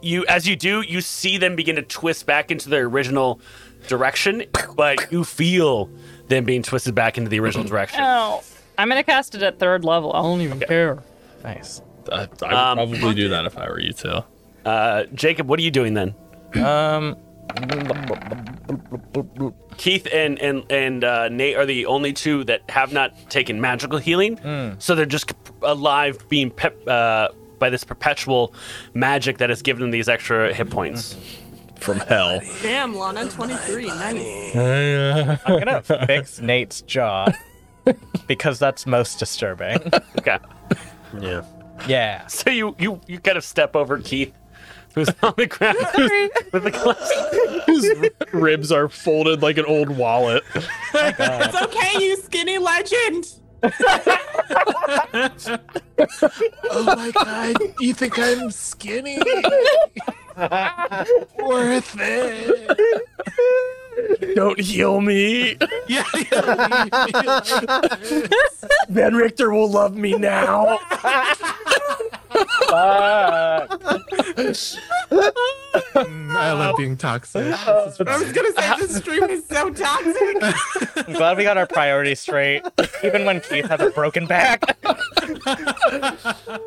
[SPEAKER 1] you as you do, you see them begin to twist back into their original direction, but you feel them being twisted back into the original direction. Uh,
[SPEAKER 2] Oh, I'm gonna cast it at third level. I don't even care.
[SPEAKER 3] Nice.
[SPEAKER 4] I, would
[SPEAKER 1] Um,
[SPEAKER 4] probably do that if I were you too.
[SPEAKER 1] Uh, Jacob, what are you doing then?
[SPEAKER 3] Um,
[SPEAKER 1] Keith and and and uh, Nate are the only two that have not taken magical healing, so they're just alive, being pep, uh, by this perpetual magic that has given them these extra hit points.
[SPEAKER 4] From hell.
[SPEAKER 5] Damn, Lana, 23. Nice.
[SPEAKER 3] I'm gonna fix Nate's jaw because that's most disturbing.
[SPEAKER 1] Okay,
[SPEAKER 8] Yeah.
[SPEAKER 3] Yeah.
[SPEAKER 1] so you you you kind of step over Keith, who's on the ground with the glass.
[SPEAKER 4] His ribs are folded like an old wallet.
[SPEAKER 5] It's okay, you skinny legend.
[SPEAKER 7] Oh my god, you think I'm skinny? Worth it.
[SPEAKER 4] Don't heal me.
[SPEAKER 7] Yeah. yeah.
[SPEAKER 4] Van Richter will love me now.
[SPEAKER 3] Uh,
[SPEAKER 7] I love being toxic. This is
[SPEAKER 5] I was
[SPEAKER 7] fun.
[SPEAKER 5] gonna
[SPEAKER 2] Uh-huh.
[SPEAKER 5] say this stream is so toxic.
[SPEAKER 3] I'm glad we got our priorities straight, even when Keith has a broken back.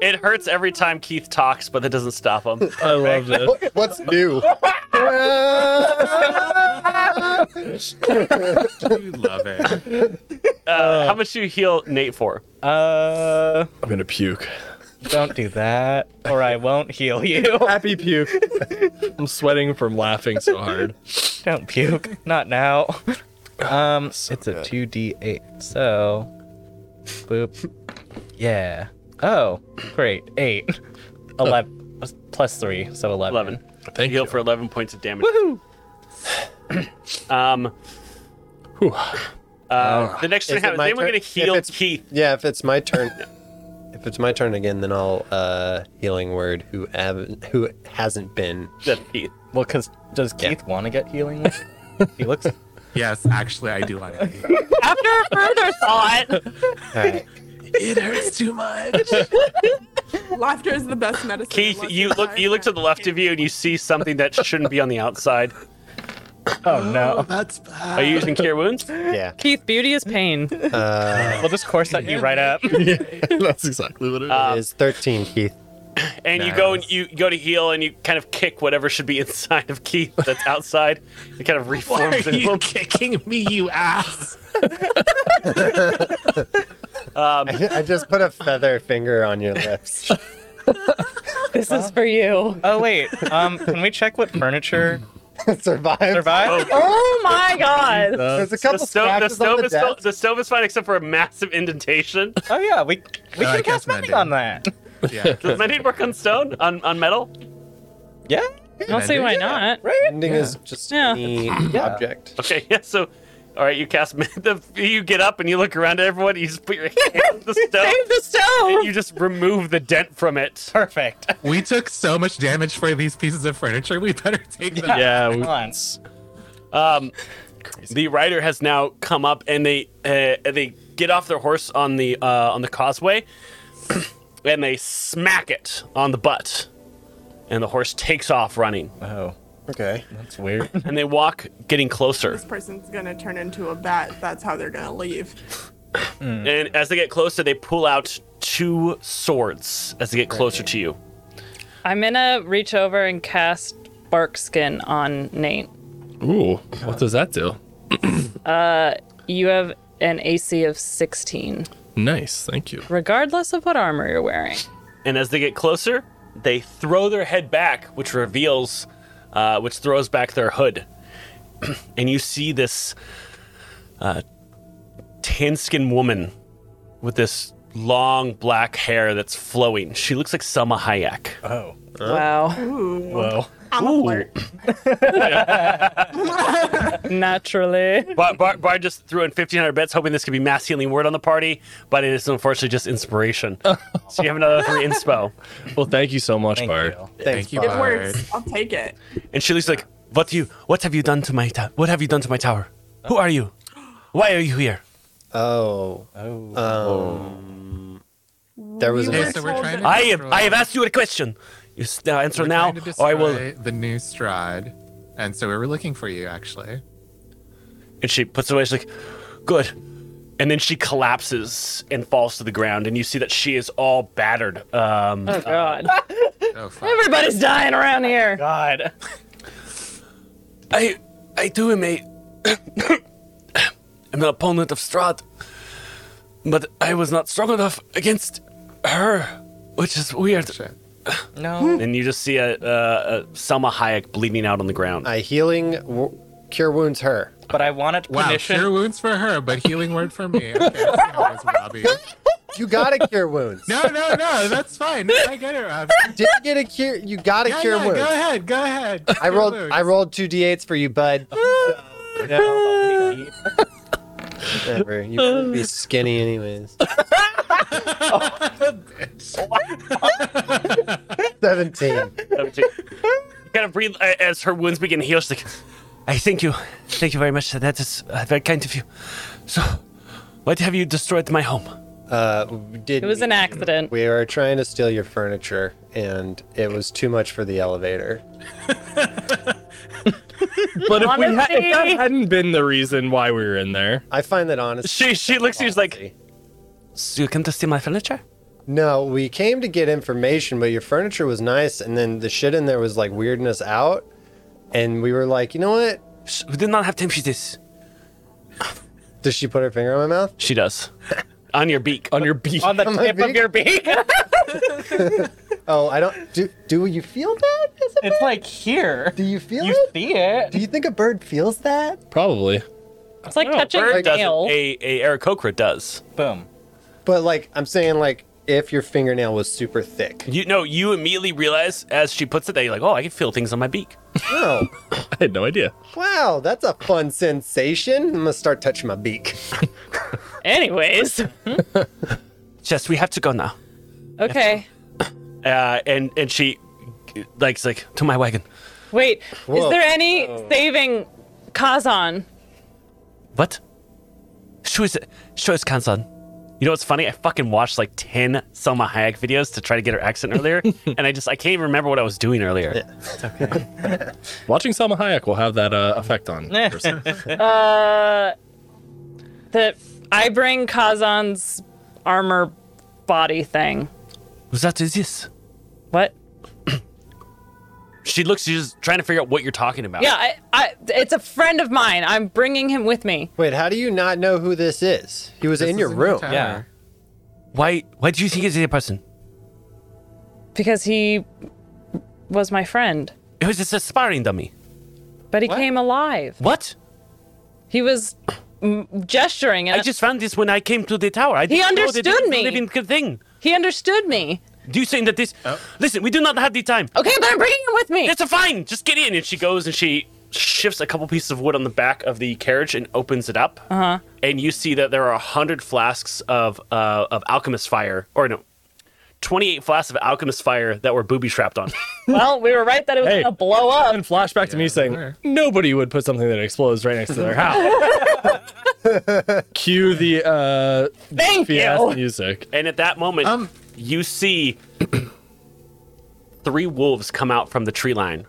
[SPEAKER 1] It hurts every time Keith talks, but that doesn't stop him.
[SPEAKER 4] I love this.
[SPEAKER 6] What's new?
[SPEAKER 7] You love it.
[SPEAKER 1] Uh, how much do you heal Nate for?
[SPEAKER 3] Uh,
[SPEAKER 4] I'm gonna puke.
[SPEAKER 3] don't do that, or I won't heal you.
[SPEAKER 4] Happy puke. I'm sweating from laughing so hard.
[SPEAKER 3] Don't puke. Not now. Um, it's a 2d8. So, boop. Yeah. Oh, great. 8. 11. Plus 3, so 11.
[SPEAKER 1] Eleven.
[SPEAKER 4] Thank
[SPEAKER 1] heal
[SPEAKER 4] you.
[SPEAKER 1] for eleven points of damage. um. Uh, the next
[SPEAKER 6] Is
[SPEAKER 1] turn,
[SPEAKER 6] it
[SPEAKER 1] happens.
[SPEAKER 6] my
[SPEAKER 1] then we're
[SPEAKER 6] turn?
[SPEAKER 1] gonna
[SPEAKER 6] If
[SPEAKER 1] heal
[SPEAKER 6] it's-
[SPEAKER 1] Keith.
[SPEAKER 6] Yeah, if it's my turn. If it's my turn again, then I'll uh, healing word who av- who hasn't been.
[SPEAKER 1] That's Keith.
[SPEAKER 3] Well, because does
[SPEAKER 6] Yeah.
[SPEAKER 3] Keith want to get healing? he looks.
[SPEAKER 7] Yes, actually, I do want it.
[SPEAKER 2] After further thought,
[SPEAKER 6] All right.
[SPEAKER 7] It hurts too much.
[SPEAKER 5] Laughter is the best medicine.
[SPEAKER 1] Keith,
[SPEAKER 5] Unless
[SPEAKER 1] you
[SPEAKER 5] you're
[SPEAKER 1] look you
[SPEAKER 5] high.
[SPEAKER 1] look to the left of you and you see something that shouldn't be on the outside.
[SPEAKER 3] Oh no!
[SPEAKER 7] That's bad.
[SPEAKER 1] Are you using cure wounds?
[SPEAKER 6] Yeah.
[SPEAKER 2] Keith, beauty is pain.
[SPEAKER 6] Uh,
[SPEAKER 3] We'll just course that you right up.
[SPEAKER 4] That's exactly what it is.
[SPEAKER 6] it is thirteen, Keith.
[SPEAKER 1] and you go and you go to heal and you kind of kick whatever should be inside of Keith that's outside. It kind of
[SPEAKER 7] Why
[SPEAKER 1] reforms
[SPEAKER 7] are
[SPEAKER 1] into
[SPEAKER 7] you
[SPEAKER 1] him.
[SPEAKER 7] kicking me, you ass?
[SPEAKER 1] Um,
[SPEAKER 6] I just put a feather finger on your lips.
[SPEAKER 2] This is for you.
[SPEAKER 3] Oh wait, um, can we check what furniture
[SPEAKER 6] Survive.
[SPEAKER 3] survived?
[SPEAKER 2] Oh my god.
[SPEAKER 6] There's a couple
[SPEAKER 1] The stove, the
[SPEAKER 6] scratches on
[SPEAKER 1] stove
[SPEAKER 6] the
[SPEAKER 1] is still,
[SPEAKER 6] desk.
[SPEAKER 1] the stove is fine except for a massive indentation.
[SPEAKER 3] Oh yeah, we we
[SPEAKER 7] Uh, I
[SPEAKER 3] can
[SPEAKER 7] guess
[SPEAKER 3] cast magic
[SPEAKER 7] not,
[SPEAKER 3] on that.
[SPEAKER 7] Yeah.
[SPEAKER 1] Does that need work on stone on, on metal?
[SPEAKER 3] Yeah,
[SPEAKER 2] I don't see why not.
[SPEAKER 3] right.
[SPEAKER 6] Ending is just
[SPEAKER 2] Yeah.
[SPEAKER 6] any object.
[SPEAKER 1] Okay, yeah. So, all right, you cast ma- the you get up and you look around at everyone. You just put your hand on the
[SPEAKER 2] Save
[SPEAKER 1] stone.
[SPEAKER 2] the stove.
[SPEAKER 1] You just remove the dent from it.
[SPEAKER 3] Perfect.
[SPEAKER 7] We took so much damage for these pieces of furniture. We better take them.
[SPEAKER 4] Yeah,
[SPEAKER 3] Come
[SPEAKER 4] we-
[SPEAKER 3] on.
[SPEAKER 1] The rider has now come up, and they uh, they get off their horse on the uh, on the causeway, and they smack it on the butt, and the horse takes off running,
[SPEAKER 3] Oh,
[SPEAKER 6] Okay.
[SPEAKER 3] that's weird.
[SPEAKER 1] and they walk getting closer.
[SPEAKER 5] This person's gonna turn into a bat. That's how they're gonna leave.
[SPEAKER 4] Mm.
[SPEAKER 1] And as they get closer, they pull out two swords as they get closer to you.
[SPEAKER 2] I'm gonna reach over and cast bark skin on Nate.
[SPEAKER 4] Ooh, what does that do?
[SPEAKER 2] You have an AC of 16,
[SPEAKER 4] Nice, thank you.
[SPEAKER 2] regardless of what armor you're wearing.
[SPEAKER 1] And as they get closer, they throw their head back, which reveals, uh, which throws back their hood. and you see this uh, tan skinned woman with this long black hair that's flowing. She looks like Selma Hayek.
[SPEAKER 3] Oh,
[SPEAKER 2] Wow.
[SPEAKER 5] Ooh.
[SPEAKER 4] Well,
[SPEAKER 5] I'm a flirt.
[SPEAKER 2] Naturally.
[SPEAKER 1] Bar, Bar, Bar just threw in 1,500 bets, hoping this could be mass healing word on the party, but it is unfortunately just inspiration. so you have another three inspo.
[SPEAKER 4] well, thank you so much,
[SPEAKER 3] thank
[SPEAKER 4] Bart.
[SPEAKER 3] you.
[SPEAKER 6] Thanks,
[SPEAKER 7] Thank you,
[SPEAKER 6] Bob.
[SPEAKER 5] It
[SPEAKER 7] Bart.
[SPEAKER 5] works. I'll take it.
[SPEAKER 1] And she looks like, "What do you? What have you done to my? Ta- what have you done to my tower? Who are you? Why are you here?"
[SPEAKER 6] Oh. Um,
[SPEAKER 3] Oh,
[SPEAKER 6] There was
[SPEAKER 5] We
[SPEAKER 6] a-
[SPEAKER 5] were
[SPEAKER 7] Okay, so we're
[SPEAKER 5] told
[SPEAKER 7] trying
[SPEAKER 5] that-
[SPEAKER 1] I have I have asked you a question. You s- now answer
[SPEAKER 7] We're
[SPEAKER 1] now,
[SPEAKER 7] trying to
[SPEAKER 1] or I will.
[SPEAKER 7] destroy The new Strahd. And so we were looking for you, actually.
[SPEAKER 1] And she puts it away. She's like, "Good." And then she collapses and falls to the ground, and you see that she is all battered. Um,
[SPEAKER 2] Oh god.
[SPEAKER 7] Oh, fuck.
[SPEAKER 2] Everybody's dying around here.
[SPEAKER 3] God.
[SPEAKER 1] I I do am a am an opponent of Strahd, but I was not strong enough against her, which is weird.
[SPEAKER 7] Shit.
[SPEAKER 3] No.
[SPEAKER 1] And you just see a, uh, a, a Selma Hayek bleeding out on the ground.
[SPEAKER 6] I healing w- cure wounds her.
[SPEAKER 3] But I wanted
[SPEAKER 7] Wow,
[SPEAKER 3] permission.
[SPEAKER 7] cure wounds for her, but healing word for me. Okay, that's how it is, Robbie.
[SPEAKER 6] You gotta cure wounds.
[SPEAKER 7] No, no, no, that's fine. I get it, Robbie.
[SPEAKER 6] Did get a cure. You gotta
[SPEAKER 7] Yeah,
[SPEAKER 6] cure
[SPEAKER 7] yeah,
[SPEAKER 6] wounds.
[SPEAKER 7] go ahead, go ahead.
[SPEAKER 6] I
[SPEAKER 7] Cure
[SPEAKER 6] rolled.
[SPEAKER 7] wounds.
[SPEAKER 6] I rolled two d8s for you, bud.
[SPEAKER 3] No.
[SPEAKER 6] Whatever. You would be skinny anyways. Seventeen.
[SPEAKER 1] You kind of breathe a- as her wounds begin to heal. She's like, "I thank you, thank you very much. That is uh, very kind of you." So, why have you destroyed my home?
[SPEAKER 6] Uh, we did.
[SPEAKER 2] It was an accident.
[SPEAKER 6] We were trying to steal your furniture, and it was too much for the elevator.
[SPEAKER 4] But if, we ha- if that
[SPEAKER 2] Honestly.
[SPEAKER 4] hadn't been the reason why we were in there,
[SPEAKER 6] I find that honest.
[SPEAKER 1] She she looks at you she's like, "So you come to steal my furniture?"
[SPEAKER 6] No, we came to get information, but your furniture was nice, and then the shit in there was like weirding us out, and we were like, you know what?
[SPEAKER 1] Sh- We did not have time for this.
[SPEAKER 6] Does she put her finger on my mouth?
[SPEAKER 1] She does. On your beak.
[SPEAKER 4] on your beak.
[SPEAKER 3] On the
[SPEAKER 6] my
[SPEAKER 3] tip of
[SPEAKER 6] beak?
[SPEAKER 3] your beak.
[SPEAKER 6] Oh, I don't. Do do you feel that? Is it-
[SPEAKER 3] it's like here.
[SPEAKER 6] Do you feel
[SPEAKER 3] You
[SPEAKER 6] it?
[SPEAKER 3] see it?
[SPEAKER 6] Do you think a bird feels that?
[SPEAKER 4] Probably.
[SPEAKER 2] It's like touching your
[SPEAKER 1] Bird doesn't.
[SPEAKER 2] nail.
[SPEAKER 1] A a Aarakocra does.
[SPEAKER 3] Boom.
[SPEAKER 6] But like, I'm saying like, if your fingernail was super thick.
[SPEAKER 1] You no. You immediately realize as she puts it that you're like, "Oh, I can feel things on my beak."
[SPEAKER 6] Oh,
[SPEAKER 4] I had no idea.
[SPEAKER 6] wow, that's a fun sensation. I'm gonna start touching my beak.
[SPEAKER 2] Anyways.
[SPEAKER 1] Just we have to go now.
[SPEAKER 2] Okay.
[SPEAKER 1] Uh, and and she like is like to my wagon.
[SPEAKER 2] Wait. Is
[SPEAKER 6] Whoa.
[SPEAKER 2] there any
[SPEAKER 4] Oh.
[SPEAKER 2] saving Kazan?
[SPEAKER 1] What? Show is show is Kansan. You know what's funny? I fucking watched like ten Selma Hayek videos to try to get her accent earlier, and I just I can't even remember what I was doing earlier.
[SPEAKER 4] Watching Salma Hayek will have that uh, effect on. the person.
[SPEAKER 2] That Uh, I bring Kazan's armor body thing.
[SPEAKER 1] That is this.
[SPEAKER 2] What?
[SPEAKER 1] She looks. She's trying to figure out what you're talking about.
[SPEAKER 2] Yeah, I, I, it's a friend of mine. I'm bringing him with me.
[SPEAKER 6] Wait, how do you not know who this is? He was
[SPEAKER 7] This
[SPEAKER 6] in your
[SPEAKER 7] is
[SPEAKER 6] room.
[SPEAKER 7] tower.
[SPEAKER 3] Yeah.
[SPEAKER 1] Why? Why do you think it's the other person?
[SPEAKER 2] because he was my friend,
[SPEAKER 1] It was just a sparring dummy.
[SPEAKER 2] but he came alive.
[SPEAKER 1] What?
[SPEAKER 2] He was mm, gesturing, and
[SPEAKER 1] I just found this when I came to the tower. I
[SPEAKER 2] He
[SPEAKER 1] didn't know that
[SPEAKER 2] understood
[SPEAKER 1] it was a
[SPEAKER 2] me.
[SPEAKER 1] Living good thing.
[SPEAKER 2] he understood me.
[SPEAKER 1] Do you saying that this? Listen, we do not have the time.
[SPEAKER 2] Okay, but I'm bringing him with me.
[SPEAKER 1] That's a fine. Just get in. And she goes and she shifts a couple pieces of wood on the back of the carriage and opens it up. Uh-huh. And you see that there are hundred flasks of uh, of alchemist fire, or no, twenty eight flasks of alchemist fire that were booby trapped on.
[SPEAKER 2] well, we were right that it was
[SPEAKER 4] Hey.
[SPEAKER 2] gonna blow up.
[SPEAKER 4] And flashback to me saying
[SPEAKER 7] were.
[SPEAKER 4] nobody would put something that explodes right next to their house. Cue the uh,
[SPEAKER 2] Thank
[SPEAKER 4] fiasco
[SPEAKER 2] you.
[SPEAKER 4] music.
[SPEAKER 1] and at that moment,
[SPEAKER 7] Um.
[SPEAKER 1] you see three wolves come out from the tree line.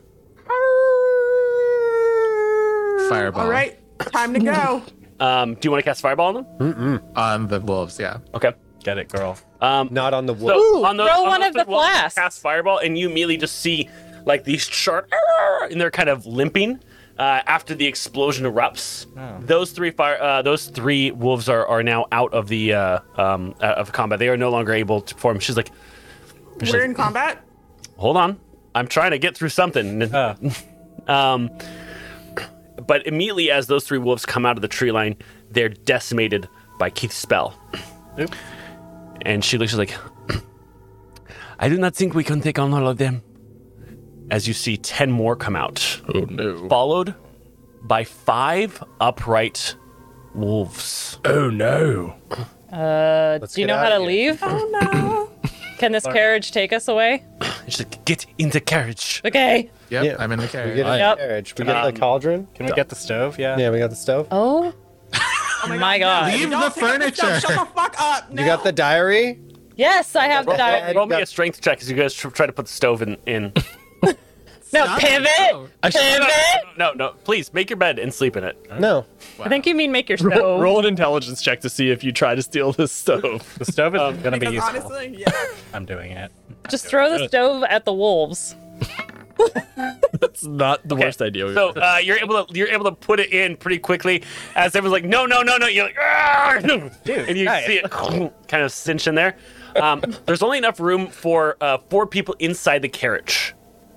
[SPEAKER 7] Fireball.
[SPEAKER 5] All right, time to go.
[SPEAKER 1] Um, do you want to cast fireball on them?
[SPEAKER 7] On the wolves, yeah.
[SPEAKER 1] Okay.
[SPEAKER 4] Get it, girl.
[SPEAKER 6] Not on the
[SPEAKER 1] So
[SPEAKER 6] wood.
[SPEAKER 1] on those,
[SPEAKER 2] throw
[SPEAKER 1] on
[SPEAKER 2] one
[SPEAKER 1] those
[SPEAKER 2] of the
[SPEAKER 1] three walls,
[SPEAKER 2] flasks.
[SPEAKER 1] Cast fireball, and you immediately just see like these sharp, and they're kind of limping uh, after the explosion erupts. Those three fire, uh, those three wolves are, are now out of the uh, um, uh, of combat. They are no longer able to perform. She's like,
[SPEAKER 5] We're in combat.
[SPEAKER 1] hold on, I'm trying to get through something.
[SPEAKER 4] Uh.
[SPEAKER 1] um, but immediately as those three wolves come out of the tree line, they're decimated by Keith's spell. And she looks she's like, I do not think we can take on all of them. As you see, 10 more come out,
[SPEAKER 4] Oh no.
[SPEAKER 1] followed by five upright wolves.
[SPEAKER 4] Oh no.
[SPEAKER 2] Uh, do you
[SPEAKER 6] get
[SPEAKER 2] know how
[SPEAKER 6] outta
[SPEAKER 2] to
[SPEAKER 6] here.
[SPEAKER 2] leave?
[SPEAKER 5] Oh,
[SPEAKER 2] Can this carriage take us away?
[SPEAKER 1] And She's like, Get in the carriage.
[SPEAKER 2] Okay.
[SPEAKER 7] Yep,
[SPEAKER 6] Yeah.
[SPEAKER 7] I'm in the
[SPEAKER 6] We get
[SPEAKER 7] carriage.
[SPEAKER 6] a
[SPEAKER 2] Yep.
[SPEAKER 6] carriage. We get the cauldron.
[SPEAKER 3] Can we get the stove? Yeah.
[SPEAKER 6] Yeah, we got the stove.
[SPEAKER 2] Oh. my god.
[SPEAKER 7] Leave
[SPEAKER 5] Don't pick
[SPEAKER 7] the
[SPEAKER 5] up stuff,
[SPEAKER 7] furniture.
[SPEAKER 5] Shut the fuck up.
[SPEAKER 6] You got the diary.
[SPEAKER 2] Yes, I have the diary.
[SPEAKER 1] Roll me a strength check as you guys tr- try to put the stove in. in.
[SPEAKER 2] No, pivot.
[SPEAKER 7] No.
[SPEAKER 2] Pivot. I,
[SPEAKER 1] no, no, please make your bed and sleep in it.
[SPEAKER 6] No.
[SPEAKER 2] think you mean make your stove.
[SPEAKER 4] Roll an intelligence check to see if you try to steal this stove.
[SPEAKER 3] The stove is gonna be
[SPEAKER 5] Because
[SPEAKER 3] useful.
[SPEAKER 5] honestly, yeah.
[SPEAKER 3] I'm doing it.
[SPEAKER 2] Just throw the stove at the wolves.
[SPEAKER 4] It's not the worst idea. We've
[SPEAKER 1] So uh, you're able to you're able to put it in pretty quickly as everyone's like, no, no, no, no. You're like, "Argh!" and you
[SPEAKER 3] nice.
[SPEAKER 1] see it kind of cinch in there. Um, there's only enough room for uh, four people inside the carriage.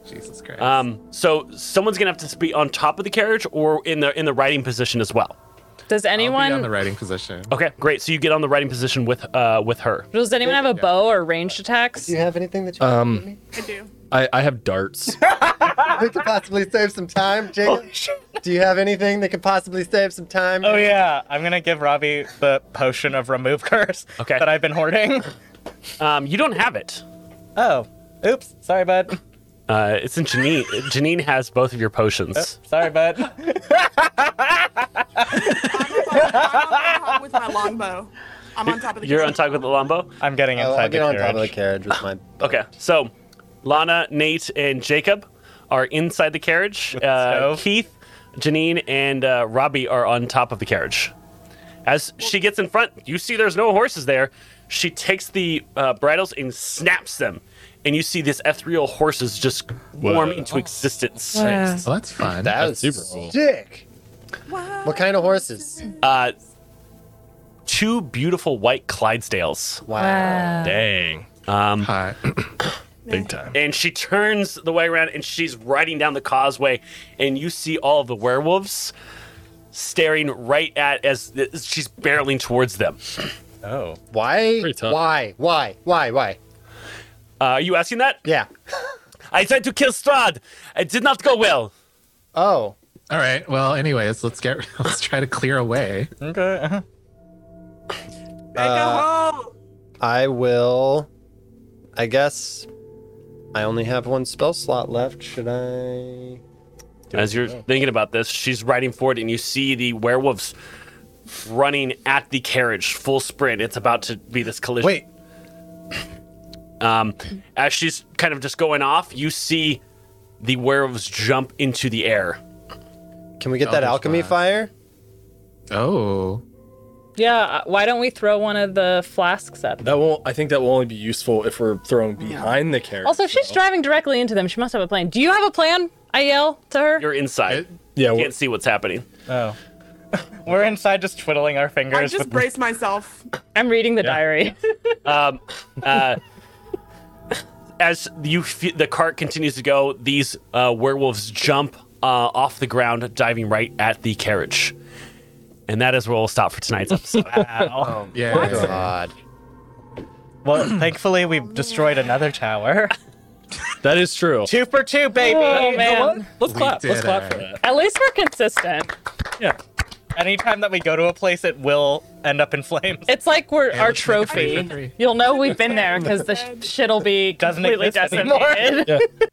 [SPEAKER 7] Jesus
[SPEAKER 6] Uh,
[SPEAKER 7] Christ.
[SPEAKER 1] Um, so someone's gonna have to be on top of the carriage or in the in the riding position as well.
[SPEAKER 2] Does
[SPEAKER 7] I'll be
[SPEAKER 2] anyone
[SPEAKER 7] on the writing position.
[SPEAKER 1] Okay, great. So you get on the riding position with uh, with her.
[SPEAKER 2] does anyone have a bow or ranged attacks?
[SPEAKER 6] Do you have anything that you um,
[SPEAKER 5] I do.
[SPEAKER 4] I, I have darts.
[SPEAKER 6] that could possibly save some time, Jacob? Do you have anything that could possibly save some time?
[SPEAKER 3] Oh yeah, I'm gonna give Robbie the potion of remove curse
[SPEAKER 1] Okay.
[SPEAKER 3] that I've been hoarding.
[SPEAKER 1] Um, you don't have it.
[SPEAKER 3] Oh, oops, sorry, bud.
[SPEAKER 1] Uh, it's in Janine. Janine has both of your potions.
[SPEAKER 3] Sorry, bud.
[SPEAKER 5] I'm on top with my longbow. I'm on top of the.
[SPEAKER 1] You're
[SPEAKER 5] carriage.
[SPEAKER 1] on top with the lombo.
[SPEAKER 3] I'm getting
[SPEAKER 6] Oh,
[SPEAKER 3] inside
[SPEAKER 6] I'll get
[SPEAKER 3] the
[SPEAKER 6] on
[SPEAKER 3] carriage.
[SPEAKER 6] top of the carriage with mine.
[SPEAKER 1] Okay, so Lana, Nate, and Jacob are inside the carriage.
[SPEAKER 3] the
[SPEAKER 1] Uh,
[SPEAKER 3] stove.
[SPEAKER 1] Keith, Janine, and uh, Robbie are on top of the carriage. As she gets in front, you see there's no horses there. She takes the uh, bridles and snaps them, and you see these ethereal horses just form into existence.
[SPEAKER 7] Well, that's fun.
[SPEAKER 6] That
[SPEAKER 4] That's super cool.
[SPEAKER 6] sick.
[SPEAKER 5] Wow.
[SPEAKER 6] What kind of horses?
[SPEAKER 1] Uh, two beautiful white Clydesdales.
[SPEAKER 6] Wow.
[SPEAKER 4] Dang.
[SPEAKER 7] hot.
[SPEAKER 4] Big time.
[SPEAKER 1] and she turns the way around and she's riding down the causeway and you see all of the werewolves staring right at as as she's barreling towards them
[SPEAKER 3] Oh,
[SPEAKER 6] Why?
[SPEAKER 4] Pretty tough.
[SPEAKER 6] Why? Why? Why? Why?
[SPEAKER 1] uh, are you asking that
[SPEAKER 6] Yeah.
[SPEAKER 1] i tried to kill strad it did not go well
[SPEAKER 6] Oh.
[SPEAKER 7] All right. Well, anyways, let's get let's try to clear away.
[SPEAKER 3] okay. uh-huh.
[SPEAKER 5] Back
[SPEAKER 6] Uh,
[SPEAKER 5] at home.
[SPEAKER 6] I will. I guess. I only have one spell slot left. Should I?
[SPEAKER 1] as you're thinking about this she's riding forward and you see the werewolves running at the carriage full sprint it's about to be this collision
[SPEAKER 6] Wait.
[SPEAKER 1] Um, as she's kind of just going off, you see the werewolves jump into the air.
[SPEAKER 6] Can we get that
[SPEAKER 7] Eldritch
[SPEAKER 6] alchemy
[SPEAKER 7] Blast.
[SPEAKER 6] fire?
[SPEAKER 7] Oh,
[SPEAKER 2] Yeah, uh, why don't we throw one of the flasks at them?
[SPEAKER 4] That won't. I think that will only be useful if we're throwing behind the carriage.
[SPEAKER 2] Also, if she's driving directly into them, she must have a plan. Do you have a plan? I yell to her.
[SPEAKER 1] You're inside.
[SPEAKER 4] yeah,
[SPEAKER 1] You
[SPEAKER 4] we're-
[SPEAKER 1] can't see what's happening.
[SPEAKER 3] Oh. We're inside just twiddling our fingers.
[SPEAKER 5] I just
[SPEAKER 3] with-
[SPEAKER 5] brace myself.
[SPEAKER 2] I'm reading the diary.
[SPEAKER 1] Uh, as you f- the cart continues to go, these uh, werewolves jump uh, off the ground, diving right at the carriage. And that is where we'll stop for tonight's episode.
[SPEAKER 7] Yeah.
[SPEAKER 6] God.
[SPEAKER 3] well, thankfully, we've destroyed another tower.
[SPEAKER 4] that is true.
[SPEAKER 3] two for two, baby.
[SPEAKER 2] oh man.
[SPEAKER 4] Let's
[SPEAKER 7] We
[SPEAKER 4] clap.
[SPEAKER 7] did
[SPEAKER 4] Let's clap
[SPEAKER 7] it.
[SPEAKER 4] for that.
[SPEAKER 2] At least we're consistent.
[SPEAKER 4] Yeah.
[SPEAKER 3] Anytime that we go to a place, it will end up in flames.
[SPEAKER 2] It's like we're our
[SPEAKER 7] let's make it free for
[SPEAKER 2] trophy.
[SPEAKER 7] free.
[SPEAKER 2] You'll know we've been there because the sh- shit'll be
[SPEAKER 3] Doesn't
[SPEAKER 2] completely
[SPEAKER 3] exist anymore.
[SPEAKER 2] decimated.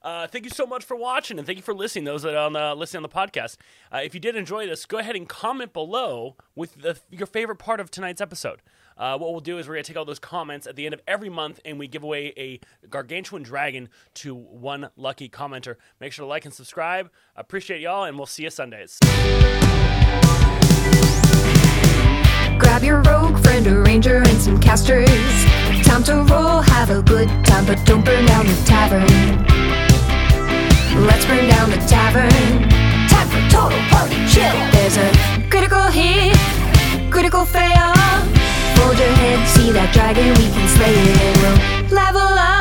[SPEAKER 1] Uh, thank you so much for watching, and thank you for listening. Those that are on the, listening on the podcast, uh, if you did enjoy this, go ahead and comment below with the, your favorite part of tonight's episode. Uh, what we'll do is we're gonna take all those comments at the end of every month, and we give away a gargantuan dragon to one lucky commenter. Make sure to like and subscribe. Appreciate y'all, and we'll see you Sundays.
[SPEAKER 9] Grab your rogue friend, a ranger, and some casters. Time to roll, have a good time, but don't burn down the tavern. Let's burn down the tavern. Time for total party chill. There's a critical hit, critical fail. Hold your head, see that dragon, we can slay it, and we'll level up.